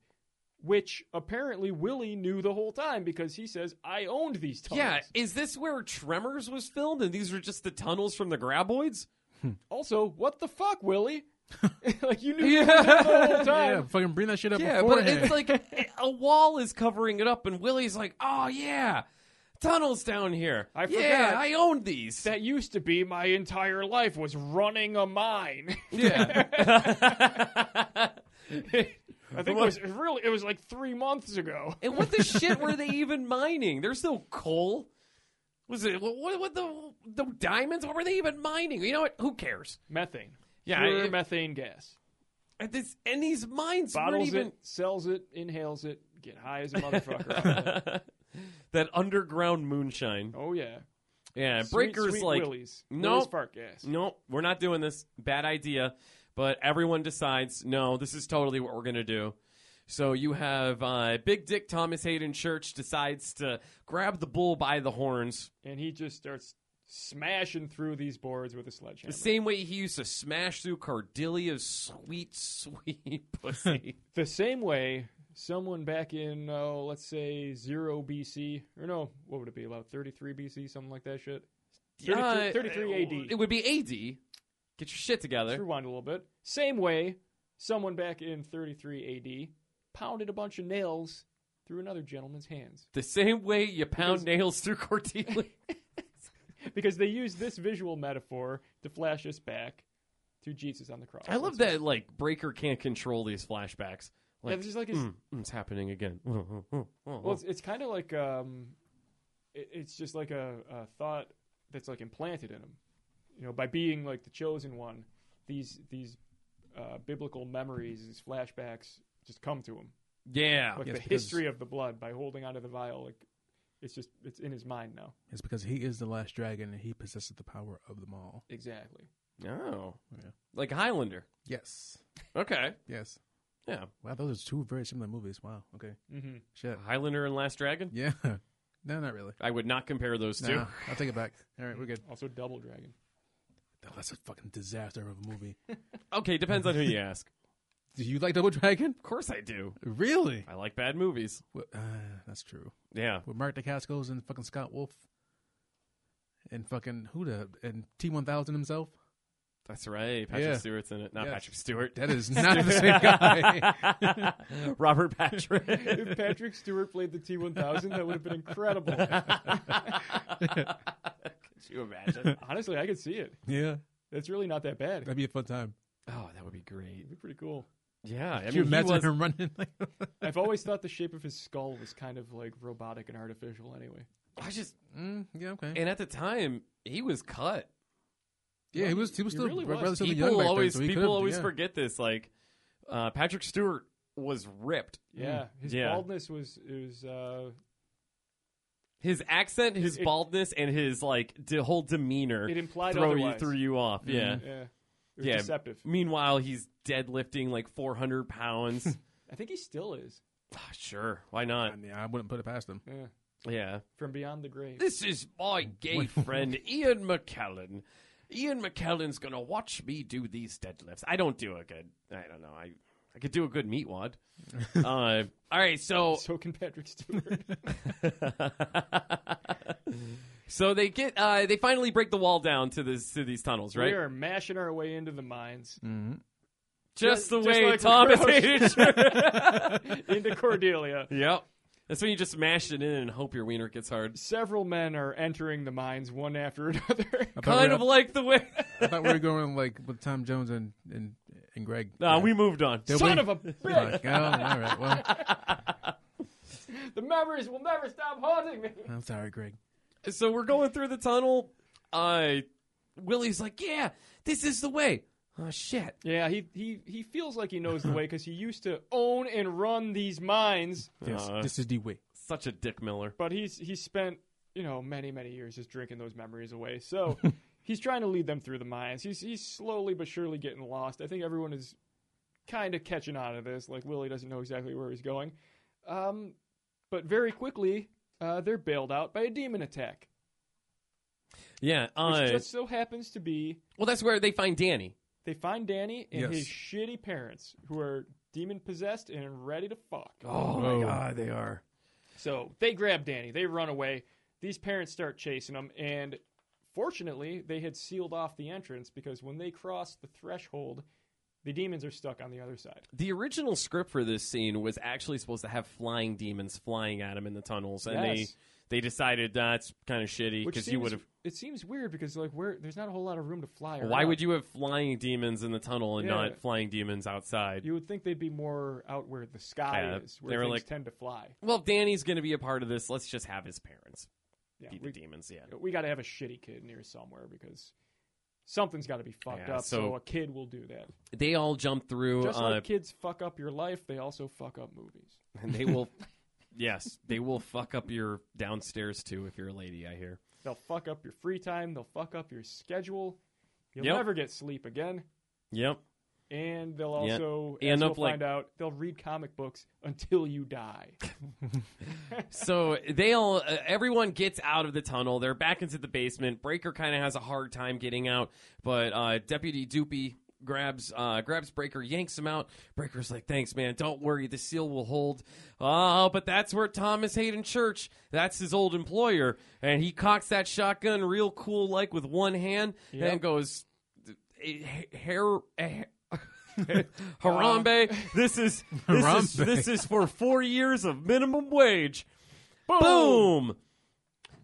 Speaker 4: Which apparently Willie knew the whole time because he says I owned these tunnels.
Speaker 2: Yeah, is this where Tremors was filmed and these were just the tunnels from the
Speaker 4: [laughs]
Speaker 2: graboids?
Speaker 4: Also, what the
Speaker 2: [laughs]
Speaker 4: fuck, Willie? [laughs] like you knew the whole
Speaker 3: Yeah,
Speaker 4: time.
Speaker 3: fucking bring that shit up
Speaker 2: Yeah, but
Speaker 3: beforehand.
Speaker 2: it's like it- a wall is covering it up and Willie's like, "Oh yeah, tunnels down here.
Speaker 4: I
Speaker 2: yeah,
Speaker 4: forgot.
Speaker 2: I owned these." [laughs]
Speaker 4: That used to be my entire life was running a mine. [laughs]
Speaker 2: yeah.
Speaker 4: I think it was it really it was like three months ago.
Speaker 2: and what the shit were they even mining? There's no coal. Was it what, what, what the the diamonds? What were they even mining? You know what? Who cares?
Speaker 4: Methane.
Speaker 2: Yeah,
Speaker 4: Pure
Speaker 2: it-
Speaker 4: methane gas.
Speaker 2: And This, and these mines
Speaker 4: Bottles
Speaker 2: weren't even
Speaker 4: it, sells it, inhales it, get high
Speaker 2: [laughs]
Speaker 4: as a motherfucker. off of it.
Speaker 2: that underground moonshine.
Speaker 4: oh yeah.
Speaker 2: Yeah,
Speaker 4: Sweet,
Speaker 2: Breaker's
Speaker 4: sweet
Speaker 2: like,
Speaker 4: Willy's.
Speaker 2: "Nope."
Speaker 4: Willy's fart gas.
Speaker 2: nope, we're not doing this. Bad idea. But everyone decides, no, this is totally what we're going to do. So you have uh, Big Dick Thomas Hayden Church decides to grab the bull by the horns,
Speaker 4: And he just starts smashing through these boards with a
Speaker 2: the
Speaker 4: sledgehammer.
Speaker 2: same way he used to smash through Cardelia's sweet, [laughs] sweet [laughs] pussy.
Speaker 4: the same way someone back in oh let's say 0 bc or no what would it be about 33 bc something like that shit 33,
Speaker 2: Uh,
Speaker 4: 33 ad
Speaker 2: It would be AD. Get your shit
Speaker 4: Let's
Speaker 2: together.
Speaker 4: rewind a little bit same way someone back in 33 ad pounded a bunch of nails through another gentleman's hands
Speaker 2: The same way you pound
Speaker 4: Because-
Speaker 2: nails through Cordelia.
Speaker 4: because they used this visual metaphor to flash us back to jesus on the cross
Speaker 2: [laughs] I love
Speaker 4: That's-
Speaker 2: that like Breaker can't control these flashbacks. Like,
Speaker 4: Yeah, this is like his-
Speaker 2: "Mm, mm, it's happening again. [laughs] Mm, mm, mm, mm,
Speaker 4: Well,
Speaker 2: mm."
Speaker 4: it's, it's kind of like um, it, it's just like a, a thought that's like implanted in them. You know, by being like the chosen one, these these uh, biblical memories, these flashbacks, just come to him.
Speaker 2: Yeah.
Speaker 4: Like
Speaker 3: Yes,
Speaker 4: the
Speaker 3: because-
Speaker 4: history of the blood by holding onto the vial, like it's just it's in his mind now.
Speaker 3: It's because he is the last dragon and he possesses the power of them all.
Speaker 4: Exactly.
Speaker 2: Oh.
Speaker 3: Yeah.
Speaker 2: Like Highlander.
Speaker 3: Yes.
Speaker 2: Okay.
Speaker 3: Yes.
Speaker 2: Yeah.
Speaker 3: Wow, those are two very similar movies. Wow. Okay.
Speaker 4: hmm
Speaker 3: Shit.
Speaker 2: Highlander and Last Dragon?
Speaker 3: [laughs] Yeah. No, not really.
Speaker 2: I would not compare those two.
Speaker 3: Nah, I'll take it back. All right, we're good.
Speaker 4: Also, Double Dragon.
Speaker 3: That's a fucking disaster of a movie.
Speaker 2: Okay, depends on
Speaker 3: [laughs]
Speaker 2: who you ask.
Speaker 3: Do you like Double Dragon?
Speaker 2: Of course I do.
Speaker 3: Really?
Speaker 2: I like bad movies.
Speaker 3: Well, uh, that's true.
Speaker 2: Yeah.
Speaker 3: With Mark DeCascos and fucking Scott Wolf. And fucking who the and T one thousand himself?
Speaker 2: That's right. Patrick
Speaker 3: Yeah.
Speaker 2: Stewart's in it. Not
Speaker 3: Yeah. [laughs]
Speaker 2: Patrick Stewart.
Speaker 3: That is not the
Speaker 2: [laughs]
Speaker 3: same [laughs] guy.
Speaker 2: Robert
Speaker 3: [laughs]
Speaker 2: Patrick.
Speaker 4: If Patrick Stewart played the T1000, that would have been incredible.
Speaker 2: [laughs] Could you imagine?
Speaker 4: Honestly, I could see it.
Speaker 3: yeah,
Speaker 4: That's really not that bad. It'd
Speaker 3: that'd be a fun time.
Speaker 2: Oh, that would be great.
Speaker 4: be pretty cool.
Speaker 2: Yeah. I mean,
Speaker 3: Could you
Speaker 2: he
Speaker 3: imagine
Speaker 2: was-
Speaker 3: him [laughs] running? Like,
Speaker 4: I've always thought the shape of his skull was kind of like robotic and artificial anyway.
Speaker 2: I just
Speaker 3: mm, yeah, okay.
Speaker 2: and at the time he was cut.
Speaker 3: yeah, he was. He was
Speaker 4: He
Speaker 3: still
Speaker 4: really was.
Speaker 3: relatively young
Speaker 2: people
Speaker 3: back
Speaker 2: always
Speaker 3: then, so he
Speaker 2: people
Speaker 3: could've-
Speaker 2: always
Speaker 3: yeah.
Speaker 2: forget this. Like uh, Patrick Stewart was ripped.
Speaker 4: Yeah, his
Speaker 2: Yeah.
Speaker 4: baldness was it was uh,
Speaker 2: His accent, his
Speaker 4: It- it-
Speaker 2: baldness, and his like de- whole demeanor
Speaker 4: it implied
Speaker 2: throw
Speaker 4: otherwise.
Speaker 2: you threw you off.
Speaker 3: Mm-hmm.
Speaker 2: Yeah.
Speaker 4: Yeah, it was
Speaker 2: Yeah.
Speaker 4: deceptive.
Speaker 2: Meanwhile, he's deadlifting like
Speaker 3: [laughs]
Speaker 2: 400 pounds.
Speaker 4: I think he still is.
Speaker 2: Ah, sure, why
Speaker 3: I
Speaker 2: not?
Speaker 3: mean, I wouldn't put it past him.
Speaker 4: Yeah,
Speaker 2: Yeah.
Speaker 4: from beyond the grave.
Speaker 2: This is my gay friend Ian McKellen. Ian McKellen's gonna watch me do these deadlifts. I don't do a good. I don't know. I I could do a good
Speaker 3: [laughs]
Speaker 2: meat wad. uh, all right, so
Speaker 4: [laughs] So can
Speaker 2: [laughs]
Speaker 4: Patrick Stewart.
Speaker 2: [laughs] so they get uh, they finally break the wall down to this to these tunnels, right?
Speaker 4: We are mashing our way into the mines,
Speaker 2: Hmm. just the
Speaker 4: just
Speaker 2: way
Speaker 4: like
Speaker 2: Thomas
Speaker 4: Roche. [laughs]
Speaker 2: hated shrimp.
Speaker 4: into Cordelia.
Speaker 2: [laughs] Yep. That's when you just mash it in and hope your wiener gets hard.
Speaker 4: Several men are entering the mines one after another.
Speaker 3: I thought we
Speaker 2: Kind
Speaker 3: were-
Speaker 2: of like the way. [laughs]
Speaker 3: I thought we were going like with Tom Jones and and, and Greg.
Speaker 2: nah,
Speaker 3: Yeah.
Speaker 2: we moved on.
Speaker 3: Did
Speaker 4: Son
Speaker 3: we?
Speaker 4: of a
Speaker 3: Oh,
Speaker 2: [laughs]
Speaker 4: bitch!
Speaker 3: God, all right. Well,
Speaker 4: the memories will never stop haunting me.
Speaker 3: I'm sorry, Greg.
Speaker 2: so we're going through the tunnel. I Willie's like, yeah, this is the way. Oh shit.
Speaker 4: Yeah, he he he feels like he knows the way because he used to own and run these mines,
Speaker 3: Yes,
Speaker 2: Uh,
Speaker 3: this is the way.
Speaker 2: such a Dick Miller.
Speaker 4: but he's he spent you know many many years just drinking those memories away. So he's trying to lead them through the mines. He's he's slowly but surely getting lost. I think everyone is kind of catching on to this. Like Willie doesn't know exactly where he's going, um, but very quickly uh, they're bailed out by a demon attack,
Speaker 2: Yeah.
Speaker 4: which
Speaker 2: Uh,
Speaker 4: just so happens to be
Speaker 2: well, that's where they find Danny.
Speaker 4: they find Danny and
Speaker 3: Yes.
Speaker 4: his shitty parents who are demon possessed and ready to fuck.
Speaker 2: Oh
Speaker 3: Whoa.
Speaker 2: my god, they are.
Speaker 4: So they grab Danny, they run away. These parents start chasing them, and fortunately, they had sealed off the entrance because when they cross the threshold, the demons are stuck on the other side.
Speaker 2: The original script for this scene was actually supposed to have flying demons flying at him in the tunnels, and
Speaker 4: Yes.
Speaker 2: they they decided that's kind of shitty
Speaker 4: Which
Speaker 2: because you
Speaker 4: seems-
Speaker 2: would have.
Speaker 4: It seems weird because like where there's not a whole lot of room to fly.
Speaker 2: Why
Speaker 4: around.
Speaker 2: would you have flying demons in the tunnel and
Speaker 4: Yeah.
Speaker 2: not flying demons outside?
Speaker 4: You would think they'd be more out where the sky
Speaker 2: Yeah,
Speaker 4: is, where
Speaker 2: they were
Speaker 4: things
Speaker 2: like-
Speaker 4: tend to fly.
Speaker 2: well, if Danny's going to be a part of this. Let's just have his parents
Speaker 4: Yeah,
Speaker 2: be the
Speaker 4: we,
Speaker 2: demons. Yeah.
Speaker 4: we got to have a shitty kid near somewhere because something's got to be fucked
Speaker 2: Yeah,
Speaker 4: up. So,
Speaker 2: so-
Speaker 4: a kid will do that.
Speaker 2: They all jump through.
Speaker 4: Just
Speaker 2: uh,
Speaker 4: like kids fuck up your life, they also fuck up movies.
Speaker 2: and they
Speaker 4: [laughs]
Speaker 2: will yes they will fuck up your downstairs too if you're a lady i hear
Speaker 4: They'll fuck up your free time. They'll fuck up your schedule. You'll
Speaker 2: Yep.
Speaker 4: never get sleep again.
Speaker 2: yep
Speaker 4: And they'll
Speaker 2: Yeah.
Speaker 4: also,
Speaker 2: End
Speaker 4: as
Speaker 2: up
Speaker 4: we'll
Speaker 2: like-
Speaker 4: find out, they'll read comic books until you die.
Speaker 2: so they all uh, everyone gets out of the tunnel they're back into the basement breaker kind of has a hard time getting out but uh, deputy doopy grabs uh, grabs breaker yanks him out breaker's like thanks man don't worry the seal will hold oh but that's where thomas hayden church that's his old employer and he cocks that shotgun real cool like with one hand and goes eh, hair eh, Harambe, this is this is
Speaker 3: Harambe.
Speaker 2: this is for four years of minimum wage. [laughs] Boom!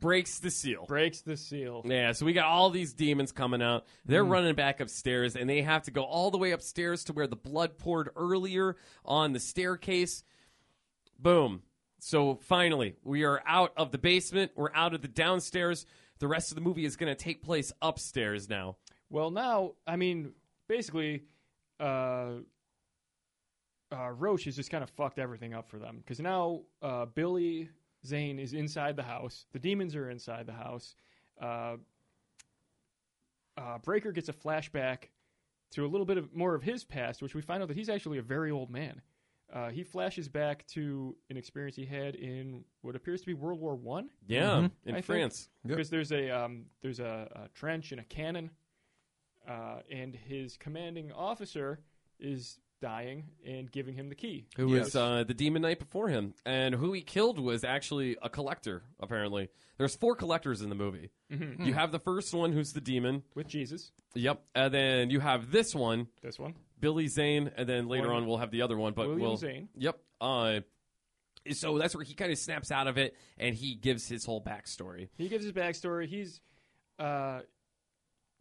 Speaker 2: Breaks the seal.
Speaker 4: Breaks the seal.
Speaker 2: Yeah, so we got all these demons coming out. They're running back upstairs, and they have to go all the way upstairs to where the blood poured earlier on the staircase. Boom. So finally, we are out of the basement. We're out of the downstairs. The rest of the movie is going to take place upstairs now.
Speaker 4: Well, now, I mean, basically, uh, uh, Roach has just kind of fucked everything up for them because now uh, Billy Zane is inside the house. The demons are inside the house. Uh, uh, Breaker gets a flashback to a little bit of more of his past, which we find out that he's actually a very old man. Uh, he flashes back to an experience he had in what appears to be World War One
Speaker 2: Yeah, in
Speaker 4: I think.
Speaker 2: France.
Speaker 3: Yep.
Speaker 4: because there's a um, there's a, a trench and a cannon, uh, and his commanding officer is dying and giving him the key.
Speaker 2: Who
Speaker 3: Yes.
Speaker 2: was uh, the demon knight before him, and who he killed was actually a collector. Apparently, there's four collectors in the movie. You have the first one, who's the demon.
Speaker 4: with Jesus.
Speaker 2: Yep, and then you have this one,
Speaker 4: This one,
Speaker 2: Billy Zane, and then later
Speaker 4: William-
Speaker 2: on we'll have the other one. But
Speaker 4: William
Speaker 2: we'll,
Speaker 4: Zane.
Speaker 2: Yep. Uh, so that's where he kind of snaps out of it, and he gives his whole backstory.
Speaker 4: He gives his backstory. He's uh,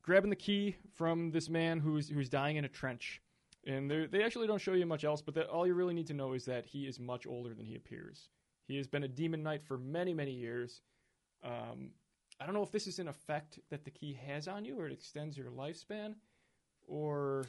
Speaker 4: grabbing the key from this man who's who's dying in a trench, and they they actually don't show you much else. But that all you really need to know is that he is much older than he appears. He has been a demon knight for many many years. Um, I don't know if this is an effect that the key has on you, or it extends your lifespan, or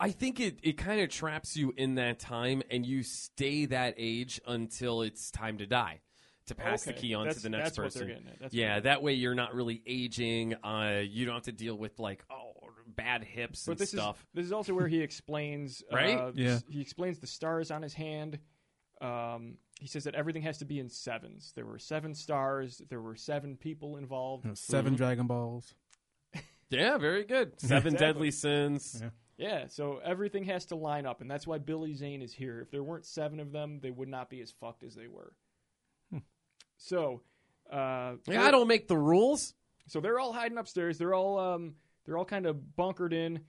Speaker 2: I think it, it kind of traps you in that time, and you stay that age until it's time to die, to pass the
Speaker 4: Okay,
Speaker 2: key on to
Speaker 4: that's-
Speaker 2: the next
Speaker 4: that's what
Speaker 2: person.
Speaker 4: they're getting at. That's what
Speaker 2: yeah,
Speaker 4: they're-
Speaker 2: that way you're not really aging. Uh, you don't have to deal with like oh bad hips
Speaker 4: but
Speaker 2: and
Speaker 4: this
Speaker 2: stuff.
Speaker 4: is this is also where he
Speaker 2: [laughs]
Speaker 4: explains uh,
Speaker 2: Right?
Speaker 4: s-
Speaker 3: Yeah.
Speaker 4: he explains the stars on his hand um, he says that everything has to be in sevens there were seven stars there were seven people involved
Speaker 2: Mm-hmm.
Speaker 3: 7 Dragon Balls.
Speaker 2: yeah, very good. Seven
Speaker 4: [laughs] Exactly.
Speaker 2: deadly sins.
Speaker 3: Yeah.
Speaker 4: yeah so everything has to line up and that's why billy zane is here if there weren't seven of them they would not be as fucked as they were so uh,
Speaker 2: Yeah, I don't make the rules.
Speaker 4: So they're all hiding upstairs. They're all um, they're all kind of bunkered in.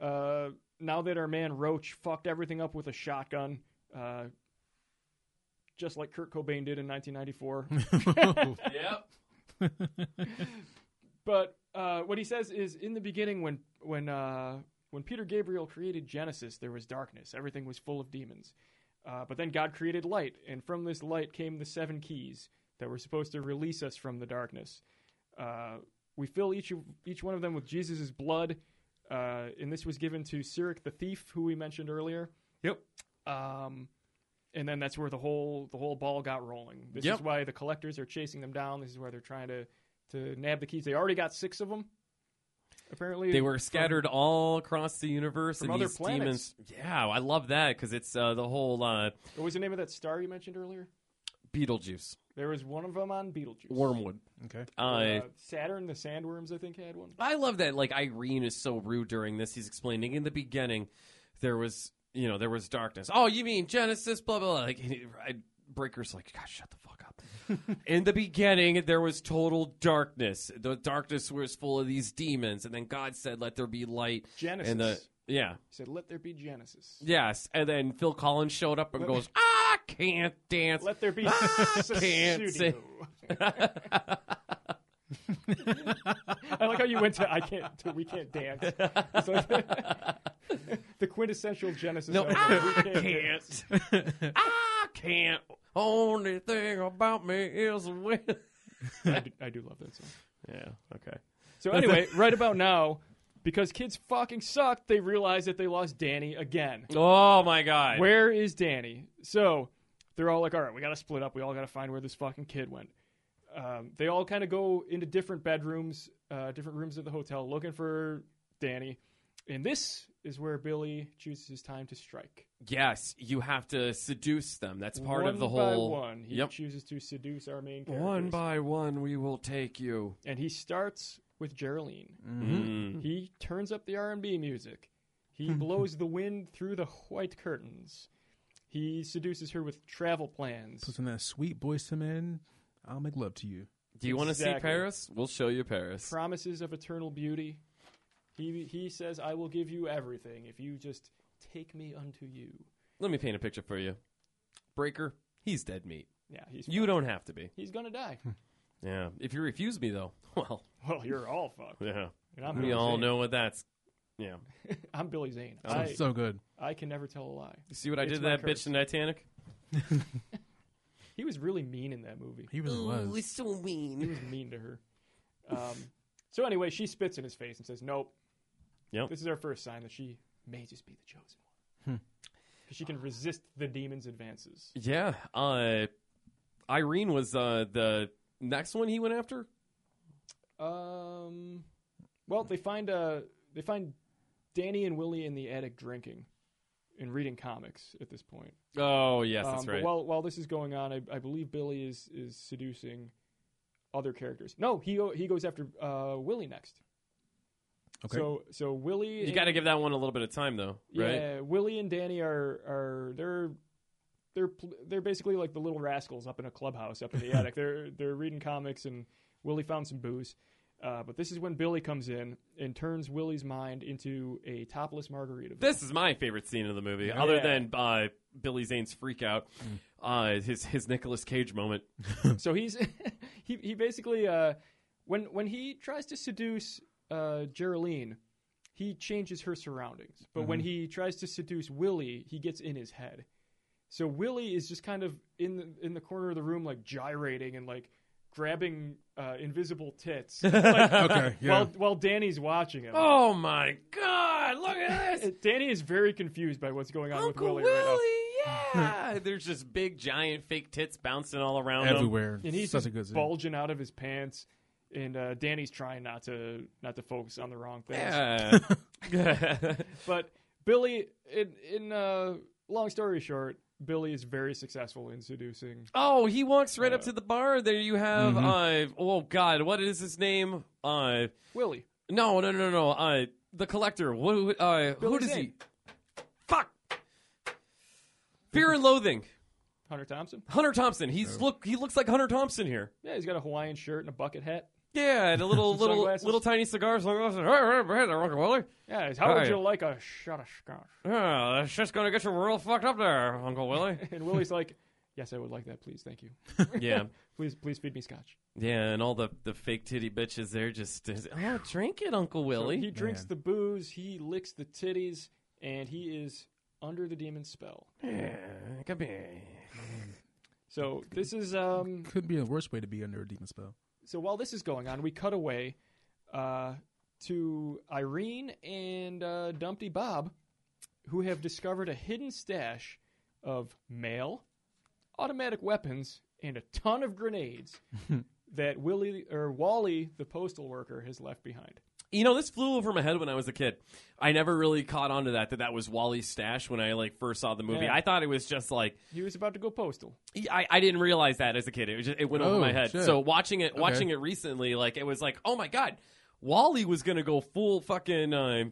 Speaker 4: Uh, now that our man Roach fucked everything up with a shotgun, uh, just like Kurt Cobain did in 1994.
Speaker 2: Yep.
Speaker 4: but uh, what he says is, in the beginning, when when uh, when Peter Gabriel created Genesis, there was darkness. Everything was full of demons. Uh, but then God created light, and from this light came the seven keys that were supposed to release us from the darkness. Uh, we fill each of- each one of them with Jesus' blood, uh, and this was given to Cyric the thief, who we mentioned earlier.
Speaker 2: Yep.
Speaker 4: Um, and then that's where the whole the whole ball got rolling. This
Speaker 2: Yep.
Speaker 4: is why the collectors are chasing them down. This is why they're trying to to nab the keys. They already got six of them. Apparently,
Speaker 2: They were scattered all across the universe
Speaker 4: from
Speaker 2: and
Speaker 4: other
Speaker 2: these
Speaker 4: planets.
Speaker 2: demons. Yeah, I love that because it's uh, the whole uh,
Speaker 4: What was the name of that star you mentioned earlier?
Speaker 2: Beetlejuice
Speaker 4: There was one of them on Beetlejuice.
Speaker 2: wormwood.
Speaker 3: Okay.
Speaker 2: Uh,
Speaker 4: Uh, Saturn, the sandworms, I think had one.
Speaker 2: I love that. Like Irene is so rude during this. He's explaining in the beginning, there was you know there was darkness. Oh, you mean Genesis? Blah blah. blah. Like and he- I, Breaker's like, God, shut the fuck
Speaker 4: [laughs]
Speaker 2: up. in the beginning, there was total darkness. The darkness was full of these demons, and then God said, "Let there be light."
Speaker 4: Genesis.
Speaker 2: And the yeah.
Speaker 4: He said, "Let there be Genesis."
Speaker 2: Yes, and then Phil Collins showed up and goes, "I can't dance."
Speaker 4: Let there be
Speaker 2: [laughs] I can't
Speaker 4: studio. [laughs] I like how you went to I can't to we can't dance.
Speaker 2: [laughs]
Speaker 4: It's like [laughs] the quintessential Genesis.
Speaker 2: No,
Speaker 4: album,
Speaker 2: I
Speaker 4: We Dance.
Speaker 2: can't. I can't. Only thing about me is when.
Speaker 4: I do, I do love that song.
Speaker 2: Yeah. Okay.
Speaker 4: So anyway, [laughs] right about now, because kids fucking sucked, they realize that they lost Danny again.
Speaker 2: Oh my god.
Speaker 4: Where is Danny? So they're all like, all right, we got to split up. We all got to find where this fucking kid went. Um, they all kind of go into different bedrooms, uh, different rooms of the hotel, looking for Danny. And this is where Billy chooses his time to strike.
Speaker 2: Yes, you have to seduce them. That's part
Speaker 4: one
Speaker 2: of the whole.
Speaker 4: By one, he
Speaker 2: Yep.
Speaker 4: chooses to seduce our main characters.
Speaker 2: One by one, we will take you. Mm.
Speaker 4: and he starts with Geraldine.
Speaker 2: Hmm.
Speaker 4: He turns up the R&B music. He blows
Speaker 2: [laughs]
Speaker 4: the wind through the white curtains. He seduces her with travel plans.
Speaker 3: Puts in that sweet voice to man. I'll make love to you.
Speaker 2: Do you want to see
Speaker 4: Exactly.
Speaker 2: Paris? We'll show you Paris.
Speaker 4: promises of eternal beauty. He he says, "I will give you everything if you just take me unto you."
Speaker 2: Let me paint a picture for you. Breaker, he's dead meat.
Speaker 4: Yeah, he's
Speaker 2: You don't Hmm. have to be.
Speaker 4: he's gonna die.
Speaker 2: Yeah. If you refuse me, though, [laughs] well,
Speaker 4: [laughs] well, you're all fucked.
Speaker 2: yeah.
Speaker 4: And I'm
Speaker 2: We
Speaker 4: Billy
Speaker 2: all
Speaker 4: Zane.
Speaker 2: know what that's. Yeah.
Speaker 4: I'm Billy Zane.
Speaker 3: So,
Speaker 4: I,
Speaker 3: so good.
Speaker 4: I can never tell a lie.
Speaker 2: You see what I
Speaker 4: It's
Speaker 2: did to
Speaker 4: my
Speaker 2: that
Speaker 4: curse.
Speaker 2: bitch in Titanic?
Speaker 4: He was really mean in that movie.
Speaker 3: He really was.
Speaker 2: so
Speaker 4: He
Speaker 2: mean.
Speaker 4: was mean to her. Um, so anyway, she spits in his face and says, "Nope."
Speaker 2: Yep. Hmm.
Speaker 4: This is our first sign that she may just be the chosen one. 'Cause She can resist the demon's advances.
Speaker 2: Yeah. Uh, Irene was uh, the next one he went after.
Speaker 4: Um, well, they find uh, they find Danny and Willie in the attic drinking and reading comics at this point.
Speaker 2: Oh yes,
Speaker 4: Um,
Speaker 2: that's
Speaker 4: but
Speaker 2: right.
Speaker 4: While while this is going on, I, I believe Billy is is seducing other characters. No, he go- he goes after uh, Willie next.
Speaker 3: Okay.
Speaker 4: So so Willie
Speaker 2: you got to give that one a little bit of time though, right?
Speaker 4: Yeah, Willie and Danny are are they're they're pl- they're basically like the little rascals up in a clubhouse up
Speaker 2: [laughs]
Speaker 4: in the attic. They're they're reading comics and Willie found some booze. Uh, but this is when Billy comes in and turns Willie's mind into a topless margarita.
Speaker 2: This is my favorite scene of the movie, other
Speaker 4: Yeah. Mm.
Speaker 2: than uh, Billy Zane's freak out, uh, his his Nicolas Cage
Speaker 4: [laughs]
Speaker 2: moment.
Speaker 4: so he's he he basically uh, when when he tries to seduce uh, Geraldine, he changes her surroundings. But
Speaker 3: Mm-hmm.
Speaker 4: when he tries to seduce Willie, he gets in his head. So Willie is just kind of in the, in the corner of the room, like gyrating and like grabbing uh, invisible tits,
Speaker 2: [laughs]
Speaker 4: like,
Speaker 3: Okay, [laughs] yeah.
Speaker 4: while while Danny's watching him. Uh,
Speaker 2: Oh my God! Look at this,
Speaker 4: Danny is very confused by what's going on
Speaker 2: Uncle
Speaker 4: with Willie,
Speaker 2: Willie.
Speaker 4: right now.
Speaker 2: yeah, [laughs] there's just big giant fake tits bouncing all around him.
Speaker 3: everywhere.
Speaker 4: and he's
Speaker 3: such
Speaker 4: just
Speaker 3: a good scene.
Speaker 4: bulging out of his pants. And uh, Danny's trying not to not to focus on the wrong things.
Speaker 2: Yeah. [laughs]
Speaker 4: But Billy, in in uh, long story short, Billy is very successful in seducing.
Speaker 2: oh, he walks right up to the bar. There you have. Uh, oh God, what is his name? Uh,
Speaker 4: Willie,
Speaker 2: no, no, no, no. Uh, the collector. What? Uh, who
Speaker 4: Billy
Speaker 2: does he?
Speaker 4: Zane.
Speaker 2: Fuck. Fear and loathing.
Speaker 4: Hunter Thompson.
Speaker 2: Hunter Thompson. He's look. He looks like Hunter Thompson here.
Speaker 4: Yeah, he's got a Hawaiian shirt and a bucket hat.
Speaker 2: Yeah, and a little little
Speaker 4: sunglasses.
Speaker 2: little tiny cigar. Sunglasses. All right, all right, Uncle Willie.
Speaker 4: Yeah, he's, how would
Speaker 2: Hi.
Speaker 4: you like a shot of scotch?
Speaker 2: Yeah, that's just gonna get you real fucked up there, Uncle Willie.
Speaker 4: And Willie's like, "Yes, I would like that, please. Thank you.
Speaker 2: yeah,
Speaker 4: Please, please feed me scotch."
Speaker 2: yeah, and all the the fake titty bitches there just oh, drink it, Uncle
Speaker 4: So
Speaker 2: Willie.
Speaker 4: he drinks
Speaker 3: Man.
Speaker 4: the booze, he licks the titties, and he is under the demon's spell.
Speaker 2: yeah, come here.
Speaker 4: So this is um.
Speaker 3: Could be a worse way to be under a demon spell.
Speaker 4: So while this is going on, we cut away uh, to Irene and uh, Dumpty Bob, who have discovered a hidden stash of mail, automatic weapons, and a ton of grenades that Willie or Wally, the postal worker, has left behind.
Speaker 2: You know, this flew over my head when I was a kid. I never really caught on to that that that was Wally's stash when I like first saw the movie.
Speaker 4: Yeah.
Speaker 2: I thought it was just like
Speaker 4: He was about to go postal.
Speaker 2: I, I didn't realize that as a kid. It was just, it went over
Speaker 3: Oh,
Speaker 2: my head.
Speaker 3: shit.
Speaker 2: So watching it watching it recently, like it was like, oh my god, Wally was gonna go full fucking. Uh,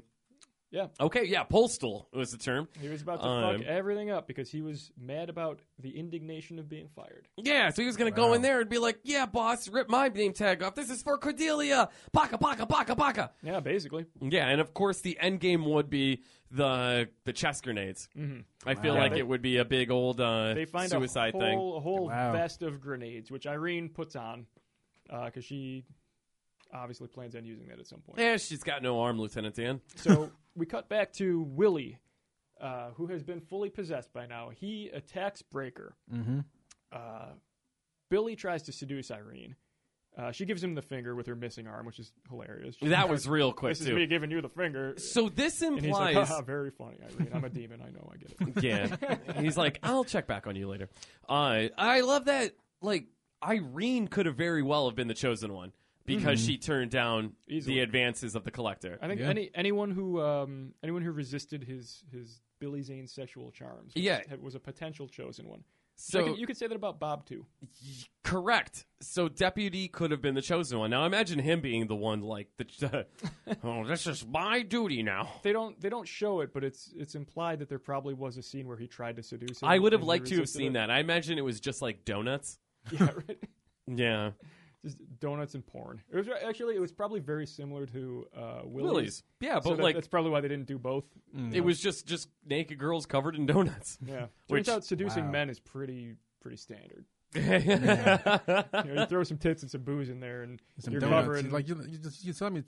Speaker 4: Yeah.
Speaker 2: Okay, yeah, postal was the term.
Speaker 4: He was about to
Speaker 2: Um,
Speaker 4: fuck everything up because he was mad about the indignation of being fired.
Speaker 2: Yeah, so he was gonna go in there and be like, "Yeah, boss, rip my name tag off. This is for Cordelia. Baka baka baka baka."
Speaker 4: Yeah, basically.
Speaker 2: Yeah, and of course the end game would be the the chest grenades. Mm-hmm. I feel
Speaker 3: Wow.
Speaker 2: like
Speaker 4: They-
Speaker 2: it would be a big old uh, [laughs]
Speaker 4: they find
Speaker 2: suicide
Speaker 4: a whole,
Speaker 2: thing.
Speaker 4: a whole
Speaker 3: Wow.
Speaker 4: vest of grenades, which Irene puts on because she obviously plans on using that at some point.
Speaker 2: Yeah, Eh, she's got no arm, Lieutenant Dan.
Speaker 4: so we cut back to Willie, uh, who has been fully possessed by now. He attacks Breaker.
Speaker 3: Mm-hmm.
Speaker 4: Uh, Billy tries to seduce Irene. Uh, she gives him the finger with her missing arm, which is hilarious. She
Speaker 2: That
Speaker 4: starts, [laughs]
Speaker 2: was real quick
Speaker 4: This is me
Speaker 2: too.
Speaker 4: giving you the finger.
Speaker 2: So this
Speaker 4: and he's like, "Oh,
Speaker 2: implies
Speaker 4: "Haha, very funny, Irene. I'm a demon. I know. I
Speaker 2: [laughs]
Speaker 4: get it.
Speaker 2: Yeah.
Speaker 4: [laughs]
Speaker 2: He's like, I'll check back on you later. Uh, I love that. Like, Irene could have very well have been the chosen one because she turned down
Speaker 4: Mm-hmm. Easily.
Speaker 2: the advances of the collector.
Speaker 4: I think
Speaker 3: Yeah.
Speaker 4: any anyone who um, anyone who resisted his his Billy Zane sexual charms, was,
Speaker 2: Yeah.
Speaker 4: was a potential chosen one. So
Speaker 2: So,
Speaker 4: you could, you could say that about Bob too.
Speaker 2: correct. So, deputy could have been the chosen one. Now, imagine him being the one, like, the, [laughs] oh, this is my duty now.
Speaker 4: They don't they don't show it, but it's it's implied that there probably was a scene where he tried to seduce. Him
Speaker 2: I would have
Speaker 4: and he
Speaker 2: liked to have
Speaker 4: resisted
Speaker 2: seen
Speaker 4: it.
Speaker 2: that. I imagine it was just like donuts.
Speaker 4: [laughs] Yeah, right.
Speaker 2: Yeah.
Speaker 4: Just donuts and porn. It was actually it was probably very similar to uh, Willie's.
Speaker 2: Willie's. Yeah, but
Speaker 4: So that-
Speaker 2: like,
Speaker 4: that's probably why they didn't do both.
Speaker 2: it was just just naked girls covered in donuts. [laughs]
Speaker 4: Yeah, turns
Speaker 2: Which-
Speaker 4: out seducing
Speaker 3: Wow.
Speaker 4: men is pretty pretty standard. You, know, you throw some tits and some booze in there, and
Speaker 3: Some
Speaker 4: you're
Speaker 3: donuts.
Speaker 4: covering
Speaker 3: He's like you, you, just, you saw me.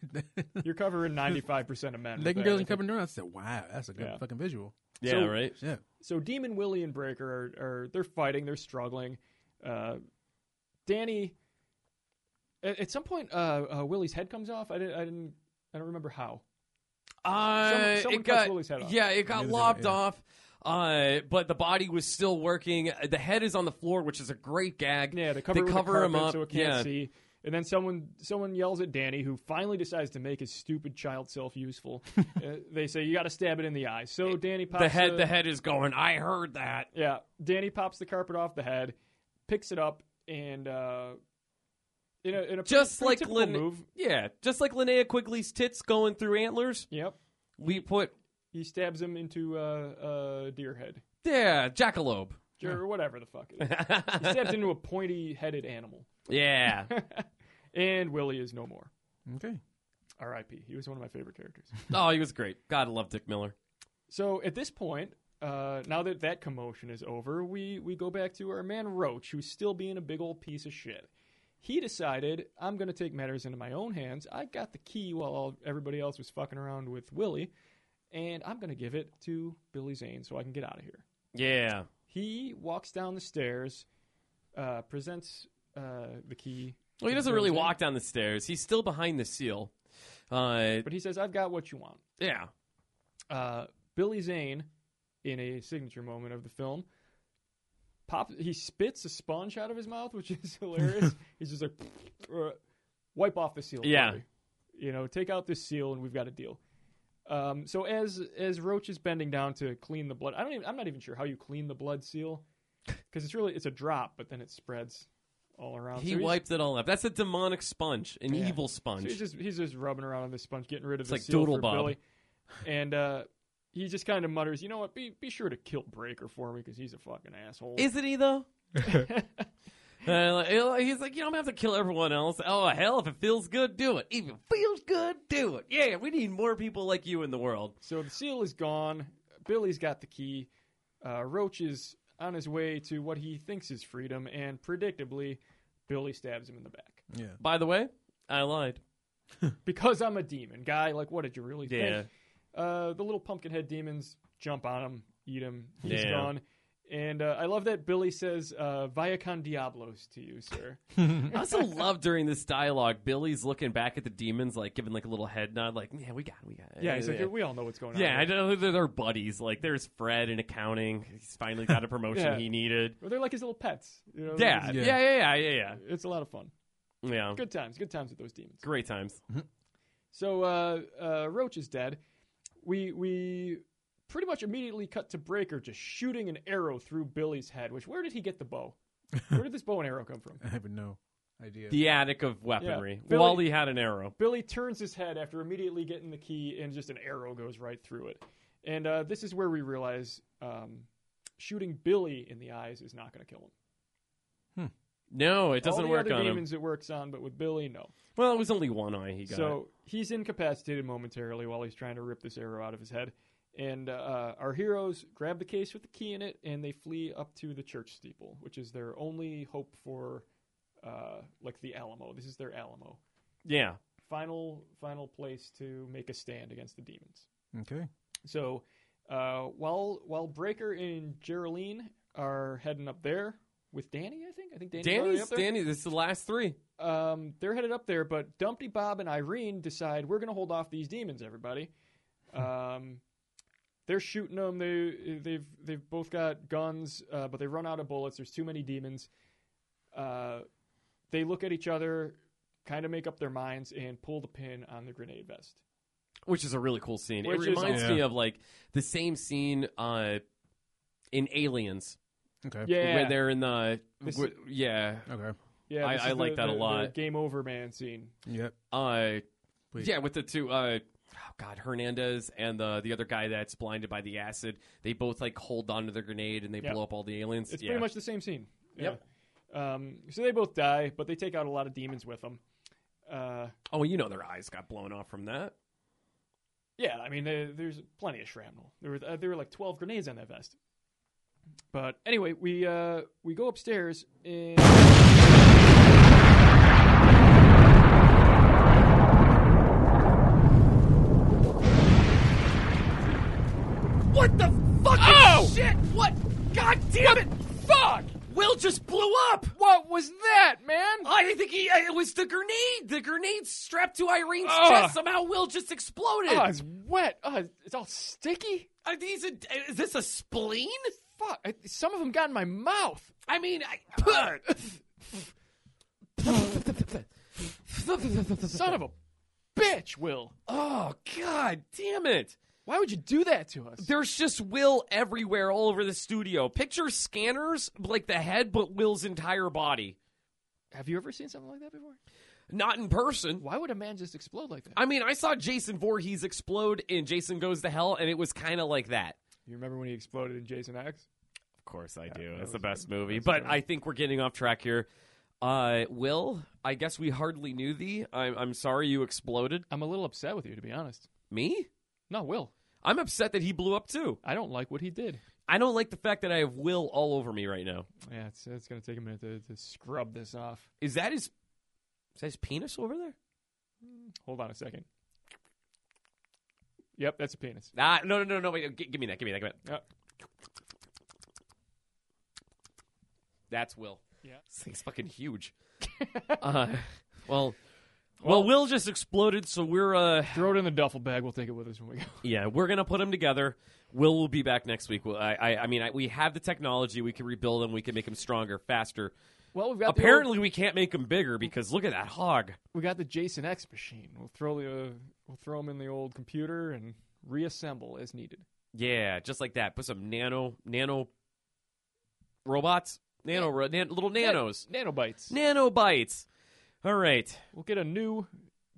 Speaker 3: [laughs]
Speaker 2: [laughs]
Speaker 4: you're covering ninety five percent of men. with
Speaker 3: Naked
Speaker 4: that,
Speaker 3: girls
Speaker 4: I
Speaker 3: and
Speaker 4: think.
Speaker 3: covered donuts. I said, "Wow, that's a good
Speaker 4: [laughs] Yeah.
Speaker 3: fucking visual."
Speaker 2: yeah,
Speaker 4: So-
Speaker 2: right?
Speaker 3: Yeah.
Speaker 4: so Demon Willie and Breaker are, are they're fighting, they're struggling. Uh, Danny At, at some point, uh, uh, Willie's head comes off. I didn't. I didn't. I don't remember how.
Speaker 2: Uh,
Speaker 4: Someone- someone
Speaker 2: it
Speaker 4: cuts
Speaker 2: got
Speaker 4: Willie's head off.
Speaker 2: yeah, it got
Speaker 3: Neither
Speaker 2: lopped
Speaker 3: did I, yeah.
Speaker 2: off. Uh, but the body was still working. The head is on the floor, which is a great gag.
Speaker 4: Yeah, they cover,
Speaker 2: they
Speaker 4: it with a
Speaker 2: cover him
Speaker 4: carpet
Speaker 2: up.
Speaker 4: so it can't
Speaker 2: yeah.
Speaker 4: see. And then someone someone yells at Danny, who finally decides to make his stupid child
Speaker 2: [laughs]
Speaker 4: self useful. uh, they say you got to stab it in the eye. So Danny pops
Speaker 2: The head,
Speaker 4: a-
Speaker 2: the head is going. I heard that.
Speaker 4: Yeah, Danny pops the carpet off the head, picks it up, and uh, in a in a
Speaker 2: Just
Speaker 4: pretty
Speaker 2: like
Speaker 4: typical
Speaker 2: Lin-
Speaker 4: move.
Speaker 2: Yeah, just like Linnea Quigley's tits going through antlers.
Speaker 4: Yep,
Speaker 2: We put
Speaker 4: he stabs him into uh, uh, deer head
Speaker 2: yeah,
Speaker 4: [laughs]
Speaker 2: jackalope.
Speaker 4: or whatever the fuck. It is. he stabs into a pointy headed animal,
Speaker 2: yeah,
Speaker 4: and Willie is no more.
Speaker 3: Okay.
Speaker 4: R.I.P. He was one of my favorite characters.
Speaker 2: oh, he was great. God, I love Dick Miller.
Speaker 4: So at this point, uh, now that that commotion is over, we, we go back to our man Roach, who's still being a big old piece of shit. He decided, I'm going to take matters into my own hands. I got the key while all, everybody else was fucking around with Willie, and I'm going to give it to Billy Zane so I can get out of here.
Speaker 2: Yeah,
Speaker 4: He walks down the stairs, uh, presents uh, the key.
Speaker 2: well, he
Speaker 4: to
Speaker 2: doesn't
Speaker 4: Billy
Speaker 2: really
Speaker 4: Zane,
Speaker 2: walk down the stairs. He's still behind the seal. Uh,
Speaker 4: But he says, I've got what you want.
Speaker 2: yeah,
Speaker 4: uh, Billy Zane, in a signature moment of the film, pop he spits a sponge out of his mouth, which is [laughs] hilarious. He's just like, "Uh, wipe off the seal.
Speaker 2: Yeah.
Speaker 4: Corey. you know, take out this seal, and we've got a deal. Um, so as as Roach is bending down to clean the blood, I don't even I'm not even sure how you clean the blood seal because it's really it's a drop, but then it spreads all around.
Speaker 2: he
Speaker 4: Oh, So he's-
Speaker 2: wiped it all up. That's a demonic sponge, an
Speaker 4: Yeah.
Speaker 2: evil
Speaker 4: so he's
Speaker 2: sponge.
Speaker 4: just he's just rubbing around on this sponge, getting rid of
Speaker 2: It's
Speaker 4: the
Speaker 2: like
Speaker 4: seal
Speaker 2: Doodle
Speaker 4: for
Speaker 2: Bob. [laughs]
Speaker 4: Billy. And uh, he just kind of mutters, "You know what? Be be sure to kill Breaker for me because he's a fucking asshole."
Speaker 2: Isn't he
Speaker 4: [laughs]
Speaker 2: though? Uh, like, he'll- he's like, you don't have to kill everyone else. Oh hell, if it feels good, do it. If it feels good, do it. Yeah, we need more people like you in the world.
Speaker 4: so the seal is gone. Billy's got the key. Uh, Roach is on his way to what he thinks is freedom, and predictably, Billy stabs him in the back
Speaker 3: Yeah.
Speaker 2: By the way, I lied.
Speaker 4: because I'm a demon guy. Like, what did you really
Speaker 2: Yeah.
Speaker 4: think? Uh, the little pumpkin head demons jump on him, eat him. He's
Speaker 2: Yeah.
Speaker 4: gone. And uh, I love that Billy says uh, "Via con diablos" to you, sir.
Speaker 2: I also love during this dialogue, Billy's looking back at the demons, like giving like a little head nod, like, yeah, we got, it, we got. it."
Speaker 4: Yeah, he's like, we all know what's going on.
Speaker 2: yeah, I
Speaker 4: here."
Speaker 2: know they're, they're buddies. Like, there's Fred in accounting. He's finally got a promotion
Speaker 4: Yeah.
Speaker 2: he needed.
Speaker 4: Or they're like his little pets. You know,
Speaker 2: Yeah, yeah,
Speaker 3: Yeah.
Speaker 2: yeah, yeah, yeah,
Speaker 4: it's, it's a lot of fun.
Speaker 2: yeah. yeah.
Speaker 4: Good times, good times with those demons.
Speaker 2: Great times.
Speaker 4: So uh, uh, Roach is dead. We we pretty much immediately cut to Breaker just shooting an arrow through Billy's head. Which where did he get
Speaker 2: [laughs]
Speaker 4: the bow? Where did this bow and arrow come from?
Speaker 3: I have no idea.
Speaker 2: The attic of weaponry.
Speaker 4: Yeah. Billy-
Speaker 2: Wally had an arrow.
Speaker 4: Billy turns his head after immediately getting the key, and just an arrow goes right through it. And uh, this is where we realize um, shooting Billy in the eyes is not going to kill him.
Speaker 2: No, it doesn't
Speaker 4: All the
Speaker 2: work
Speaker 4: other
Speaker 2: on him.
Speaker 4: demons it works on, but with Billy, no.
Speaker 2: Well, it was only one eye he got.
Speaker 4: So he's incapacitated momentarily while he's trying to rip this arrow out of his head. And uh, our heroes grab the case with the key in it and they flee up to the church steeple, which is their only hope for uh, like the Alamo. This is their Alamo.
Speaker 2: yeah,
Speaker 4: Final, final place to make a stand against the demons.
Speaker 3: Okay.
Speaker 4: So uh, while while Breaker and Geraldine are heading up there with Danny, I think I think Danny's, already
Speaker 2: Danny's
Speaker 4: up there.
Speaker 2: Danny. This is the last three.
Speaker 4: um, they're headed up there, but Dumpty Bob and Irene decide we're going to hold off these demons, everybody. Um, they're shooting them. They they've they've both got guns, uh, but they run out of bullets. There's too many demons. Uh, they look at each other, kind of make up their minds, and pull the pin on the grenade vest.
Speaker 2: which is a really cool scene.
Speaker 4: Which
Speaker 2: it
Speaker 4: is
Speaker 2: reminds
Speaker 3: awesome.
Speaker 2: me of like the same scene uh, in Aliens
Speaker 3: Okay.
Speaker 4: Yeah,
Speaker 2: where they're in the
Speaker 4: This-
Speaker 2: where- yeah.
Speaker 3: Okay.
Speaker 4: yeah.
Speaker 2: I-
Speaker 4: this is
Speaker 2: I like
Speaker 4: the-
Speaker 2: that a
Speaker 4: the- the
Speaker 2: lot.
Speaker 4: game over, man. Scene.
Speaker 3: Yep.
Speaker 2: Uh,
Speaker 3: Wait.
Speaker 2: yeah, with the two. Uh, oh God, Hernandez and the the other guy that's blinded by the acid. They both like hold onto their grenade and they
Speaker 4: Yeah.
Speaker 2: blow up all the aliens.
Speaker 4: It's
Speaker 2: yeah.
Speaker 4: pretty much the same scene.
Speaker 2: Yep.
Speaker 4: Yeah. Um, so they both die, but they take out a lot of demons with them. Uh,
Speaker 2: oh, you know their eyes got blown off from that.
Speaker 4: Yeah, I mean, there, there's plenty of shrapnel. There were uh, there were like twelve grenades on that vest. But anyway, we uh, we go upstairs and
Speaker 2: What the fuck? shit! What? God damn it! Fuck! Will just blew up.
Speaker 4: what was that, man?
Speaker 2: I I think he, uh, it was the grenade. The grenade strapped to Irene's
Speaker 4: Ugh.
Speaker 2: chest somehow. Will just exploded.
Speaker 4: Oh, it's Uh, wet. Oh, it's all sticky.
Speaker 2: Are these a, is this a spleen?
Speaker 4: Fuck. I, some of them got in my mouth.
Speaker 2: I mean,
Speaker 4: [laughs]
Speaker 2: I,
Speaker 4: Son of a bitch, Will.
Speaker 2: oh god, damn it!
Speaker 4: Why would you do that to us?
Speaker 2: There's just Will everywhere, all over the studio. Picture scanners like the head, but Will's entire body.
Speaker 4: Have you ever seen something like that before?
Speaker 2: Not in person.
Speaker 4: Why would a man just explode like that?
Speaker 2: I mean, I saw Jason Voorhees explode in Jason Goes to Hell, and it was kind of like that.
Speaker 4: You remember when he exploded in Jason X?
Speaker 2: Of course I do.
Speaker 4: that
Speaker 2: That's
Speaker 4: was
Speaker 2: the
Speaker 4: good.
Speaker 2: best movie.
Speaker 4: That's
Speaker 2: But
Speaker 4: good.
Speaker 2: I think we're getting off track here. Uh, Will, I guess we hardly knew thee. I'm, I'm sorry you exploded.
Speaker 4: I'm a little upset with you, to be honest.
Speaker 2: Me?
Speaker 4: No, Will.
Speaker 2: I'm upset that he blew up too.
Speaker 4: I don't like what he did.
Speaker 2: I don't like the fact that I have Will all over me right now.
Speaker 4: Yeah, it's, it's going to take a minute to, to scrub this off.
Speaker 2: Is that his? Is that his penis over there?
Speaker 4: Hold on a second. Yep, that's a [sighs] penis.
Speaker 2: Ah, no, no, no, no. Wait, g- give me that. Give me that. Give me that. Oh.
Speaker 4: Uh,
Speaker 2: That's Will.
Speaker 4: Yeah.
Speaker 2: This thing's fucking huge. uh, well, well, Will just exploded, so we're uh,
Speaker 4: Throw it in the duffel bag. We'll take it with us when we go.
Speaker 2: yeah, we're gonna put him together. Will will be back next week. Well, I, I, I mean, I, we have the technology. We can rebuild him. We can make him stronger, faster.
Speaker 4: Well, we've got
Speaker 2: Apparently, we can't make him bigger because look at that hog.
Speaker 4: we got the Jason X machine. We'll throw the uh, we'll throw him in the old computer and reassemble as needed.
Speaker 2: Yeah, just like that. Put some nano nano robots, nano ro- nan- little nanos,
Speaker 4: Na- nanobites.
Speaker 2: nanobites. All right,
Speaker 4: we'll get a new,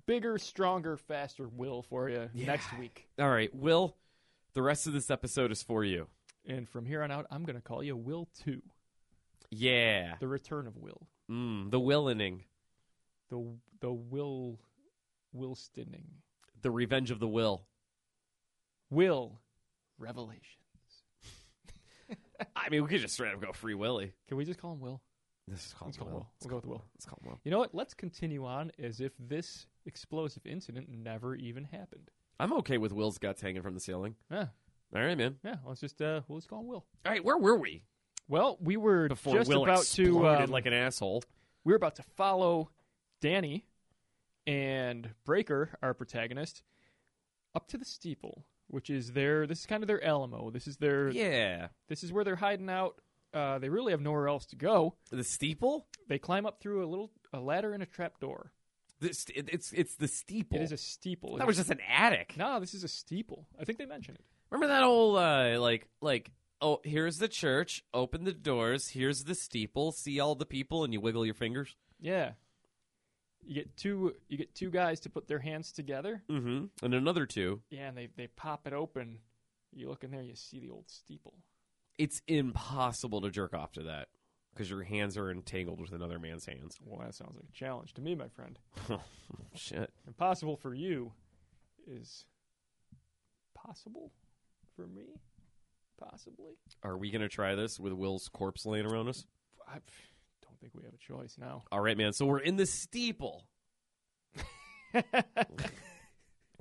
Speaker 4: bigger, stronger, faster will for you next week.
Speaker 2: all right. Will, the rest of this episode is for you.
Speaker 4: And from here on out, I'm gonna call you Will Two.
Speaker 2: Yeah,
Speaker 4: The return of Will.
Speaker 2: mm, the willing,
Speaker 4: The the Will Will Stinning.
Speaker 2: the revenge of the will.
Speaker 4: Will Revelation.
Speaker 2: [laughs] I mean, we could just straight up go free Willy.
Speaker 4: Can we just call him Will?
Speaker 2: This is called
Speaker 4: Let's call him
Speaker 2: Will.
Speaker 4: Will. We'll go with Will.
Speaker 2: Let's call him Will.
Speaker 4: You know what? Let's continue on as if this explosive incident never even happened.
Speaker 2: I'm okay with Will's guts hanging from the ceiling.
Speaker 4: Yeah,
Speaker 2: All right, man.
Speaker 4: yeah. Let's just uh, we'll just call him Will.
Speaker 2: All right, where were we
Speaker 4: Well, we were
Speaker 2: before
Speaker 4: just
Speaker 2: Will
Speaker 4: about
Speaker 2: exploded
Speaker 4: to um,
Speaker 2: like an asshole?
Speaker 4: we were about to follow Danny and Breaker, our protagonist, up to the steeple, which is their this is kind of their Alamo. This is their
Speaker 2: Yeah,
Speaker 4: this is where they're hiding out. Uh, they really have nowhere else to go.
Speaker 2: the steeple.
Speaker 4: They climb up through a little a ladder and a trap door.
Speaker 2: This it, it's it's the steeple.
Speaker 4: It is a steeple.
Speaker 2: That was just an attic.
Speaker 4: no, this is a steeple. I think they mentioned it.
Speaker 2: Remember that old uh, like like oh here's the church, open the doors, here's the steeple, see all the people, and you wiggle your fingers.
Speaker 4: Yeah. You get two you get two guys to put their hands together
Speaker 2: Mm-hmm. And another two.
Speaker 4: Yeah, and they they pop it open. You look in there, you see the old steeple.
Speaker 2: It's impossible to jerk off to that because your hands are entangled with another man's
Speaker 4: [laughs]
Speaker 2: hands.
Speaker 4: Well, that sounds like a challenge to me, my friend.
Speaker 2: Shit.
Speaker 4: Impossible for you is possible for me, possibly.
Speaker 2: Are we gonna try this with Will's corpse laying around us?
Speaker 4: I don't think we have a choice
Speaker 2: [laughs]
Speaker 4: now.
Speaker 2: All right, man. So we're in the steeple.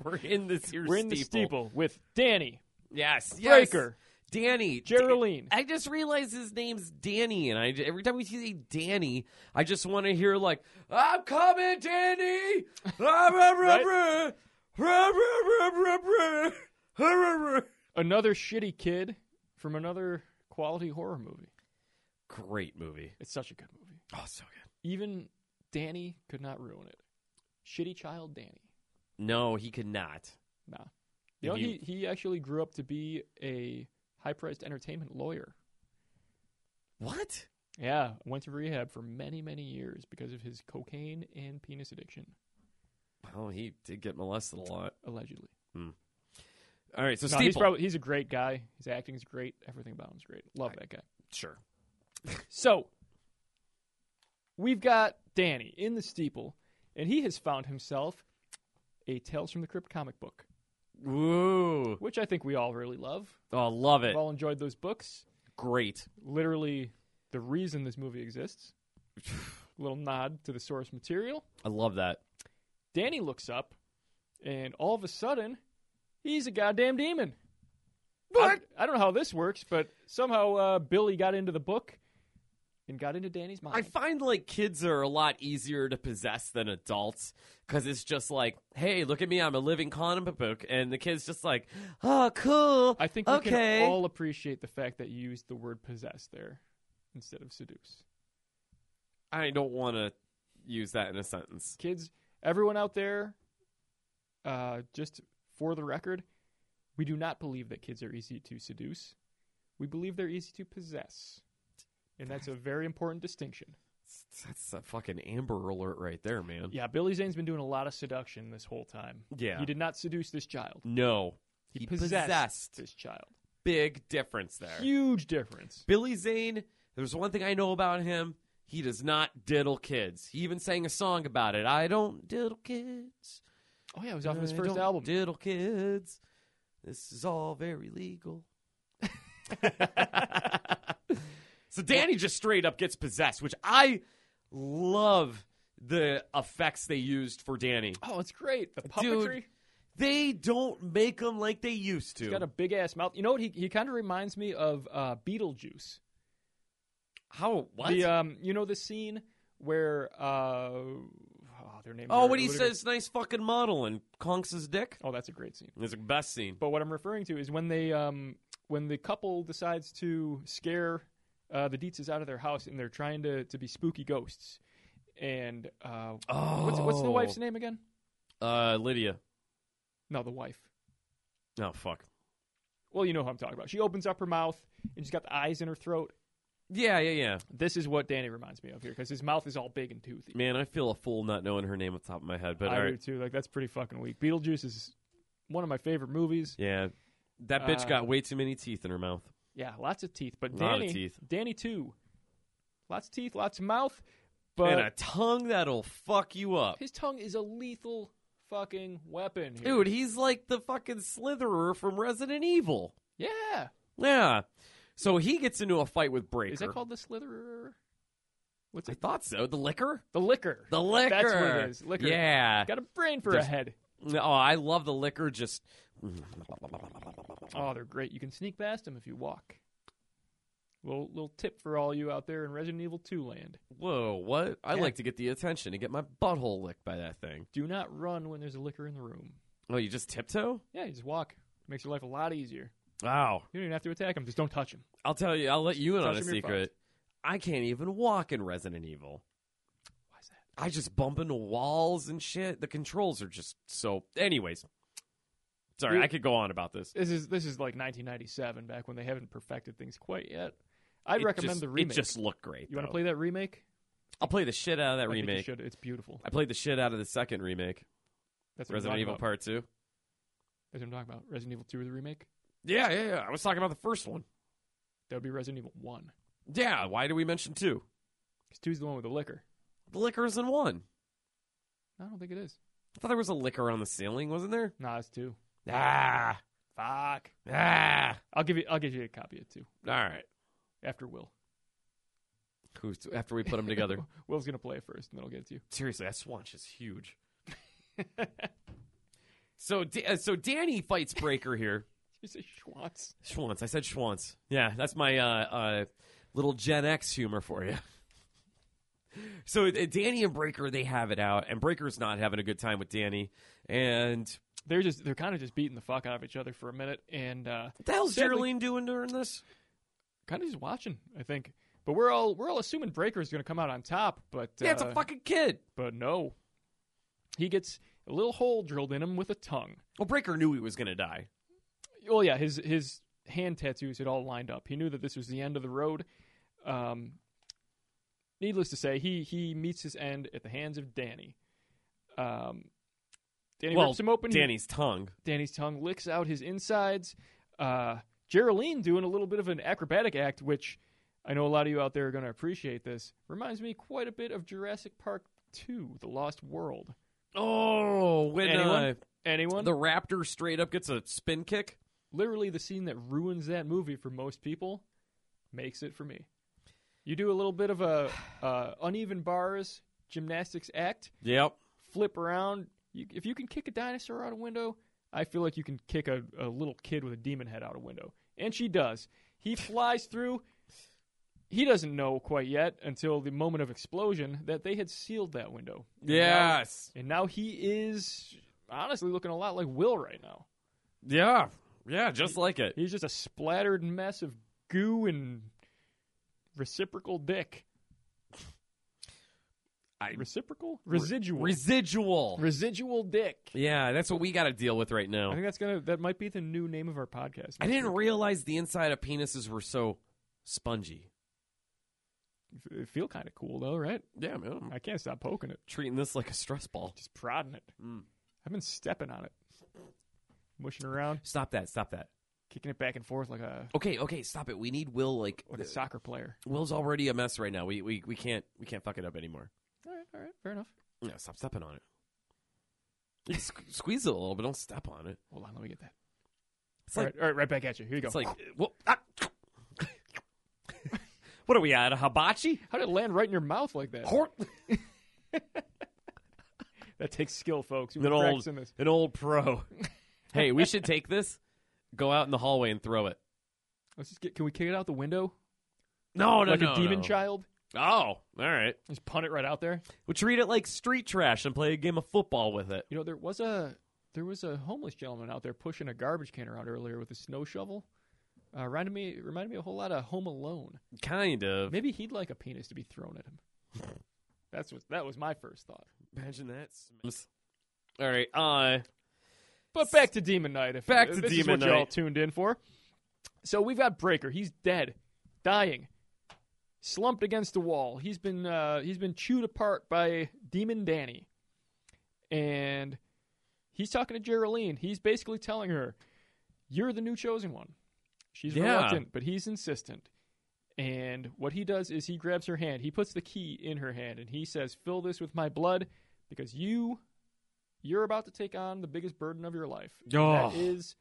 Speaker 2: We're in this here
Speaker 4: We're in the
Speaker 2: steeple.
Speaker 4: steeple with Danny
Speaker 2: Yes, yes.
Speaker 4: Breaker,
Speaker 2: Danny.
Speaker 4: Geraldine.
Speaker 2: I just realized his name's Danny, and I every time we see Danny, I just want to hear like, "I'm coming, Danny." Ah, rah, rah, rah. Rah, rah, rah, rah, rah. Ah, rah, rah.
Speaker 4: another shitty kid from another quality horror movie.
Speaker 2: Great movie.
Speaker 4: It's such a good movie.
Speaker 2: Oh, so good.
Speaker 4: Even Danny could not ruin it. Shitty child Danny.
Speaker 2: No, he could not.
Speaker 4: Nah. You know,
Speaker 2: And
Speaker 4: he, he actually grew up to be a high priced entertainment lawyer.
Speaker 2: What?
Speaker 4: Yeah. Went to rehab for many, many years because of his cocaine and penis addiction,
Speaker 2: Well, he did get molested a lot.
Speaker 4: allegedly.
Speaker 2: All right, so
Speaker 4: No,
Speaker 2: Steeple.
Speaker 4: he's probably he's a great guy. His acting's great. Everything about him's great. Love that guy.
Speaker 2: sure.
Speaker 4: So we've got Danny in the steeple, and he has found himself a Tales from the Crypt comic book,
Speaker 2: Woo!
Speaker 4: which I think we all really love.
Speaker 2: Oh, love it.
Speaker 4: We've all enjoyed those books.
Speaker 2: Great.
Speaker 4: literally the reason this
Speaker 2: [sighs]
Speaker 4: movie exists. Little nod to the source material.
Speaker 2: I love that.
Speaker 4: Danny looks up, and all of a sudden, he's a goddamn demon. I- I, don't know how this works, but somehow uh, Billy got into the book, and got into Danny's mind.
Speaker 2: I find like kids are a lot easier to possess than adults because it's just like, hey, look at me, I'm a living comic book, and the kid's just like, oh, cool.
Speaker 4: I think we
Speaker 2: okay.
Speaker 4: can all appreciate the fact that you used the word possess there instead of seduce.
Speaker 2: I don't want to use that in a sentence.
Speaker 4: Kids, everyone out there, uh, just for the record, we do not believe that kids are easy to seduce. We believe they're easy to possess. And that's a very important distinction.
Speaker 2: It's- That's a fucking Amber Alert right there, man.
Speaker 4: Yeah, Billy Zane's been doing a lot of seduction this whole time.
Speaker 2: Yeah.
Speaker 4: He did not seduce this child.
Speaker 2: No, he,
Speaker 4: this child.
Speaker 2: Big difference there.
Speaker 4: Huge difference.
Speaker 2: Billy Zane, there's one thing I know about him. He does not diddle kids. He even sang a song about it. I don't diddle kids.
Speaker 4: Oh yeah, it was off of his
Speaker 2: I
Speaker 4: first
Speaker 2: Uh, don't
Speaker 4: album.
Speaker 2: Diddle kids. This is all very legal. so Danny just straight up gets possessed, which I love the effects they used for Danny.
Speaker 4: oh, it's great. The
Speaker 2: Dude,
Speaker 4: puppetry.
Speaker 2: They don't make him like they used to.
Speaker 4: He's got a big ass mouth. You know what? He he kind of reminds me of uh, Beetlejuice.
Speaker 2: How what?
Speaker 4: The um, you know the scene where uh, oh, their name.
Speaker 2: oh, when he says nice fucking model and conks his dick.
Speaker 4: Oh, that's a great scene.
Speaker 2: It's the best scene.
Speaker 4: But what I'm referring to is when they um, when the couple decides to scare uh, the Dietzes out of their house and they're trying to to be spooky ghosts. And uh,
Speaker 2: Oh,
Speaker 4: what's what's the wife's name again?
Speaker 2: Uh, Lydia.
Speaker 4: No, the wife.
Speaker 2: Oh fuck.
Speaker 4: Well, you know who I'm talking about. She opens up her mouth and she's got the eyes in her throat.
Speaker 2: Yeah, yeah, yeah.
Speaker 4: This is what Danny reminds me of here because his mouth is all big and toothy.
Speaker 2: Man, I feel a fool not knowing her name off the top of my head. But
Speaker 4: I
Speaker 2: all
Speaker 4: do
Speaker 2: right,
Speaker 4: too. Like that's pretty fucking weak. Beetlejuice is one of my favorite movies.
Speaker 2: yeah, that bitch
Speaker 4: Uh,
Speaker 2: got way too many teeth in her mouth.
Speaker 4: Yeah, lots of teeth, but
Speaker 2: Lot of
Speaker 4: Danny,
Speaker 2: teeth.
Speaker 4: Danny too. Lots of teeth, lots of mouth, but
Speaker 2: and a tongue that'll fuck you up.
Speaker 4: his tongue is a lethal fucking weapon. Here.
Speaker 2: Dude, he's like the fucking Slitherer from Resident Evil.
Speaker 4: yeah,
Speaker 2: Yeah. So he gets into a fight with Breaker.
Speaker 4: is that called the slitherer? What's
Speaker 2: I
Speaker 4: it?
Speaker 2: thought so. The liquor?
Speaker 4: The liquor.
Speaker 2: The liquor.
Speaker 4: That's what it is. Liquor.
Speaker 2: Yeah.
Speaker 4: Got a brain for
Speaker 2: There's-
Speaker 4: a head.
Speaker 2: Oh, I love the liquor. Just.
Speaker 4: Oh, they're great. You can sneak past them if you walk. Little little tip for all you out there in Resident Evil 2 land:
Speaker 2: Whoa, what? I
Speaker 4: Yeah.
Speaker 2: like to get the attention and get my butthole licked by that thing.
Speaker 4: do not run when there's a liquor in the room.
Speaker 2: Oh, you just tiptoe?
Speaker 4: Yeah, you just walk. Makes your life a lot easier.
Speaker 2: Wow.
Speaker 4: You don't even have to attack him. Just don't touch him.
Speaker 2: I'll tell you, I'll let you in
Speaker 4: Tell
Speaker 2: on a
Speaker 4: us your
Speaker 2: secret. I can't even walk in Resident Evil.
Speaker 4: Why is that?
Speaker 2: I just bump into walls and shit. The controls are just so. Anyways, sorry,
Speaker 4: Dude.
Speaker 2: I could go on about this.
Speaker 4: This is this is like 1997, back when they haven't perfected things quite yet. I'd
Speaker 2: It
Speaker 4: recommend
Speaker 2: just-
Speaker 4: the remake.
Speaker 2: It just looked great.
Speaker 4: you want to
Speaker 2: though.
Speaker 4: play that remake?
Speaker 2: I'll play the shit out of that
Speaker 4: I think you
Speaker 2: remake.
Speaker 4: should. It's beautiful.
Speaker 2: I played the shit out of the second remake,
Speaker 4: That's what I'm
Speaker 2: Resident
Speaker 4: talking
Speaker 2: Evil
Speaker 4: about.
Speaker 2: Part Two.
Speaker 4: That's what I'm talking about. Resident Evil 2 or the remake?
Speaker 2: Yeah, yeah, yeah. I was talking about the first one.
Speaker 4: That would be Resident Evil 1.
Speaker 2: Yeah. Why do we mention two?
Speaker 4: Because 2 is the one with the liquor.
Speaker 2: The liquor's in one.
Speaker 4: No, I don't think it is.
Speaker 2: I thought there was a liquor on the ceiling, wasn't there?
Speaker 4: Nah, it's 2.
Speaker 2: Ah,
Speaker 4: Fuck.
Speaker 2: ah.
Speaker 4: I'll give you. I'll give you a copy of 2
Speaker 2: All right.
Speaker 4: after Will.
Speaker 2: Who's after we put them
Speaker 4: [laughs]
Speaker 2: together?
Speaker 4: Will's gonna play it first, and then I'll get it to you.
Speaker 2: Seriously, that swanch is huge. so, D- uh, so Danny fights Breaker here.
Speaker 4: You say Schwantz.
Speaker 2: Schwantz, I said Schwantz. Yeah, that's my uh, uh, little Gen X humor for you. So uh, Danny and Breaker, they have it out, and Breaker's not having a good time with Danny. And
Speaker 4: They're just. They're kind of just beating the fuck out of each other for a minute, and uh,
Speaker 2: what the hell's
Speaker 4: Sadly-
Speaker 2: Geraldine doing during this?
Speaker 4: kind of just watching. I think. But we're all we're all assuming Breaker's gonna come out on top. But
Speaker 2: Yeah, it's
Speaker 4: uh,
Speaker 2: a fucking kid.
Speaker 4: But no, he gets a little hole drilled in him with a tongue.
Speaker 2: Well, Breaker knew he was gonna die.
Speaker 4: Well, yeah, his his hand tattoos had all lined up. He knew that this was the end of the road. Um, needless to say, he he meets his end at the hands of Danny. Um, Danny
Speaker 2: well,
Speaker 4: rips him open.
Speaker 2: Danny's tongue.
Speaker 4: Danny's tongue licks out his insides. Uh, Geraldine doing a little bit of an acrobatic act, which I know a lot of you out there are going to appreciate. This reminds me quite a bit of Jurassic Park Two: The Lost World.
Speaker 2: Oh, when uh,
Speaker 4: Anyone? Anyone?
Speaker 2: the raptor straight up gets a spin kick.
Speaker 4: literally the scene that ruins that movie for most people makes it for me. You do a little bit of a uh, uneven bars gymnastics act,
Speaker 2: Yep.
Speaker 4: flip around. You, if you can kick a dinosaur out a window, I feel like you can kick a, a little kid with a demon head out a window, and she does. He flies through. He doesn't know quite yet until the moment of explosion that they had sealed that window. And now-
Speaker 2: Yes.
Speaker 4: and now he is honestly looking a lot like Will right now.
Speaker 2: Yeah. Yeah, just like it.
Speaker 4: He's just a splattered mess of goo and reciprocal dick.
Speaker 2: I-
Speaker 4: reciprocal? Residual.
Speaker 2: Residual.
Speaker 4: residual dick.
Speaker 2: yeah, that's what we got to deal with right
Speaker 4: I
Speaker 2: now.
Speaker 4: think that's gonna that might be the new name of our podcast.
Speaker 2: I didn't realize the inside of penises were so spongy.
Speaker 4: It feel kind of cool though, right?
Speaker 2: Yeah, man. I'm
Speaker 4: I can't stop poking it,
Speaker 2: treating this like a stress ball.
Speaker 4: just prodding it.
Speaker 2: Mm.
Speaker 4: I've been stepping on it, mushing around,
Speaker 2: Stop that. Stop that.
Speaker 4: kicking it back and forth like a
Speaker 2: Okay, okay, stop it. We need Will like
Speaker 4: like a soccer player.
Speaker 2: Will's already a mess right now. We we we can't we can't fuck it up anymore.
Speaker 4: All right, all right, fair enough.
Speaker 2: Yeah, stop stepping on it. You squ- squeeze it a little, but don't step on it.
Speaker 4: Hold on, let me get that.
Speaker 2: It's
Speaker 4: All
Speaker 2: like
Speaker 4: right, all right, right back at you. Here you go.
Speaker 2: it's like well, ah. [laughs] what are we at a hibachi?
Speaker 4: How did it land right in your mouth like that?
Speaker 2: Hor-
Speaker 4: That takes skill, folks. We've
Speaker 2: an
Speaker 4: been
Speaker 2: old
Speaker 4: practicing this.
Speaker 2: an old pro. [laughs] hey, we should take this, go out in the hallway and throw it.
Speaker 4: Let's just get. Can we kick it out the window
Speaker 2: No,
Speaker 4: like a demon child?
Speaker 2: Oh, all right.
Speaker 4: Just punt it right out there.
Speaker 2: We treat it like street trash and play a game of football with it.
Speaker 4: You know, there was a there was a homeless gentleman out there pushing a garbage can around earlier with a snow shovel. Uh, reminded me reminded me a whole lot of Home Alone.
Speaker 2: Kind of.
Speaker 4: Maybe he'd like a penis to be thrown at him. [laughs] That's what that was my first thought.
Speaker 2: Imagine that. All right. Uh,
Speaker 4: But back to Demon Knight. If
Speaker 2: Back
Speaker 4: uh,
Speaker 2: to
Speaker 4: this
Speaker 2: Demon
Speaker 4: is what y'all
Speaker 2: Knight.
Speaker 4: tuned in for. So we've got Breaker. He's dead, dying, slumped against the wall. He's been uh, he's been chewed apart by Demon Danny, and he's talking to Geraldine. He's basically telling her, "You're the new chosen one." She's
Speaker 2: Yeah.
Speaker 4: reluctant, but he's insistent. And what he does is he grabs her hand. He puts the key in her hand, and he says, "Fill this with my blood, because you you're about to take on the biggest burden of your life. and
Speaker 2: Oh.
Speaker 4: That is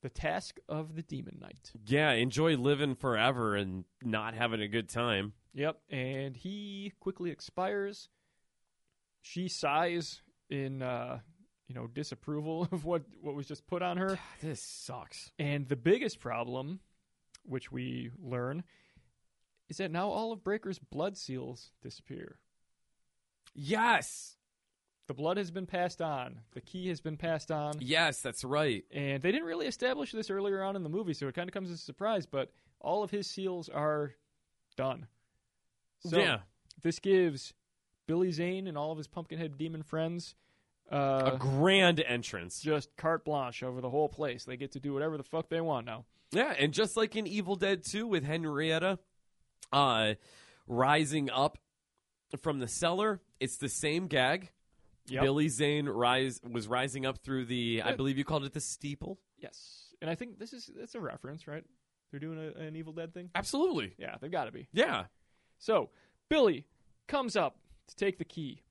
Speaker 4: the task of the demon knight.
Speaker 2: yeah. Enjoy living forever and not having a good time.
Speaker 4: Yep. And he quickly expires. She sighs in uh, you know disapproval [laughs] of what what was just put on her.
Speaker 2: This sucks.
Speaker 4: And the biggest problem, which we learn, is that now all of Breaker's blood seals disappear.
Speaker 2: Yes.
Speaker 4: The blood has been passed on. The key has been passed on.
Speaker 2: Yes, that's right.
Speaker 4: And they didn't really establish this earlier on in the movie, so it kind of comes as a surprise, but all of his seals are done. So
Speaker 2: yeah.
Speaker 4: this gives Billy Zane and all of his pumpkinhead demon friends
Speaker 2: A
Speaker 4: uh,
Speaker 2: grand entrance.
Speaker 4: just carte blanche over the whole place. They get to do whatever the fuck they want now.
Speaker 2: Yeah, and just like in Evil Dead 2 with Henrietta uh rising up from the cellar, it's the same gag.
Speaker 4: Yep.
Speaker 2: Billy Zane rise was rising up through the I
Speaker 4: Yeah.
Speaker 2: believe you called it the steeple.
Speaker 4: Yes. And I think this is that's a reference, right? They're doing a, an Evil Dead thing?
Speaker 2: Absolutely.
Speaker 4: Yeah, they've got to be.
Speaker 2: Yeah.
Speaker 4: So Billy comes up to take the key,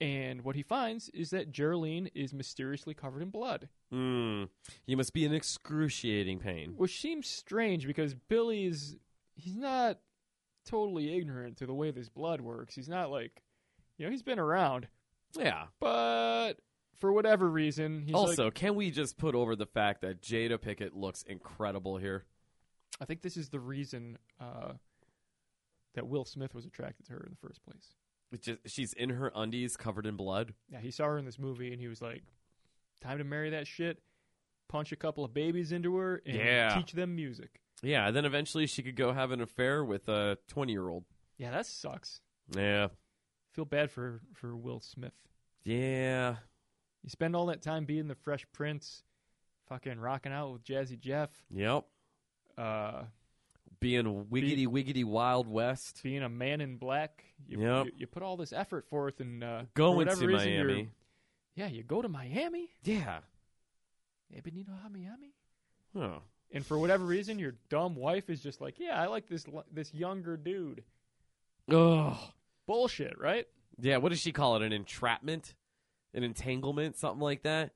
Speaker 4: and what he finds is that Geraldine is mysteriously covered in blood.
Speaker 2: Hmm. You must be in excruciating pain.
Speaker 4: which seems strange because Billy's he's not totally ignorant to the way this blood works. He's not like you know, he's been around,
Speaker 2: Yeah.
Speaker 4: but for whatever reason, he's
Speaker 2: also,
Speaker 4: like,
Speaker 2: can we just put over the fact that Jada Pickett looks incredible here?
Speaker 4: I think this is the reason uh, that Will Smith was attracted to her in the first place.
Speaker 2: It just, she's in her undies covered in blood.
Speaker 4: Yeah, he saw her in this movie and he was like, "Time to marry that shit, punch a couple of babies into her, and
Speaker 2: Yeah.
Speaker 4: teach them music."
Speaker 2: Yeah, and then eventually she could go have an affair with a 20-year-old.
Speaker 4: Yeah, that sucks.
Speaker 2: Yeah.
Speaker 4: Feel bad for for Will Smith.
Speaker 2: Yeah.
Speaker 4: You spend all that time being the Fresh Prince, fucking rocking out with Jazzy Jeff,
Speaker 2: Yep.
Speaker 4: uh,
Speaker 2: Being wiggity wiggity Wild West.
Speaker 4: being a man in black. You,
Speaker 2: Yep.
Speaker 4: you, you put all this effort forth and uh, for
Speaker 2: Going
Speaker 4: whatever
Speaker 2: to
Speaker 4: reason, you're-
Speaker 2: Miami.
Speaker 4: Yeah, you go to Miami.
Speaker 2: Yeah.
Speaker 4: Ebenito ha Miami.
Speaker 2: Oh.
Speaker 4: And for whatever reason, your dumb wife is just like, yeah, I like this li- this younger dude.
Speaker 2: Ugh.
Speaker 4: Bullshit, right?
Speaker 2: Yeah, what does she call it? An entrapment? An entanglement? Something like that?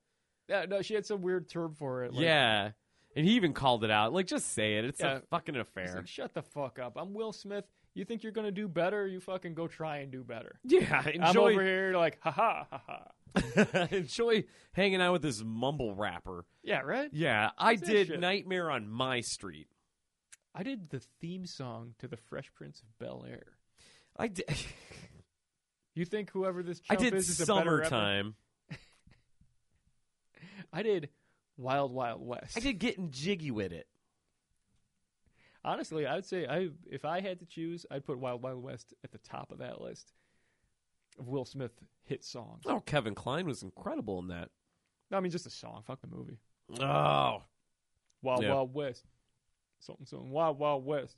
Speaker 4: Yeah, no, she had some weird term for it. Like,
Speaker 2: yeah. And he even called it out. Like, just say it. It's
Speaker 4: Yeah.
Speaker 2: a fucking
Speaker 4: it's
Speaker 2: affair.
Speaker 4: like, Shut the fuck up. I'm Will Smith. You think you're gonna do better? You fucking go try and do better.
Speaker 2: Yeah,
Speaker 4: I'm over
Speaker 2: enjoy,
Speaker 4: here like, ha ha ha ha.
Speaker 2: [laughs] enjoy hanging out with this mumble rapper.
Speaker 4: Yeah, right.
Speaker 2: Yeah, I
Speaker 4: That's that
Speaker 2: did
Speaker 4: shit.
Speaker 2: Nightmare on My Street.
Speaker 4: I did the theme song to The Fresh Prince of Bel Air.
Speaker 2: [laughs] I did.
Speaker 4: You think whoever this
Speaker 2: I
Speaker 4: chump
Speaker 2: did
Speaker 4: is, is a better rapper?
Speaker 2: summertime.
Speaker 4: I did Wild Wild West.
Speaker 2: I did getting jiggy with it.
Speaker 4: Honestly, I would say I if I had to choose, I'd put Wild Wild West at the top of that list of Will Smith hit songs.
Speaker 2: Oh, Kevin Klein was incredible in that.
Speaker 4: No, I mean just a song. Fuck the movie.
Speaker 2: Oh,
Speaker 4: Wild
Speaker 2: Yeah.
Speaker 4: Wild West. Something something. Wild Wild West.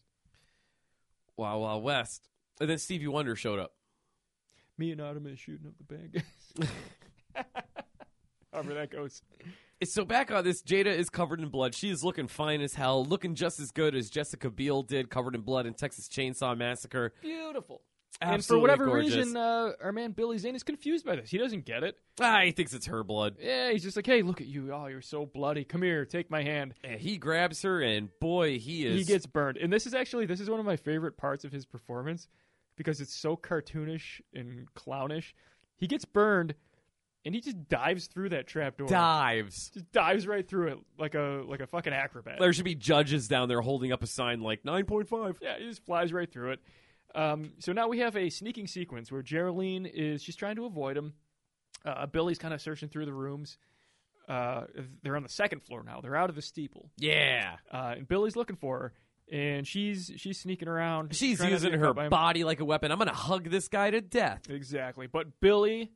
Speaker 2: Wow, Wow West. And then Stevie Wonder showed up.
Speaker 4: Me and Ottoman shooting up the bad guys.
Speaker 2: [laughs]
Speaker 4: However that goes.
Speaker 2: So back on this, Jada is covered in blood. She is looking fine as hell, looking just as good as Jessica Biel did, covered in blood in Texas Chainsaw Massacre.
Speaker 4: Beautiful. and for
Speaker 2: Absolutely
Speaker 4: whatever
Speaker 2: gorgeous.
Speaker 4: reason, uh, our man Billy Zane is confused by this. He doesn't get it.
Speaker 2: ah, he thinks it's her blood.
Speaker 4: Yeah, he's just like, "Hey, look at you! Oh, you're so bloody. Come here, take my hand."
Speaker 2: And he grabs her, and boy, he is.
Speaker 4: he gets burned and this is actually this is one of my favorite parts of his performance because it's so cartoonish and clownish he gets burned and he just dives through that trapdoor
Speaker 2: dives.
Speaker 4: just dives right through it like a like a fucking acrobat
Speaker 2: There should be judges down there holding up a sign like nine point five.
Speaker 4: yeah he just flies right through it um, so now we have a sneaking sequence where geraldine is she's trying to avoid him uh, billy's kind of searching through the rooms uh, they're on the second floor now they're out of the steeple
Speaker 2: Yeah,
Speaker 4: uh, and billy's looking for her and she's she's sneaking around
Speaker 2: she's
Speaker 4: trying not to
Speaker 2: using
Speaker 4: get
Speaker 2: her
Speaker 4: caught by him.
Speaker 2: body like a weapon. I'm gonna hug this guy to death.
Speaker 4: Exactly. But Billy,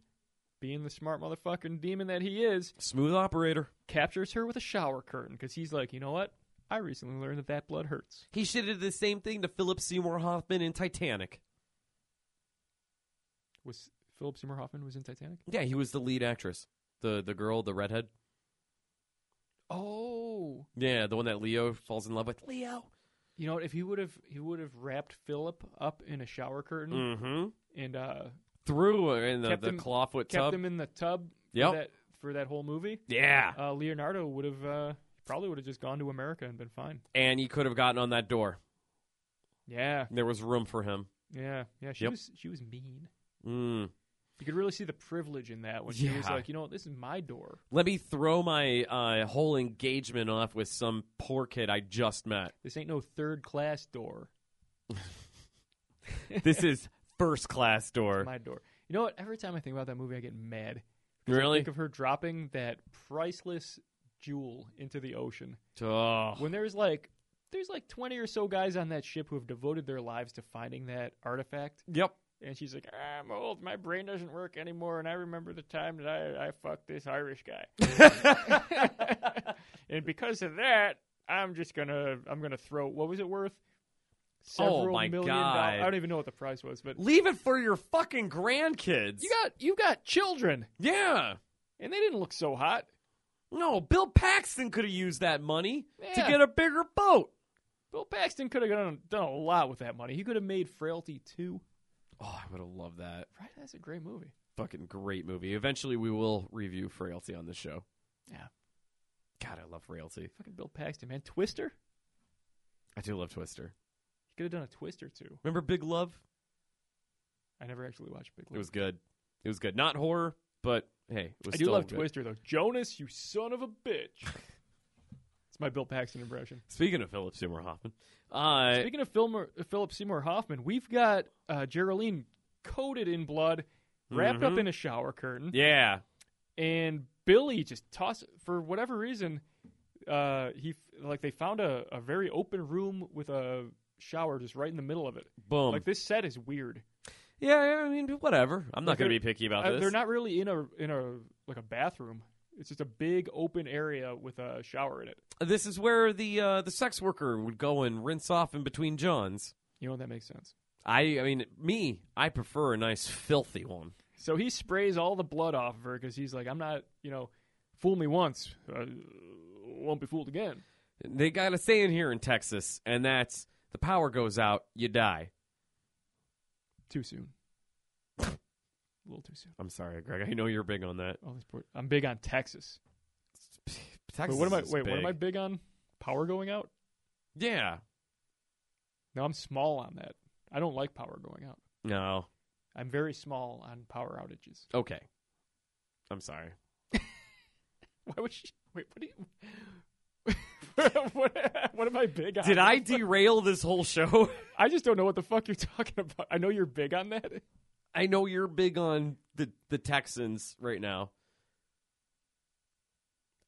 Speaker 4: being the smart motherfucking demon that he is,
Speaker 2: Smooth operator.
Speaker 4: captures her with a shower curtain because he's like, you know what? I recently learned that that blood hurts.
Speaker 2: He should have did the same thing to Philip Seymour Hoffman in Titanic.
Speaker 4: Was Philip Seymour Hoffman was in Titanic?
Speaker 2: Yeah, he was the lead actress, the the girl, the redhead.
Speaker 4: Oh,
Speaker 2: Yeah, the one that Leo falls in love with. Leo.
Speaker 4: you know what? If he would have, he would have wrapped Philip up in a shower curtain
Speaker 2: Mm-hmm.
Speaker 4: and uh,
Speaker 2: Through her in the,
Speaker 4: Kept
Speaker 2: the
Speaker 4: him-
Speaker 2: clawfoot
Speaker 4: kept
Speaker 2: tub.
Speaker 4: him in the tub
Speaker 2: Yep.
Speaker 4: for that for that whole movie.
Speaker 2: yeah.
Speaker 4: Uh, Leonardo would have uh, probably would have just gone to America and been fine.
Speaker 2: And he could have gotten on that door.
Speaker 4: Yeah,
Speaker 2: There was room for him.
Speaker 4: yeah, yeah. She
Speaker 2: Yep.
Speaker 4: was she was mean.
Speaker 2: Mm.
Speaker 4: You could really see the privilege in that when she was
Speaker 2: Yeah.
Speaker 4: like, you know, what? this is my door.
Speaker 2: Let me throw my uh, whole engagement off with some poor kid I just
Speaker 4: [laughs]
Speaker 2: met.
Speaker 4: This ain't no third class door.
Speaker 2: This is first class door.
Speaker 4: My door. You know what? Every time I think about that movie, I get mad. 'Cause I
Speaker 2: really?
Speaker 4: think of her dropping that priceless jewel into the ocean.
Speaker 2: Oh.
Speaker 4: When there's like, there's like twenty or so guys on that ship who have devoted their lives to finding that artifact,
Speaker 2: Yep.
Speaker 4: and she's like, "I'm old. My brain doesn't work anymore, and I remember the time that I I fucked this Irish
Speaker 2: [laughs]
Speaker 4: guy, and because of that, I'm just gonna I'm gonna throw. What was it worth?
Speaker 2: Oh,
Speaker 4: Several
Speaker 2: my
Speaker 4: million
Speaker 2: God.
Speaker 4: dollars. I don't even know what the price was, but
Speaker 2: Leave it for your fucking grandkids.
Speaker 4: You got you got children,
Speaker 2: yeah.
Speaker 4: and they didn't look so hot.
Speaker 2: No, Bill Paxton could have used that money to
Speaker 4: Yeah.
Speaker 2: get a bigger boat.
Speaker 4: Bill Paxton could have done, done a lot with that money. He could have made Frailty two.
Speaker 2: Oh, I would have loved that.
Speaker 4: Right, that's a great movie.
Speaker 2: Fucking great movie. Eventually, we will review Frailty on this show.
Speaker 4: Yeah.
Speaker 2: God, I love Frailty.
Speaker 4: Fucking Bill Paxton, man. Twister.
Speaker 2: I do love Twister.
Speaker 4: He could have done a Twister two.
Speaker 2: Remember Big Love?
Speaker 4: I never actually watched Big.
Speaker 2: It
Speaker 4: Love.
Speaker 2: was good. It was good. Not horror, but hey, it was
Speaker 4: I do
Speaker 2: still
Speaker 4: love
Speaker 2: good.
Speaker 4: Twister though. Jonas, you son of a bitch. it's my Bill Paxton impression.
Speaker 2: Speaking of Philip Seymour Hoffman, uh,
Speaker 4: Speaking of Philmer, Philip Seymour Hoffman, we've got uh, Geraldine coated in blood, wrapped
Speaker 2: Mhm.
Speaker 4: up in a shower curtain.
Speaker 2: yeah,
Speaker 4: and Billy just toss for whatever reason. Uh, he like they found a, a very open room with a shower just right in the middle of it.
Speaker 2: boom.
Speaker 4: like this set is weird.
Speaker 2: yeah, I mean, whatever. I'm not
Speaker 4: Like
Speaker 2: going to
Speaker 4: they're-
Speaker 2: be picky about
Speaker 4: Uh,
Speaker 2: this.
Speaker 4: they're not really in a in a like a bathroom. It's just a big open area with a shower in it.
Speaker 2: This is where the uh, the sex worker would go and rinse off in between johns.
Speaker 4: You know that makes sense.
Speaker 2: I, I mean, me, I prefer a nice filthy one.
Speaker 4: So he sprays all the blood off of her because he's like, I'm not, you know, fool me once, I won't be fooled again.
Speaker 2: They got a saying here in Texas, and that's the power goes out, you die.
Speaker 4: Too soon. a little too soon.
Speaker 2: I'm sorry, Greg. I know you're big on that.
Speaker 4: Oh, this poor. I'm big on Texas. Wait,
Speaker 2: Texas
Speaker 4: what am I?
Speaker 2: is
Speaker 4: Wait, what am
Speaker 2: big.
Speaker 4: I big on? Power going out?
Speaker 2: Yeah.
Speaker 4: No, I'm small on that. I don't like power going out.
Speaker 2: No.
Speaker 4: I'm very small on power outages. [laughs]
Speaker 2: Okay. I'm sorry.
Speaker 4: Why would she? Wait, what do you? [laughs] what, [laughs] what am I big on?
Speaker 2: Did I derail this whole show? [laughs]
Speaker 4: I just don't know what the fuck you're talking about. I know you're big on that.
Speaker 2: I know you're big on the, the Texans right now.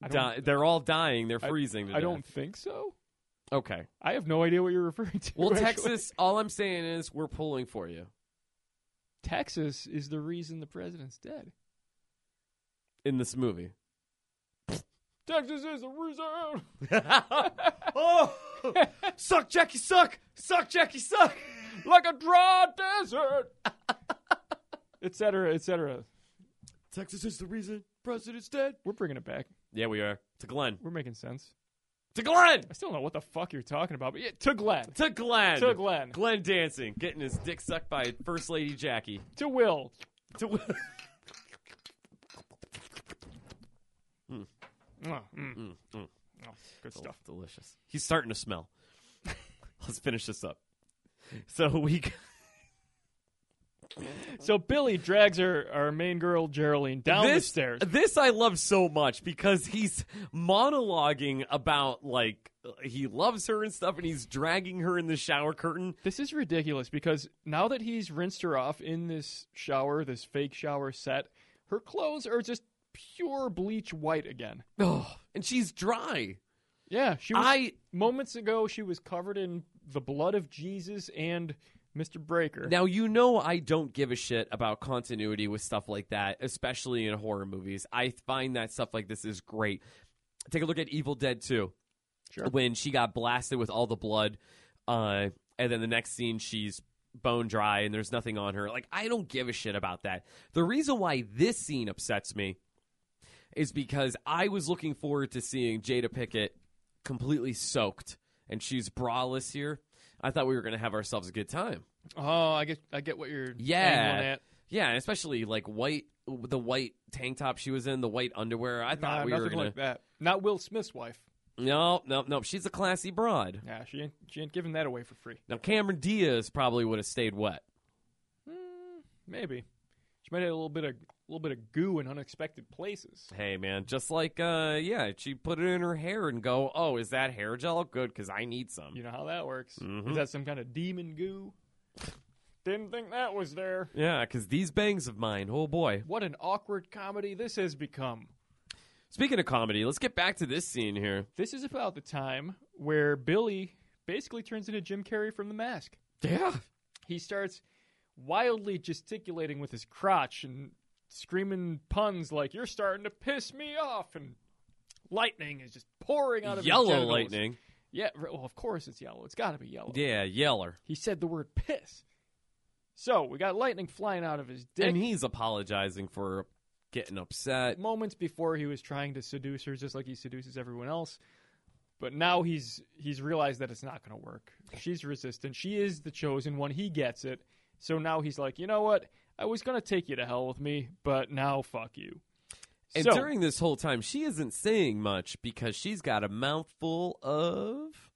Speaker 4: I
Speaker 2: Di-
Speaker 4: don't-
Speaker 2: they're all dying. They're freezing. to
Speaker 4: I don't
Speaker 2: death.
Speaker 4: think so.
Speaker 2: Okay.
Speaker 4: I have no idea what you're referring to.
Speaker 2: Well,
Speaker 4: [laughs] actually.
Speaker 2: Texas. All I'm saying is we're pulling for you
Speaker 4: Texas is the reason the president's dead.
Speaker 2: in this movie.
Speaker 4: Texas is the reason.
Speaker 2: [laughs] oh, suck, Jackie, suck, suck, Jackie, suck.
Speaker 4: like a dry [laughs] desert. et cetera, et cetera.
Speaker 2: Texas is the reason president's dead.
Speaker 4: We're bringing it back.
Speaker 2: Yeah, we are. To Glenn.
Speaker 4: We're making sense.
Speaker 2: To Glenn.
Speaker 4: I still don't know what the fuck you're talking about, but yeah, to Glenn,
Speaker 2: To Glenn.
Speaker 4: To Glenn.
Speaker 2: Glenn dancing, getting his dick sucked by First Lady Jackie.
Speaker 4: to Will.
Speaker 2: To [laughs] Will.
Speaker 4: Mm, mm.
Speaker 2: Mm, mm.
Speaker 4: Oh, good
Speaker 2: Del-
Speaker 4: stuff.
Speaker 2: Delicious. He's starting to smell. Let's finish this up. So we. g-
Speaker 4: So Billy drags her, our main girl Geraldine down the
Speaker 2: this,
Speaker 4: stairs.
Speaker 2: This I love so much because he's monologuing about like he loves her and stuff, and he's dragging her in the shower curtain.
Speaker 4: This is ridiculous because now that he's rinsed her off in this shower, this fake shower set, her clothes are just pure bleach white again.
Speaker 2: Oh, and she's dry.
Speaker 4: Yeah, she was
Speaker 2: I
Speaker 4: moments ago she was covered in the blood of Jesus and Mr. Breaker.
Speaker 2: now you know I don't give a shit about continuity with stuff like that, especially in horror movies. I find that stuff like this is great. Take a look at Evil Dead 2.
Speaker 4: Sure.
Speaker 2: when she got blasted with all the blood uh and then the next scene she's bone dry and there's nothing on her like i don't give a shit about that the reason why this scene upsets me is because i was looking forward to seeing jada pickett completely soaked and she's braless here i thought we were going to have ourselves a good time
Speaker 4: Oh, I get I get what you're
Speaker 2: Yeah.
Speaker 4: angling at.
Speaker 2: yeah and especially like white the white tank top she was in the white underwear i thought
Speaker 4: Nah,
Speaker 2: we
Speaker 4: nothing
Speaker 2: were going
Speaker 4: like that. Not Will Smith's wife.
Speaker 2: no no no she's a classy broad
Speaker 4: Yeah, she ain't she ain't giving that away for free.
Speaker 2: now cameron diaz probably would have stayed wet
Speaker 4: Maybe. She might have a little bit of little bit of goo in unexpected places.
Speaker 2: Hey man, just like uh yeah, she put it in her hair and go, "Oh, is that hair gel good cuz I need some."
Speaker 4: You know how that works.
Speaker 2: Mhm.
Speaker 4: Is that some kind of demon goo? Didn't think that was there.
Speaker 2: Yeah, cuz these bangs of mine, oh boy.
Speaker 4: What an awkward comedy this has become.
Speaker 2: Speaking of comedy, let's get back to this scene here.
Speaker 4: This is about the time where Billy basically turns into Jim Carrey from The Mask.
Speaker 2: Yeah.
Speaker 4: He starts wildly gesticulating with his crotch and screaming puns like "You're starting to piss me off," and lightning is just pouring out of his
Speaker 2: Yellow
Speaker 4: genitals.
Speaker 2: lightning.
Speaker 4: Yeah, r- well, of course it's yellow. It's got to be yellow.
Speaker 2: Yeah, yeller.
Speaker 4: He said the word piss. So we got lightning flying out of his dick.
Speaker 2: And he's apologizing for getting upset.
Speaker 4: moments before he was trying to seduce her just like he seduces everyone else but now he's he's realized that it's not going to work she's resistant she is the chosen one he gets it so now he's like you know what i was going to take you to hell with me but now fuck you
Speaker 2: And
Speaker 4: so,
Speaker 2: during this whole time, she isn't saying much because she's got a mouthful of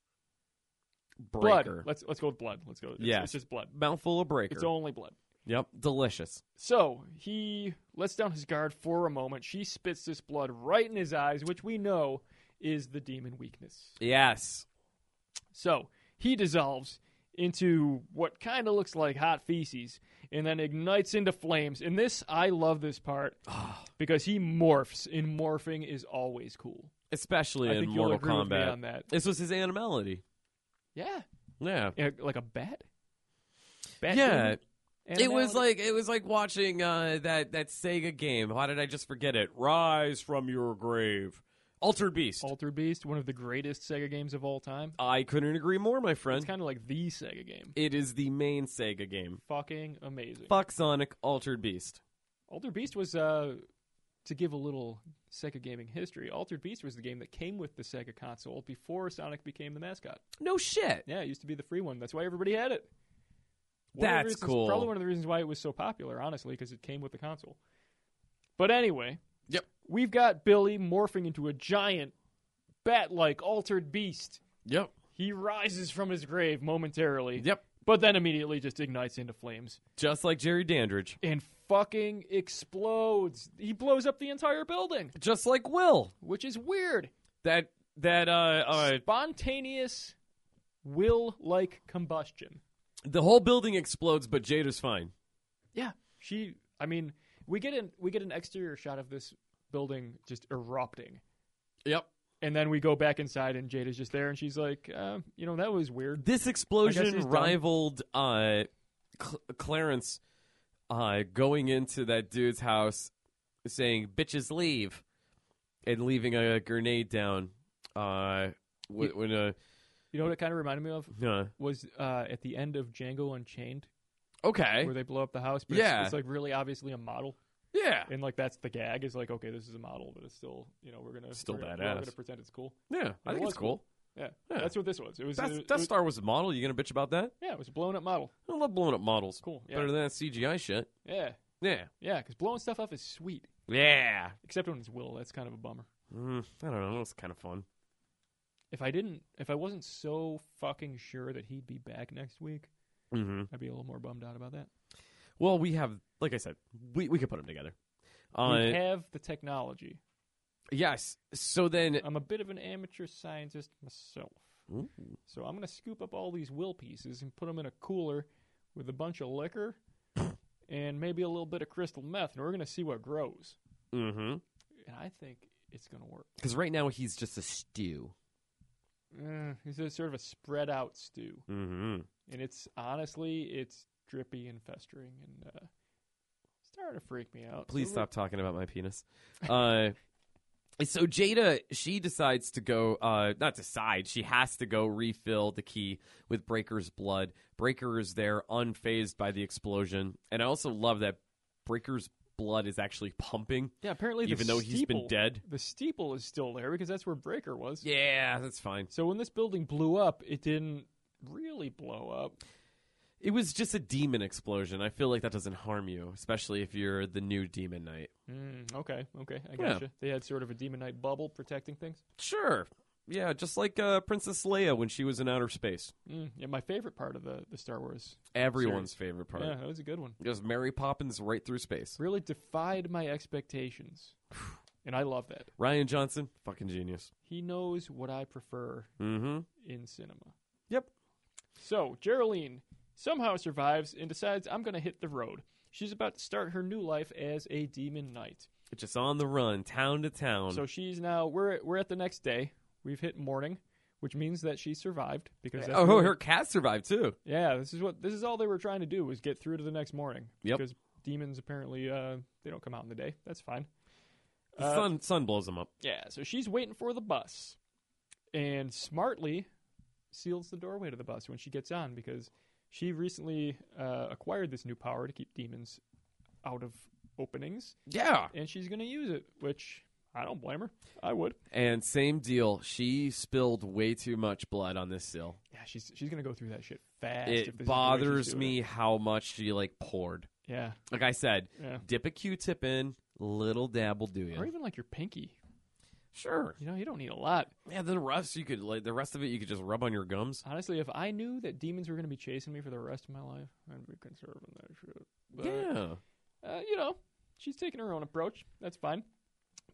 Speaker 4: blood
Speaker 2: breaker.
Speaker 4: let's let's go with blood let's go it's,
Speaker 2: Yeah.
Speaker 4: it's just blood
Speaker 2: Mouthful of breaker.
Speaker 4: it's only blood
Speaker 2: yep, delicious.
Speaker 4: so he lets down his guard for a moment she spits this blood right in his eyes which we know is the demon weakness
Speaker 2: Yes.
Speaker 4: So he dissolves into what kind of looks like hot feces and then ignites into flames. And this, I love this part
Speaker 2: Ah.
Speaker 4: because he morphs, and morphing is always cool.
Speaker 2: Especially
Speaker 4: I
Speaker 2: in
Speaker 4: think you'll
Speaker 2: Mortal
Speaker 4: agree with me
Speaker 2: Kombat.
Speaker 4: on that.
Speaker 2: This was his animality.
Speaker 4: Yeah.
Speaker 2: Yeah.
Speaker 4: Yeah, Like a bat? bat
Speaker 2: Yeah.
Speaker 4: demon?
Speaker 2: It was
Speaker 4: Animality?
Speaker 2: like it was like watching uh, that that Sega game. Why did I just forget it? Rise from your grave, Altered Beast.
Speaker 4: Alter Beast, one of the greatest Sega games of all time.
Speaker 2: I couldn't agree more, my
Speaker 4: It's
Speaker 2: friend.
Speaker 4: kind of like the Sega game.
Speaker 2: It is the main Sega game.
Speaker 4: Fucking amazing.
Speaker 2: Fuck Sonic, Altered Beast.
Speaker 4: Altered Beast was, uh, to give a little Sega gaming history, Altered Beast was the game that came with the Sega console before Sonic became the mascot.
Speaker 2: No shit.
Speaker 4: Yeah, it used to be the free one. That's why everybody had it. of the
Speaker 2: That's
Speaker 4: reasons-
Speaker 2: cool.
Speaker 4: Probably one of the reasons why it was so popular, honestly, because it came with the console. But anyway,
Speaker 2: Yep.
Speaker 4: we've got Billy morphing into a giant, bat like altered beast.
Speaker 2: Yep.
Speaker 4: He rises from his grave momentarily,
Speaker 2: Yep.
Speaker 4: but then immediately just ignites into flames
Speaker 2: Just like Jerry Dandridge.
Speaker 4: and fucking explodes. He blows up the entire building,
Speaker 2: Just like Will.
Speaker 4: which is weird.
Speaker 2: That that uh, uh,
Speaker 4: Spontaneous will like combustion.
Speaker 2: the whole building explodes, but Jada's fine.
Speaker 4: Yeah. She I mean, we get an we get an exterior shot of this building just erupting.
Speaker 2: Yep.
Speaker 4: And then we go back inside and Jada's just there and she's like, uh, you know, that was weird.
Speaker 2: This
Speaker 4: I guess he's
Speaker 2: explosion
Speaker 4: done.
Speaker 2: rivaled uh, Cl- Clarence uh, going into that dude's house saying, bitches leave, and leaving a grenade down. Uh, when, when uh,
Speaker 4: You know what it kind of reminded me of?
Speaker 2: uh,
Speaker 4: Was uh, at the end of Django Unchained
Speaker 2: okay.
Speaker 4: where they blow up the house, but
Speaker 2: Yeah.
Speaker 4: it's, it's like really obviously a model.
Speaker 2: Yeah.
Speaker 4: And like that's the gag is like, okay, this is a model, but it's still you know, we're gonna
Speaker 2: Still
Speaker 4: we're gonna, we're
Speaker 2: badass.
Speaker 4: gonna pretend it's cool.
Speaker 2: Yeah. I
Speaker 4: It
Speaker 2: think
Speaker 4: was
Speaker 2: it's cool.
Speaker 4: Yeah.
Speaker 2: Yeah.
Speaker 4: That's what this was. It was,
Speaker 2: That's,
Speaker 4: it, it
Speaker 2: that's
Speaker 4: was-
Speaker 2: Star Wars model. You going to bitch about that?
Speaker 4: yeah, it was a blown up model.
Speaker 2: I love blowing up models.
Speaker 4: Cool, yeah.
Speaker 2: Better than that CGI shit.
Speaker 4: Yeah.
Speaker 2: Yeah.
Speaker 4: Yeah, because blowing stuff up is sweet.
Speaker 2: Yeah.
Speaker 4: Except when it's Will, that's kind of a bummer.
Speaker 2: Mm, I don't know. That was kind of fun.
Speaker 4: If I didn't, if I wasn't so fucking sure that he'd be back next week,
Speaker 2: Mm-hmm.
Speaker 4: I'd be a little more bummed out about that.
Speaker 2: Well, we have, like I said, we, we could put them together. Uh,
Speaker 4: we have the technology.
Speaker 2: yes. So then,
Speaker 4: I'm a bit of an amateur scientist myself,
Speaker 2: Ooh.
Speaker 4: so I'm gonna scoop up all these Will pieces and put them in a cooler with a bunch of liquor
Speaker 2: [laughs]
Speaker 4: and maybe a little bit of crystal meth, and we're gonna see what grows.
Speaker 2: mm-hmm.
Speaker 4: And I think it's gonna work.
Speaker 2: Because right now he's just a stew.
Speaker 4: Uh,
Speaker 2: Mm.
Speaker 4: it's a sort of a spread out stew.
Speaker 2: Mm-hmm.
Speaker 4: and it's honestly it's drippy and festering and uh starting to freak me out So
Speaker 2: Please
Speaker 4: we're-
Speaker 2: stop talking about my penis. Uh, so Jada, she decides to go. Uh, not decide. She has to go refill the key with Breaker's blood. Breaker is there, unfazed by the explosion, and I also love that Breaker's blood is actually pumping,
Speaker 4: yeah apparently the
Speaker 2: even though he's been
Speaker 4: steeple-
Speaker 2: dead.
Speaker 4: the steeple is still there because that's where breaker was
Speaker 2: Yeah, that's fine.
Speaker 4: so when this building blew up it didn't really blow up
Speaker 2: It was just a demon explosion. I feel like that doesn't harm you, especially if you're the new demon knight.
Speaker 4: mm, okay okay i gotcha they had sort of a demonite bubble protecting things
Speaker 2: Sure. Yeah, just like uh, Princess Leia when she was in outer space.
Speaker 4: mm, yeah my favorite part of the the star wars
Speaker 2: Everyone's favorite part.
Speaker 4: yeah that was a good one
Speaker 2: Just Mary Poppins right through space.
Speaker 4: really defied my expectations [sighs] and i love that
Speaker 2: Ryan Johnson, fucking genius.
Speaker 4: he knows what i prefer
Speaker 2: Mm-hmm.
Speaker 4: in cinema
Speaker 2: Yep.
Speaker 4: So, Geraldine somehow survives and decides I'm going to hit the road. She's about to start her new life as a demon knight.
Speaker 2: Just on the run, town to town.
Speaker 4: So she's now we're at, we're at the next day. We've hit morning, which means that she survived because that's
Speaker 2: oh,
Speaker 4: what-
Speaker 2: her cat survived too.
Speaker 4: yeah, this is what this is all they were trying to do was get through to the next morning.
Speaker 2: Yep.
Speaker 4: Because demons apparently uh, they don't come out in the day. That's fine.
Speaker 2: The
Speaker 4: Uh,
Speaker 2: sun sun blows him up.
Speaker 4: Yeah, so she's waiting for the bus and smartly seals the doorway to the bus when she gets on because she recently uh, acquired this new power to keep demons out of openings
Speaker 2: Yeah.
Speaker 4: and she's going to use it, which I don't blame her. I would.
Speaker 2: And same deal. She spilled way too much blood on this sill.
Speaker 4: Yeah, she's she's going to go through that shit fast. if this is the
Speaker 2: it
Speaker 4: way she's
Speaker 2: bothers
Speaker 4: doing
Speaker 2: me
Speaker 4: it.
Speaker 2: how much she like poured.
Speaker 4: Yeah,
Speaker 2: Like I said,
Speaker 4: yeah.
Speaker 2: dip a Q-tip in, little dab will do you.
Speaker 4: Or even like your pinky.
Speaker 2: Sure.
Speaker 4: You know, you don't need a lot.
Speaker 2: Yeah, the rest you could like the rest of it you could just rub on your gums.
Speaker 4: Honestly, if I knew that demons were going to be chasing me for the rest of my life, I'd be conserving that shit. But-
Speaker 2: yeah.
Speaker 4: uh, you know, she's taking her own approach. That's fine.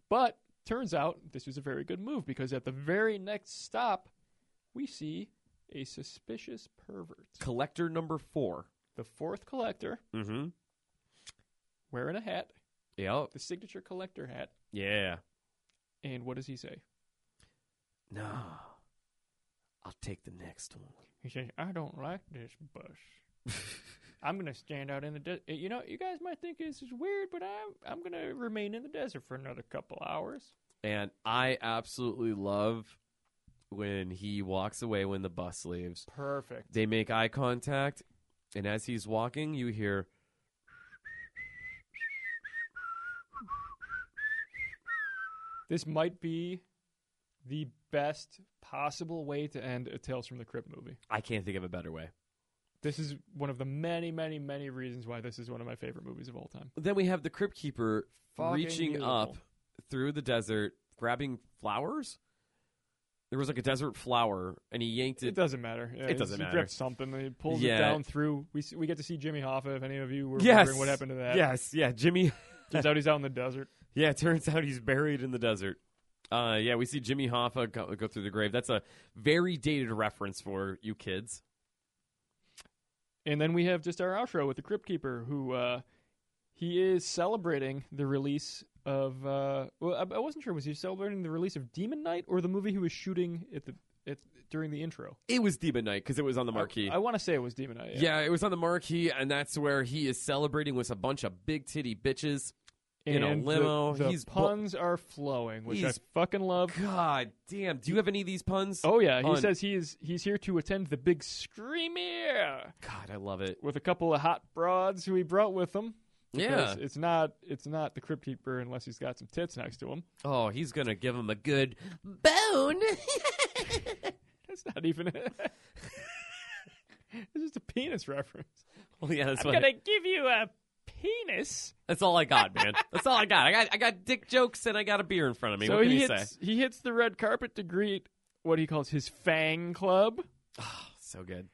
Speaker 4: But turns out this was a very good move because at the very next stop, we see a suspicious pervert.
Speaker 2: Collector number four.
Speaker 4: The fourth collector
Speaker 2: Mm-hmm.
Speaker 4: wearing a hat,
Speaker 2: Yep.
Speaker 4: the signature collector hat.
Speaker 2: Yeah.
Speaker 4: And what does he say?
Speaker 2: No. I'll take the next one.
Speaker 4: He says, I don't like this bus. [laughs] I'm going to stand out in the desert. You know, you guys might think this is weird, but I'm, I'm going to remain in the desert for another couple hours.
Speaker 2: And I absolutely love when he walks away when the bus leaves.
Speaker 4: Perfect.
Speaker 2: They make eye contact, and as he's walking, you hear
Speaker 4: This might be the best possible way to end a Tales from the Crypt movie.
Speaker 2: I can't think of a better way.
Speaker 4: This is one of the many, many, many reasons why this is one of my favorite movies of all time.
Speaker 2: Then we have the Crypt Keeper
Speaker 4: Fucking
Speaker 2: reaching up
Speaker 4: beautiful.
Speaker 2: through the desert, grabbing flowers. There was like a desert flower, and he yanked
Speaker 4: It
Speaker 2: it.
Speaker 4: doesn't matter. Yeah,
Speaker 2: it doesn't
Speaker 4: he
Speaker 2: matter.
Speaker 4: gripped something. He pulls
Speaker 2: Yeah.
Speaker 4: it down through. We s- we get to see Jimmy Hoffa. If any of you were wondering what happened to that,
Speaker 2: Yes, yeah, Jimmy. [laughs]
Speaker 4: turns out he's out in the desert.
Speaker 2: Yeah, it turns out he's buried in the desert. Uh, yeah, we see Jimmy Hoffa go, go through the grave. That's a very dated reference for you kids.
Speaker 4: And then we have just our outro with the Crypt Keeper, who uh, he is celebrating the release of. Uh, well, I, I wasn't sure was he celebrating the release of Demon Knight or the movie he was shooting at the at, during the intro.
Speaker 2: It was Demon Knight because it was on the marquee.
Speaker 4: I, want to say it was Demon Knight.
Speaker 2: yeah, it was on the marquee, and that's where he is celebrating with a bunch of big titty bitches in
Speaker 4: and
Speaker 2: a limo.
Speaker 4: The, the
Speaker 2: he's bu-
Speaker 4: puns are flowing, which I
Speaker 2: He's-
Speaker 4: fucking love.
Speaker 2: God damn! Do you have any of these puns?
Speaker 4: Oh yeah, he
Speaker 2: Un-
Speaker 4: says he is he's here to attend the big screamer
Speaker 2: God, I love it.
Speaker 4: with a couple of hot broads who he brought with him.
Speaker 2: Yeah.
Speaker 4: 'Cause it's not it's not the crypt keeper unless he's got some tits next to him.
Speaker 2: Oh, he's gonna give him a good bone. [laughs]
Speaker 4: That's not even. it's just a penis reference.
Speaker 2: well, yeah, that's
Speaker 4: I'm
Speaker 2: what.
Speaker 4: gonna give you a penis.
Speaker 2: That's all I got, man. That's all I got. I got I got dick jokes and I got a beer in front of me.
Speaker 4: so
Speaker 2: what can
Speaker 4: he
Speaker 2: you
Speaker 4: hits [sighs]
Speaker 2: say?
Speaker 4: he hits the red carpet to greet what he calls his Fang Club.
Speaker 2: So good.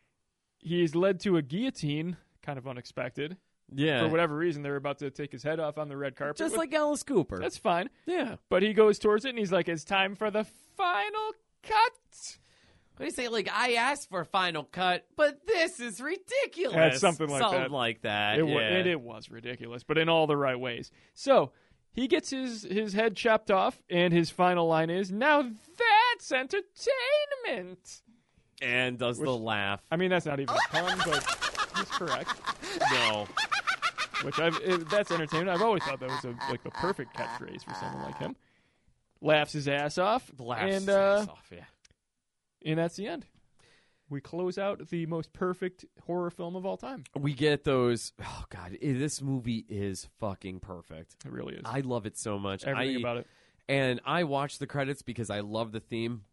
Speaker 4: He is led to a guillotine, kind of unexpected.
Speaker 2: Yeah.
Speaker 4: For whatever reason, they're about to take his head off on the red carpet.
Speaker 2: Just
Speaker 4: What-
Speaker 2: like Alice Cooper.
Speaker 4: that's fine.
Speaker 2: yeah.
Speaker 4: But he goes towards it and he's like, "It's time for the final cut."
Speaker 2: What do you say? Like I asked for final cut, but this is ridiculous.
Speaker 4: Yeah, it's something like
Speaker 2: something
Speaker 4: that.
Speaker 2: like that.
Speaker 4: It, wa-
Speaker 2: Uh, yeah.
Speaker 4: and it was ridiculous, but in all the right ways. So he gets his, his head chopped off, and his final line is, "Now that's entertainment."
Speaker 2: And does the
Speaker 4: [laughs]
Speaker 2: laugh?
Speaker 4: I mean, that's not even a pun, but he's correct.
Speaker 2: no.
Speaker 4: Which I've it, that's entertainment. I've always thought that was a, like the perfect catchphrase for someone like him. Laughs his ass off,
Speaker 2: Laughs
Speaker 4: and
Speaker 2: his
Speaker 4: uh,
Speaker 2: ass off. Yeah.
Speaker 4: and that's the end. We close out the most perfect horror film of all time.
Speaker 2: We get those. Oh God, i- this movie is fucking perfect.
Speaker 4: It really is.
Speaker 2: I love it so much.
Speaker 4: Everything
Speaker 2: I,
Speaker 4: about it.
Speaker 2: And I watched the credits because I love the theme.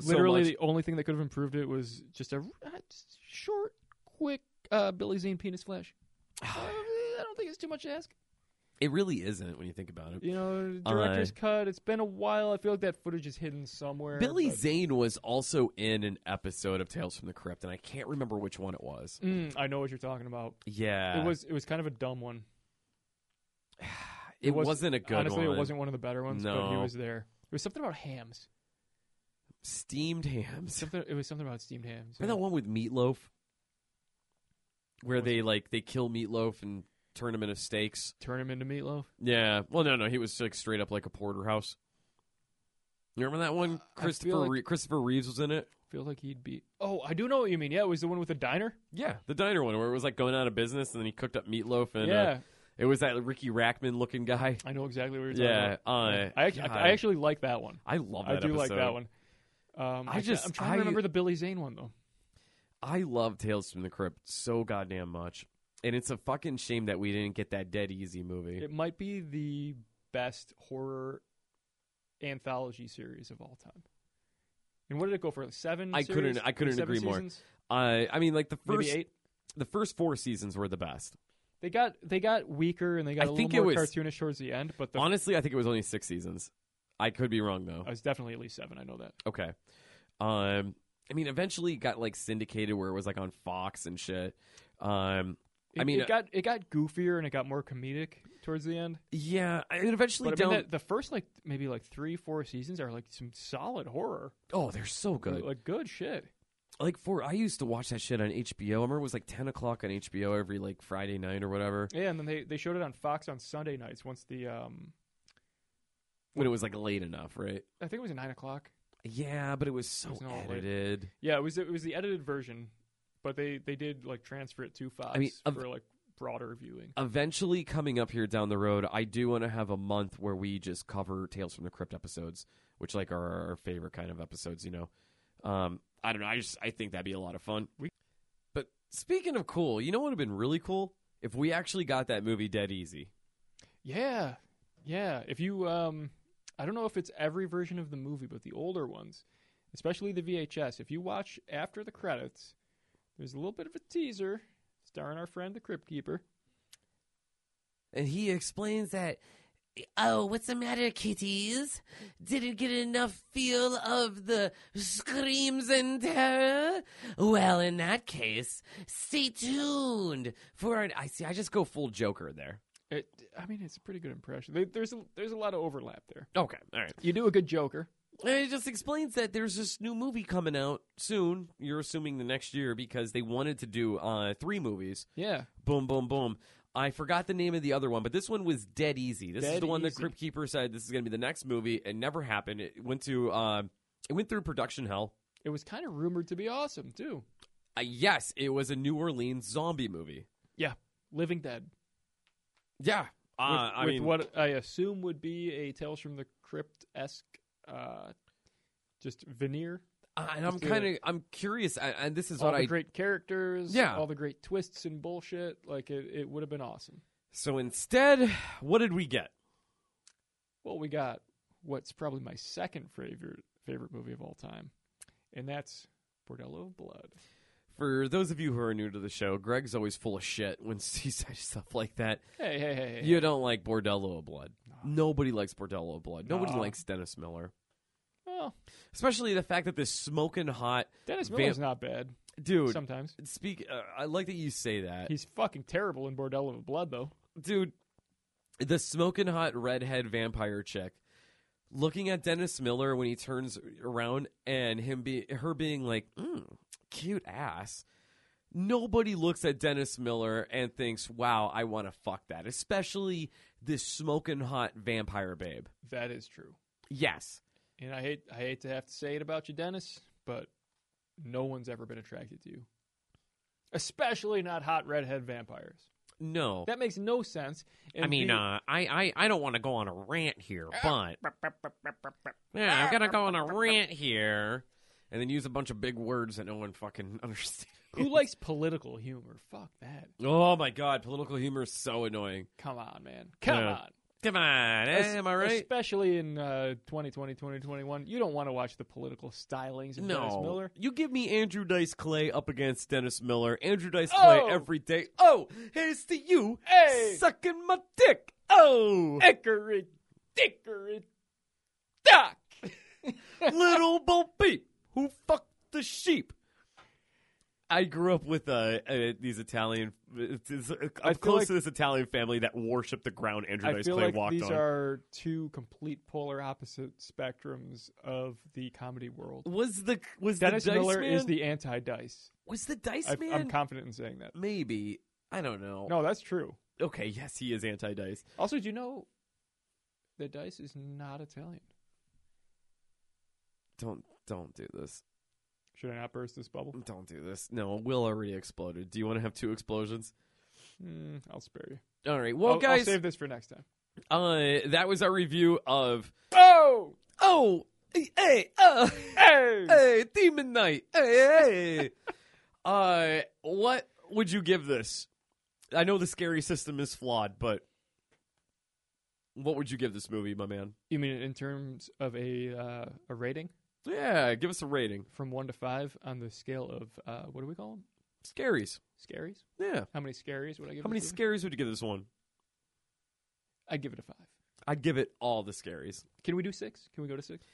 Speaker 2: so
Speaker 4: Literally,
Speaker 2: much.
Speaker 4: the only thing that could have improved it was just a uh, just short, quick uh, Billy Zane penis flash. Uh, [sighs] I don't think it's too much to ask.
Speaker 2: [sighs] It really isn't when you think about it.
Speaker 4: You know,
Speaker 2: Uh,
Speaker 4: director's cut. It's been a while. I feel like that footage is hidden somewhere.
Speaker 2: Billy
Speaker 4: but-
Speaker 2: Zane was also in an episode of Tales from the Crypt, and I can't remember which one it was.
Speaker 4: Mm, I know what you're talking about.
Speaker 2: Yeah,
Speaker 4: it was it was kind of a dumb one.
Speaker 2: It,
Speaker 4: was-
Speaker 2: wasn't a good
Speaker 4: honestly,
Speaker 2: one.
Speaker 4: it wasn't one of the better ones. but he
Speaker 2: No.
Speaker 4: was there. It was something
Speaker 2: [laughs]
Speaker 4: about hams.
Speaker 2: steamed
Speaker 4: [laughs]
Speaker 2: hams.
Speaker 4: Something. It was something about steamed hams.
Speaker 2: Remember that
Speaker 4: yeah.
Speaker 2: one with meatloaf, where they like they kill meatloaf and turn him into steaks.
Speaker 4: Turn him into meatloaf.
Speaker 2: Yeah. Well, no, no, he was like straight up like a porterhouse. You remember that one?
Speaker 4: I
Speaker 2: Christopher
Speaker 4: feel like-
Speaker 2: Ree- Christopher Reeves was in it.
Speaker 4: Feel like he'd be. Oh, I do know what you mean. Yeah, it was the one with the diner.
Speaker 2: Yeah, the diner one where it was like going out of business, and then he cooked up meatloaf, and
Speaker 4: yeah,
Speaker 2: uh, it was that Ricky Rackman looking guy.
Speaker 4: I know exactly what you're talking
Speaker 2: Yeah,
Speaker 4: about.
Speaker 2: uh,
Speaker 4: I, act-
Speaker 2: God.
Speaker 4: I actually like that one.
Speaker 2: I love
Speaker 4: I
Speaker 2: that.
Speaker 4: do like
Speaker 2: episode.
Speaker 4: that one. Um,
Speaker 2: I
Speaker 4: I
Speaker 2: just-
Speaker 4: just I'm trying
Speaker 2: I-
Speaker 4: to remember the Billy Zane one though.
Speaker 2: I love Tales from the Crypt so goddamn much, and it's a fucking shame that we didn't get that Dead Easy movie.
Speaker 4: It might be the best horror anthology series of all time. And what did it go for? Like seven?
Speaker 2: I
Speaker 4: series?
Speaker 2: couldn't- I couldn't
Speaker 4: Seven
Speaker 2: agree more.
Speaker 4: seasons?
Speaker 2: I I mean, like the
Speaker 4: Maybe
Speaker 2: first
Speaker 4: eight.
Speaker 2: the first four seasons were the best.
Speaker 4: They got they got weaker and they got
Speaker 2: I
Speaker 4: a
Speaker 2: think
Speaker 4: little
Speaker 2: it
Speaker 4: more
Speaker 2: was-
Speaker 4: cartoonish towards the end. But the,
Speaker 2: Honestly, I think it was only six seasons. I could be wrong though.
Speaker 4: I was definitely at least seven. I know that.
Speaker 2: Okay. Um, I mean, eventually it got like syndicated where it was like on Fox and shit. Um,
Speaker 4: It,
Speaker 2: I mean,
Speaker 4: it got it got goofier and it got more comedic towards the end.
Speaker 2: yeah, and eventually
Speaker 4: But I
Speaker 2: down.
Speaker 4: mean, that, the first like maybe like three four seasons are like some solid horror,
Speaker 2: oh, they're so good.
Speaker 4: like good shit.
Speaker 2: Like for I used to watch that shit on HBO. I remember it was like ten o'clock on HBO every like Friday night or whatever
Speaker 4: Yeah, and then they, they showed it on Fox on Sunday nights once the um
Speaker 2: when it was like late enough, right?
Speaker 4: I think it was at nine o'clock.
Speaker 2: Yeah, but it was so
Speaker 4: It was not late.
Speaker 2: edited.
Speaker 4: Yeah, it was it was the edited version, but they they did like transfer it to Fox
Speaker 2: mean, of-
Speaker 4: for like broader viewing.
Speaker 2: Eventually, coming up here down the road, I do want to have a month where we just cover Tales from the Crypt episodes, which like are our favorite kind of episodes. You know, um, I don't know. I just I think that'd be a lot of fun.
Speaker 4: We-
Speaker 2: But speaking of cool, you know what would have been really cool if we actually got that movie dead easy.
Speaker 4: Yeah, yeah. If you um, I don't know if it's every version of the movie, but the older ones, especially the VHS. If you watch after the credits, there's a little bit of a teaser starring our friend the Crypt Keeper.
Speaker 6: And he explains that, oh, what's the matter, kitties? Didn't get enough feel of the screams and terror? Well, in that case, stay tuned for an.
Speaker 2: I see. I just go full Joker there.
Speaker 4: It, I mean, it's a pretty good impression. There, there's a, there's a lot of overlap there.
Speaker 2: Okay, all right.
Speaker 4: You do a good Joker.
Speaker 2: And it just explains that there's this new movie coming out soon. You're assuming the next year because they wanted to do uh, three movies.
Speaker 4: Yeah.
Speaker 2: Boom, boom, boom. I forgot the name of the other one, but this one was dead easy. This is
Speaker 4: Dead
Speaker 2: the one that
Speaker 4: easy.
Speaker 2: Crypt Keeper said this is going to be the next movie. It never happened. It went to uh, it went through production hell.
Speaker 4: It was kind of rumored to be awesome too.
Speaker 2: Uh, yes, it was a New Orleans zombie movie.
Speaker 4: Yeah. Living Dead.
Speaker 2: Yeah,
Speaker 4: With,
Speaker 2: uh, I
Speaker 4: with
Speaker 2: mean,
Speaker 4: what I assume would be a Tales from the Crypt esque, uh, just veneer.
Speaker 2: uh, and I'm
Speaker 4: Let's do
Speaker 2: kind of I'm curious, I- and this is
Speaker 4: all
Speaker 2: what
Speaker 4: the
Speaker 2: I
Speaker 4: great characters.
Speaker 2: Yeah.
Speaker 4: All the great twists and bullshit. Like it, it would have been awesome.
Speaker 2: so instead, what did we get?
Speaker 4: Well, we got what's probably my second favorite favorite movie of all time, and that's Bordello of Blood.
Speaker 2: For those of you who are new to the show, Greg's always full of shit when [laughs] he says stuff like that.
Speaker 4: Hey, hey, hey, hey.
Speaker 2: You don't like Bordello of Blood. Nobody likes Bordello of Blood. Nobody
Speaker 4: No.
Speaker 2: likes Dennis Miller.
Speaker 4: Well,
Speaker 2: Especially the fact that this smoking hot
Speaker 4: Dennis
Speaker 2: Van-
Speaker 4: Miller's not bad
Speaker 2: dude.
Speaker 4: sometimes.
Speaker 2: Speak. Uh, I like that you say that,
Speaker 4: He's fucking terrible in Bordello of Blood, though.
Speaker 2: dude. The smoking hot redhead vampire chick, looking at Dennis Miller when he turns around, and him be her being like, mm, "Cute ass." Nobody looks at Dennis Miller and thinks, "Wow, I want to fuck that." Especially this smoking hot vampire babe.
Speaker 4: That is true.
Speaker 2: Yes.
Speaker 4: And I hate I hate to have to say it about you, Dennis, but no one's ever been attracted to you. Especially not hot redhead vampires.
Speaker 2: No.
Speaker 4: That makes no sense. And
Speaker 2: I mean,
Speaker 4: the-
Speaker 2: uh, I, I, I don't want to go on a rant here, but yeah, I'm gonna go on a rant here, and then use a bunch of big words that no one fucking [laughs] understands.
Speaker 4: who likes political humor? Fuck that.
Speaker 2: Oh my god, political humor is so annoying.
Speaker 4: Come on, man. Come
Speaker 2: Yeah.
Speaker 4: on.
Speaker 2: Come on, eh,
Speaker 4: Es-
Speaker 2: am I right?
Speaker 4: Especially in uh, 2020, 2021, you don't want to watch the political stylings of Dennis
Speaker 2: No,
Speaker 4: Miller.
Speaker 2: you give me Andrew Dice Clay up against Dennis Miller. Andrew Dice Clay
Speaker 4: Oh!
Speaker 2: every day. Oh, here's to you,
Speaker 4: Hey!
Speaker 2: sucking my dick. Oh,
Speaker 4: Hickory, dickory, [laughs] dock.
Speaker 2: little Bo Peep who fucked the sheep. I grew up with uh, uh, these Italian. it's- it's- I'm
Speaker 4: feel
Speaker 2: close
Speaker 4: like-
Speaker 2: to this Italian family that worshipped the ground Andrew
Speaker 4: I
Speaker 2: Dice
Speaker 4: feel
Speaker 2: Clay
Speaker 4: like
Speaker 2: walked
Speaker 4: these
Speaker 2: on.
Speaker 4: are two complete polar opposite spectrums of the comedy world.
Speaker 2: was the was
Speaker 4: Dennis
Speaker 2: the Dice
Speaker 4: Miller
Speaker 2: Man?
Speaker 4: is the anti-dice.
Speaker 2: was the Dice
Speaker 4: I,
Speaker 2: Man?
Speaker 4: I'm confident in saying that.
Speaker 2: Maybe I don't know.
Speaker 4: No, that's true.
Speaker 2: Okay, yes, he is anti Dice.
Speaker 4: Also, do you know that Dice is not Italian?
Speaker 2: Don't don't do this.
Speaker 4: Should I not burst this bubble?
Speaker 2: Don't do this. No, Will already exploded. Do you want to have two explosions?
Speaker 4: Hmm, I'll spare you.
Speaker 2: All right. Well,
Speaker 4: I'll-
Speaker 2: guys,
Speaker 4: I'll save this for next time.
Speaker 2: uh, that was our review of
Speaker 4: Oh,
Speaker 2: oh hey uh.
Speaker 4: hey!
Speaker 2: hey, Demon Knight.
Speaker 4: [laughs]
Speaker 2: Hey, hey. uh, what would you give this? I know the scary system is flawed, but what would you give this movie, my man?
Speaker 4: You mean in terms of a uh, a rating
Speaker 2: Yeah, give us a rating.
Speaker 4: from one to five on the scale of uh, what do we call them?
Speaker 2: Scaries.
Speaker 4: Scaries?
Speaker 2: Yeah.
Speaker 4: How many scaries would I give?
Speaker 2: How
Speaker 4: this
Speaker 2: many
Speaker 4: movie?
Speaker 2: scaries would you give this one?
Speaker 4: I'd give it a five.
Speaker 2: I'd give it all the scaries.
Speaker 4: Can we do six? Can we go to six?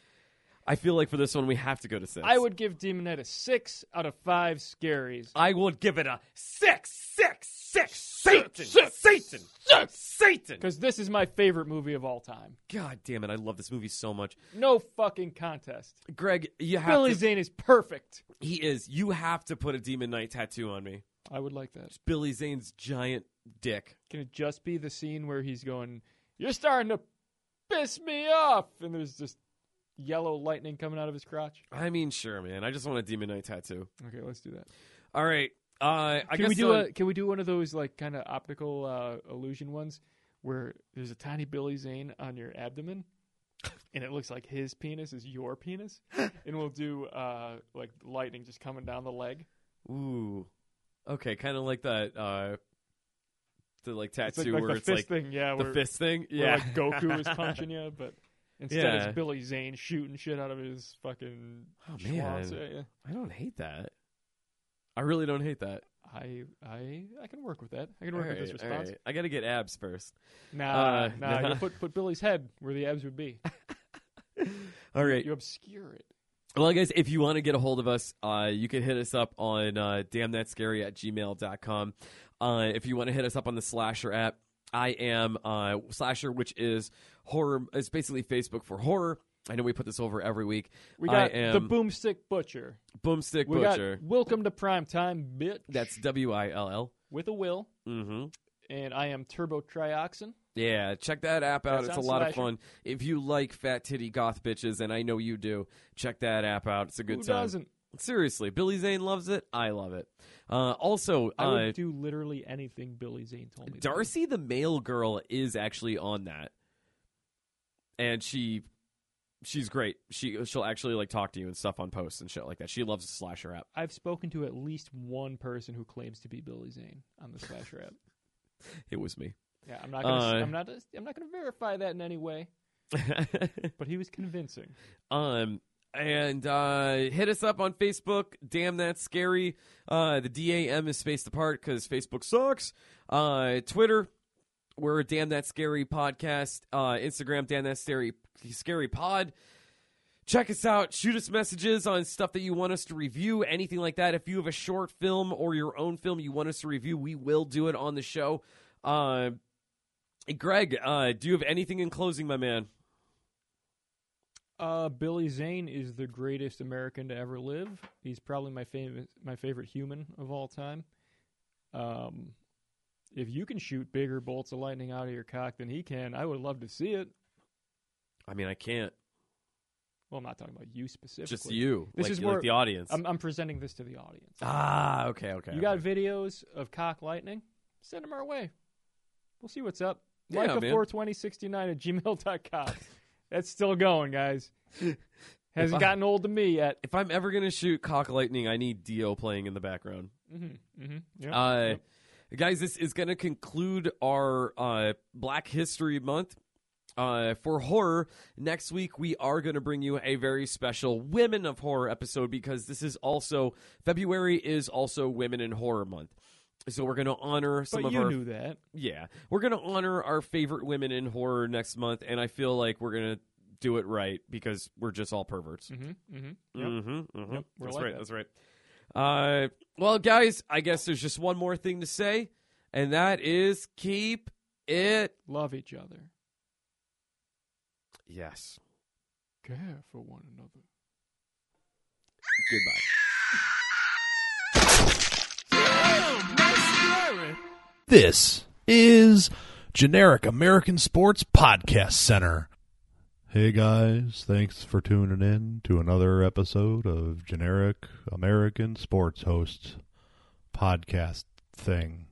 Speaker 2: I feel like for this one we have to go to six.
Speaker 4: I would give Demon Knight a six out of five scaries.
Speaker 2: I would give it a six, six, six. Satan, Satan, Satan.
Speaker 4: Because this is my favorite movie of all time.
Speaker 2: God damn it! I love this movie so much.
Speaker 4: No fucking contest.
Speaker 2: Greg, you have
Speaker 4: Billy
Speaker 2: to.
Speaker 4: Zane is perfect.
Speaker 2: He is. You have to put a Demon Knight tattoo on me.
Speaker 4: I would like that.
Speaker 2: Billy Zane's giant dick.
Speaker 4: Can it just be the scene where he's going, You're starting to piss me off? And there's just yellow lightning coming out of his crotch.
Speaker 2: I mean, sure, man. I just want a Demon Knight tattoo.
Speaker 4: Okay, let's do that.
Speaker 2: All right. Uh, I
Speaker 4: can
Speaker 2: guess
Speaker 4: we do
Speaker 2: on-
Speaker 4: a, can we do one of those like kind of optical uh, illusion ones where there's a tiny Billy Zane on your abdomen, and it looks like his penis is your [laughs] penis, and we'll do uh, like lightning just coming down the leg.
Speaker 2: Ooh. Okay, kind of like that. Uh, the like
Speaker 4: It's
Speaker 2: tattoo
Speaker 4: like, like
Speaker 2: where
Speaker 4: the
Speaker 2: it's
Speaker 4: fist
Speaker 2: like
Speaker 4: thing, yeah,
Speaker 2: the
Speaker 4: where,
Speaker 2: fist thing.
Speaker 4: where,
Speaker 2: Yeah. [laughs]
Speaker 4: like Goku is punching you, but instead
Speaker 2: Yeah.
Speaker 4: it's Billy Zane shooting shit out of his fucking.
Speaker 2: Oh,
Speaker 4: schwanz.
Speaker 2: man.
Speaker 4: Yeah, yeah.
Speaker 2: I don't hate that. I really don't hate that.
Speaker 4: I I I can work with that. I can work
Speaker 2: All
Speaker 4: with this
Speaker 2: right, all
Speaker 4: response.
Speaker 2: right. I gotta get abs first.
Speaker 4: Nah,
Speaker 2: Uh, [laughs]
Speaker 4: nah,
Speaker 2: nah.
Speaker 4: You put put Billy's head where the abs would
Speaker 2: [laughs]
Speaker 4: be.
Speaker 2: All right.
Speaker 4: You obscure it.
Speaker 2: Well, guys, if you want to get a hold of us, uh, you can hit us up on uh, damnthatscary at gmail.com. Uh, if you want to hit us up on the Slasher app, I am uh, Slasher, which is horror. It's basically Facebook for horror. I know we put this over every week.
Speaker 4: We got
Speaker 2: I am
Speaker 4: the Boomstick Butcher.
Speaker 2: Boomstick
Speaker 4: We
Speaker 2: Butcher.
Speaker 4: got Welcome to Primetime, bitch.
Speaker 2: That's W I L L.
Speaker 4: with a will,
Speaker 2: Mm-hmm.
Speaker 4: and I am Turbo Trioxin.
Speaker 2: Yeah, check that app out. it's
Speaker 4: That
Speaker 2: a
Speaker 4: sounds
Speaker 2: lot of
Speaker 4: slasher.
Speaker 2: fun. If you like fat titty goth bitches, and I know you do, check that app out. It's a good
Speaker 4: Who
Speaker 2: time.
Speaker 4: doesn't?
Speaker 2: Seriously, Billy Zane loves it. I love it. Uh, also,
Speaker 4: I
Speaker 2: uh,
Speaker 4: would do literally anything Billy Zane told me. to do.
Speaker 2: Darcy the male girl is actually on that, and she she's great. She she'll actually like talk to you and stuff on posts and shit like that. She loves the slasher app.
Speaker 4: I've spoken to at least one person who claims to be Billy Zane on the slasher app.
Speaker 2: It was [laughs] me.
Speaker 4: Yeah, I'm not. Gonna,
Speaker 2: Uh,
Speaker 4: I'm not. I'm not going to verify that in any way. But he was convincing.
Speaker 2: Um, and uh, hit us up on Facebook. Damn, that's scary. Uh, the DAM is spaced apart because Facebook sucks. Uh, Twitter, we're Damn That Scary Podcast. Uh, Instagram, Damn That Scary Scary Pod. Check us out. Shoot us messages on stuff that you want us to review, anything like that. If you have a short film or your own film you want us to review, we will do it on the show. Uh, Greg, uh, do you have anything in closing, my man?
Speaker 4: Uh, Billy Zane is the greatest American to ever live. He's probably my favorite, my favorite human of all time. Um, if you can shoot bigger bolts of lightning out of your cock than he can, I would love to see it.
Speaker 2: I mean, I can't.
Speaker 4: Well, I'm not talking about you specifically.
Speaker 2: Just you.
Speaker 4: This
Speaker 2: like,
Speaker 4: is
Speaker 2: like
Speaker 4: more-
Speaker 2: the audience.
Speaker 4: I'm, I'm presenting this to the audience.
Speaker 2: ah, okay, okay.
Speaker 4: you got videos of cock lightning? Send them our way. We'll see what's up.
Speaker 2: Yeah,
Speaker 4: Like a
Speaker 2: man.
Speaker 4: 42069
Speaker 2: [laughs]
Speaker 4: at gmail.com. That's still going, guys. Hasn't gotten old to me yet.
Speaker 2: If I'm ever gonna shoot cock lightning, I need Dio playing in the background.
Speaker 4: Mm-hmm. Mm-hmm. Yep.
Speaker 2: Uh,
Speaker 4: yep.
Speaker 2: guys, this is gonna conclude our uh, Black History Month. Uh, for horror, next week we are going to bring you a very special Women of Horror episode because this is also February is also Women in Horror Month. So we're going to honor some
Speaker 4: but
Speaker 2: of
Speaker 4: you
Speaker 2: our
Speaker 4: knew that.
Speaker 2: Yeah, we're gonna honor our favorite women in horror next month, and I feel like we're gonna do it right because we're just all perverts.
Speaker 4: Mm-hmm. Mm-hmm.
Speaker 2: Mm-hmm, mm-hmm.
Speaker 4: Yep, we're
Speaker 2: that's
Speaker 4: like
Speaker 2: right.
Speaker 4: that.
Speaker 2: That's right. Uh, well, guys, I guess there's just one more thing to say, and that is keep it.
Speaker 4: Love each other.
Speaker 2: Yes.
Speaker 4: Care for one another.
Speaker 2: Goodbye.
Speaker 1: This is Generic American Sports Podcast Center.
Speaker 7: Hey guys, thanks for tuning in to another episode of Generic American Sports Hosts podcast thing.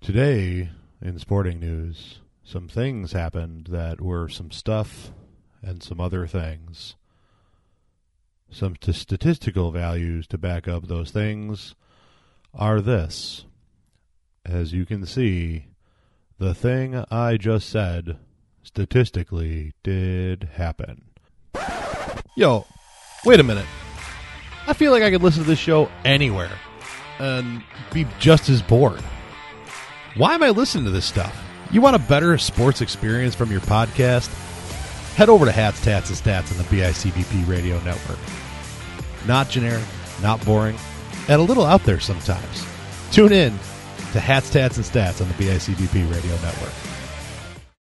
Speaker 7: Today, in sporting news, some things happened that were some stuff and some other things. Some t- statistical values to back up those things are this. As you can see, the thing I just said statistically did happen.
Speaker 8: Yo, wait a minute. I feel like I could listen to this show anywhere and be just as bored. Why am I listening to this stuff? You want a better sports experience from your podcast? Head over to Hats, Tats, and Stats on the BICBP radio network. Not generic, not boring, and a little out there sometimes. Tune in to Hats, Tats, and Stats on the BICBP radio network.